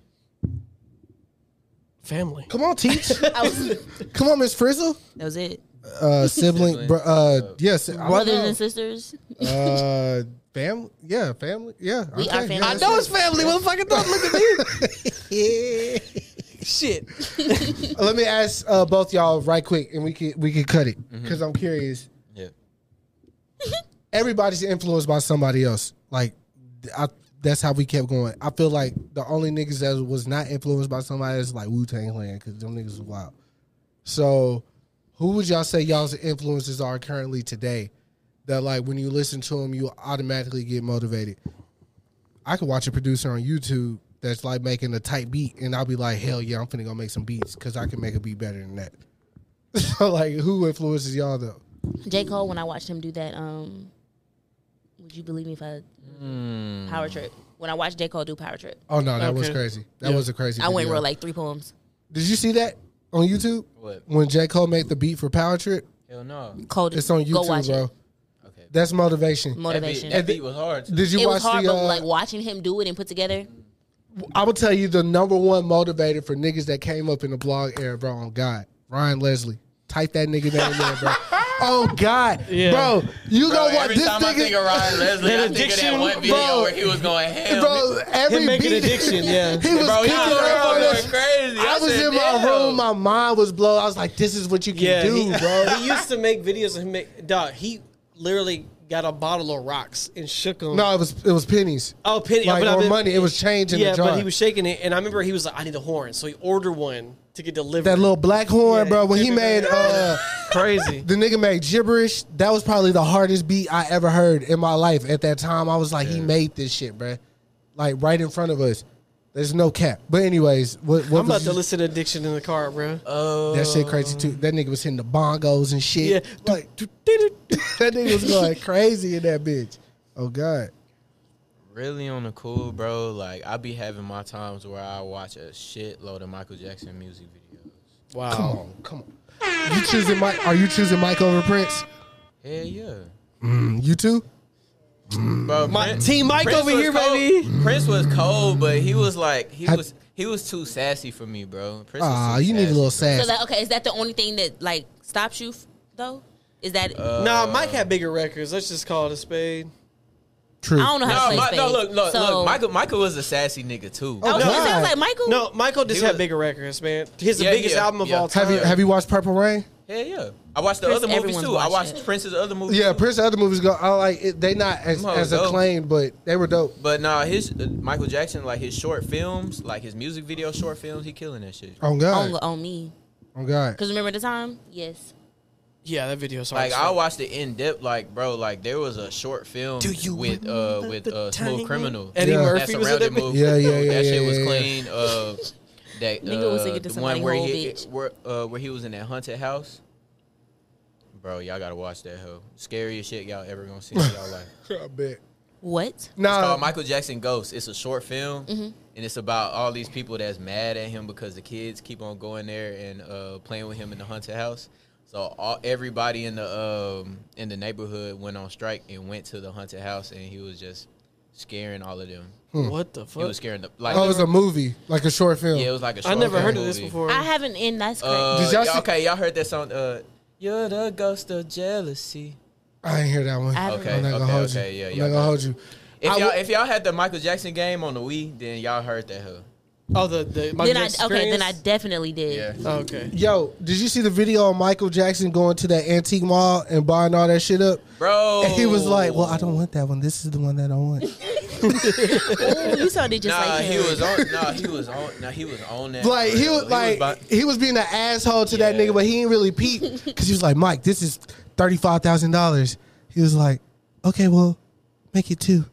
[SPEAKER 1] family?
[SPEAKER 4] come on, teach,
[SPEAKER 2] I was-
[SPEAKER 4] come on, Miss Frizzle,
[SPEAKER 2] that was it.
[SPEAKER 4] uh, sibling,
[SPEAKER 5] Sibling.
[SPEAKER 4] bro, uh, yes, I don't
[SPEAKER 2] Brothers
[SPEAKER 4] know.
[SPEAKER 2] and sisters.
[SPEAKER 4] Uh, family. Yeah, family. Yeah.
[SPEAKER 2] We are family.
[SPEAKER 1] I know it's family. Motherfucker, don't look at me. Shit.
[SPEAKER 4] Let me ask uh, both y'all right quick, and we can we can cut it because I'm curious.
[SPEAKER 5] Yeah.
[SPEAKER 4] Everybody's influenced by somebody else. Like, th- I, that's how we kept going. I feel like the only niggas that was not influenced by somebody is like Wu Tang Clan because them niggas was wild. So, who would y'all say y'all's influences are currently today? That like when you listen to them, you automatically get motivated. I could watch a producer on YouTube that's like making a tight beat, and I'll be like, hell yeah, I'm finna go make some beats because I can make a beat better than that. so like, who influences y'all though?
[SPEAKER 2] J Cole. When I watched him do that, um, would you believe me if I
[SPEAKER 5] Hmm.
[SPEAKER 2] power trip? When I watched J Cole do power trip,
[SPEAKER 4] Oh no, that was
[SPEAKER 1] Okay.
[SPEAKER 4] crazy. That was a crazy.
[SPEAKER 2] I went
[SPEAKER 4] video.
[SPEAKER 2] real like three poems.
[SPEAKER 4] Did you see that on YouTube?
[SPEAKER 5] What?
[SPEAKER 4] When J Cole made the beat for Power Trip,
[SPEAKER 5] Hell no.
[SPEAKER 2] Cold.
[SPEAKER 4] it's on
[SPEAKER 2] Go
[SPEAKER 4] YouTube,
[SPEAKER 2] watch
[SPEAKER 4] bro.
[SPEAKER 2] it.
[SPEAKER 5] Okay.
[SPEAKER 4] That's motivation.
[SPEAKER 5] That beat,
[SPEAKER 2] Motivation.
[SPEAKER 5] that beat was hard. Too.
[SPEAKER 4] Did you
[SPEAKER 2] it
[SPEAKER 4] watch
[SPEAKER 2] was hard,
[SPEAKER 4] the?
[SPEAKER 2] but
[SPEAKER 4] uh,
[SPEAKER 2] like watching him do it and put together.
[SPEAKER 4] I will tell you the number one motivator for niggas that came up in the blog era, bro. On God, Ryan Leslie. Type that nigga name in, bro. Oh God, bro, you
[SPEAKER 5] Bro,
[SPEAKER 4] know what?
[SPEAKER 5] every
[SPEAKER 4] This
[SPEAKER 5] time I think
[SPEAKER 4] nigga,
[SPEAKER 5] of Ryan Leslie, I think of that
[SPEAKER 1] addiction,
[SPEAKER 5] one video
[SPEAKER 4] bro.
[SPEAKER 5] where he was going ham.
[SPEAKER 4] bro, every
[SPEAKER 1] Him making
[SPEAKER 4] beat,
[SPEAKER 1] addiction, yeah.
[SPEAKER 4] he was
[SPEAKER 5] bro, he
[SPEAKER 4] kicking
[SPEAKER 5] was
[SPEAKER 4] around.
[SPEAKER 5] going
[SPEAKER 4] this-
[SPEAKER 5] crazy.
[SPEAKER 4] I was
[SPEAKER 5] said,
[SPEAKER 4] in my
[SPEAKER 5] "Damn."
[SPEAKER 4] room, my mind was blown. I was like, "This is what you can
[SPEAKER 1] Yeah,
[SPEAKER 4] do,
[SPEAKER 1] he,
[SPEAKER 4] bro."
[SPEAKER 1] he used to make videos of him. Make, dog, he literally got a bottle of rocks and shook them.
[SPEAKER 4] No, it was it was pennies.
[SPEAKER 1] Oh, penny
[SPEAKER 4] like,
[SPEAKER 1] but I
[SPEAKER 4] or
[SPEAKER 1] mean-
[SPEAKER 4] money. It was change in
[SPEAKER 1] yeah,
[SPEAKER 4] the jar.
[SPEAKER 1] but he was shaking it, and I remember he was like, "I need a horn," so he ordered one to get delivered.
[SPEAKER 4] that little black
[SPEAKER 1] Yeah,
[SPEAKER 4] horn, bro. When he
[SPEAKER 1] yeah.
[SPEAKER 4] made uh,
[SPEAKER 1] crazy.
[SPEAKER 4] the nigga made gibberish, that was probably the hardest beat I ever heard in my life. At that time, I was like, he made this shit, bro. Like right in front of us. There's no cap. But anyways, what, what
[SPEAKER 1] I'm about
[SPEAKER 4] was-
[SPEAKER 1] to listen to Addiction in the car, bro.
[SPEAKER 5] Uh,
[SPEAKER 4] that shit crazy too. That nigga was hitting the bongos and
[SPEAKER 1] yeah,
[SPEAKER 4] shit. Like that nigga was going crazy in that bitch. Oh god.
[SPEAKER 5] Really on the cool, bro. Like I be having my times where I watch a shitload of Michael Jackson music videos.
[SPEAKER 4] Come on, come on. You choosing Mike are you choosing Mike over Prince? Mm,
[SPEAKER 5] Hell yeah,
[SPEAKER 4] You too?
[SPEAKER 5] bro. My
[SPEAKER 1] Team Mike over here, baby.
[SPEAKER 5] Prince was cold, but he was like he
[SPEAKER 4] Have-
[SPEAKER 5] was he was too sassy for me, bro. Prince was
[SPEAKER 4] Ah,
[SPEAKER 5] too
[SPEAKER 4] you need a little
[SPEAKER 5] sassy.
[SPEAKER 4] sass.
[SPEAKER 2] So that okay, is that the only thing that like stops you f- though? Is that
[SPEAKER 5] Uh,
[SPEAKER 1] nah, Mike had bigger records. Let's just call it a spade.
[SPEAKER 4] True.
[SPEAKER 2] I don't know how
[SPEAKER 5] No,
[SPEAKER 2] to play
[SPEAKER 5] my,
[SPEAKER 2] space.
[SPEAKER 5] no, look, look,
[SPEAKER 2] so,
[SPEAKER 5] look. Michael, Michael was a sassy nigga too.
[SPEAKER 2] I
[SPEAKER 4] No.
[SPEAKER 2] was gonna say, I was
[SPEAKER 4] God.
[SPEAKER 2] like Michael.
[SPEAKER 1] No, Michael just
[SPEAKER 5] He
[SPEAKER 1] had
[SPEAKER 5] was-
[SPEAKER 1] bigger records, man. His
[SPEAKER 5] Yeah,
[SPEAKER 1] biggest
[SPEAKER 5] yeah,
[SPEAKER 1] album of
[SPEAKER 5] yeah.
[SPEAKER 1] all time.
[SPEAKER 4] Have you have you watched Purple Rain?
[SPEAKER 5] Hell yeah. I watched the
[SPEAKER 2] Prince,
[SPEAKER 5] other movies
[SPEAKER 2] everyone's
[SPEAKER 5] too. I
[SPEAKER 2] watched
[SPEAKER 5] watched
[SPEAKER 2] it.
[SPEAKER 5] Prince's other movies.
[SPEAKER 4] Yeah,
[SPEAKER 5] too.
[SPEAKER 4] Prince other movies go. I like it, they not as,
[SPEAKER 5] Them hoes
[SPEAKER 4] as
[SPEAKER 5] dope.
[SPEAKER 4] acclaimed, but they were dope.
[SPEAKER 5] But nah, his uh, Michael Jackson, like his short films, like his music video short films, he killing that shit.
[SPEAKER 4] Oh
[SPEAKER 2] on,
[SPEAKER 4] god,
[SPEAKER 2] on me.
[SPEAKER 4] oh god.
[SPEAKER 2] Cause remember the time? Yes.
[SPEAKER 1] yeah, that video's hard.
[SPEAKER 5] Like
[SPEAKER 1] as
[SPEAKER 5] I
[SPEAKER 1] fuck.
[SPEAKER 5] watched it in depth, like bro, like there was a short film with uh with uh Smooth Criminal.
[SPEAKER 1] Eddie
[SPEAKER 4] Yeah.
[SPEAKER 1] Murphy was in that.
[SPEAKER 5] surrounded
[SPEAKER 1] Movie.
[SPEAKER 5] Move.
[SPEAKER 4] Yeah, yeah, yeah,
[SPEAKER 5] That shit
[SPEAKER 4] yeah,
[SPEAKER 5] was
[SPEAKER 4] yeah, yeah.
[SPEAKER 5] clean. Uh, that
[SPEAKER 2] Nigga was thinking
[SPEAKER 5] uh,
[SPEAKER 2] to
[SPEAKER 5] the
[SPEAKER 2] somebody
[SPEAKER 5] one where
[SPEAKER 2] whole
[SPEAKER 5] he
[SPEAKER 2] bitch.
[SPEAKER 5] where, uh, where he was in that haunted house. Bro, y'all gotta watch that hoe. Scariest shit y'all ever gonna see in y'all life.
[SPEAKER 4] I bet.
[SPEAKER 2] What?
[SPEAKER 5] It's
[SPEAKER 4] Nah,
[SPEAKER 5] called Michael Jackson Ghost. It's a short film,
[SPEAKER 4] Mm-hmm.
[SPEAKER 5] and it's about all these people that's mad at him because the kids keep on going there and uh, playing with him in the haunted house. So all, everybody in the um, in the neighborhood went on strike and went to the haunted house, and he was just scaring all of them.
[SPEAKER 4] Hmm.
[SPEAKER 1] What the
[SPEAKER 5] He
[SPEAKER 1] fuck?
[SPEAKER 5] was scaring the like.
[SPEAKER 4] oh, it was a movie, like a short film.
[SPEAKER 5] yeah, it was like a
[SPEAKER 1] I
[SPEAKER 5] short
[SPEAKER 1] never
[SPEAKER 5] film
[SPEAKER 1] heard of this
[SPEAKER 5] movie.
[SPEAKER 1] before.
[SPEAKER 2] I haven't in that's crazy.
[SPEAKER 5] Uh,
[SPEAKER 4] Did y'all
[SPEAKER 5] y'all-
[SPEAKER 4] see-
[SPEAKER 5] okay, y'all heard that song. Uh, You're the ghost of jealousy.
[SPEAKER 4] I didn't hear that one.
[SPEAKER 2] I haven't
[SPEAKER 5] Okay,
[SPEAKER 4] I'm not gonna
[SPEAKER 5] okay,
[SPEAKER 4] hold
[SPEAKER 5] okay,
[SPEAKER 4] you.
[SPEAKER 5] yeah,
[SPEAKER 4] I'm
[SPEAKER 5] y'all
[SPEAKER 4] not gonna
[SPEAKER 5] got
[SPEAKER 4] hold you.
[SPEAKER 5] If
[SPEAKER 4] I
[SPEAKER 5] y'all
[SPEAKER 4] w-
[SPEAKER 5] if y'all had the Michael Jackson game on the Wii, then y'all heard that. Huh?
[SPEAKER 1] oh, the the Michael
[SPEAKER 2] then I
[SPEAKER 1] Jackson
[SPEAKER 2] okay, then I
[SPEAKER 1] Experience?
[SPEAKER 2] definitely did.
[SPEAKER 5] Yeah.
[SPEAKER 1] Oh, okay.
[SPEAKER 4] Yo, did you see the video of Michael Jackson going to that antique mall and buying all that shit up?
[SPEAKER 5] Bro, Oh.
[SPEAKER 4] And he was like, "Well, I don't want that one. This is the one that I want."
[SPEAKER 2] Oh, you sounded just
[SPEAKER 5] nah,
[SPEAKER 2] like him.
[SPEAKER 5] Uh, he was on. Nah, he was on. Nah, he was on that.
[SPEAKER 4] Like
[SPEAKER 5] for
[SPEAKER 4] he
[SPEAKER 5] real.
[SPEAKER 4] was like
[SPEAKER 5] about-
[SPEAKER 4] he was being an asshole to that
[SPEAKER 5] Yeah.
[SPEAKER 4] nigga, but he didn't really peep because he was like, Mike, this is thirty five thousand dollars. He was like, okay, well, make it two.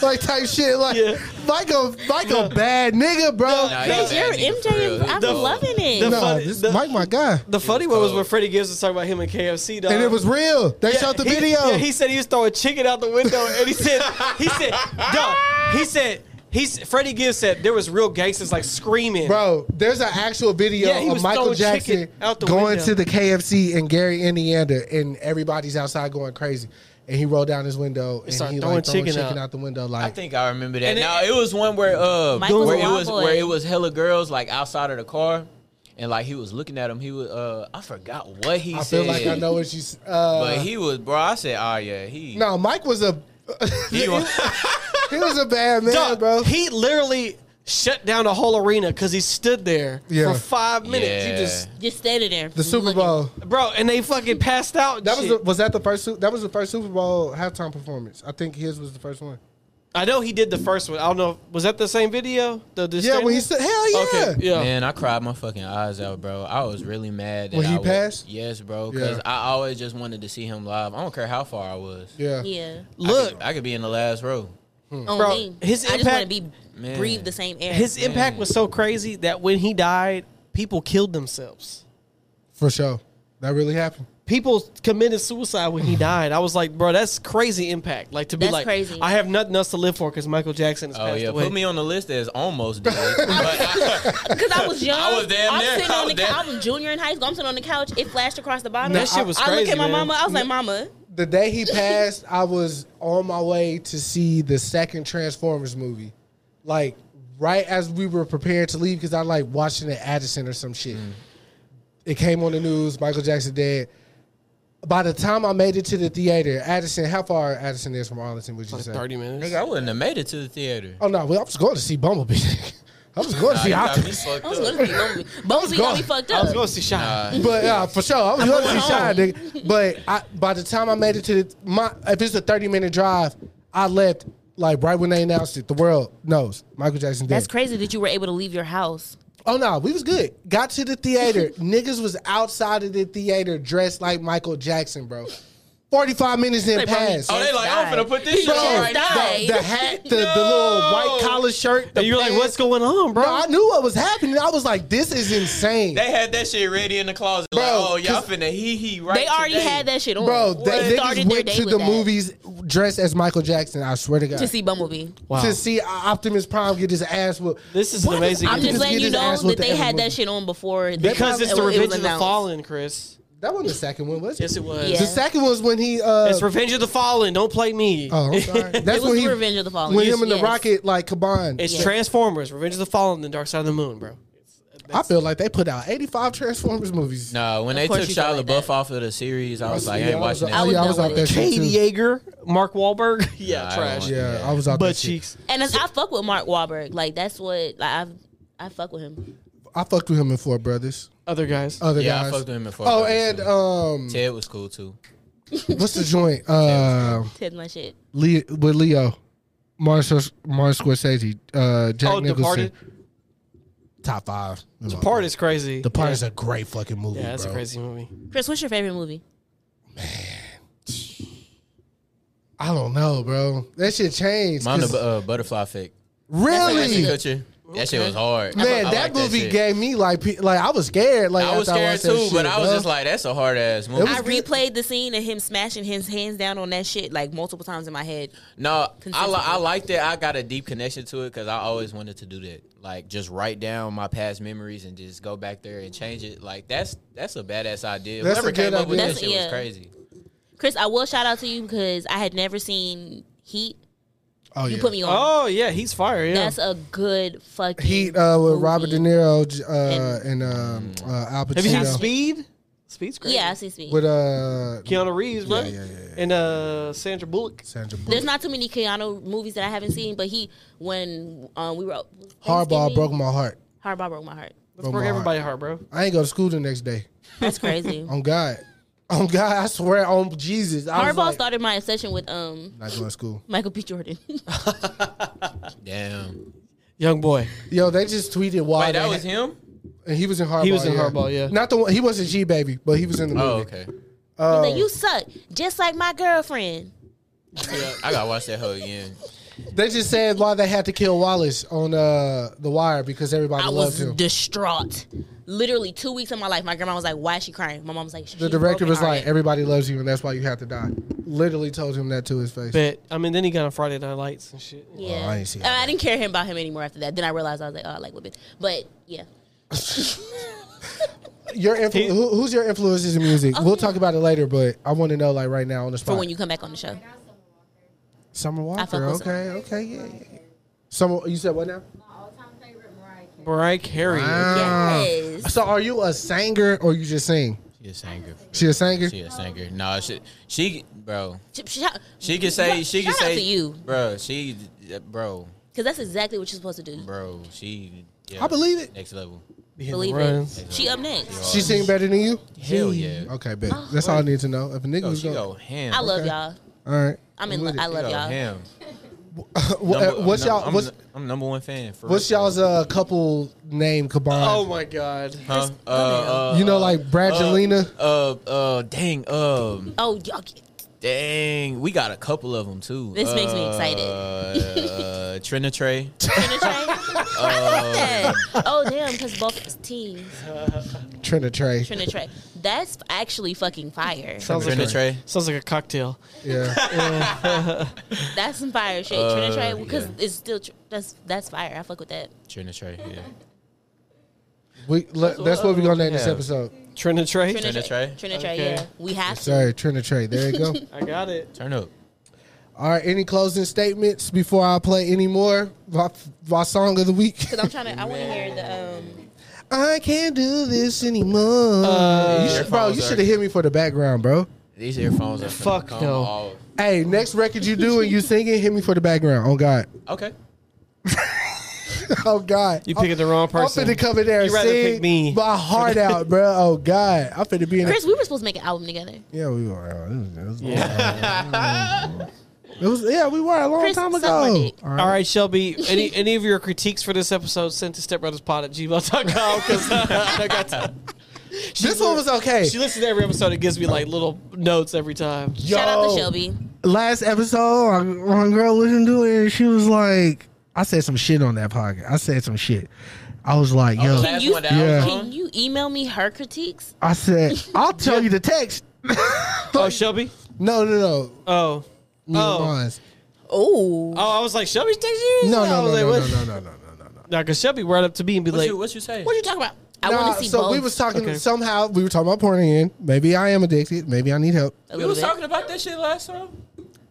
[SPEAKER 4] like type shit, like
[SPEAKER 1] Yeah.
[SPEAKER 4] Mike a Mike a bad nigga, bro.
[SPEAKER 5] Nah, he was
[SPEAKER 2] Cause
[SPEAKER 5] that
[SPEAKER 2] you're
[SPEAKER 5] nigga for
[SPEAKER 2] MJ.
[SPEAKER 5] real.
[SPEAKER 2] I'm
[SPEAKER 5] The-
[SPEAKER 2] loving it.
[SPEAKER 1] the
[SPEAKER 4] Nah,
[SPEAKER 1] funny-
[SPEAKER 4] this
[SPEAKER 1] the-
[SPEAKER 4] Mike my guy,
[SPEAKER 1] The funny one was
[SPEAKER 5] cold.
[SPEAKER 1] when Freddie Gibbs was talking about him and KFC, dog.
[SPEAKER 4] and it was real. They shot the
[SPEAKER 1] he,
[SPEAKER 4] video.
[SPEAKER 1] Yeah, he said he was throwing chicken out the window, and he said, he said, dog, he said, he's Freddie Gibbs said there was real gangsters like screaming.
[SPEAKER 4] Bro, there's an actual video
[SPEAKER 1] Yeah, he
[SPEAKER 4] of
[SPEAKER 1] was
[SPEAKER 4] Michael
[SPEAKER 1] throwing
[SPEAKER 4] Jackson
[SPEAKER 1] chicken out the
[SPEAKER 4] going
[SPEAKER 1] window.
[SPEAKER 4] to the KFC in Gary, Indiana, and everybody's outside going crazy. And he rolled down his window and he
[SPEAKER 1] started
[SPEAKER 4] like,
[SPEAKER 1] throwing
[SPEAKER 4] throwing
[SPEAKER 1] chicken
[SPEAKER 4] chicken,
[SPEAKER 1] out.
[SPEAKER 4] out. the window. Like,
[SPEAKER 5] I think I remember that.
[SPEAKER 1] And it-
[SPEAKER 5] Now it was one where uh
[SPEAKER 2] Michael's
[SPEAKER 5] where
[SPEAKER 2] a
[SPEAKER 5] it
[SPEAKER 2] wild
[SPEAKER 5] was
[SPEAKER 2] boy.
[SPEAKER 5] where it was hella girls like outside of the car, and like he was looking at him. He was uh I forgot what he
[SPEAKER 4] I
[SPEAKER 5] said.
[SPEAKER 4] feel like I know uh, what she's.
[SPEAKER 5] But
[SPEAKER 4] Uh,
[SPEAKER 5] he was bro. I said, oh yeah, he.
[SPEAKER 4] no, Mike was a
[SPEAKER 5] he wa-
[SPEAKER 4] he was a bad man,
[SPEAKER 1] Dog,
[SPEAKER 4] bro.
[SPEAKER 1] He literally shut down a whole arena because he stood there
[SPEAKER 4] Yeah.
[SPEAKER 1] for five minutes. You
[SPEAKER 5] Yeah.
[SPEAKER 1] just,
[SPEAKER 2] Just standing there.
[SPEAKER 4] the Super Bowl.
[SPEAKER 1] bro, and they fucking passed out. and
[SPEAKER 4] That was
[SPEAKER 1] shit.
[SPEAKER 4] the, was that the first Su- that was the first Super Bowl halftime performance. I think his was the first one.
[SPEAKER 1] I know he did the first one. I don't know. Was that the same video? The, the
[SPEAKER 4] Yeah,
[SPEAKER 1] standing
[SPEAKER 4] when he
[SPEAKER 1] there?
[SPEAKER 4] said, "Hell yeah!"
[SPEAKER 1] Okay, yeah.
[SPEAKER 5] Man, I cried my fucking eyes out, bro. I was really mad that
[SPEAKER 4] When he
[SPEAKER 5] I was-
[SPEAKER 4] passed?
[SPEAKER 5] Yes, bro. Because
[SPEAKER 4] Yeah.
[SPEAKER 5] I always just wanted to see him live. I don't care how far I was.
[SPEAKER 4] yeah.
[SPEAKER 2] Yeah.
[SPEAKER 1] Look,
[SPEAKER 5] I could be in the last row.
[SPEAKER 2] On
[SPEAKER 1] Bro,
[SPEAKER 2] me.
[SPEAKER 1] his
[SPEAKER 2] I just want to
[SPEAKER 1] impact-
[SPEAKER 2] be
[SPEAKER 5] Man.
[SPEAKER 2] breathe the same air.
[SPEAKER 1] his impact was so crazy that when he died, people killed themselves.
[SPEAKER 4] for sure. That really happened.
[SPEAKER 1] People committed suicide when he died. I was like, bro, that's crazy impact. Like to be
[SPEAKER 2] Mm-hmm.
[SPEAKER 1] like,
[SPEAKER 2] That's crazy.
[SPEAKER 1] I have nothing else to live for because Michael Jackson has
[SPEAKER 5] Oh
[SPEAKER 1] passed
[SPEAKER 5] yeah,
[SPEAKER 1] away.
[SPEAKER 5] put me on the list as almost dead. but I,
[SPEAKER 2] Because I was young.
[SPEAKER 5] I was damn
[SPEAKER 2] I'm
[SPEAKER 5] near.
[SPEAKER 2] Sitting
[SPEAKER 5] I
[SPEAKER 2] on the
[SPEAKER 5] was
[SPEAKER 2] cou-
[SPEAKER 5] damn-
[SPEAKER 2] I was junior in high school. I'm sitting on the couch. It flashed across the bottom.
[SPEAKER 1] That shit was
[SPEAKER 2] I, I look
[SPEAKER 1] crazy,
[SPEAKER 2] at my
[SPEAKER 1] man.
[SPEAKER 2] mama. I was like, mama.
[SPEAKER 4] The day he passed, I was on my way to see the second Transformers movie. Like right as we were preparing to leave, because I like watching it Addison or some shit.
[SPEAKER 5] Mm.
[SPEAKER 4] It came on the news, Michael Jackson dead. By the time I made it to the theater, Addison, how far Addison is from Arlington, would you
[SPEAKER 1] Like
[SPEAKER 4] say?
[SPEAKER 1] Thirty minutes.
[SPEAKER 5] nigga, I wouldn't have made it to the theater.
[SPEAKER 4] Oh no, well, I was going to see Bumblebee. I was going to
[SPEAKER 5] Nah,
[SPEAKER 4] see
[SPEAKER 5] you got me
[SPEAKER 4] Optimus.
[SPEAKER 5] fucked
[SPEAKER 2] I was
[SPEAKER 5] up.
[SPEAKER 2] going to be Bumblebee. Bumblebee got me
[SPEAKER 4] gone.
[SPEAKER 2] fucked
[SPEAKER 1] I was
[SPEAKER 2] up.
[SPEAKER 1] going to see Shine.
[SPEAKER 4] But yeah, for sure, I was going to be shy, nigga. But I, by the time I made it to the, my, if it's a thirty minute drive, I left like right when they announced it. The world knows Michael Jackson did.
[SPEAKER 2] That's crazy that you were able to leave your house.
[SPEAKER 4] Oh no, we was good. Got to the theater, niggas was outside of the theater dressed like Michael Jackson, bro. Forty five minutes in
[SPEAKER 2] Like, bro,
[SPEAKER 4] pass.
[SPEAKER 5] Oh, they like, I'm
[SPEAKER 2] died.
[SPEAKER 5] finna put this shit
[SPEAKER 4] Bro,
[SPEAKER 5] on right
[SPEAKER 2] just
[SPEAKER 5] now.
[SPEAKER 2] died.
[SPEAKER 4] the, the hat, the, the little white collar shirt. the
[SPEAKER 1] and you're like,
[SPEAKER 4] pants.
[SPEAKER 1] what's going on, bro?
[SPEAKER 4] Bro, I knew what was happening. I was like, this is insane.
[SPEAKER 5] They had that shit ready in the closet. like,
[SPEAKER 4] Bro,
[SPEAKER 5] oh, y'all
[SPEAKER 4] 'cause-
[SPEAKER 5] finna hee hee right
[SPEAKER 2] They already
[SPEAKER 5] today.
[SPEAKER 2] had that shit on.
[SPEAKER 4] Bro, they,
[SPEAKER 2] They
[SPEAKER 4] niggas
[SPEAKER 2] started their
[SPEAKER 4] went
[SPEAKER 2] day
[SPEAKER 4] to
[SPEAKER 2] with
[SPEAKER 4] the
[SPEAKER 2] that.
[SPEAKER 4] movies dressed as Michael Jackson. I swear to God.
[SPEAKER 2] to see Bumblebee.
[SPEAKER 1] wow.
[SPEAKER 4] to see Optimus Prime get his ass whooped.
[SPEAKER 1] This is an amazing.
[SPEAKER 2] I'm
[SPEAKER 4] Just
[SPEAKER 2] just
[SPEAKER 1] movie.
[SPEAKER 2] letting
[SPEAKER 4] get
[SPEAKER 2] you
[SPEAKER 4] his
[SPEAKER 2] know
[SPEAKER 4] ass with
[SPEAKER 2] that they
[SPEAKER 4] the
[SPEAKER 2] had
[SPEAKER 4] animal.
[SPEAKER 2] that shit on before.
[SPEAKER 1] because it's the
[SPEAKER 2] it was
[SPEAKER 1] Revenge of the
[SPEAKER 2] announced.
[SPEAKER 1] Fallen, Chris.
[SPEAKER 4] That wasn't the second one, was it?
[SPEAKER 1] Yes, it was.
[SPEAKER 2] Yeah.
[SPEAKER 4] The second was when he. Uh,
[SPEAKER 1] It's Revenge of the Fallen. Don't play me.
[SPEAKER 4] oh, I'm sorry. That's
[SPEAKER 2] It was
[SPEAKER 4] when he.
[SPEAKER 2] Revenge of the Fallen.
[SPEAKER 4] When
[SPEAKER 2] Yes,
[SPEAKER 4] him and the
[SPEAKER 2] yes.
[SPEAKER 4] Rocket like combined.
[SPEAKER 1] It's Transformers, Revenge of the Fallen, and Dark Side of the Moon, bro.
[SPEAKER 4] I feel like they put out 85 Transformers movies.
[SPEAKER 5] Nah, when they
[SPEAKER 2] course
[SPEAKER 5] took
[SPEAKER 2] you felt
[SPEAKER 5] Shia
[SPEAKER 2] like
[SPEAKER 5] LaBeouf
[SPEAKER 2] that.
[SPEAKER 5] off of the series, I was like, I
[SPEAKER 4] Yeah,
[SPEAKER 5] ain't watching
[SPEAKER 4] I
[SPEAKER 5] that.
[SPEAKER 4] was,
[SPEAKER 2] I
[SPEAKER 4] yeah, I
[SPEAKER 2] would
[SPEAKER 4] was
[SPEAKER 2] know
[SPEAKER 4] out
[SPEAKER 2] what
[SPEAKER 4] that
[SPEAKER 2] it
[SPEAKER 4] shit
[SPEAKER 1] Katie
[SPEAKER 4] too.
[SPEAKER 1] Yeager, Mark Wahlberg. Yeah,
[SPEAKER 5] Nah, I
[SPEAKER 1] trash.
[SPEAKER 5] don't want-
[SPEAKER 4] Yeah, I was out
[SPEAKER 1] Butt
[SPEAKER 4] that shit.
[SPEAKER 1] cheeks.
[SPEAKER 2] And it's- I fuck with Mark Wahlberg. Like that's what like I've I fuck with him.
[SPEAKER 4] I fucked with him in Four Brothers.
[SPEAKER 1] Other guys.
[SPEAKER 4] Other
[SPEAKER 5] Yeah, I
[SPEAKER 4] guys.
[SPEAKER 5] fucked with him in Four
[SPEAKER 4] Oh,
[SPEAKER 5] Brothers,
[SPEAKER 4] and um,
[SPEAKER 5] Ted was cool too.
[SPEAKER 4] what's the joint? Uh,
[SPEAKER 2] Ted's my shit.
[SPEAKER 4] Leo, with Leo, Martin Scors- Martin Scorsese, uh, Jack
[SPEAKER 1] oh,
[SPEAKER 4] Nicholson.
[SPEAKER 1] Departed.
[SPEAKER 4] Top five.
[SPEAKER 1] Departed is crazy.
[SPEAKER 4] The part is a great fucking movie,
[SPEAKER 1] yeah, that's
[SPEAKER 4] bro.
[SPEAKER 1] a crazy movie.
[SPEAKER 2] Chris, what's your favorite movie?
[SPEAKER 4] I don't know, bro. That shit changed.
[SPEAKER 5] Mine,
[SPEAKER 4] 'cause-
[SPEAKER 5] the uh, butterfly effect.
[SPEAKER 4] really, man,
[SPEAKER 5] Picture. That shit was hard. I
[SPEAKER 4] that
[SPEAKER 5] like
[SPEAKER 4] movie
[SPEAKER 5] shit.
[SPEAKER 4] gave me like, pe- like I was scared. Like
[SPEAKER 5] I was
[SPEAKER 4] after
[SPEAKER 5] scared
[SPEAKER 4] watched
[SPEAKER 5] too,
[SPEAKER 4] that shit,
[SPEAKER 5] but I was
[SPEAKER 4] bro.
[SPEAKER 5] just like, that's a hard ass movie.
[SPEAKER 2] I replayed the scene of him smashing his hands down on that shit like multiple times in my head.
[SPEAKER 5] No, I,
[SPEAKER 2] Consistently.
[SPEAKER 5] li- I liked it. I got a deep connection to it because I always wanted to do that. Like just write down my past memories and just go back there and change it. Like that's that's a badass idea.
[SPEAKER 4] That's
[SPEAKER 5] Whoever
[SPEAKER 4] a good
[SPEAKER 5] came up with
[SPEAKER 4] idea.
[SPEAKER 5] that shit
[SPEAKER 2] That's-
[SPEAKER 5] was
[SPEAKER 2] yeah.
[SPEAKER 5] crazy.
[SPEAKER 2] Chris, I will shout out to you because I had never seen Heat.
[SPEAKER 4] oh
[SPEAKER 2] You
[SPEAKER 4] yeah.
[SPEAKER 2] put me on.
[SPEAKER 1] Oh yeah, he's fire. Yeah,
[SPEAKER 2] That's a good fucking
[SPEAKER 4] Heat uh, with
[SPEAKER 2] movie.
[SPEAKER 4] Robert De Niro j- uh, and, um,
[SPEAKER 5] Mm.
[SPEAKER 4] uh, Al Pacino.
[SPEAKER 1] have you seen Speed? Speed's great.
[SPEAKER 2] Yeah, I see Speed.
[SPEAKER 4] With uh,
[SPEAKER 1] Keanu Reeves, right? And uh, Sandra Bullock.
[SPEAKER 4] Sandra
[SPEAKER 2] There's
[SPEAKER 4] Bullock.
[SPEAKER 2] not too many Keanu movies that I haven't seen, but he when um, we were was
[SPEAKER 4] Hardball
[SPEAKER 2] Thanksgiving?
[SPEAKER 4] broke my heart.
[SPEAKER 2] Hardball broke my heart.
[SPEAKER 1] Let's broke
[SPEAKER 4] my
[SPEAKER 1] everybody heart, bro.
[SPEAKER 4] I ain't go to school the next day.
[SPEAKER 2] That's crazy.
[SPEAKER 4] On God, Oh God, I swear on Jesus. I was
[SPEAKER 2] Hardball
[SPEAKER 4] like,
[SPEAKER 2] started my obsession with um
[SPEAKER 4] not going to school.
[SPEAKER 2] Michael B. Jordan.
[SPEAKER 5] Damn.
[SPEAKER 1] Young boy.
[SPEAKER 4] Yo, they just tweeted why
[SPEAKER 5] Wait,
[SPEAKER 4] they
[SPEAKER 5] Oh, that was
[SPEAKER 4] had-
[SPEAKER 5] him?
[SPEAKER 4] and he was in Hardball.
[SPEAKER 1] He was in
[SPEAKER 4] yeah.
[SPEAKER 1] Hardball, yeah.
[SPEAKER 4] Not the one. He wasn't G baby, but he was in the movie.
[SPEAKER 5] Oh, okay.
[SPEAKER 4] Oh.
[SPEAKER 2] He's like, you suck, just like my girlfriend.
[SPEAKER 5] I gotta watch that whole again.
[SPEAKER 4] They just said why they had to kill Wallace on uh, the wire because everybody
[SPEAKER 2] I
[SPEAKER 4] loved
[SPEAKER 2] was
[SPEAKER 4] him.
[SPEAKER 2] distraught. Literally two weeks of my life, my grandma was like, "Why is she crying?" My mom was like, "She's
[SPEAKER 4] the director
[SPEAKER 2] broken
[SPEAKER 4] was like,
[SPEAKER 2] hearted."
[SPEAKER 4] "Everybody loves you, and that's why you have to die." Literally told him that to his face.
[SPEAKER 1] But I mean, then he got on Friday Night Lights and shit.
[SPEAKER 2] "Yeah."
[SPEAKER 4] Oh, I ain't seen
[SPEAKER 2] Uh, I, didn't care him about him anymore after that. Then I realized I was like, "Oh, I like women," but yeah,
[SPEAKER 4] Your influ- who, who's your influences in music? we'll talk about it later, but I want to know like right now on the
[SPEAKER 2] for
[SPEAKER 4] spot.
[SPEAKER 2] when you come back on the show,
[SPEAKER 4] Summer Walker,
[SPEAKER 2] fuck with
[SPEAKER 4] okay, okay, yeah, yeah. Summer, you said what now?
[SPEAKER 1] Mariah Carey.
[SPEAKER 4] Ah. Uh,
[SPEAKER 2] yes.
[SPEAKER 4] So, are you a singer or you just sing?
[SPEAKER 5] She a singer.
[SPEAKER 4] She a singer.
[SPEAKER 5] She a singer. No, she, she, bro.
[SPEAKER 2] Sh- shout-
[SPEAKER 5] She can say, she can
[SPEAKER 2] shout out
[SPEAKER 5] say,
[SPEAKER 2] to you
[SPEAKER 5] bro. She, bro,
[SPEAKER 2] because that's exactly what you're supposed to do.
[SPEAKER 5] bro. She. yeah,
[SPEAKER 4] I believe it.
[SPEAKER 5] Next level.
[SPEAKER 1] Yeah.
[SPEAKER 2] Believe
[SPEAKER 1] Runs.
[SPEAKER 2] it. She up next.
[SPEAKER 4] She sing better than you.
[SPEAKER 5] Hell yeah.
[SPEAKER 4] Oh, Okay, bet. That's all I need to know. If a nigga
[SPEAKER 5] Yo,
[SPEAKER 4] was
[SPEAKER 5] she
[SPEAKER 4] going,
[SPEAKER 5] go ham.
[SPEAKER 2] I love
[SPEAKER 4] Okay.
[SPEAKER 2] y'all.
[SPEAKER 4] all right.
[SPEAKER 2] I'm
[SPEAKER 4] I'm
[SPEAKER 2] in. Lo-
[SPEAKER 4] with it.
[SPEAKER 2] I love
[SPEAKER 5] She go
[SPEAKER 2] y'all.
[SPEAKER 5] ham.
[SPEAKER 4] Wha-
[SPEAKER 5] Number-
[SPEAKER 4] uh, what's
[SPEAKER 5] I'm num-
[SPEAKER 4] y'all?
[SPEAKER 5] I'm,
[SPEAKER 4] What's
[SPEAKER 5] nu- I'm number one fan. For
[SPEAKER 4] what's
[SPEAKER 5] real.
[SPEAKER 4] y'all's uh, couple name combined?
[SPEAKER 1] Oh my God.
[SPEAKER 5] Huh? Uh, uh,
[SPEAKER 4] you know, like Bradgelina.
[SPEAKER 5] uh, uh, dang, um,
[SPEAKER 2] Oh, y'all.
[SPEAKER 5] dang, we got a couple of them too.
[SPEAKER 2] This makes me excited.
[SPEAKER 5] Uh, Trina Trey.
[SPEAKER 4] Uh,
[SPEAKER 2] Trinitray. oh damn, because both is teams.
[SPEAKER 4] Trina Trey.
[SPEAKER 2] Trinitray. That's actually fucking fire.
[SPEAKER 1] Sounds like,
[SPEAKER 5] Trina
[SPEAKER 1] a,
[SPEAKER 5] Trey.
[SPEAKER 1] sounds like a cocktail.
[SPEAKER 4] Yeah.
[SPEAKER 2] That's some fire shit.
[SPEAKER 4] Uh,
[SPEAKER 2] Trinitray, because it's still tr- that's that's fire. I fuck with that.
[SPEAKER 5] Trina Trey. Yeah.
[SPEAKER 4] we, le- that's what we're going to name this
[SPEAKER 5] Yeah.
[SPEAKER 4] episode.
[SPEAKER 1] Trina Trey.
[SPEAKER 5] Trinitray.
[SPEAKER 2] Trinitray,
[SPEAKER 1] Okay.
[SPEAKER 2] yeah. We have to.
[SPEAKER 4] Sorry, Trina Trey. There you go.
[SPEAKER 1] I got it.
[SPEAKER 5] Turn up.
[SPEAKER 4] All right, any closing statements before I play any more? My, my song of the week.
[SPEAKER 2] Cause I'm trying to. I want to hear the. Um,
[SPEAKER 4] I can't do this anymore. Uh, you should, bro, you
[SPEAKER 5] Earphones
[SPEAKER 4] should
[SPEAKER 5] are-
[SPEAKER 4] have hit me for the background, bro.
[SPEAKER 5] These earphones are finna
[SPEAKER 1] Fuck
[SPEAKER 5] come
[SPEAKER 1] no.
[SPEAKER 5] off.
[SPEAKER 4] Hey, next record you do and you singing, hit me for the background. Oh, God.
[SPEAKER 5] Okay.
[SPEAKER 4] Oh, God.
[SPEAKER 1] You picking the wrong
[SPEAKER 4] I'm
[SPEAKER 1] person.
[SPEAKER 4] finna come in there and
[SPEAKER 1] You rather
[SPEAKER 4] sing
[SPEAKER 1] pick me.
[SPEAKER 4] my heart out, bro. Oh, God. I'm finna be in
[SPEAKER 2] Chris, we were supposed to make an album together.
[SPEAKER 4] Yeah, we were. It was, it was, it was- yeah, we were a long
[SPEAKER 2] Chris,
[SPEAKER 4] time
[SPEAKER 2] suck my
[SPEAKER 4] ago.
[SPEAKER 2] dick.
[SPEAKER 4] All right.
[SPEAKER 1] All right, Shelby. Any any of your critiques for this episode, send to stepbrotherspod at gmail.com because I got time.
[SPEAKER 4] This one was okay.
[SPEAKER 1] She listens to every episode and gives me like little notes every time.
[SPEAKER 2] Shout out to
[SPEAKER 4] Yo.
[SPEAKER 2] Shelby.
[SPEAKER 4] last episode, I- my girl listened to it and she was like, I said some shit on that podcast. I said some shit. I was like, yo,
[SPEAKER 5] the last
[SPEAKER 2] you-
[SPEAKER 5] one that I was
[SPEAKER 4] Yeah.
[SPEAKER 2] Can you email me her critiques?
[SPEAKER 4] I said, I'll tell you the text.
[SPEAKER 1] Oh, Shelby?
[SPEAKER 4] No, no, no.
[SPEAKER 1] Oh.
[SPEAKER 4] Me and
[SPEAKER 1] Oh.
[SPEAKER 4] Ron's.
[SPEAKER 2] Oh,
[SPEAKER 1] Oh, I was like, Shelby's texting you?
[SPEAKER 4] No,
[SPEAKER 1] I was
[SPEAKER 4] no, no,
[SPEAKER 1] like,
[SPEAKER 4] no,
[SPEAKER 1] what?
[SPEAKER 4] no, no, no, no, no, no.
[SPEAKER 1] Nah, because Shelby right up to me and be
[SPEAKER 5] What
[SPEAKER 1] like,
[SPEAKER 5] you what you say?
[SPEAKER 2] what are you talking about? I
[SPEAKER 4] Nah,
[SPEAKER 2] want to see
[SPEAKER 4] so
[SPEAKER 2] both.
[SPEAKER 4] we was talking
[SPEAKER 1] Okay.
[SPEAKER 4] somehow we were talking about porn again. Maybe I am addicted. Maybe I need help.
[SPEAKER 2] a
[SPEAKER 5] we
[SPEAKER 2] little
[SPEAKER 5] was
[SPEAKER 2] bit.
[SPEAKER 5] talking about that shit last time.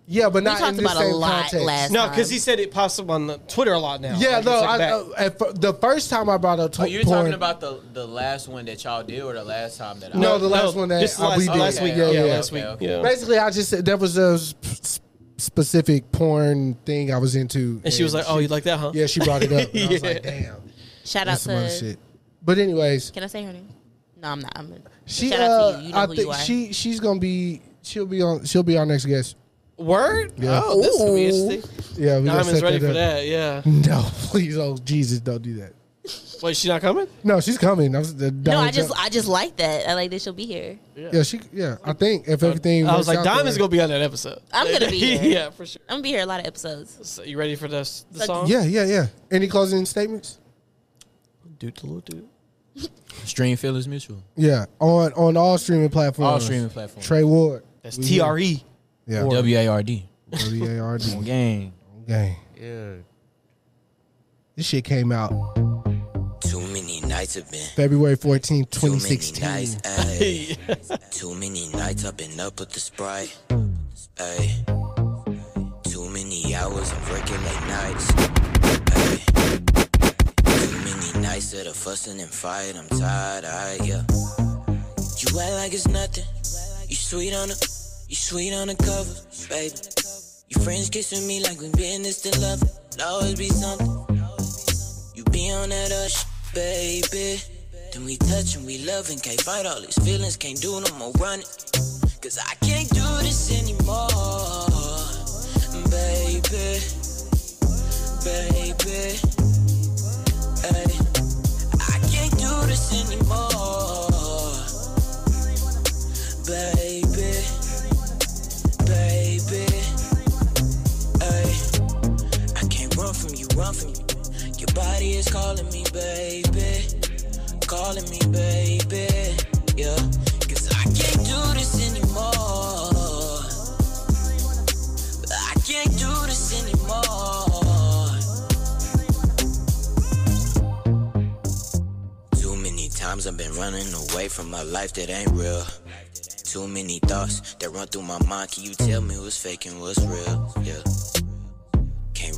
[SPEAKER 4] Yeah, but not
[SPEAKER 2] talked
[SPEAKER 4] in this
[SPEAKER 2] about a
[SPEAKER 4] same
[SPEAKER 2] lot
[SPEAKER 4] context.
[SPEAKER 2] last-
[SPEAKER 1] no, because he said it pops up on the Twitter a lot now.
[SPEAKER 4] Yeah,
[SPEAKER 1] Like,
[SPEAKER 4] no.
[SPEAKER 1] it's like
[SPEAKER 4] I,
[SPEAKER 1] that.
[SPEAKER 4] uh, at fir- the first time I brought up to-
[SPEAKER 5] Oh, you're
[SPEAKER 4] porn,
[SPEAKER 5] talking about the the last one that y'all did, or the last time that I
[SPEAKER 4] No, the last one that
[SPEAKER 1] this is
[SPEAKER 4] I- we
[SPEAKER 1] last,
[SPEAKER 4] did.
[SPEAKER 1] last week.
[SPEAKER 4] Yeah,
[SPEAKER 1] Yeah,
[SPEAKER 4] yeah,
[SPEAKER 1] last week.
[SPEAKER 5] okay, okay.
[SPEAKER 1] Yeah.
[SPEAKER 4] Basically, I just said there was a sp- specific porn thing I was into,
[SPEAKER 1] And she was like, "Oh, you like that, huh?"
[SPEAKER 4] "Yeah." She brought it up. And I was
[SPEAKER 1] Yeah.
[SPEAKER 4] like, "Damn,
[SPEAKER 2] Shout out
[SPEAKER 4] that's some other
[SPEAKER 2] to.
[SPEAKER 4] shit." But anyways,
[SPEAKER 2] Can I say her name? No, I'm not. I'm not.
[SPEAKER 4] she,
[SPEAKER 2] Shout
[SPEAKER 4] uh,
[SPEAKER 2] out to you. You know
[SPEAKER 4] I
[SPEAKER 2] who
[SPEAKER 4] think
[SPEAKER 2] you are.
[SPEAKER 4] she she's gonna be she'll be on she'll be our next guest.
[SPEAKER 1] Word. Oh, this could be interesting.
[SPEAKER 4] Yeah, we gotta
[SPEAKER 1] Diamond's
[SPEAKER 4] set
[SPEAKER 1] ready for
[SPEAKER 4] up.
[SPEAKER 1] that. Yeah.
[SPEAKER 4] No, please, oh Jesus, don't do that.
[SPEAKER 1] Wait, she not coming?
[SPEAKER 4] No, she's coming. I was, the
[SPEAKER 2] no, I just I just like that. I like that she'll be here.
[SPEAKER 4] yeah, she yeah. I think if everything,
[SPEAKER 1] I was
[SPEAKER 4] works
[SPEAKER 1] like,
[SPEAKER 4] out the
[SPEAKER 1] Diamond's
[SPEAKER 4] way-
[SPEAKER 1] gonna be on that episode.
[SPEAKER 2] I'm gonna be here.
[SPEAKER 1] yeah, for sure.
[SPEAKER 2] I'm gonna be here a lot of episodes.
[SPEAKER 1] So you ready for this the song?
[SPEAKER 4] Yeah, yeah, yeah. Any closing statements?
[SPEAKER 1] Do do do.
[SPEAKER 5] Stream Feelers Mutual.
[SPEAKER 4] Yeah, on on all streaming platforms.
[SPEAKER 5] All streaming platforms.
[SPEAKER 4] Trey Ward.
[SPEAKER 1] That's
[SPEAKER 4] We
[SPEAKER 1] T
[SPEAKER 4] here.
[SPEAKER 1] R E.
[SPEAKER 4] Yeah.
[SPEAKER 5] W A R D.
[SPEAKER 4] W A R D.
[SPEAKER 5] Gang.
[SPEAKER 4] Gang.
[SPEAKER 5] Yeah.
[SPEAKER 4] This shit came out
[SPEAKER 3] Too many nights have been.
[SPEAKER 4] February 14,
[SPEAKER 3] Too many
[SPEAKER 4] 2016.
[SPEAKER 3] nights, ayy. Too many nights I've been up with the sprite, ayy. Too many hours I'm working late nights, ayy. Too many nights that are fussing and fight, I'm tired, ayy, yeah. You act like it's nothing. You sweet on the, you sweet on the cover, baby. Your friends kissing me like we been this to love. It'll always be something. You be on that hush, baby. Then we touch and we love and can't fight all these feelings, can't do no more running.
[SPEAKER 6] Cause I can't do this anymore, baby, baby. Ay, I can't do this anymore, baby, baby. Ay, I can't run from you, run from you. Your body is calling me, baby, calling me, baby. Yeah, cause I can't do this anymore. I can't do this anymore. Too many times I've been running away from a life that ain't real. Too many thoughts that run through my mind. Can you tell me what's fake and what's real? Yeah. Can't